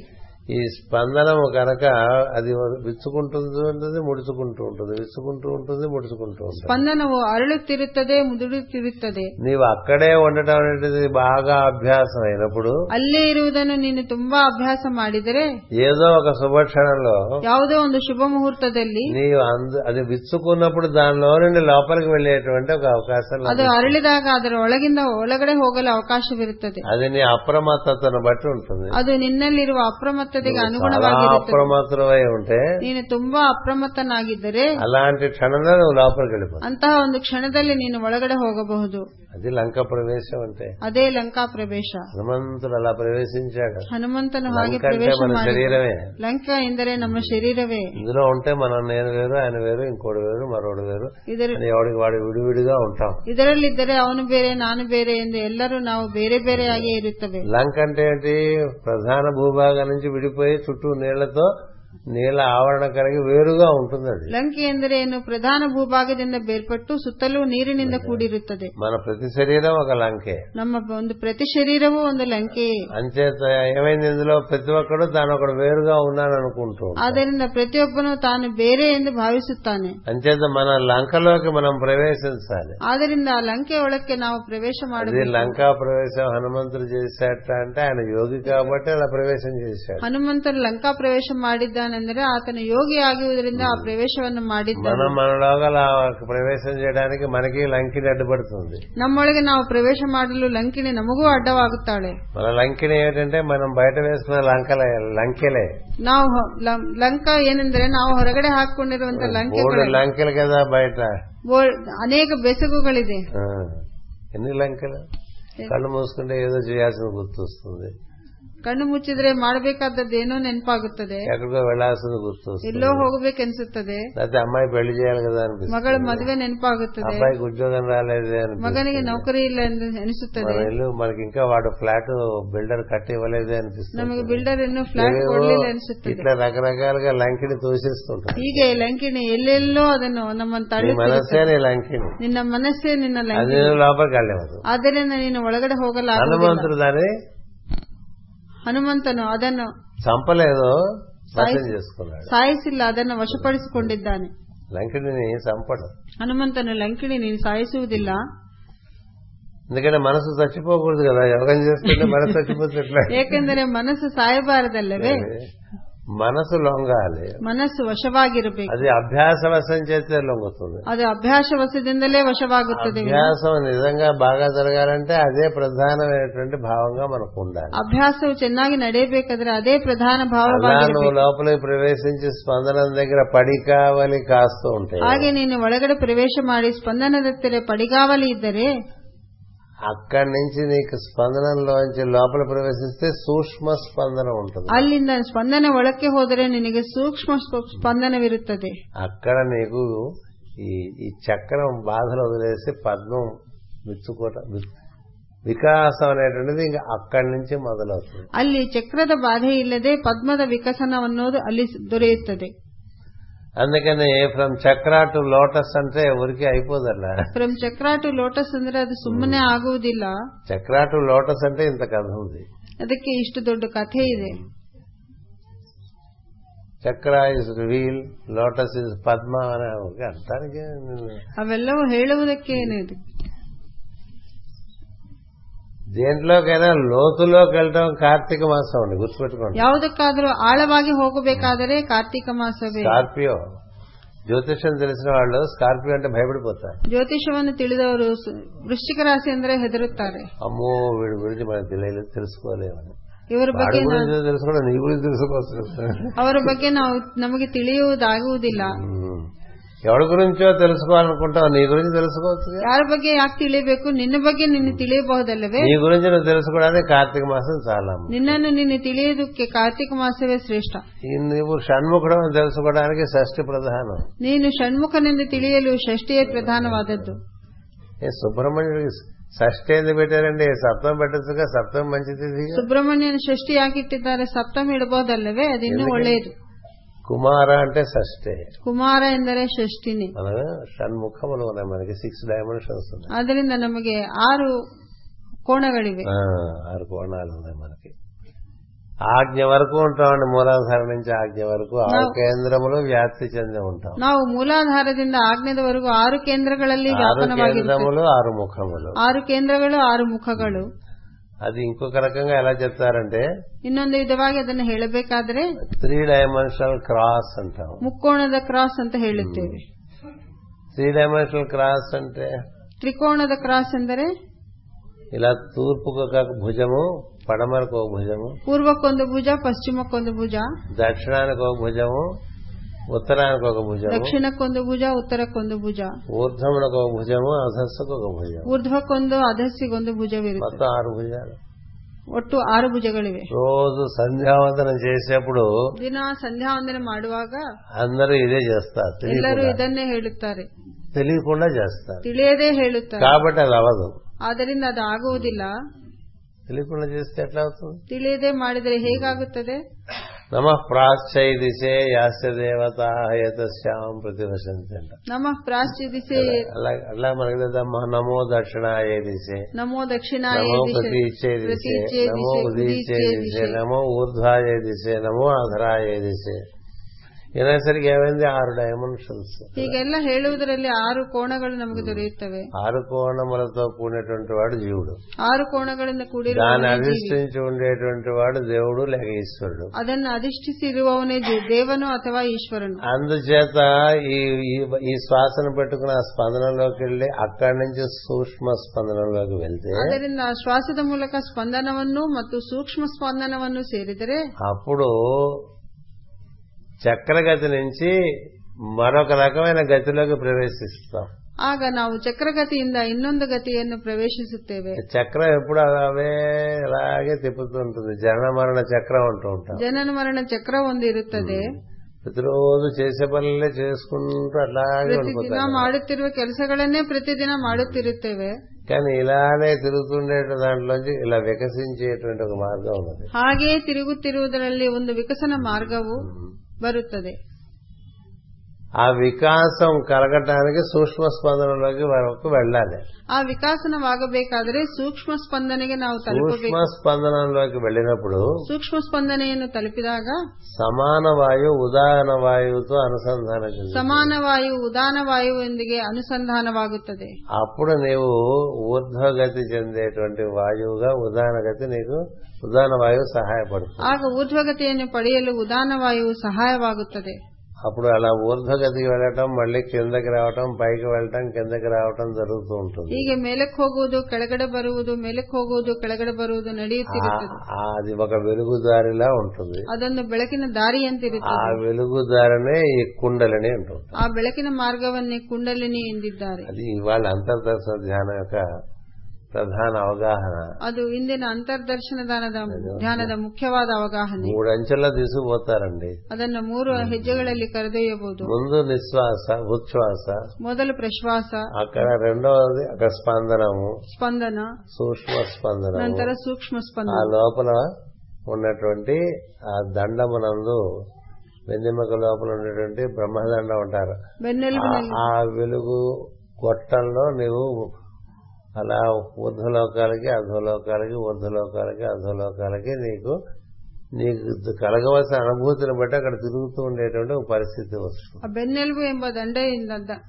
[SPEAKER 1] ఈ స్పందనము కనుక అది విచ్చుకుంటూ ఉంటుంది ముడుచుకుంటూ ఉంటుంది విచ్చుకుంటూ ఉంటుంది ముడుచుకుంటూ ఉంటుంది
[SPEAKER 2] ಸ್ಪಂದನವು ಅರಳುತ್ತಿರುತ್ತದೆ ಮುದುಡುತ್ತಿರುತ್ತದೆ
[SPEAKER 1] నీవు అక్కడే ఉండటం అనేది బాగా అభ్యాసం అయినప్పుడు
[SPEAKER 2] ಅಲ್ಲೇ ಇರುವುದನ್ನು ನೀನು ತುಂಬಾ ಅಭ್ಯಾಸ ಮಾಡಿದರೆ
[SPEAKER 1] ఏదో ఒక శుభక్షణంలో
[SPEAKER 2] ಯಾವುದೋ ಒಂದು ಶುಭ ಮುಹೂರ್ತದಲ್ಲಿ
[SPEAKER 1] నీవు అందు అది విచ్చుకున్నప్పుడు దానిలో నుండి లోపలికి వెళ్ళేటువంటి ఒక అవకాశం
[SPEAKER 2] ಅದು
[SPEAKER 1] లభిస్తుంది.
[SPEAKER 2] ಅರಳಿದಾಗ ಅದರ ಒಳಗಿಂದ ಒಳಗಡೆ ಹೋಗಲು ಅವಕಾಶವಿರುತ್ತದೆ
[SPEAKER 1] అది నీ అప్రమత్తతను బట్టి ఉంటుంది
[SPEAKER 2] ಅದು ನಿನ್ನಲ್ಲಿರುವ ಅಪ್ರಮತ್ತತೆಗೆ
[SPEAKER 1] చాలా
[SPEAKER 2] ಅನುಗುಣವಾಗಿರುತ್ತದೆ
[SPEAKER 1] అప్రమత్తమై ఉంటే
[SPEAKER 2] ನೀನು ತುಂಬಾ ಅಪ್ರಮತ್ತನಾಗಿದ್ದರೆ
[SPEAKER 1] అలాంటి క్షణంలో నువ్వు లోపలికి వెళ్ళిపోతావు
[SPEAKER 2] ಅಂತಹ ಒಂದು ಕ್ಷಣದಲ್ಲಿ ನೀನು ಒಳಗಡೆ ಹೋಗಬಹುದು
[SPEAKER 1] అది లంక ప్రవేశం అంటే
[SPEAKER 2] ಅದೇ ಲಂಕಾ ಪ್ರವೇಶ
[SPEAKER 1] హనుమంతుడు అలా ప్రవేశించాడు
[SPEAKER 2] ಹನುಮಂತನು ಹಾಗೆ
[SPEAKER 1] లంక అంటే
[SPEAKER 2] ಪ್ರವೇಶ
[SPEAKER 1] మన
[SPEAKER 2] ಮಾಡಿದ
[SPEAKER 1] శరీరమే
[SPEAKER 2] ಲಂಕಾ ಎಂದರೆ ನಮ್ಮ ಶರೀರವೇ
[SPEAKER 1] ఇందులో ఉంటే మనం నేను వేరు ఆయన వేరు ఇంకోటి వేరు మరోడు వేరు
[SPEAKER 2] ಇದರ
[SPEAKER 1] అని ఎవడికి వాడు విడివిడిగా ఉంటాం
[SPEAKER 2] ಇದರಲ್ಲಿದ್ದರೆ ಅವನು ಬೇರೆ ನಾನು ಬೇರೆ ಎಂದು ಎಲ್ಲರೂ ನಾವು ಬೇರೆ ಬೇರೆಯಾಗಿ ಇರುತ್ತವೆ
[SPEAKER 1] లంక అంటే ఏంటి ప్రధాన భూభాగం నుంచి విడిపోయి చుట్టూ నీళ్లతో నీళ్ల ఆవరణ కలిగి వేరుగా ఉంటుంది అది
[SPEAKER 2] ಲಂಕೆ ಎಂದರೆ ಏನು ಪ್ರಧಾನ ಭೂಭಾಗದಿಂದ ಬೇರ್ಪಟ್ಟು ಸುತ್ತಲೂ ನೀರಿನಿಂದ ಕೂಡಿರುತ್ತದೆ
[SPEAKER 1] మన ప్రతి శరీరం ఒక లంకే
[SPEAKER 2] ನಮ್ಮ ಒಂದು ಪ್ರತಿ ಶರೀರವೂ ಒಂದು ಲಂಕೆಯೇ
[SPEAKER 1] అంచేత ఏమైంది ఇందులో ప్రతి ఒక్కడు తాను ఒకడు వేరుగా ఉన్నాను అనుకుంటూ ఉంటాడు.
[SPEAKER 2] ಆದ್ದರಿಂದ ಪ್ರತಿಯೊಬ್ಬನು ತಾನು ಬೇರೆ ಎಂದು ಭಾವಿಸುತ್ತಾನೆ
[SPEAKER 1] అంచేత మన లంకలోకి మనం ప్రవేశించాలి
[SPEAKER 2] ಆದ್ದರಿಂದ ಆ ಲಂಕೆ ಒಳಕ್ಕೆ ನಾವು ಪ್ರವೇಶ
[SPEAKER 1] అది
[SPEAKER 2] ಮಾಡಬೇಕು
[SPEAKER 1] లంకా ప్రవేశం హనుమంతుడు చేశాట అంటే ఆయన యోగి కాబట్టి అలా ప్రవేశం చేశాడు
[SPEAKER 2] ಹನುಮಂತನು ಲಂಕಾ ಪ್ರವೇಶ ಮಾಡಿದ್ದಾನೆಂದರೆ ಆತನ ಯೋಗಿ ಆಗಿರುವುದರಿಂದ ಆ ಪ್ರವೇಶವನ್ನು ಮಾಡಿದ್ದಾನೆ
[SPEAKER 1] మనం మనలోగా అలా ప్రవేశం చేయడానికి మనకి లంకిని అడ్డుపడుతుంది
[SPEAKER 2] ನಮ್ಮೊಳಗೆ ನಾವು ಪ್ರವೇಶ ಮಾಡಲು ಲಂಕಿಣಿ ನಮಗೂ ಅಡ್ಡವಾಗುತ್ತಾಳೆ
[SPEAKER 1] మన లంకిని ఏమిటంటే మనం బయట వేసుకున్న లంకలే లంకెలే
[SPEAKER 2] ನಾವು ಹೊ- ಲಂ- ಲಂಕ ಏನೆಂದರೆ ನಾವು ಹೊರಗಡೆ ಹಾಕೊಂಡಿರುವಂತಹ ಲಂಕೆ
[SPEAKER 1] మూడు లంకెలు కదా బయట
[SPEAKER 2] ಬೋಳ್- ಅನೇಕ ಬೆಸಗುಗಳಿದೆ
[SPEAKER 1] ఆ. ఎన్ని లంకెలు కళ్ళు మూసుకుంటే ఏదో చేయాల్సిన గుర్తొస్తుంది
[SPEAKER 2] ಕಣ್ಣು ಮುಚ್ಚಿದ್ರೆ ಮಾಡಬೇಕಾದದ್ದೇನೋ ನೆನಪಾಗುತ್ತದೆ
[SPEAKER 1] ఎక్కడికో వెళ్ళాల్సింది గుర్తొస్తుంది
[SPEAKER 2] ಎಲ್ಲೋ ಹೋಗ್ಬೇಕನ್ಸುತ್ತದೆ
[SPEAKER 1] లేకపోతే అమ్మాయి పెళ్లి చేయాలి కదా అనిపిస్తుంది
[SPEAKER 2] ಮಗಳ ಮದುವೆ ನೆನಪಾಗುತ್ತದೆ
[SPEAKER 1] అబ్బాయికి ఉద్యోగం రాలేదే అనిపిస్తుంది
[SPEAKER 2] ಮಗನಿಗೆ ನೌಕರಿ ಇಲ್ಲ ಎಂದು ಅನಿಸುತ್ತದೆ
[SPEAKER 1] మన ఇల్లు మనకి ఇంకా వాడు ఫ్లాట్ బిల్డర్ కట్టి ఇవ్వలేదే అనిపిస్తుంది
[SPEAKER 2] ನಮಗೆ ಬಿಲ್ಡರ್ ಇನ್ನು ಫ್ಲಾಟ್ ಕೊಡ್ಲಿಲ್ಲ ಅನಿಸುತ್ತದೆ
[SPEAKER 1] ఇట్లా రకరకాలుగా లంకిని తోసేస్తుంటాం
[SPEAKER 2] ಹೀಗೆ ಲಂಕಿಣಿ ಎಲ್ಲೆಲ್ಲೋ ಅದನ್ನು ನಮ್ಮನ್ನು
[SPEAKER 1] నీ
[SPEAKER 2] ತಳ್ಳಿ
[SPEAKER 1] మనసే నీ లంకిని
[SPEAKER 2] ನಿನ್ನ ಮನಸ್ಸೇ ನಿನ್ನ
[SPEAKER 1] అది
[SPEAKER 2] ಲಂಕಿಣಿ
[SPEAKER 1] నేను లోపలికి వెళ్ళేవాడు
[SPEAKER 2] ಆದ್ದರಿಂದ ನೀನು ಒಳಗಡೆ ಹೋಗಲಾಗದು
[SPEAKER 1] హనుమంతుడు దాన్ని
[SPEAKER 2] ಹನುಮಂತನು ಅದನ್ನು
[SPEAKER 1] చంపలేదు వశం చేసుకున్నాడు
[SPEAKER 2] ಸಾಯಿಸಿಲ್ಲ ಅದನ್ನು ವಶಪಡಿಸಿಕೊಂಡಿದ್ದಾನೆ
[SPEAKER 1] లంకిని చంపడు
[SPEAKER 2] ಹನುಮಂತನು ಲಂಕಿಣಿ ನೀನು ಸಾಯಿಸುವುದಿಲ್ಲ
[SPEAKER 1] ఎందుకంటే మనసు చచ్చిపోకూడదు కదా యోగం చేస్తుంటే మనసు చచ్చిపోతే ఎట్లా?
[SPEAKER 2] ಏಕೆಂದರೆ ಮನಸ್సు ಸಾಯಬಾರದಲ್ಲವೇ
[SPEAKER 1] మనసు లొంగాలి
[SPEAKER 2] ಮನಸ್ಸು ವಶವಾಗಿರಬೇಕು
[SPEAKER 1] అది అభ్యాస వశం చేస్తే లొంగుతుంది
[SPEAKER 2] ಅದು ಅಭ್ಯಾಸ ವಶದಿಂದಲೇ ವಶವಾಗುತ್ತದೆ
[SPEAKER 1] అభ్యాసం నిజంగా బాగా జరగాలంటే అదే ప్రధానమైనటువంటి భావంగా మనకు ఉండాలి
[SPEAKER 2] ಅಭ್ಯಾಸವು ಚೆನ್ನಾಗಿ ನಡೆಯಬೇಕಾದ್ರೆ ಅದೇ ಪ್ರಧಾನ
[SPEAKER 1] అలా నువ్వు
[SPEAKER 2] ಭಾವವಾಗಿರಬೇಕು
[SPEAKER 1] లోపలికి ప్రవేశించి స్పందన దగ్గర పడి కావాలి కాస్తూ ఉంటాయి
[SPEAKER 2] ಹಾಗೆ ನೀನು ಒಳಗಡೆ ಪ್ರವೇಶ ಮಾಡಿ ಸ್ಪಂದನದತ್ತರೆ ಪಡಿಗಾವಲಿ ಇದ್ದರೆ
[SPEAKER 1] అక్కడి నుంచి నీకు స్పందనలోంచి లోపల ప్రవేశిస్తే సూక్ష్మ స్పందన ఉంటుంది
[SPEAKER 2] ಅಲ್ಲಿಂದ ಸ್ಪಂದನ ಒಳಕ್ಕೆ ಹೋದರೆ ನಿನಗೆ ಸೂಕ್ಷ್ಮ ಸ್ಪ- ಸ್ಪಂದನವಿರುತ್ತದೆ
[SPEAKER 1] అక్కడ నీకు ఈ ఈ చక్రం బాధలు వదిలేసి పద్మం విచ్చుకోట వి- వికాసం అనేటువంటిది ఇంకా అక్కడి నుంచి మొదలవుతుంది
[SPEAKER 2] ಅಲ್ಲಿ ಚಕ್ರದ ಬಾಧೆ ಇಲ್ಲದೆ ಪದ್ಮದ ವಿಕಸನವನ್ನೋದು ಅಲ್ಲಿ ಸ- ದೊರೆಯುತ್ತದೆ
[SPEAKER 1] అందుకని ఫ్రమ్ చక్ర టు లోటస్ అంటే ఊరికి అయిపోదల్లా
[SPEAKER 2] ಫ್ರಮ್ ಚಕ್ರ ಟು ಲೋಟಸ್ ಅಂದ್ರೆ ಅದು ಸುಮ್ಮನೆ ಆಗುವುದಿಲ್ಲ
[SPEAKER 1] చక్ర టు లోటస్ అంటే ఇంత కథ ఉంది
[SPEAKER 2] ಅದಕ್ಕೆ ಇಷ್ಟು ದೊಡ್ಡ ಕಥೆ ಇದೆ
[SPEAKER 1] chakra is wheel lotus is padma అనే ఒక అర్థానికి నేను-
[SPEAKER 2] ಅವೆಲ್ಲವೂ ಹೇಳುವುದಕ್ಕೆ ಏನಿದೆ
[SPEAKER 1] దేంట్లోకైనా లోతులోకి వెళ్ళడం కార్తీక మాసం అండి గుర్తుపెట్టుకోండి
[SPEAKER 2] ಯಾವುದಕ್ಕಾದರೂ ಆಳವಾಗಿ ಹೋಗಬೇಕಾದರೆ ಕಾರ್ತಿಕ ಮಾಸವೇ
[SPEAKER 1] స్కార్పియో జ్యోతిష్యం తెలిసిన వాళ్ళు స్కార్పియో అంటే భయపడిపోతారు
[SPEAKER 2] ಜ್ಯೋತಿಷವನ್ನು ತಿಳಿದವರು ಸ- ವೃಶ್ಚಿಕ ರಾಶಿ ಅಂದರೆ ಹೆದರುತ್ತಾರೆ
[SPEAKER 1] అమ్మో వీడి గురించి మనకు తెలియలేదు తెలుసుకోలేమని
[SPEAKER 2] ಇವರ
[SPEAKER 1] వాడి
[SPEAKER 2] ಬಗ್ಗೆ ನಾ-
[SPEAKER 1] గురించి తెలుసుకోవడం నీ గురించి తెలుసుకోవచ్చు
[SPEAKER 2] ಅವರ ಬಗ್ಗೆ ನಾವು ನಮಗೆ ತಿಳಿಯುವುದಾಗುವುದಿಲ್ಲ
[SPEAKER 1] ఉమ్. ఎవడి గురించో తెలుసుకోవాలనుకుంటావు నీ గురించి తెలుసుకోవచ్చు
[SPEAKER 2] ಯಾರ ಬಗ್ಗೆ ಯಾಕೆ ತಿಳಿಯಬೇಕು ನಿನ್ನ ಬಗ್ಗೆ ನಿನ್ನ ತಿಳಿಯಬಹುದಲ್ಲವೇ
[SPEAKER 1] నీ గురించి నువ్వు తెలుసుకోవడానికి కార్తీక మాసం చాలా అమ్మ.
[SPEAKER 2] ನಿನ್ನನ್ನು ನಿನ್ನ ತಿಳಿಯುವುದಕ್ಕೆ ಕಾರ್ತಿಕ ಮಾಸವೇ ಶ್ರೇಷ್ಠ
[SPEAKER 1] ఈ నువ్వు షణ్ముఖుడు అని తెలుసుకోవడానికి షష్ఠి ప్రధానం
[SPEAKER 2] ನೀನು ಷಣ್ಮುಖನೆಂದು ತಿಳಿಯಲು ಷಷ್ಠಿಯೇ ಪ್ರಧಾನವಾದದ್ದು
[SPEAKER 1] ఏ సుబ్రహ్మణ్యుడికి షష్ఠి ఎందుకు పెట్టారండి సప్తం పెట్టచ్చుగా సప్తం మంచిది
[SPEAKER 2] ಸುಬ್ರಹ್ಮಣ್ಯನ ಷಷ್ಠಿ ಯಾಕಿಟ್ಟಿದ್ದಾರೆ ಸಪ್ತಮಿ ಇಡಬಹುದಲ್ಲವೇ ಅದಿನ್ನೂ ಒಳ್ಳೆಯದು
[SPEAKER 1] కుమార అంటే షష్ఠే
[SPEAKER 2] ಕುಮಾರ ಎಂದರೆ ಷಷ್ಠಿನಿ
[SPEAKER 1] మనం షణ్ముఖములు ఉన్నాయి మనకి సిక్స్ డైమెన్షన్స్ ఉన్నాయి
[SPEAKER 2] ಆದ್ದರಿಂದ ನಮಗೆ ಆರು ಕೋಣಗಳಿವೆ
[SPEAKER 1] ఆ, ఆరు కోణాలు ఉన్నాయి మనకి ఆజ్ఞ వరకు ఉంటామండి మూలాధార నుంచి ఆజ్ఞ వరకు ఆరు కేంద్రములు వ్యాప్తి చెంది ఉంటాం
[SPEAKER 2] ನಾವು ಮೂಲಾಧಾರದಿಂದ ಆಗ್ನೇದವರೆಗೂ ಆರು ಕೇಂದ್ರಗಳಲ್ಲಿ
[SPEAKER 1] ఆరు
[SPEAKER 2] ವ್ಯಾಪನವಾಗಿರುತ್ತೇವೆ
[SPEAKER 1] కేంద్రములు ఆరు ముఖములు
[SPEAKER 2] ಆರು ಕೇಂದ್ರಗಳು ಆರು ಮುಖಗಳು
[SPEAKER 1] అది ఇంకొక రకంగా ఎలా చెప్తారంటే
[SPEAKER 2] ಇನ್ನೊಂದು ವಿಧವಾಗಿ ಅದನ್ನು ಹೇಳಬೇಕಾದ್ರೆ
[SPEAKER 1] త్రీ డైమెన్షనల్ క్రాస్ అంటాం
[SPEAKER 2] ಮುಕ್ಕೋಣದ ಕ್ರಾಸ್ ಅಂತ ಹೇಳುತ್ತೇವೆ
[SPEAKER 1] త్రీ డైమెన్షనల్ క్రాస్ అంటే
[SPEAKER 2] ತ್ರಿಕೋಣದ ಕ್ರಾಸ್ ಎಂದರೆ
[SPEAKER 1] ఇలా తూర్పుకు ఒక భుజము పడమరకు ఒక భుజము
[SPEAKER 2] ಪೂರ್ವಕ್ಕೊಂದು ಭುಜ ಪಶ್ಚಿಮಕ್ಕೊಂದು ಭುಜ
[SPEAKER 1] దక్షిణానికి ఒక భుజము ఉత్తరానికి ఒక భుజము
[SPEAKER 2] ದಕ್ಷಿಣಕ್ಕೊಂದು ಭುಜ ಉತ್ತರಕ್ಕೊಂದು ಭುಜ
[SPEAKER 1] ఊర్ధమునకు ఒక భుజము అధస్సుకు ఒక భుజం
[SPEAKER 2] ಊರ್ಧ್ವಕ್ಕೊಂದು ಅಧಸ್ಸಿಗೊಂದು ಭುಜವಿರುತ್ತದೆ
[SPEAKER 1] మొత్తం ఆరు భుజాలు
[SPEAKER 2] ಒಟ್ಟು ಆರು ಭುಜಗಳಿವೆ
[SPEAKER 1] రోజు సంధ్యావందనం చేసేప్పుడు
[SPEAKER 2] ದಿನ ಸಂಧ್ಯಾ ವಂದನೆ ಮಾಡುವಾಗ
[SPEAKER 1] అందరೂ ఇదే చేస్తారు
[SPEAKER 2] ಎಲ್ಲರೂ
[SPEAKER 1] తెలియకుండా
[SPEAKER 2] ಇದನ್ನೇ ಹೇಳುತ್ತಾರೆ
[SPEAKER 1] తెలియకుండా చేస్తారు
[SPEAKER 2] ತಿಳಿಯದೇ ಹೇಳುತ್ತಾರೆ
[SPEAKER 1] కాబట్టి అది అవదు
[SPEAKER 2] ಆದ್ದರಿಂದ ಅದು ಆಗುವುದಿಲ್ಲ
[SPEAKER 1] తెలియకుండా చేస్తే ఎట్లా అవుతుంది
[SPEAKER 2] ತಿಳಿಯದೆ ಮಾಡಿದರೆ ಹೇಗಾಗುತ್ತದೆ
[SPEAKER 1] నమ ప్రాశ్చై దిశే యాస్య దేవత హయతశ్యాం ప్రతివశంతి అంట
[SPEAKER 2] ನಮ್ಮ ಪ್ರಾಶ್ಚಿದಿಸೆ
[SPEAKER 1] అలా అలా మనకి లేదా మ- నమో దక్షిణాయ దిశే
[SPEAKER 2] ನಮೋ ದಕ್ಷಿಣ
[SPEAKER 1] నమో ప్రతీచ్యే దిశే
[SPEAKER 2] ಪ್ರತೀಚ್ಯೆ
[SPEAKER 1] నమో
[SPEAKER 2] ದಿಶೆ
[SPEAKER 1] ఉదీచ్యే
[SPEAKER 2] ಉದೀಚ್ಯೆ
[SPEAKER 1] దిశే
[SPEAKER 2] ದಿಶೆ
[SPEAKER 1] నమో ఊర్ధ్వాయ దిశే నమో అధరాయ దిశే అనేసరికి ఏమైంది ఆరు డైమెన్షన్స్
[SPEAKER 2] ಹೀಗೆಲ್ಲ ಹೇಳುವುದರಲ್ಲಿ ಆರು ಕೋಣಗಳು ನಮಗೆ ದೊರೆಯುತ್ತವೆ
[SPEAKER 1] ఆరు కోణములతో కూడినటువంటి వాడు జీవుడు
[SPEAKER 2] ಆರು ಕೋಣಗಳಿಂದ ಕೂಡಿರುವ
[SPEAKER 1] దాన్ని అధిష్ఠించి ఉండేటువంటి వాడు దేవుడు లేక ఈశ్వరుడు
[SPEAKER 2] ಅದನ್ನು ಅಧಿಷ್ಠಿಸಿರುವವನೇ ದೇ- ದೇವನು ಅಥವಾ ಈಶ್ವರನು
[SPEAKER 1] అందుచేత ఈ ఈ- ఈ శ్వాసను పెట్టుకుని ఆ స్పందనలోకి వెళ్ళి అక్కడి నుంచి సూక్ష్మ స్పందనలోకి వెళ్తే
[SPEAKER 2] ಆದ್ದರಿಂದ ಶ್ವಾಸದ ಮೂಲಕ ಸ್ಪಂದನವನ್ನು ಮತ್ತು ಸೂಕ್ಷ್ಮ ಸ್ಪಂದನವನ್ನು ಸೇರಿದರೆ
[SPEAKER 1] అప్పుడు చక్రగతి నుంచి మరొక రకమైన గతిలోకి ప్రవేశిస్తాం
[SPEAKER 2] ಆಗ ನಾವು ಚಕ್ರಗತಿಯಿಂದ ಇನ್ನೊಂದು ಗತಿಯನ್ನು ಪ್ರವೇಶಿಸುತ್ತೇವೆ
[SPEAKER 1] చక్రం ఎప్పుడు అవే అలాగే తిప్పుతుంటుంది జనన మరణ చక్రం అంటూ ఉంటాం
[SPEAKER 2] ಜನನ ಮರಣ ಚಕ್ರ ಒಂದಿರುತ್ತದೆ
[SPEAKER 1] ప్రతిరోజు చేసే పనులే చేసుకుంటూ అలాగే
[SPEAKER 2] ಪ್ರತಿದಿನ
[SPEAKER 1] ఉండిపోతాం
[SPEAKER 2] ಮಾಡುತ್ತಿರುವ ಕೆಲಸಗಳನ್ನೇ ಪ್ರತಿದಿನ ಮಾಡುತ್ತಿರುತ್ತೇವೆ
[SPEAKER 1] కానీ ఇలానే తిరుగుతుండే దాంట్లోంచి ఇలా వికసించేటువంటి ఒక మార్గం ఉన్నది
[SPEAKER 2] ಹಾಗೆಯೇ ತಿರುಗುತ್ತಿರುವುದರಲ್ಲಿ ಒಂದು ವಿಕಸನ ಮಾರ್ಗವು ಬರುತ್ತದೆ
[SPEAKER 1] ఆ వికాసం కలగటానికి సూక్ష్మ స్పందనలోకి వరకు వెళ్ళాలి
[SPEAKER 2] ಆ ವಿಕಾಸನವಾಗಬೇಕಾದರೆ ಸೂಕ್ಷ್ಮ ಸ್ಪಂದನೆಗೆ ನಾವು
[SPEAKER 1] సూక్ష్మ
[SPEAKER 2] ತಲುಪಬೇಕು
[SPEAKER 1] స్పందనలోకి వెళ్ళినప్పుడు
[SPEAKER 2] ಸೂಕ್ಷ್ಮ ಸ್ಪಂದನೆಯನ್ನು ತಲುಪಿದಾಗ
[SPEAKER 1] సమాన వాయువు ఉదాహరణ వాయువుతో అనుసంధానం చెంది
[SPEAKER 2] ಸಮಾನ ವಾಯು ಉದಾನ ವಾಯುವಿನೊಂದಿಗೆ ಅನುಸಂಧಾನವಾಗುತ್ತದೆ
[SPEAKER 1] అప్పుడు నీవు ఊర్ధ్వగతి చెందేటువంటి వాయువుగా ఉదాహరణ గతి నీకు ఉదాహరణ వాయువు సహాయపడుతుంది
[SPEAKER 2] ಆಗ ಊರ್ಧ್ವಗತಿಯನ್ನು ಪಡೆಯಲು ಉದಾನ ವಾಯುವು ಸಹಾಯವಾಗುತ್ತದೆ
[SPEAKER 1] అప్పుడు అలా ఊర్ధ్వగతికి వెళ్ళటం మళ్ళీ కిందకి రావటం పైకి వెళ్ళటం కిందకి రావటం జరుగుతూ ఉంటుంది
[SPEAKER 2] ಹೀಗೆ ಮೇಲಕ್ಕೆ ಹೋಗುವುದು ಕೆಳಗಡೆ ಬರುವುದು ಮೇಲಕ್ಕೆ ಹೋಗುವುದು ಕೆಳಗಡೆ ಬರುವುದು ನಡೆಯುತ್ತಿರುತ್ತದೆ
[SPEAKER 1] ఆ- ఆ- అది ఒక వెలుగుదారిలా ఉంటుంది
[SPEAKER 2] ಅದೊಂದು ಬೆಳಕಿನ ದಾರಿಯಂತಿರುತ್ತದೆ
[SPEAKER 1] ఆ వెలుగుదారనే ఈ కుండలని ఉంటుంది
[SPEAKER 2] ಆ ಬೆಳಕಿನ ಮಾರ್ಗವನ್ನೇ ಕುಂಡಲಿನಿ ಎಂದಿದ್ದಾರೆ
[SPEAKER 1] అది ఇవాళ అంతర్దర్శన ధ్యానం యొక్క ప్రధాన అవగాహన
[SPEAKER 2] ಅದು ಇಂದಿನ ಅಂತರ್ದರ್ಶನ ದಾನದ ಧ್ಯಾನದ ಮುಖ್ಯವಾದ ಅವಗಾಹನೆ
[SPEAKER 1] మూడంచెల్లో తీసుకుపోతారండి
[SPEAKER 2] ಅದನ್ನು ಮೂರು ಹೆಜ್ಜೆಗಳಲ್ಲಿ ಕರೆದೊಯ್ಯಬಹುದು
[SPEAKER 1] ముందు నిశ్వాస ఉచ్ఛ్వాస
[SPEAKER 2] ಮೊದಲು ಪ್ರಶ್ವಾಸ
[SPEAKER 1] అక్కడ రెండవది అక్కడ స్పందనము
[SPEAKER 2] ಸ್ಪಂದನ
[SPEAKER 1] సూక్ష్మ స్పందనము
[SPEAKER 2] ನಂತರ ಸೂಕ್ಷ್ಮ
[SPEAKER 1] ఆ
[SPEAKER 2] ಸ್ಪಂದನ
[SPEAKER 1] లోపల ఉన్నటువంటి ఆ దండమునందు వెన్నెముక లోపల ఉన్నటువంటి బ్రహ్మదండం ఉంటారు ఆ-
[SPEAKER 2] ಬೆನ್ನೆಲುಬಿನಲ್ಲಿ
[SPEAKER 1] ఆ వెలుగు గొట్టంలో నీవు అలా ఊర్ధ్వలోకాలకి అధోలోకాలకి ఊర్ధ్వలోకాలకి అధోలోకాలకి నీకు నీకు కలగవలసిన అనుభూతిని బట్టి అక్కడ తిరుగుతూ ఉండేటువంటి ఒక పరిస్థితి వస్తుంది
[SPEAKER 2] ಆ ಬೆನ್ನೆಲುಬು ಎಂಬ ದಂಡೆಯಿಂದ ದ-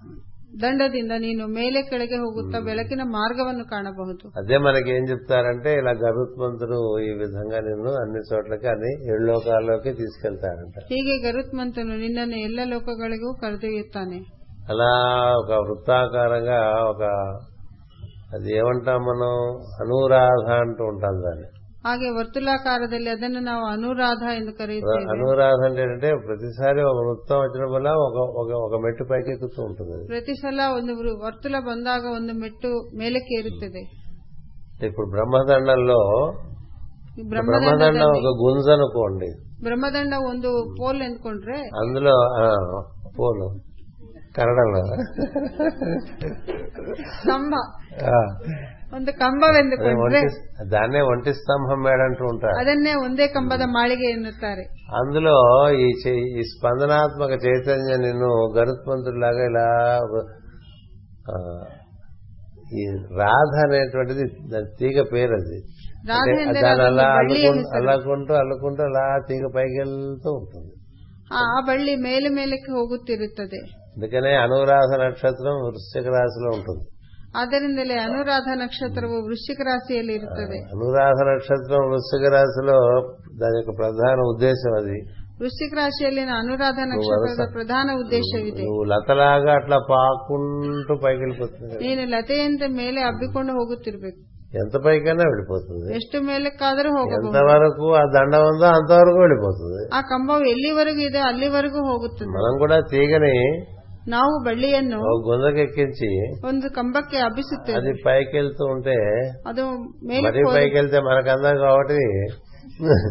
[SPEAKER 2] ದಂಡದಿಂದ ನೀನು ಮೇಲೆ ಕೆಳಗೆ ಹೋಗುತ್ತಾ ಬೆಳಕಿನ ಮಾರ್ಗವನ್ನು ಕಾಣಬಹುದು
[SPEAKER 1] అదే మనకి ఏం చెప్తారంటే ఇలా గరుత్మంతుడు ఈ విధంగా నిన్ను అన్ని చోట్లకి అన్ని ఏడు లోకాల్లోకి తీసుకెళ్తారంట
[SPEAKER 2] ಹೀಗೆ ಗರುತ್ಮಂತನು ನಿನ್ನನ್ನು ಎಲ್ಲ ಲೋಕಗಳಿಗೂ ಕರೆದೊಯ್ಯುತ್ತಾನೆ
[SPEAKER 1] అలా ఒక వృత్తాకారంగా ఒక అది ఏమంటాం మనం అనురాధ అంటూ ఉంటాం దాన్ని
[SPEAKER 2] ಹಾಗೆ ವರ್ತುಲಾಕಾರದಲ್ಲಿ ಅದನ್ನು ನಾವು ಅನುರಾಧ ಎಂದು ಕರೆಯುತ್ತೇವೆ
[SPEAKER 1] అనురాధ అంటే ఏంటంటే ప్రతిసారి ఒక వృత్తం వచ్చిన వల్ల ఒక ఒక ఒక మెట్టు పైకి ఎక్కుతూ ఉంటుంది అది.
[SPEAKER 2] ಪ್ರತಿ ಸಲ ಒಂದು ವೃ- ವರ್ತುಲ ಬಂದಾಗ ಒಂದು ಮೆಟ್ಟು ಮೇಲಕ್ಕೆ ಏರುತ್ತದೆ
[SPEAKER 1] ఇప్పుడు బ్రహ్మదండంలో
[SPEAKER 2] ಈ ಬ್ರಹ್ಮದಂಡ
[SPEAKER 1] బ్రహ్మదండం ఒక గుంజ అనుకోండి
[SPEAKER 2] ಬ್ರಹ್ಮದಂಡ ಒಂದು ಪೋಲ್ ಎಂದ್ಕೊಂಡ್ರೆ
[SPEAKER 1] అందులో ఆ, పోను కన్నడంలో
[SPEAKER 2] ಸ್ತಂಭ
[SPEAKER 1] ఆ,
[SPEAKER 2] ಒಂದು ಕಂಬವೆಂದುಕೊಂಡ್ರೆ
[SPEAKER 1] ఒంటి- దాన్నే ఒంటి స్తంభం మేడ అంటూ ఉంటారు
[SPEAKER 2] ಅದನ್ನೇ ಒಂದೇ ಕಂಬದ ಮಾಳಿಗೆ ಎನ್ನುತ್ತಾರೆ
[SPEAKER 1] అందులో ఈ చై- ఈ స్పందనాత్మక చైతన్యం నిన్ను గరుత్మంతుడిలాగా ఇలా ఆ, ఈ రాధ అనేటువంటిది దాని తీగ పేరు అది
[SPEAKER 2] ರಾಧೆ
[SPEAKER 1] అంటే
[SPEAKER 2] ಎಂದರೆ
[SPEAKER 1] దాని
[SPEAKER 2] ಅದೊಂದು
[SPEAKER 1] అలా
[SPEAKER 2] ಬಳ್ಳಿಯ
[SPEAKER 1] అల్లుకుంటూ
[SPEAKER 2] ಹೆಸರು
[SPEAKER 1] అల్లుకుంటూ అల్లుకుంటూ అలా తీగ పైకి వెళ్తూ ఉంటుంది
[SPEAKER 2] ಆ ಆ ಬಳ್ಳಿ ಮೇಲೆ ಮೇಲಕ್ಕೆ ಹೋಗುತ್ತಿರುತ್ತದೆ
[SPEAKER 1] అందుకనే అనురాధ నక్షత్రం వృశ్చిక రాశిలో ఉంటుంది
[SPEAKER 2] ಆದ್ದರಿಂದಲೇ ಅನುರಾಧ ನಕ್ಷತ್ರವು ವೃಶ್ಚಿಕ ರಾಶಿಯಲ್ಲಿ ಇರುತ್ತದೆ
[SPEAKER 1] అనురాధ నక్షత్రం వృశ్చిక రాశిలో దాని యొక్క ప్రధాన ఉద్దేశం అది
[SPEAKER 2] ವೃಶ್ಚಿಕ ರಾಶಿಯಲ್ಲಿನ ಅನುರಾಧ ನಕ್ಷತ್ರದ ಪ್ರಧಾನ ಉದ್ದೇಶವಿದೆ
[SPEAKER 1] నువ్వు లతలాగా అట్లా పాకుంటూ పైకి వెళ్ళిపోతుంది
[SPEAKER 2] ನೀನು ಲತೆಯಂತೆ ಮೇಲೆ ಹಬ್ಬಿಕೊಂಡು ಹೋಗುತ್ತಿರಬೇಕು
[SPEAKER 1] ఎంత ಪೈಕైనా వెళ్ళిపోతుంది
[SPEAKER 2] ಎಷ್ಟು ಮೇಲಕ್ಕಾದರೂ ಹೋಗಬಹುದು
[SPEAKER 1] ఎంతవరకు ఆ దండం ఉందో అంతవరకు వెళ్ళిపోతుంది
[SPEAKER 2] ಆ ಕಂಬವು ಎಲ್ಲಿವರೆಗೂ ಇದೆ ಅಲ್ಲಿವರೆಗೂ ಹೋಗುತ್ತದೆ
[SPEAKER 1] మనం కూడా తీగని
[SPEAKER 2] ನಾವು ಬಳ್ಳಿಯನ್ನು
[SPEAKER 1] ఒక గుందకెక్కించి
[SPEAKER 2] ಒಂದು ಕಂಬಕ್ಕೆ ಹಬ್ಬಿಸುತ್ತೇವೆ
[SPEAKER 1] అది పైకి వెళ్తూ ఉంటే
[SPEAKER 2] ಅದು ಮೇಲೆ
[SPEAKER 1] మరీ పైకి వెళ్తే మనకందా కాబట్టి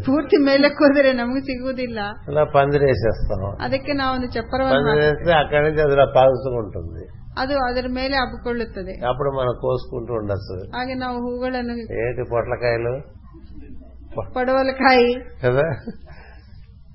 [SPEAKER 2] ಪೂರ್ತಿ ಮೇಲಕ್ಕೆ ಹೋದರೆ ನಮಗೆ ಸಿಗುವುದಿಲ್ಲ
[SPEAKER 1] అలా పందిరేసేస్తాం
[SPEAKER 2] ಅದಕ್ಕೆ ನಾವು ಒಂದು ಚಪ್ಪರವನ್ನು ಹಾಕಿ-
[SPEAKER 1] పందిరేస్తే అక్కడి నుంచి అది ఇలా పాల్చుకుంటుంది
[SPEAKER 2] ಅದು ಅದರ ಮೇಲೆ ಹಬ್ಬಿಕೊಳ್ಳುತ್ತದೆ
[SPEAKER 1] అప్పుడు మనం కోసుకుంటూ ఉండొచ్చు
[SPEAKER 2] ಹಾಗೆ ನಾವು ಹೂಗಳನ್ನು
[SPEAKER 1] ఏంటి పొట్లకాయలు
[SPEAKER 2] ಪಡವಲಕಾಯಿ
[SPEAKER 1] కదా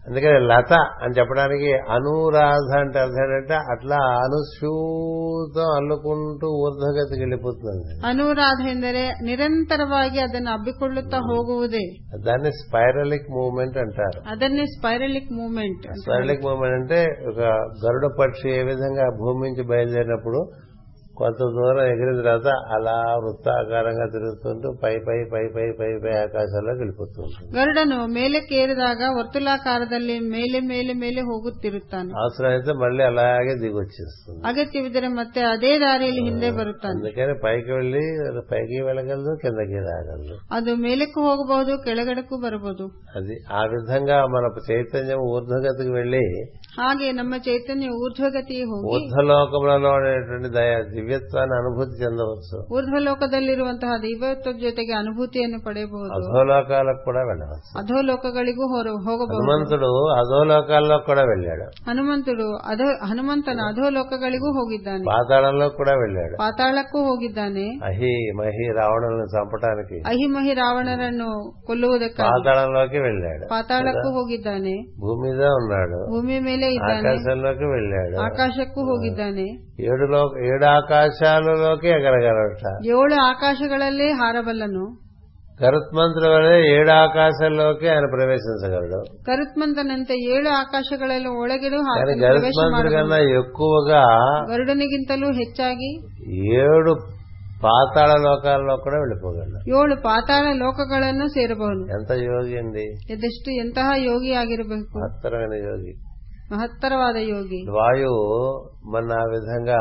[SPEAKER 1] అందుకని లత అని చెప్పడానికి అనురాధ అంటే అర్థం ఏంటంటే అట్లా అనుస్యూతం అల్లుకుంటూ ఊర్ధగతికి వెళ్ళిపోతుంది
[SPEAKER 2] ಅನುರಾಧ ಎಂದರೆ ನಿರಂತರವಾಗಿ ಅದನ್ನು ಹಬ್ಬಿಕೊಳ್ಳುತ್ತಾ ಹೋಗುವುದೇ
[SPEAKER 1] దాన్ని స్పైరలిక్ మూవ్మెంట్ అంటారు
[SPEAKER 2] ಅದನ್ನೇ ಸ್ಪೈರಲಿಕ್ ಮೂವ್ಮೆಂಟ್
[SPEAKER 1] స్పైరలిక్ మూవ్మెంట్ అంటే ఒక గరుడ పక్షి ఏ విధంగా భూమి నుంచి బయలుదేరినప్పుడు కొంత దూరం ఎగిరిన తర్వాత అలా వృత్తాకారంగా తిరుగుతుంటూ పై పై పై పై పై పై ఆకాశంలోకి వెళ్ళిపోతుంటుంది
[SPEAKER 2] ಗರುಡನು ಮೇಲಕ್ಕೆ ಏರಿದಾಗ ವರ್ತುಲಾಕಾರದಲ್ಲಿ ಮೇಲೆ ಮೇಲೆ ಮೇಲೆ ಹೋಗುತ್ತಿರುತ್ತಾನೆ
[SPEAKER 1] అవసరమైతే మళ్ళీ అలాగే దిగొచ్చేస్తుంది
[SPEAKER 2] ಅಗತ್ಯವಿದ್ದರೆ ಮತ್ತೆ ಅದೇ ದಾರಿಯಲ್ಲಿ ಹಿಂದೆ ಬರುತ್ತಾನೆ
[SPEAKER 1] అందుకని పైకి వెళ్ళి పైకి వెళ్ళగలదు కిందకి రాగలదు
[SPEAKER 2] ಅದು ಮೇಲಕ್ಕೂ ಹೋಗಬಹುದು ಕೆಳಗಡಕ್ಕೂ ಬರಬಹುದು
[SPEAKER 1] అది ఆ విధంగా మన చైతన్యం ఊర్ధ్వగతికి వెళ్ళి
[SPEAKER 2] ಹಾಗೆ ನಮ್ಮ ಚೈತನ್ಯ ಊರ್ಧ್ವಗತಿ ಹೋಗಿ
[SPEAKER 1] ఊర్ధలోకంలో ఉండేటువంటి దయ దివ్యత్వాన్ని అనుభూతి చెందవచ్చు
[SPEAKER 2] ಊರ್ಧ್ವಲೋಕದಲ್ಲಿರುವಂತಹ ದೈವತ್ವದ ಜೊತೆಗೆ ಅನುಭೂತಿಯನ್ನು ಪಡೆಯಬಹುದು
[SPEAKER 1] అధోలోకాలకు కూడా వెళ్ళవచ్చు
[SPEAKER 2] ಅಧೋಲೋಕಗಳಿಗೂ ಹೊರ ಹೋಗಬಹುದು
[SPEAKER 1] హనుమంతుడు అధోలోకాల్లో కూడా వెళ్ళాడు
[SPEAKER 2] ಹನುಮಂತುಡು ಅಧೋ ಹನುಮಂತನ ಅಧೋಲೋಕಗಳಿಗೂ ಹೋಗಿದ್ದಾನೆ
[SPEAKER 1] పాతాళంలో కూడా వెళ్ళాడు
[SPEAKER 2] ಪಾತಾಳಕ್ಕೂ ಹೋಗಿದ್ದಾನೆ
[SPEAKER 1] అహి మహి రావణులను చంపటానికి
[SPEAKER 2] ಅಹಿಮಹಿ ರಾವಣರನ್ನು ಕೊಲ್ಲುವುದಕ್ಕಾಗಿ
[SPEAKER 1] పాతాళంలోకి వెళ్ళాడు
[SPEAKER 2] ಪಾತಾಳಕ್ಕೂ ಹೋಗಿದ್ದಾನೆ
[SPEAKER 1] భూమి మీద ఉన్నాడు
[SPEAKER 2] ಭೂಮಿ ಮೇಲೆ ಇದ್ದಾನೆ
[SPEAKER 1] ఆకాశంలోకి వెళ్ళాడు
[SPEAKER 2] ಆಕಾಶಕ್ಕೂ ಹೋಗಿದ್ದಾನೆ
[SPEAKER 1] ఏడు లో- ఏడు ఆకాశాలలోకి ఎగరగలట
[SPEAKER 2] ಏಳು ಆಕಾಶಗಳಲ್ಲೇ ಹಾರಬಲ್ಲನು
[SPEAKER 1] గరుత్మంతుల వలె ఏడు ఆకాశంలోకి ఆయన ప్రవేశించగలడు
[SPEAKER 2] ಕರುತ್ಮಂತನಂತೆ ಏಳು ಆಕಾಶಗಳೆಲ್ಲ ಒಳಗೆನೂ
[SPEAKER 1] కానీ
[SPEAKER 2] ಹಾರಲು ಪ್ರವೇಶ
[SPEAKER 1] గరుత్మంతుడి
[SPEAKER 2] ಮಾಡಬಲ್ಲನು.
[SPEAKER 1] కన్నా ఎక్కువగా
[SPEAKER 2] ಗರುಡನಿಗಿಂತಲೂ ಹೆಚ್ಚಾಗಿ
[SPEAKER 1] ఏడు పాతాళ లోకాల్లో కూడా వెళ్ళిపోగలడు
[SPEAKER 2] ಏಳು ಪಾತಾಳ ಲೋಕಗಳನ್ನು ಸೇರಬಹುದು
[SPEAKER 1] ఎంత యోగి అండి
[SPEAKER 2] ಇದೆಷ್ಟು ಎಂತಹ ಯೋಗಿಯಾಗಿರಬೇಕು
[SPEAKER 1] మహత్తరమైన యోగి
[SPEAKER 2] ಮಹತ್ತರವಾದ ಯೋಗಿ
[SPEAKER 1] వాయువు మన ఆ విధంగా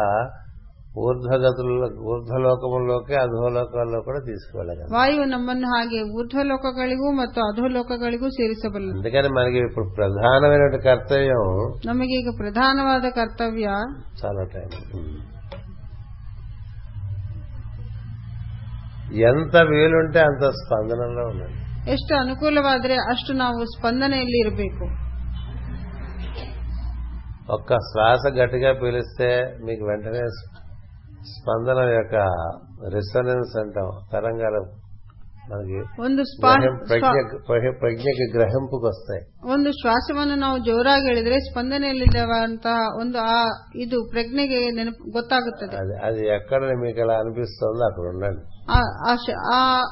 [SPEAKER 1] ఊర్ధ్వగతుల ఊర్ధ్వలోకములోకి అధోలోకాల్లో కూడా తీసుకువెళ్ళగలం
[SPEAKER 2] ವಾಯು ನಮ್ಮನ್ನು ಹಾಗೆ ಊರ್ಧ್ವ ಲೋಕಗಳಿಗೂ ಮತ್ತು ಅಧೋ ಲೋಕಗಳಿಗೂ ಸೇರಿಸಬಲ್ಲ
[SPEAKER 1] అందుకని మనకి ఇప్పుడు ప్రధానమైన కర్తవ్యం
[SPEAKER 2] ನಮಗೀಗ ಪ್ರಧಾನವಾದ ಕರ್ತವ್ಯ
[SPEAKER 1] చాలా టైం ఎంత వీలుంటే అంత స్పందనలో ఉండండి
[SPEAKER 2] ಎಷ್ಟು ಅನುಕೂಲವಾದರೆ ಅಷ್ಟು ನಾವು ಸ್ಪಂದನೆಯಲ್ಲಿ ಇರಬೇಕು
[SPEAKER 1] ఒక్క శ్వాస గట్టిగా పీలిస్తే మీకు వెంటనే స్పందన యొక్క రిసొనెన్స్ అంటాం తరంగాలు మనకి
[SPEAKER 2] ಒಂದು ಸ್ಪಾ-
[SPEAKER 1] గ్రహిం-
[SPEAKER 2] ಸ್ಪಾ-
[SPEAKER 1] ప్రజ్ఞ- ప్రజ్ఞ- ప్రజ్ఞకి గ్రహింపుకు వస్తాయి
[SPEAKER 2] ಒಂದು ಶ್ವಾಸವನ್ನು ನಾವು ಜೋರಾಗಿ ಎಳೆದ್ರೆ ಸ್ಪಂದನೆಯಲ್ಲಿರುವಂತಹ ಒಂದು ಆ ಇದು ಪ್ರಜ್ಞೆಗೆ ನೆನಪು ಗೊತ್ತಾಗುತ್ತದೆ
[SPEAKER 1] అది అది ఎక్కడ మీకు అలా అనిపిస్తుందో అక్కడ ఉండండి
[SPEAKER 2] ಆ- ಆ ಶ- ಆ-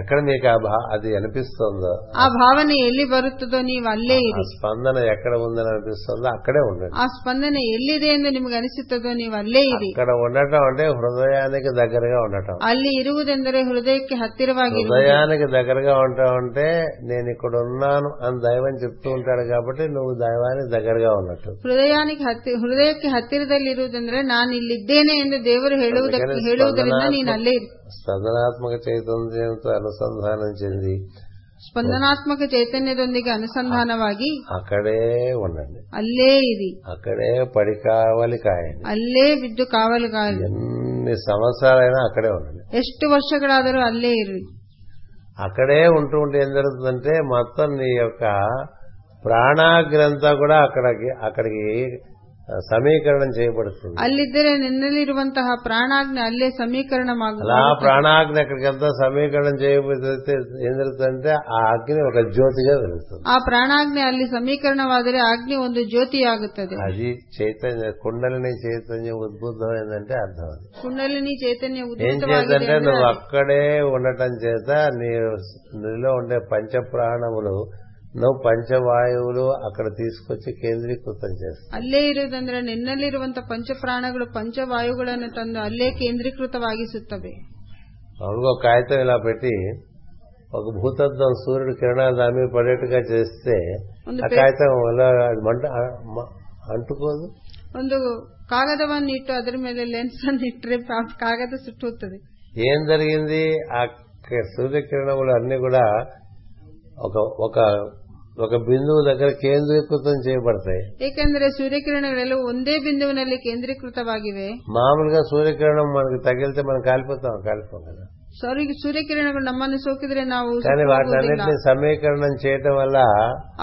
[SPEAKER 1] ఎక్కడ మీకు ఆ భా- అది అనిపిస్తుందో
[SPEAKER 2] ಆ ಭಾವನೆ ಎಲ್ಲಿ ಬರುತ್ತದೋ ನೀವು ಅಲ್ಲೇ
[SPEAKER 1] ఆ
[SPEAKER 2] ಇರಿ
[SPEAKER 1] స్పందన ఎక్కడ ఉందని అనిపిస్తుందో అక్కడే ఉండండి
[SPEAKER 2] ಆ ಸ್ಪಂದನೆ ಎಲ್ಲಿದೆ ಎಂದು ನಿಮಗೆ ಅನಿಸುತ್ತದೋ ನೀವು ಅಲ್ಲೇ ಇರಿ
[SPEAKER 1] ఇక్కడ ఉండటం అంటే హృదయానికి దగ్గరగా ఉండటం
[SPEAKER 2] ಅಲ್ಲಿ ಇರುವುದೆಂದರೆ ಹೃದಯಕ್ಕೆ ಹತ್ತಿರವಾಗಿ
[SPEAKER 1] హృదయానికి దగ్గరగా ఉంటావు అంటే నేను ఇక్కడ ఉన్నాను అని దైవం చెప్తూ ఉంటాడు కాబట్టి నువ్వు దైవానికి దగ్గరగా ఉన్నట్టు
[SPEAKER 2] ಹೃದಯಾನಿಗೆ ಹತ್ತಿ- ಹೃದಯಕ್ಕೆ ಹತ್ತಿರದಲ್ಲಿ ಇರುವುದೆಂದರೆ ನಾನು ಇಲ್ಲಿದ್ದೇನೆ ಎಂದು ದೇವರು ಹೇಳುವುದಕ್ಕೆ
[SPEAKER 1] ಅದಕ್ಕೆ
[SPEAKER 2] ಹೇಳುವುದರಿಂದ
[SPEAKER 1] ಸ್ಪಂದನಾತ್ಮಕ-
[SPEAKER 2] ನೀನು ಅಲ್ಲೇ ಇರಿ
[SPEAKER 1] స్పందనాత్మక చైతన్యంతో అనుసంధానం చెంది
[SPEAKER 2] ಸ್ಪಂದನಾತ್ಮಕ ಚೈತನ್ಯದೊಂದಿಗೆ ಅನುಸಂಧಾನವಾಗಿ
[SPEAKER 1] అక్కడే ఉండండి
[SPEAKER 2] ಅಲ್ಲೇ ಇರಿ
[SPEAKER 1] అక్కడే పడి కావాలి కాయండి
[SPEAKER 2] ಅಲ್ಲೇ ಬಿದ್ದು ಕಾವಲುಗಾರಿ
[SPEAKER 1] ఎన్ని సంవత్సరాలైనా అక్కడే ఉండండి
[SPEAKER 2] ಎಷ್ಟು ವರ್ಷಗಳಾದರೂ ಅಲ್ಲೇ ಇರಿ
[SPEAKER 1] అక్కడే ఉంటూ ఉంటే ఏం జరుగుతుందంటే మొత్తం నీ యొక్క ప్రాణాగ్రంథ కూడా అక్కడికి అక్కడికి సమీకరణం చేయబడుతుంది
[SPEAKER 2] ಅಲ್ಲಿದ್ದರೆ ನಿನ್ನಲ್ಲಿರುವಂತಹ ಪ್ರಾಣಾಜ್ಞೆ ಅಲ್ಲೇ ಸಮೀಕರಣ
[SPEAKER 1] అలా ప్రాణాగ్ని ఎక్కడికెళ్తా సమీకరణం చేయబడితే ఏం జరుగుతుందంటే ఆ అగ్ని ఒక జ్యోతిగా వెలుగుతుంది
[SPEAKER 2] ಆ ಪ್ರಾಣಾಜ್ಞೆ ಅಲ್ಲಿ ಸಮೀಕರಣವಾದರೆ ಆಜ್ಞೆ ಒಂದು ಜ್ಯೋತಿಯಾಗುತ್ತದೆ
[SPEAKER 1] అది చైతన్య కుండలిని చైతన్యం ఉద్బుద్ధమైందంటే అర్థం అది
[SPEAKER 2] ಕುಂಡಲಿನಿ ಚೈತನ್ಯ
[SPEAKER 1] ఏం
[SPEAKER 2] ಉದ್ಭುತವಾಗಿದೆ
[SPEAKER 1] చేద్దంటే
[SPEAKER 2] ಅಂದ್ರೆ
[SPEAKER 1] నువ్వు అక్కడే ఉండటం చేత నీ నీలో ఉండే పంచప్రాణములు నువ్వు పంచవాయువులు అక్కడ తీసుకొచ్చి కేంద్రీకృతం చేస్తావు
[SPEAKER 2] ಅಲ್ಲೇ ಇರುವುದಂದ್ರೆ ನಿನ್ನಲ್ಲಿರುವಂತಹ ಪಂಚಪ್ರಾಣಗಳು ಪಂಚವಾಯುಗಳನ್ನು ತಂದು ಅಲ್ಲೇ ಕೇಂದ್ರೀಕೃತವಾಗಿಸುತ್ತವೆ
[SPEAKER 1] మామూలుగా ఒక కాగితం ఇలా పెట్టి ఒక భూతత్వం సూర్యుడు కిరణాలు దాని మీద పడేట్టుగా చేస్తే
[SPEAKER 2] ಒಂದು
[SPEAKER 1] ఆ కాగితం అలా అది మంట ఆ- మ- అంటుకోదు
[SPEAKER 2] ಒಂದು ಕಾಗದವನ್ನು ಇಟ್ಟು ಅದರ ಮೇಲೆ ಲೆನ್ಸ್ ಅನ್ನು ಇಟ್ಟರೆ ಪಾ- ಕಾಗದ ಸುಟ್ಟುತ್ತದೆ
[SPEAKER 1] ఏం జరిగింది ఆ క- సూర్యకిరణములు అన్ని కూడా ఒక ఒక ఒక బిందువు దగ్గర కేంద్రీకృతం చేయబడతాయి
[SPEAKER 2] ಏಕೆಂದರೆ ಸೂರ್ಯಕಿರಣಗಳೆಲ್ಲವೂ ಒಂದೇ ಬಿಂದುವಿನಲ್ಲಿ ಕೇಂದ್ರೀಕೃತವಾಗಿವೆ
[SPEAKER 1] మామూలుగా సూర్యకిరణం మనకు తగిలితే మనం కాలిపోతాం కాలిపోం కదా
[SPEAKER 2] ಸೂರ್ಯ- ಸೂರ್ಯಕಿರಣಗಳು ನಮ್ಮನ್ನು ಸೋಕಿದರೆ ನಾವು
[SPEAKER 1] కానీ వాటిని
[SPEAKER 2] ಸುಖವಾಗುವುದಿಲ್ಲ.
[SPEAKER 1] అన్నింటినీ సమీకరణం చేయటం వల్ల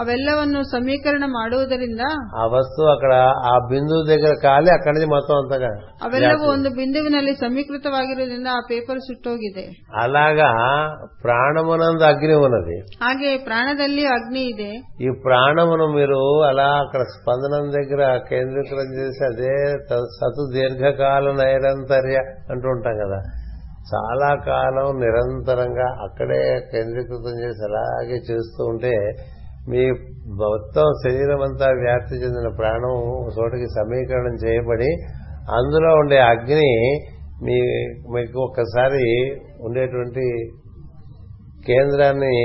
[SPEAKER 2] ಅವೆಲ್ಲವನ್ನು ಸಮೀಕರಣ ಮಾಡುವುದರಿಂದ
[SPEAKER 1] ఆ వస్తువు అక్కడ ఆ బిందువు దగ్గర కాలి అక్కడి నుంచి మొత్తం అంతగా
[SPEAKER 2] ಅವೆಲ್ಲವೂ ಒಂದು ಬಿಂದುವಿನಲ್ಲಿ ಸಮೀಕೃತವಾಗಿರುವುದರಿಂದ ಆ ಪೇಪರ್ ಸುಟ್ಟೋಗಿದೆ
[SPEAKER 1] అలాగా ప్రాణమునందు అగ్ని ఉన్నది
[SPEAKER 2] ಹಾಗೆ ಪ್ರಾಣದಲ್ಲಿ ಅಗ್ನಿ ಇದೆ
[SPEAKER 1] ఈ ప్రాణమును మీరు అలా అక్కడ స్పందనం దగ్గర కేంద్రీకృతం చేసి అదే త- సతు దీర్ఘకాల నైరంతర్య అంటూ ఉంటాం కదా చాలా కాలం నిరంతరంగా అక్కడే కేంద్రీకృతం చేసి అలాగే చేస్తూ ఉంటే మీ మొత్తం శరీరం అంతా వ్యాప్తి చెందిన ప్రాణం ఒక చోటికి సమీకరణం చేయబడి అందులో ఉండే అగ్ని మీ మీకు ఒక్కసారి ఉండేటువంటి కేంద్రాన్ని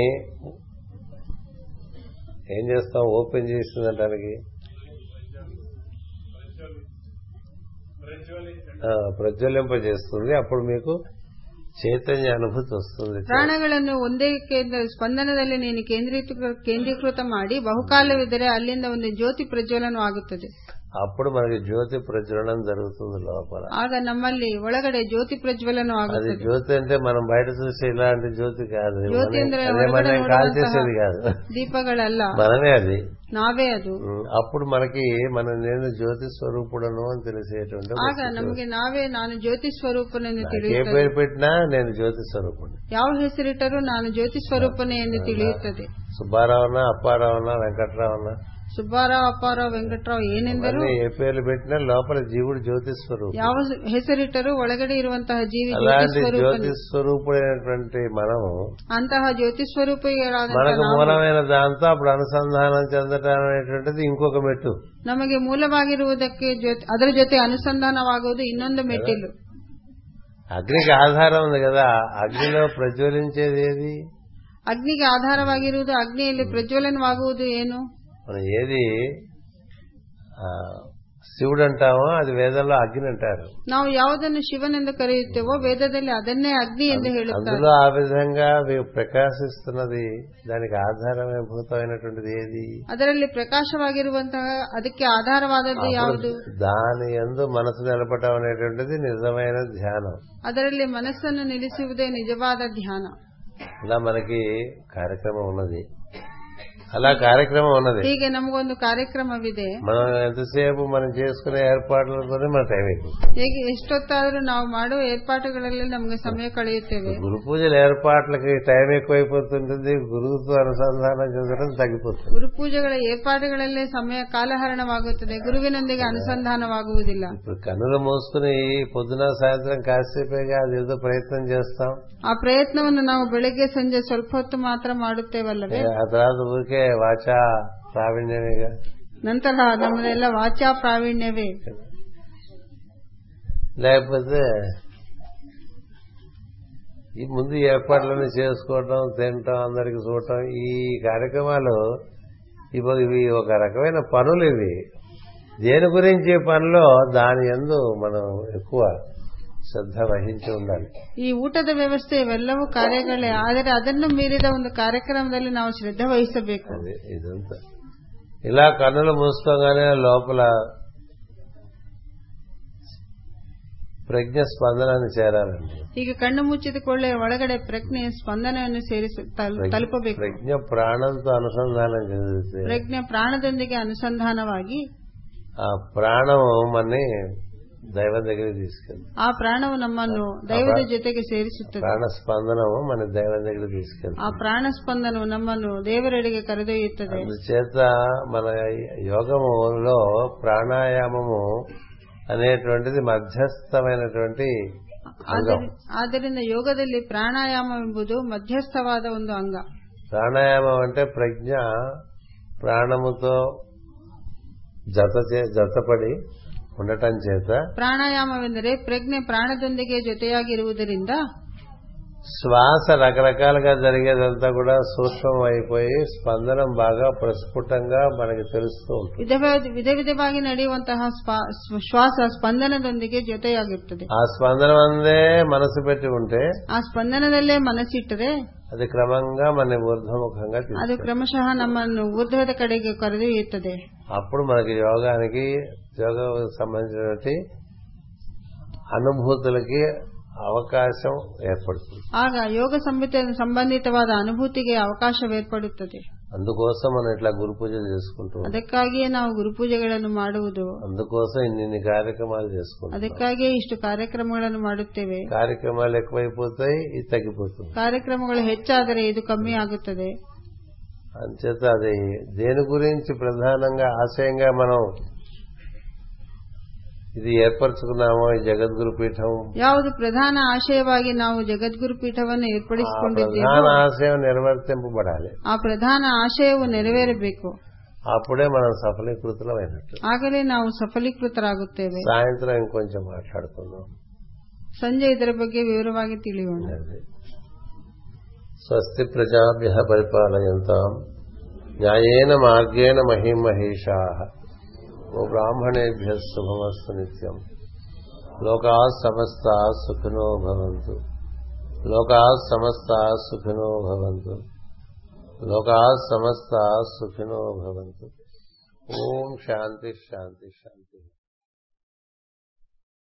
[SPEAKER 1] ఏం చేస్తాం ఓపెన్ చేసింది అంటానికి ప్రజ్వలింప చేస్తుంది అప్పుడు మీకు చైతన్య అనుభూతి వస్తుంది
[SPEAKER 2] ಪ್ರಾಣಗಳನ್ನು ಒಂದೇ ಕೇಂದ್ರ ಸ್ಪಂದನದಲ್ಲಿ ನೀನು ಕೇಂದ್ರೀಕೃತ ಕೇಂದ್ರೀಕೃತ ಮಾಡಿ ಬಹುಕಾಲವಿದ್ದರೆ ಅಲ್ಲಿಂದ ಒಂದು ಜ್ಯೋತಿ ಪ್ರಜ್ವಲನವಾಗುತ್ತದೆ
[SPEAKER 1] అప్పుడు మనకి జ్యోతి ప్రజ్వలనం జరుగుతుంది లోపల
[SPEAKER 2] ಆಗ ನಮ್ಮಲ್ಲಿ ಒಳಗಡೆ ಜ್ಯೋತಿ
[SPEAKER 1] అది
[SPEAKER 2] ಪ್ರಜ್ವಲನವಾಗುತ್ತದೆ
[SPEAKER 1] జ్యోతి అంటే మనం బయట చూసే ఇలాంటి జ్యోతి కాదు అది
[SPEAKER 2] ಜ್ಯೋತಿ
[SPEAKER 1] మనం-
[SPEAKER 2] ಅಂದ್ರೆ
[SPEAKER 1] అదే
[SPEAKER 2] ಹೊರಗಡೆ
[SPEAKER 1] మనం కాల్ చేసేది కాదు
[SPEAKER 2] ನೋಡುವಂತಹ ದೀಪಗಳಲ್ಲ
[SPEAKER 1] మనమే అది
[SPEAKER 2] ನಾವೇ ಅದು
[SPEAKER 1] ఉమ్, అప్పుడు మనకి మన నేను జ్యోతి స్వరూపుడను అని తెలిసేటువంటి ఒక
[SPEAKER 2] ಆಗ ನಮಗೆ ನಾವೇ ನಾನು ಜ್ಯೋತಿ ಸ್ವರೂಪನೆಂದು
[SPEAKER 1] ఏ
[SPEAKER 2] ತಿಳಿಯುತ್ತದೆ
[SPEAKER 1] పేరు పెట్టినా నేను జ్యోతి స్వరూపుడు
[SPEAKER 2] ಯಾವ ಹೆಸರಿಟ್ಟರೂ ನಾನು ಜ್ಯೋತಿ ಸ್ವರೂಪನೆ ಎಂದು ತಿಳಿಯುತ್ತದೆ
[SPEAKER 1] సుబ్బారావునా అప్పారావునా వెంకట్రావునా
[SPEAKER 2] ಸುಬ್ಬಾರಾವ್ ಅಪ್ಪಾರಾವ್ ವೆಂಕಟರಾವ್ ಏನೆಂದರೂ
[SPEAKER 1] అన్ని ఏ పేర్లు పెట్టినా లోపల జీవుడు ಜ್ಯೋతి స్వరూపుడు
[SPEAKER 2] ಯಾವ ಹೆಸರಿಟ್ಟರೂ ಒಳಗಡೆ ಇರುವಂತಹ ಜೀವಿ ಜ್ಯೋತಿ
[SPEAKER 1] అలాంటి
[SPEAKER 2] ಸ್ವರೂಪನೆ
[SPEAKER 1] జ్యోతి స్వరೂపుడైనటువంటి మనము
[SPEAKER 2] ಅಂತಹ ಜ್ಯೋತಿ ಸ್ವರೂಪಿಗಳಾದ
[SPEAKER 1] మనకు మూలమైన దాంతో అప్పుడు అనుసంధానం చెందటం అనేటువంటిది ఇంకొక మెట్టు
[SPEAKER 2] ನಮಗೆ ಮೂಲವಾಗಿರುವುದಕ್ಕೆ ಜ್ಯೋತಿ- ಅದರ ಜೊತೆ ಅನುಸಂಧಾನವಾಗುವುದು ಇನ್ನೊಂದು ಮೆಟ್ಟಿಲು
[SPEAKER 1] అగ్నికి ఆధారం ఉంది కదా అగ్నిలో ప్రజ్వలించేది ఏది
[SPEAKER 2] ಅಗ್ನಿಗೆ ಆಧಾರವಾಗಿರುವುದು ಅಗ್ನಿಯಲ್ಲಿ ಪ್ರಜ್ವಲನವಾಗುವುದು ಏನು
[SPEAKER 1] మనం ఏది ఆ, శివుడు అంటామో అది వేదంలో అగ్ని అంటారు
[SPEAKER 2] ನಾವು ಯಾವುದನ್ನು ಶಿವನೆಂದು ಕರೆಯುತ್ತೇವೋ ವೇದದಲ್ಲಿ ಅದನ್ನೇ ಅಗ್ನಿ ಎಂದು ಹೇಳುತ್ತಾರೆ
[SPEAKER 1] అందులో ఆ విధంగా వి- ప్రకాశిస్తున్నది దానికి ఆధారమే భూతమైనటువంటిది ఏది
[SPEAKER 2] ಅದರಲ್ಲಿ ಪ್ರಕಾಶವಾಗಿರುವಂತಹ ಅದಕ್ಕೆ ಆಧಾರವಾದದ್ದು ಯಾವುದು
[SPEAKER 1] దాని ఎందు మనసు నిలపడం అనేటువంటిది నిజమైన ధ్యానం
[SPEAKER 2] ಅದರಲ್ಲಿ ಮನಸ್ಸನ್ನು ನಿಲ್ಲಿಸುವುದೇ ನಿಜವಾದ ಧ್ಯಾನ
[SPEAKER 1] ఇలా మనకి కార్యక్రమం ఉన్నది అలా కార్యక్రమం ఉన్నది
[SPEAKER 2] ಹೀಗೆ ನಮಗೊಂದು ಕಾರ್ಯಕ್ರಮವಿದೆ
[SPEAKER 1] మనం ఎంతసేపు మనం చేసుకునే ఏర్పాట్లతోనే మన టైం అయిపోతుంది
[SPEAKER 2] ಹೇಗೆ ಎಷ್ಟೊತ್ತಾದರೂ ನಾವು ಮಾಡುವ ಏರ್ಪಾಟುಗಳಲ್ಲಿ ನಮಗೆ ಸಮಯ ಕಳೆಯುತ್ತೇವೆ
[SPEAKER 1] గురు పూజల ఏర్పాట్లకి టైం ఎక్కువైపోతుంటుంది గురువుతో అనుసంధానం చెందడం తగ్గిపోతుంది
[SPEAKER 2] ಗುರುಪೂಜೆಗಳ ಏರ್ಪಾಡುಗಳಲ್ಲೇ ಸಮಯ ಕಾಲಹರಣವಾಗುತ್ತದೆ ಗುರುವಿನೊಂದಿಗೆ ಅನುಸಂಧಾನವಾಗುವುದಿಲ್ಲ
[SPEAKER 1] ఇప్పుడు కన్నులు మూసుకుని పొద్దున సాయంత్రం కాసేపేగా అదేదో ప్రయత్నం చేస్తాం
[SPEAKER 2] ಆ ಪ್ರಯತ್ನವನ್ನು ನಾವು ಬೆಳಗ್ಗೆ ಸಂಜೆ ಸ್ವಲ್ಪ ಹೊತ್ತು ಮಾತ್ರ ಮಾಡುತ್ತೇವಲ್ಲವೇ
[SPEAKER 1] ఆ తర్వాత ఊరికే వాచ ప్రావీణ్యమేగా
[SPEAKER 2] ನಂತರ ನಮ್ಮದೆಲ್ಲ ವಾಚಾ ಪ್ರಾವೀಣ್ಯವೇ
[SPEAKER 1] లేకపోతే ఈ ముందు ఏర్పాట్లన్నీ చేసుకోవటం తినటం అందరికి చూడటం ఈ కార్యక్రమాలు ఇవి ఇవి ఒక రకమైన పనులు ఇవి దేని గురించి ఈ పనిలో దాని ఎందు మనం ఎక్కువ శ్రద్ధ వహించి ఉండాలి
[SPEAKER 2] ಈ ಊಟದ ವ್ಯವಸ್ಥೆ ಇವೆಲ್ಲವೂ ಕಾರ್ಯಗಳೇ ಆದರೆ ಅದನ್ನು ಮೀರಿದ ಒಂದು ಕಾರ್ಯಕ್ರಮದಲ್ಲಿ ನಾವು ಶ್ರದ್ಧೆ ವಹಿಸಬೇಕು
[SPEAKER 1] అది ఇదంతా ఇలా కన్నులు మూసుకోగానే లోపల ప్రజ్ఞ స్పందనాన్ని చేరాలండి
[SPEAKER 2] ಈಗ ಕಣ್ಣು ಮುಚ್ಚಿದಕೊಳ್ಳೆ ಒಳಗಡೆ ಪ್ರಜ್ಞೆ ಸ್ಪಂದನವನ್ನು ಸೇರಿಸ ತಲ್- ತಲುಪಬೇಕು
[SPEAKER 1] ప్రజ్ఞ ప్రాణంతో అనుసంధానం చెందితే
[SPEAKER 2] ಪ್ರಜ್ಞೆ ಪ್ರಾಣದೊಂದಿಗೆ ಅನುಸಂಧಾನವಾಗಿ
[SPEAKER 1] ఆ ప్రాణం మనని దైవం దగ్గరికి తీసుకెళ్తుంది
[SPEAKER 2] ಆ ಪ್ರಾಣವು ನಮ್ಮನ್ನು ದೈವದ ಜೊತೆಗೆ ಸೇರಿಸುತ್ತದೆ
[SPEAKER 1] ప్రాణ స్పందనము మన దైవం దగ్గరికి తీసుకెళ్తుంది
[SPEAKER 2] ಆ ಪ್ರಾಣ ಸ್ಪಂದನವು ನಮ್ಮನ್ನು ದೇವರೆಡೆಗೆ ಕರೆದೊಯ್ಯುತ್ತದೆ
[SPEAKER 1] అందుచేత మన యోగములో ప్రాణాయామము అనేటువంటిది మధ్యస్థమైనటువంటి అంగం
[SPEAKER 2] ಆದರಿ- ಆದ್ದರಿಂದ ಯೋಗದಲ್ಲಿ ಪ್ರಾಣಾಯಾಮ ಎಂಬುದು ಮಧ್ಯಸ್ಥವಾದ ಒಂದು ಅಂಗ
[SPEAKER 1] ప్రాణాయామం అంటే ప్రజ్ఞ ప్రాణముతో జత చే- జతపడి ఉండటం చేత
[SPEAKER 2] ಪ್ರಾಣಾಯಾಮವೆಂದರೆ ಪ್ರಜ್ಞೆ ಪ್ರಾಣದೊಂದಿಗೆ ಜೊತೆಯಾಗಿರುವುದರಿಂದ
[SPEAKER 1] శ్వాస రకరకాలుగా జరిగేదంతా కూడా సూక్ష్మం అయిపోయి స్పందనం బాగా ప్రస్ఫుటంగా మనకి తెలుస్తూ ఉంటుంది
[SPEAKER 2] ವಿಧ ವಿಧ ವಿಧವಾಗಿ ನಡೆಯುವಂತಹ ಸ್ಪ- ಸ್ವ- ಶ್ವಾಸ ಸ್ಪಂದನದೊಂದಿಗೆ ಜೊತೆಯಾಗಿರುತ್ತದೆ
[SPEAKER 1] ఆ స్పందనం అందే మనసు పెట్టి ఉంటే
[SPEAKER 2] ಆ ಸ್ಪಂದನದಲ್ಲೇ ಮನಸ್ಸಿಟ್ಟರೆ
[SPEAKER 1] అది క్రమంగా మన ఊర్ధముఖంగా
[SPEAKER 2] ಅದು
[SPEAKER 1] తీసుకు
[SPEAKER 2] ಕ್ರಮಶಃ ನಮ್ಮನ್ನು ಊರ್ಧ್ವದ ಕಡೆಗೆ ಕರೆದೊಯ್ಯುತ್ತದೆ
[SPEAKER 1] అప్పుడు మనకి యోగానికి యోగ సంబంధించినటువంటి అనుభూతులకి అవకాశం ఏర్పడుతుంది
[SPEAKER 2] ಆಗ ಯೋಗ ಸಂಬಿತ ಸಂಬಂಧಿತವಾದ ಅನುಭೂತಿಗೆ ಅವಕಾಶ ಏರ್ಪಡುತ್ತದೆ
[SPEAKER 1] అందుకోసం మనం ఇట్లా గురు పూజలు చేసుకుంటూ ఉంటాం.
[SPEAKER 2] ಅದಕ್ಕಾಗಿಯೇ ನಾವು ಗುರುಪೂಜೆಗಳನ್ನು ಮಾಡುವುದು
[SPEAKER 1] అందుకోసం ఇన్ని కార్యక్రమాలు చేసుకుంటాం
[SPEAKER 2] ಅದಕ್ಕಾಗಿಯೇ ಇಷ್ಟು ಕಾರ್ಯಕ್ರಮಗಳನ್ನು ಮಾಡುತ್ತೇವೆ
[SPEAKER 1] కార్యక్రమాలు ఎక్కువైపోతాయి ఇది తగ్గిపోతుంది
[SPEAKER 2] ಕಾರ್ಯಕ್ರಮಗಳು ಹೆಚ್ಚಾದರೆ ಇದು ಕಮ್ಮಿ ಆಗುತ್ತದೆ
[SPEAKER 1] అంచేత అది దేని గురించి ప్రధానంగా ఆశయంగా మనం ఇది ఏర్పరచుకున్నామో ఈ జగద్గురు పీఠం
[SPEAKER 2] ಯಾವುದು ಪ್ರಧಾನ ಆಶಯವಾಗಿ ನಾವು ಜಗದ್ಗುರು ಪೀಠವನ್ನು
[SPEAKER 1] ఆ
[SPEAKER 2] ಏರ್ಪಡಿಸಿಕೊಂಡಿದ್ದೇವೆ
[SPEAKER 1] ప్రధాన ఆశయం నిర్వర్తింపబడాలి
[SPEAKER 2] ಆ ಪ್ರಧಾನ ಆಶಯವು ನೆರವೇರಬೇಕು
[SPEAKER 1] అప్పుడే మనం సఫలీకృతులమైనట్టు
[SPEAKER 2] ಆಗಲೇ ನಾವು ಸಫಲೀಕೃತರಾಗುತ್ತೇವೆ
[SPEAKER 1] సాయంత్రం ఇంకొంచెం మాట్లాడుకుందాం
[SPEAKER 2] ಸಂಜೆ ಇದರ ಬಗ್ಗೆ ವಿವರವಾಗಿ ತಿಳಿಯೋಣ
[SPEAKER 1] అది. స్వస్తి ప్రజాభ్య పరిపాలయంతాం న్యాయేన మార్గేణ మహిమహేషా ఓ బ్రాహ్మణేభ్య శుభమస్తు నిత్యం లోకా సమస్త సుఖినో భవంతు లోకా సమస్త సుఖినో భవంతు లోకా సమస్త సుఖినో భవంతు ఓం శాంతి శాంతి శాంతి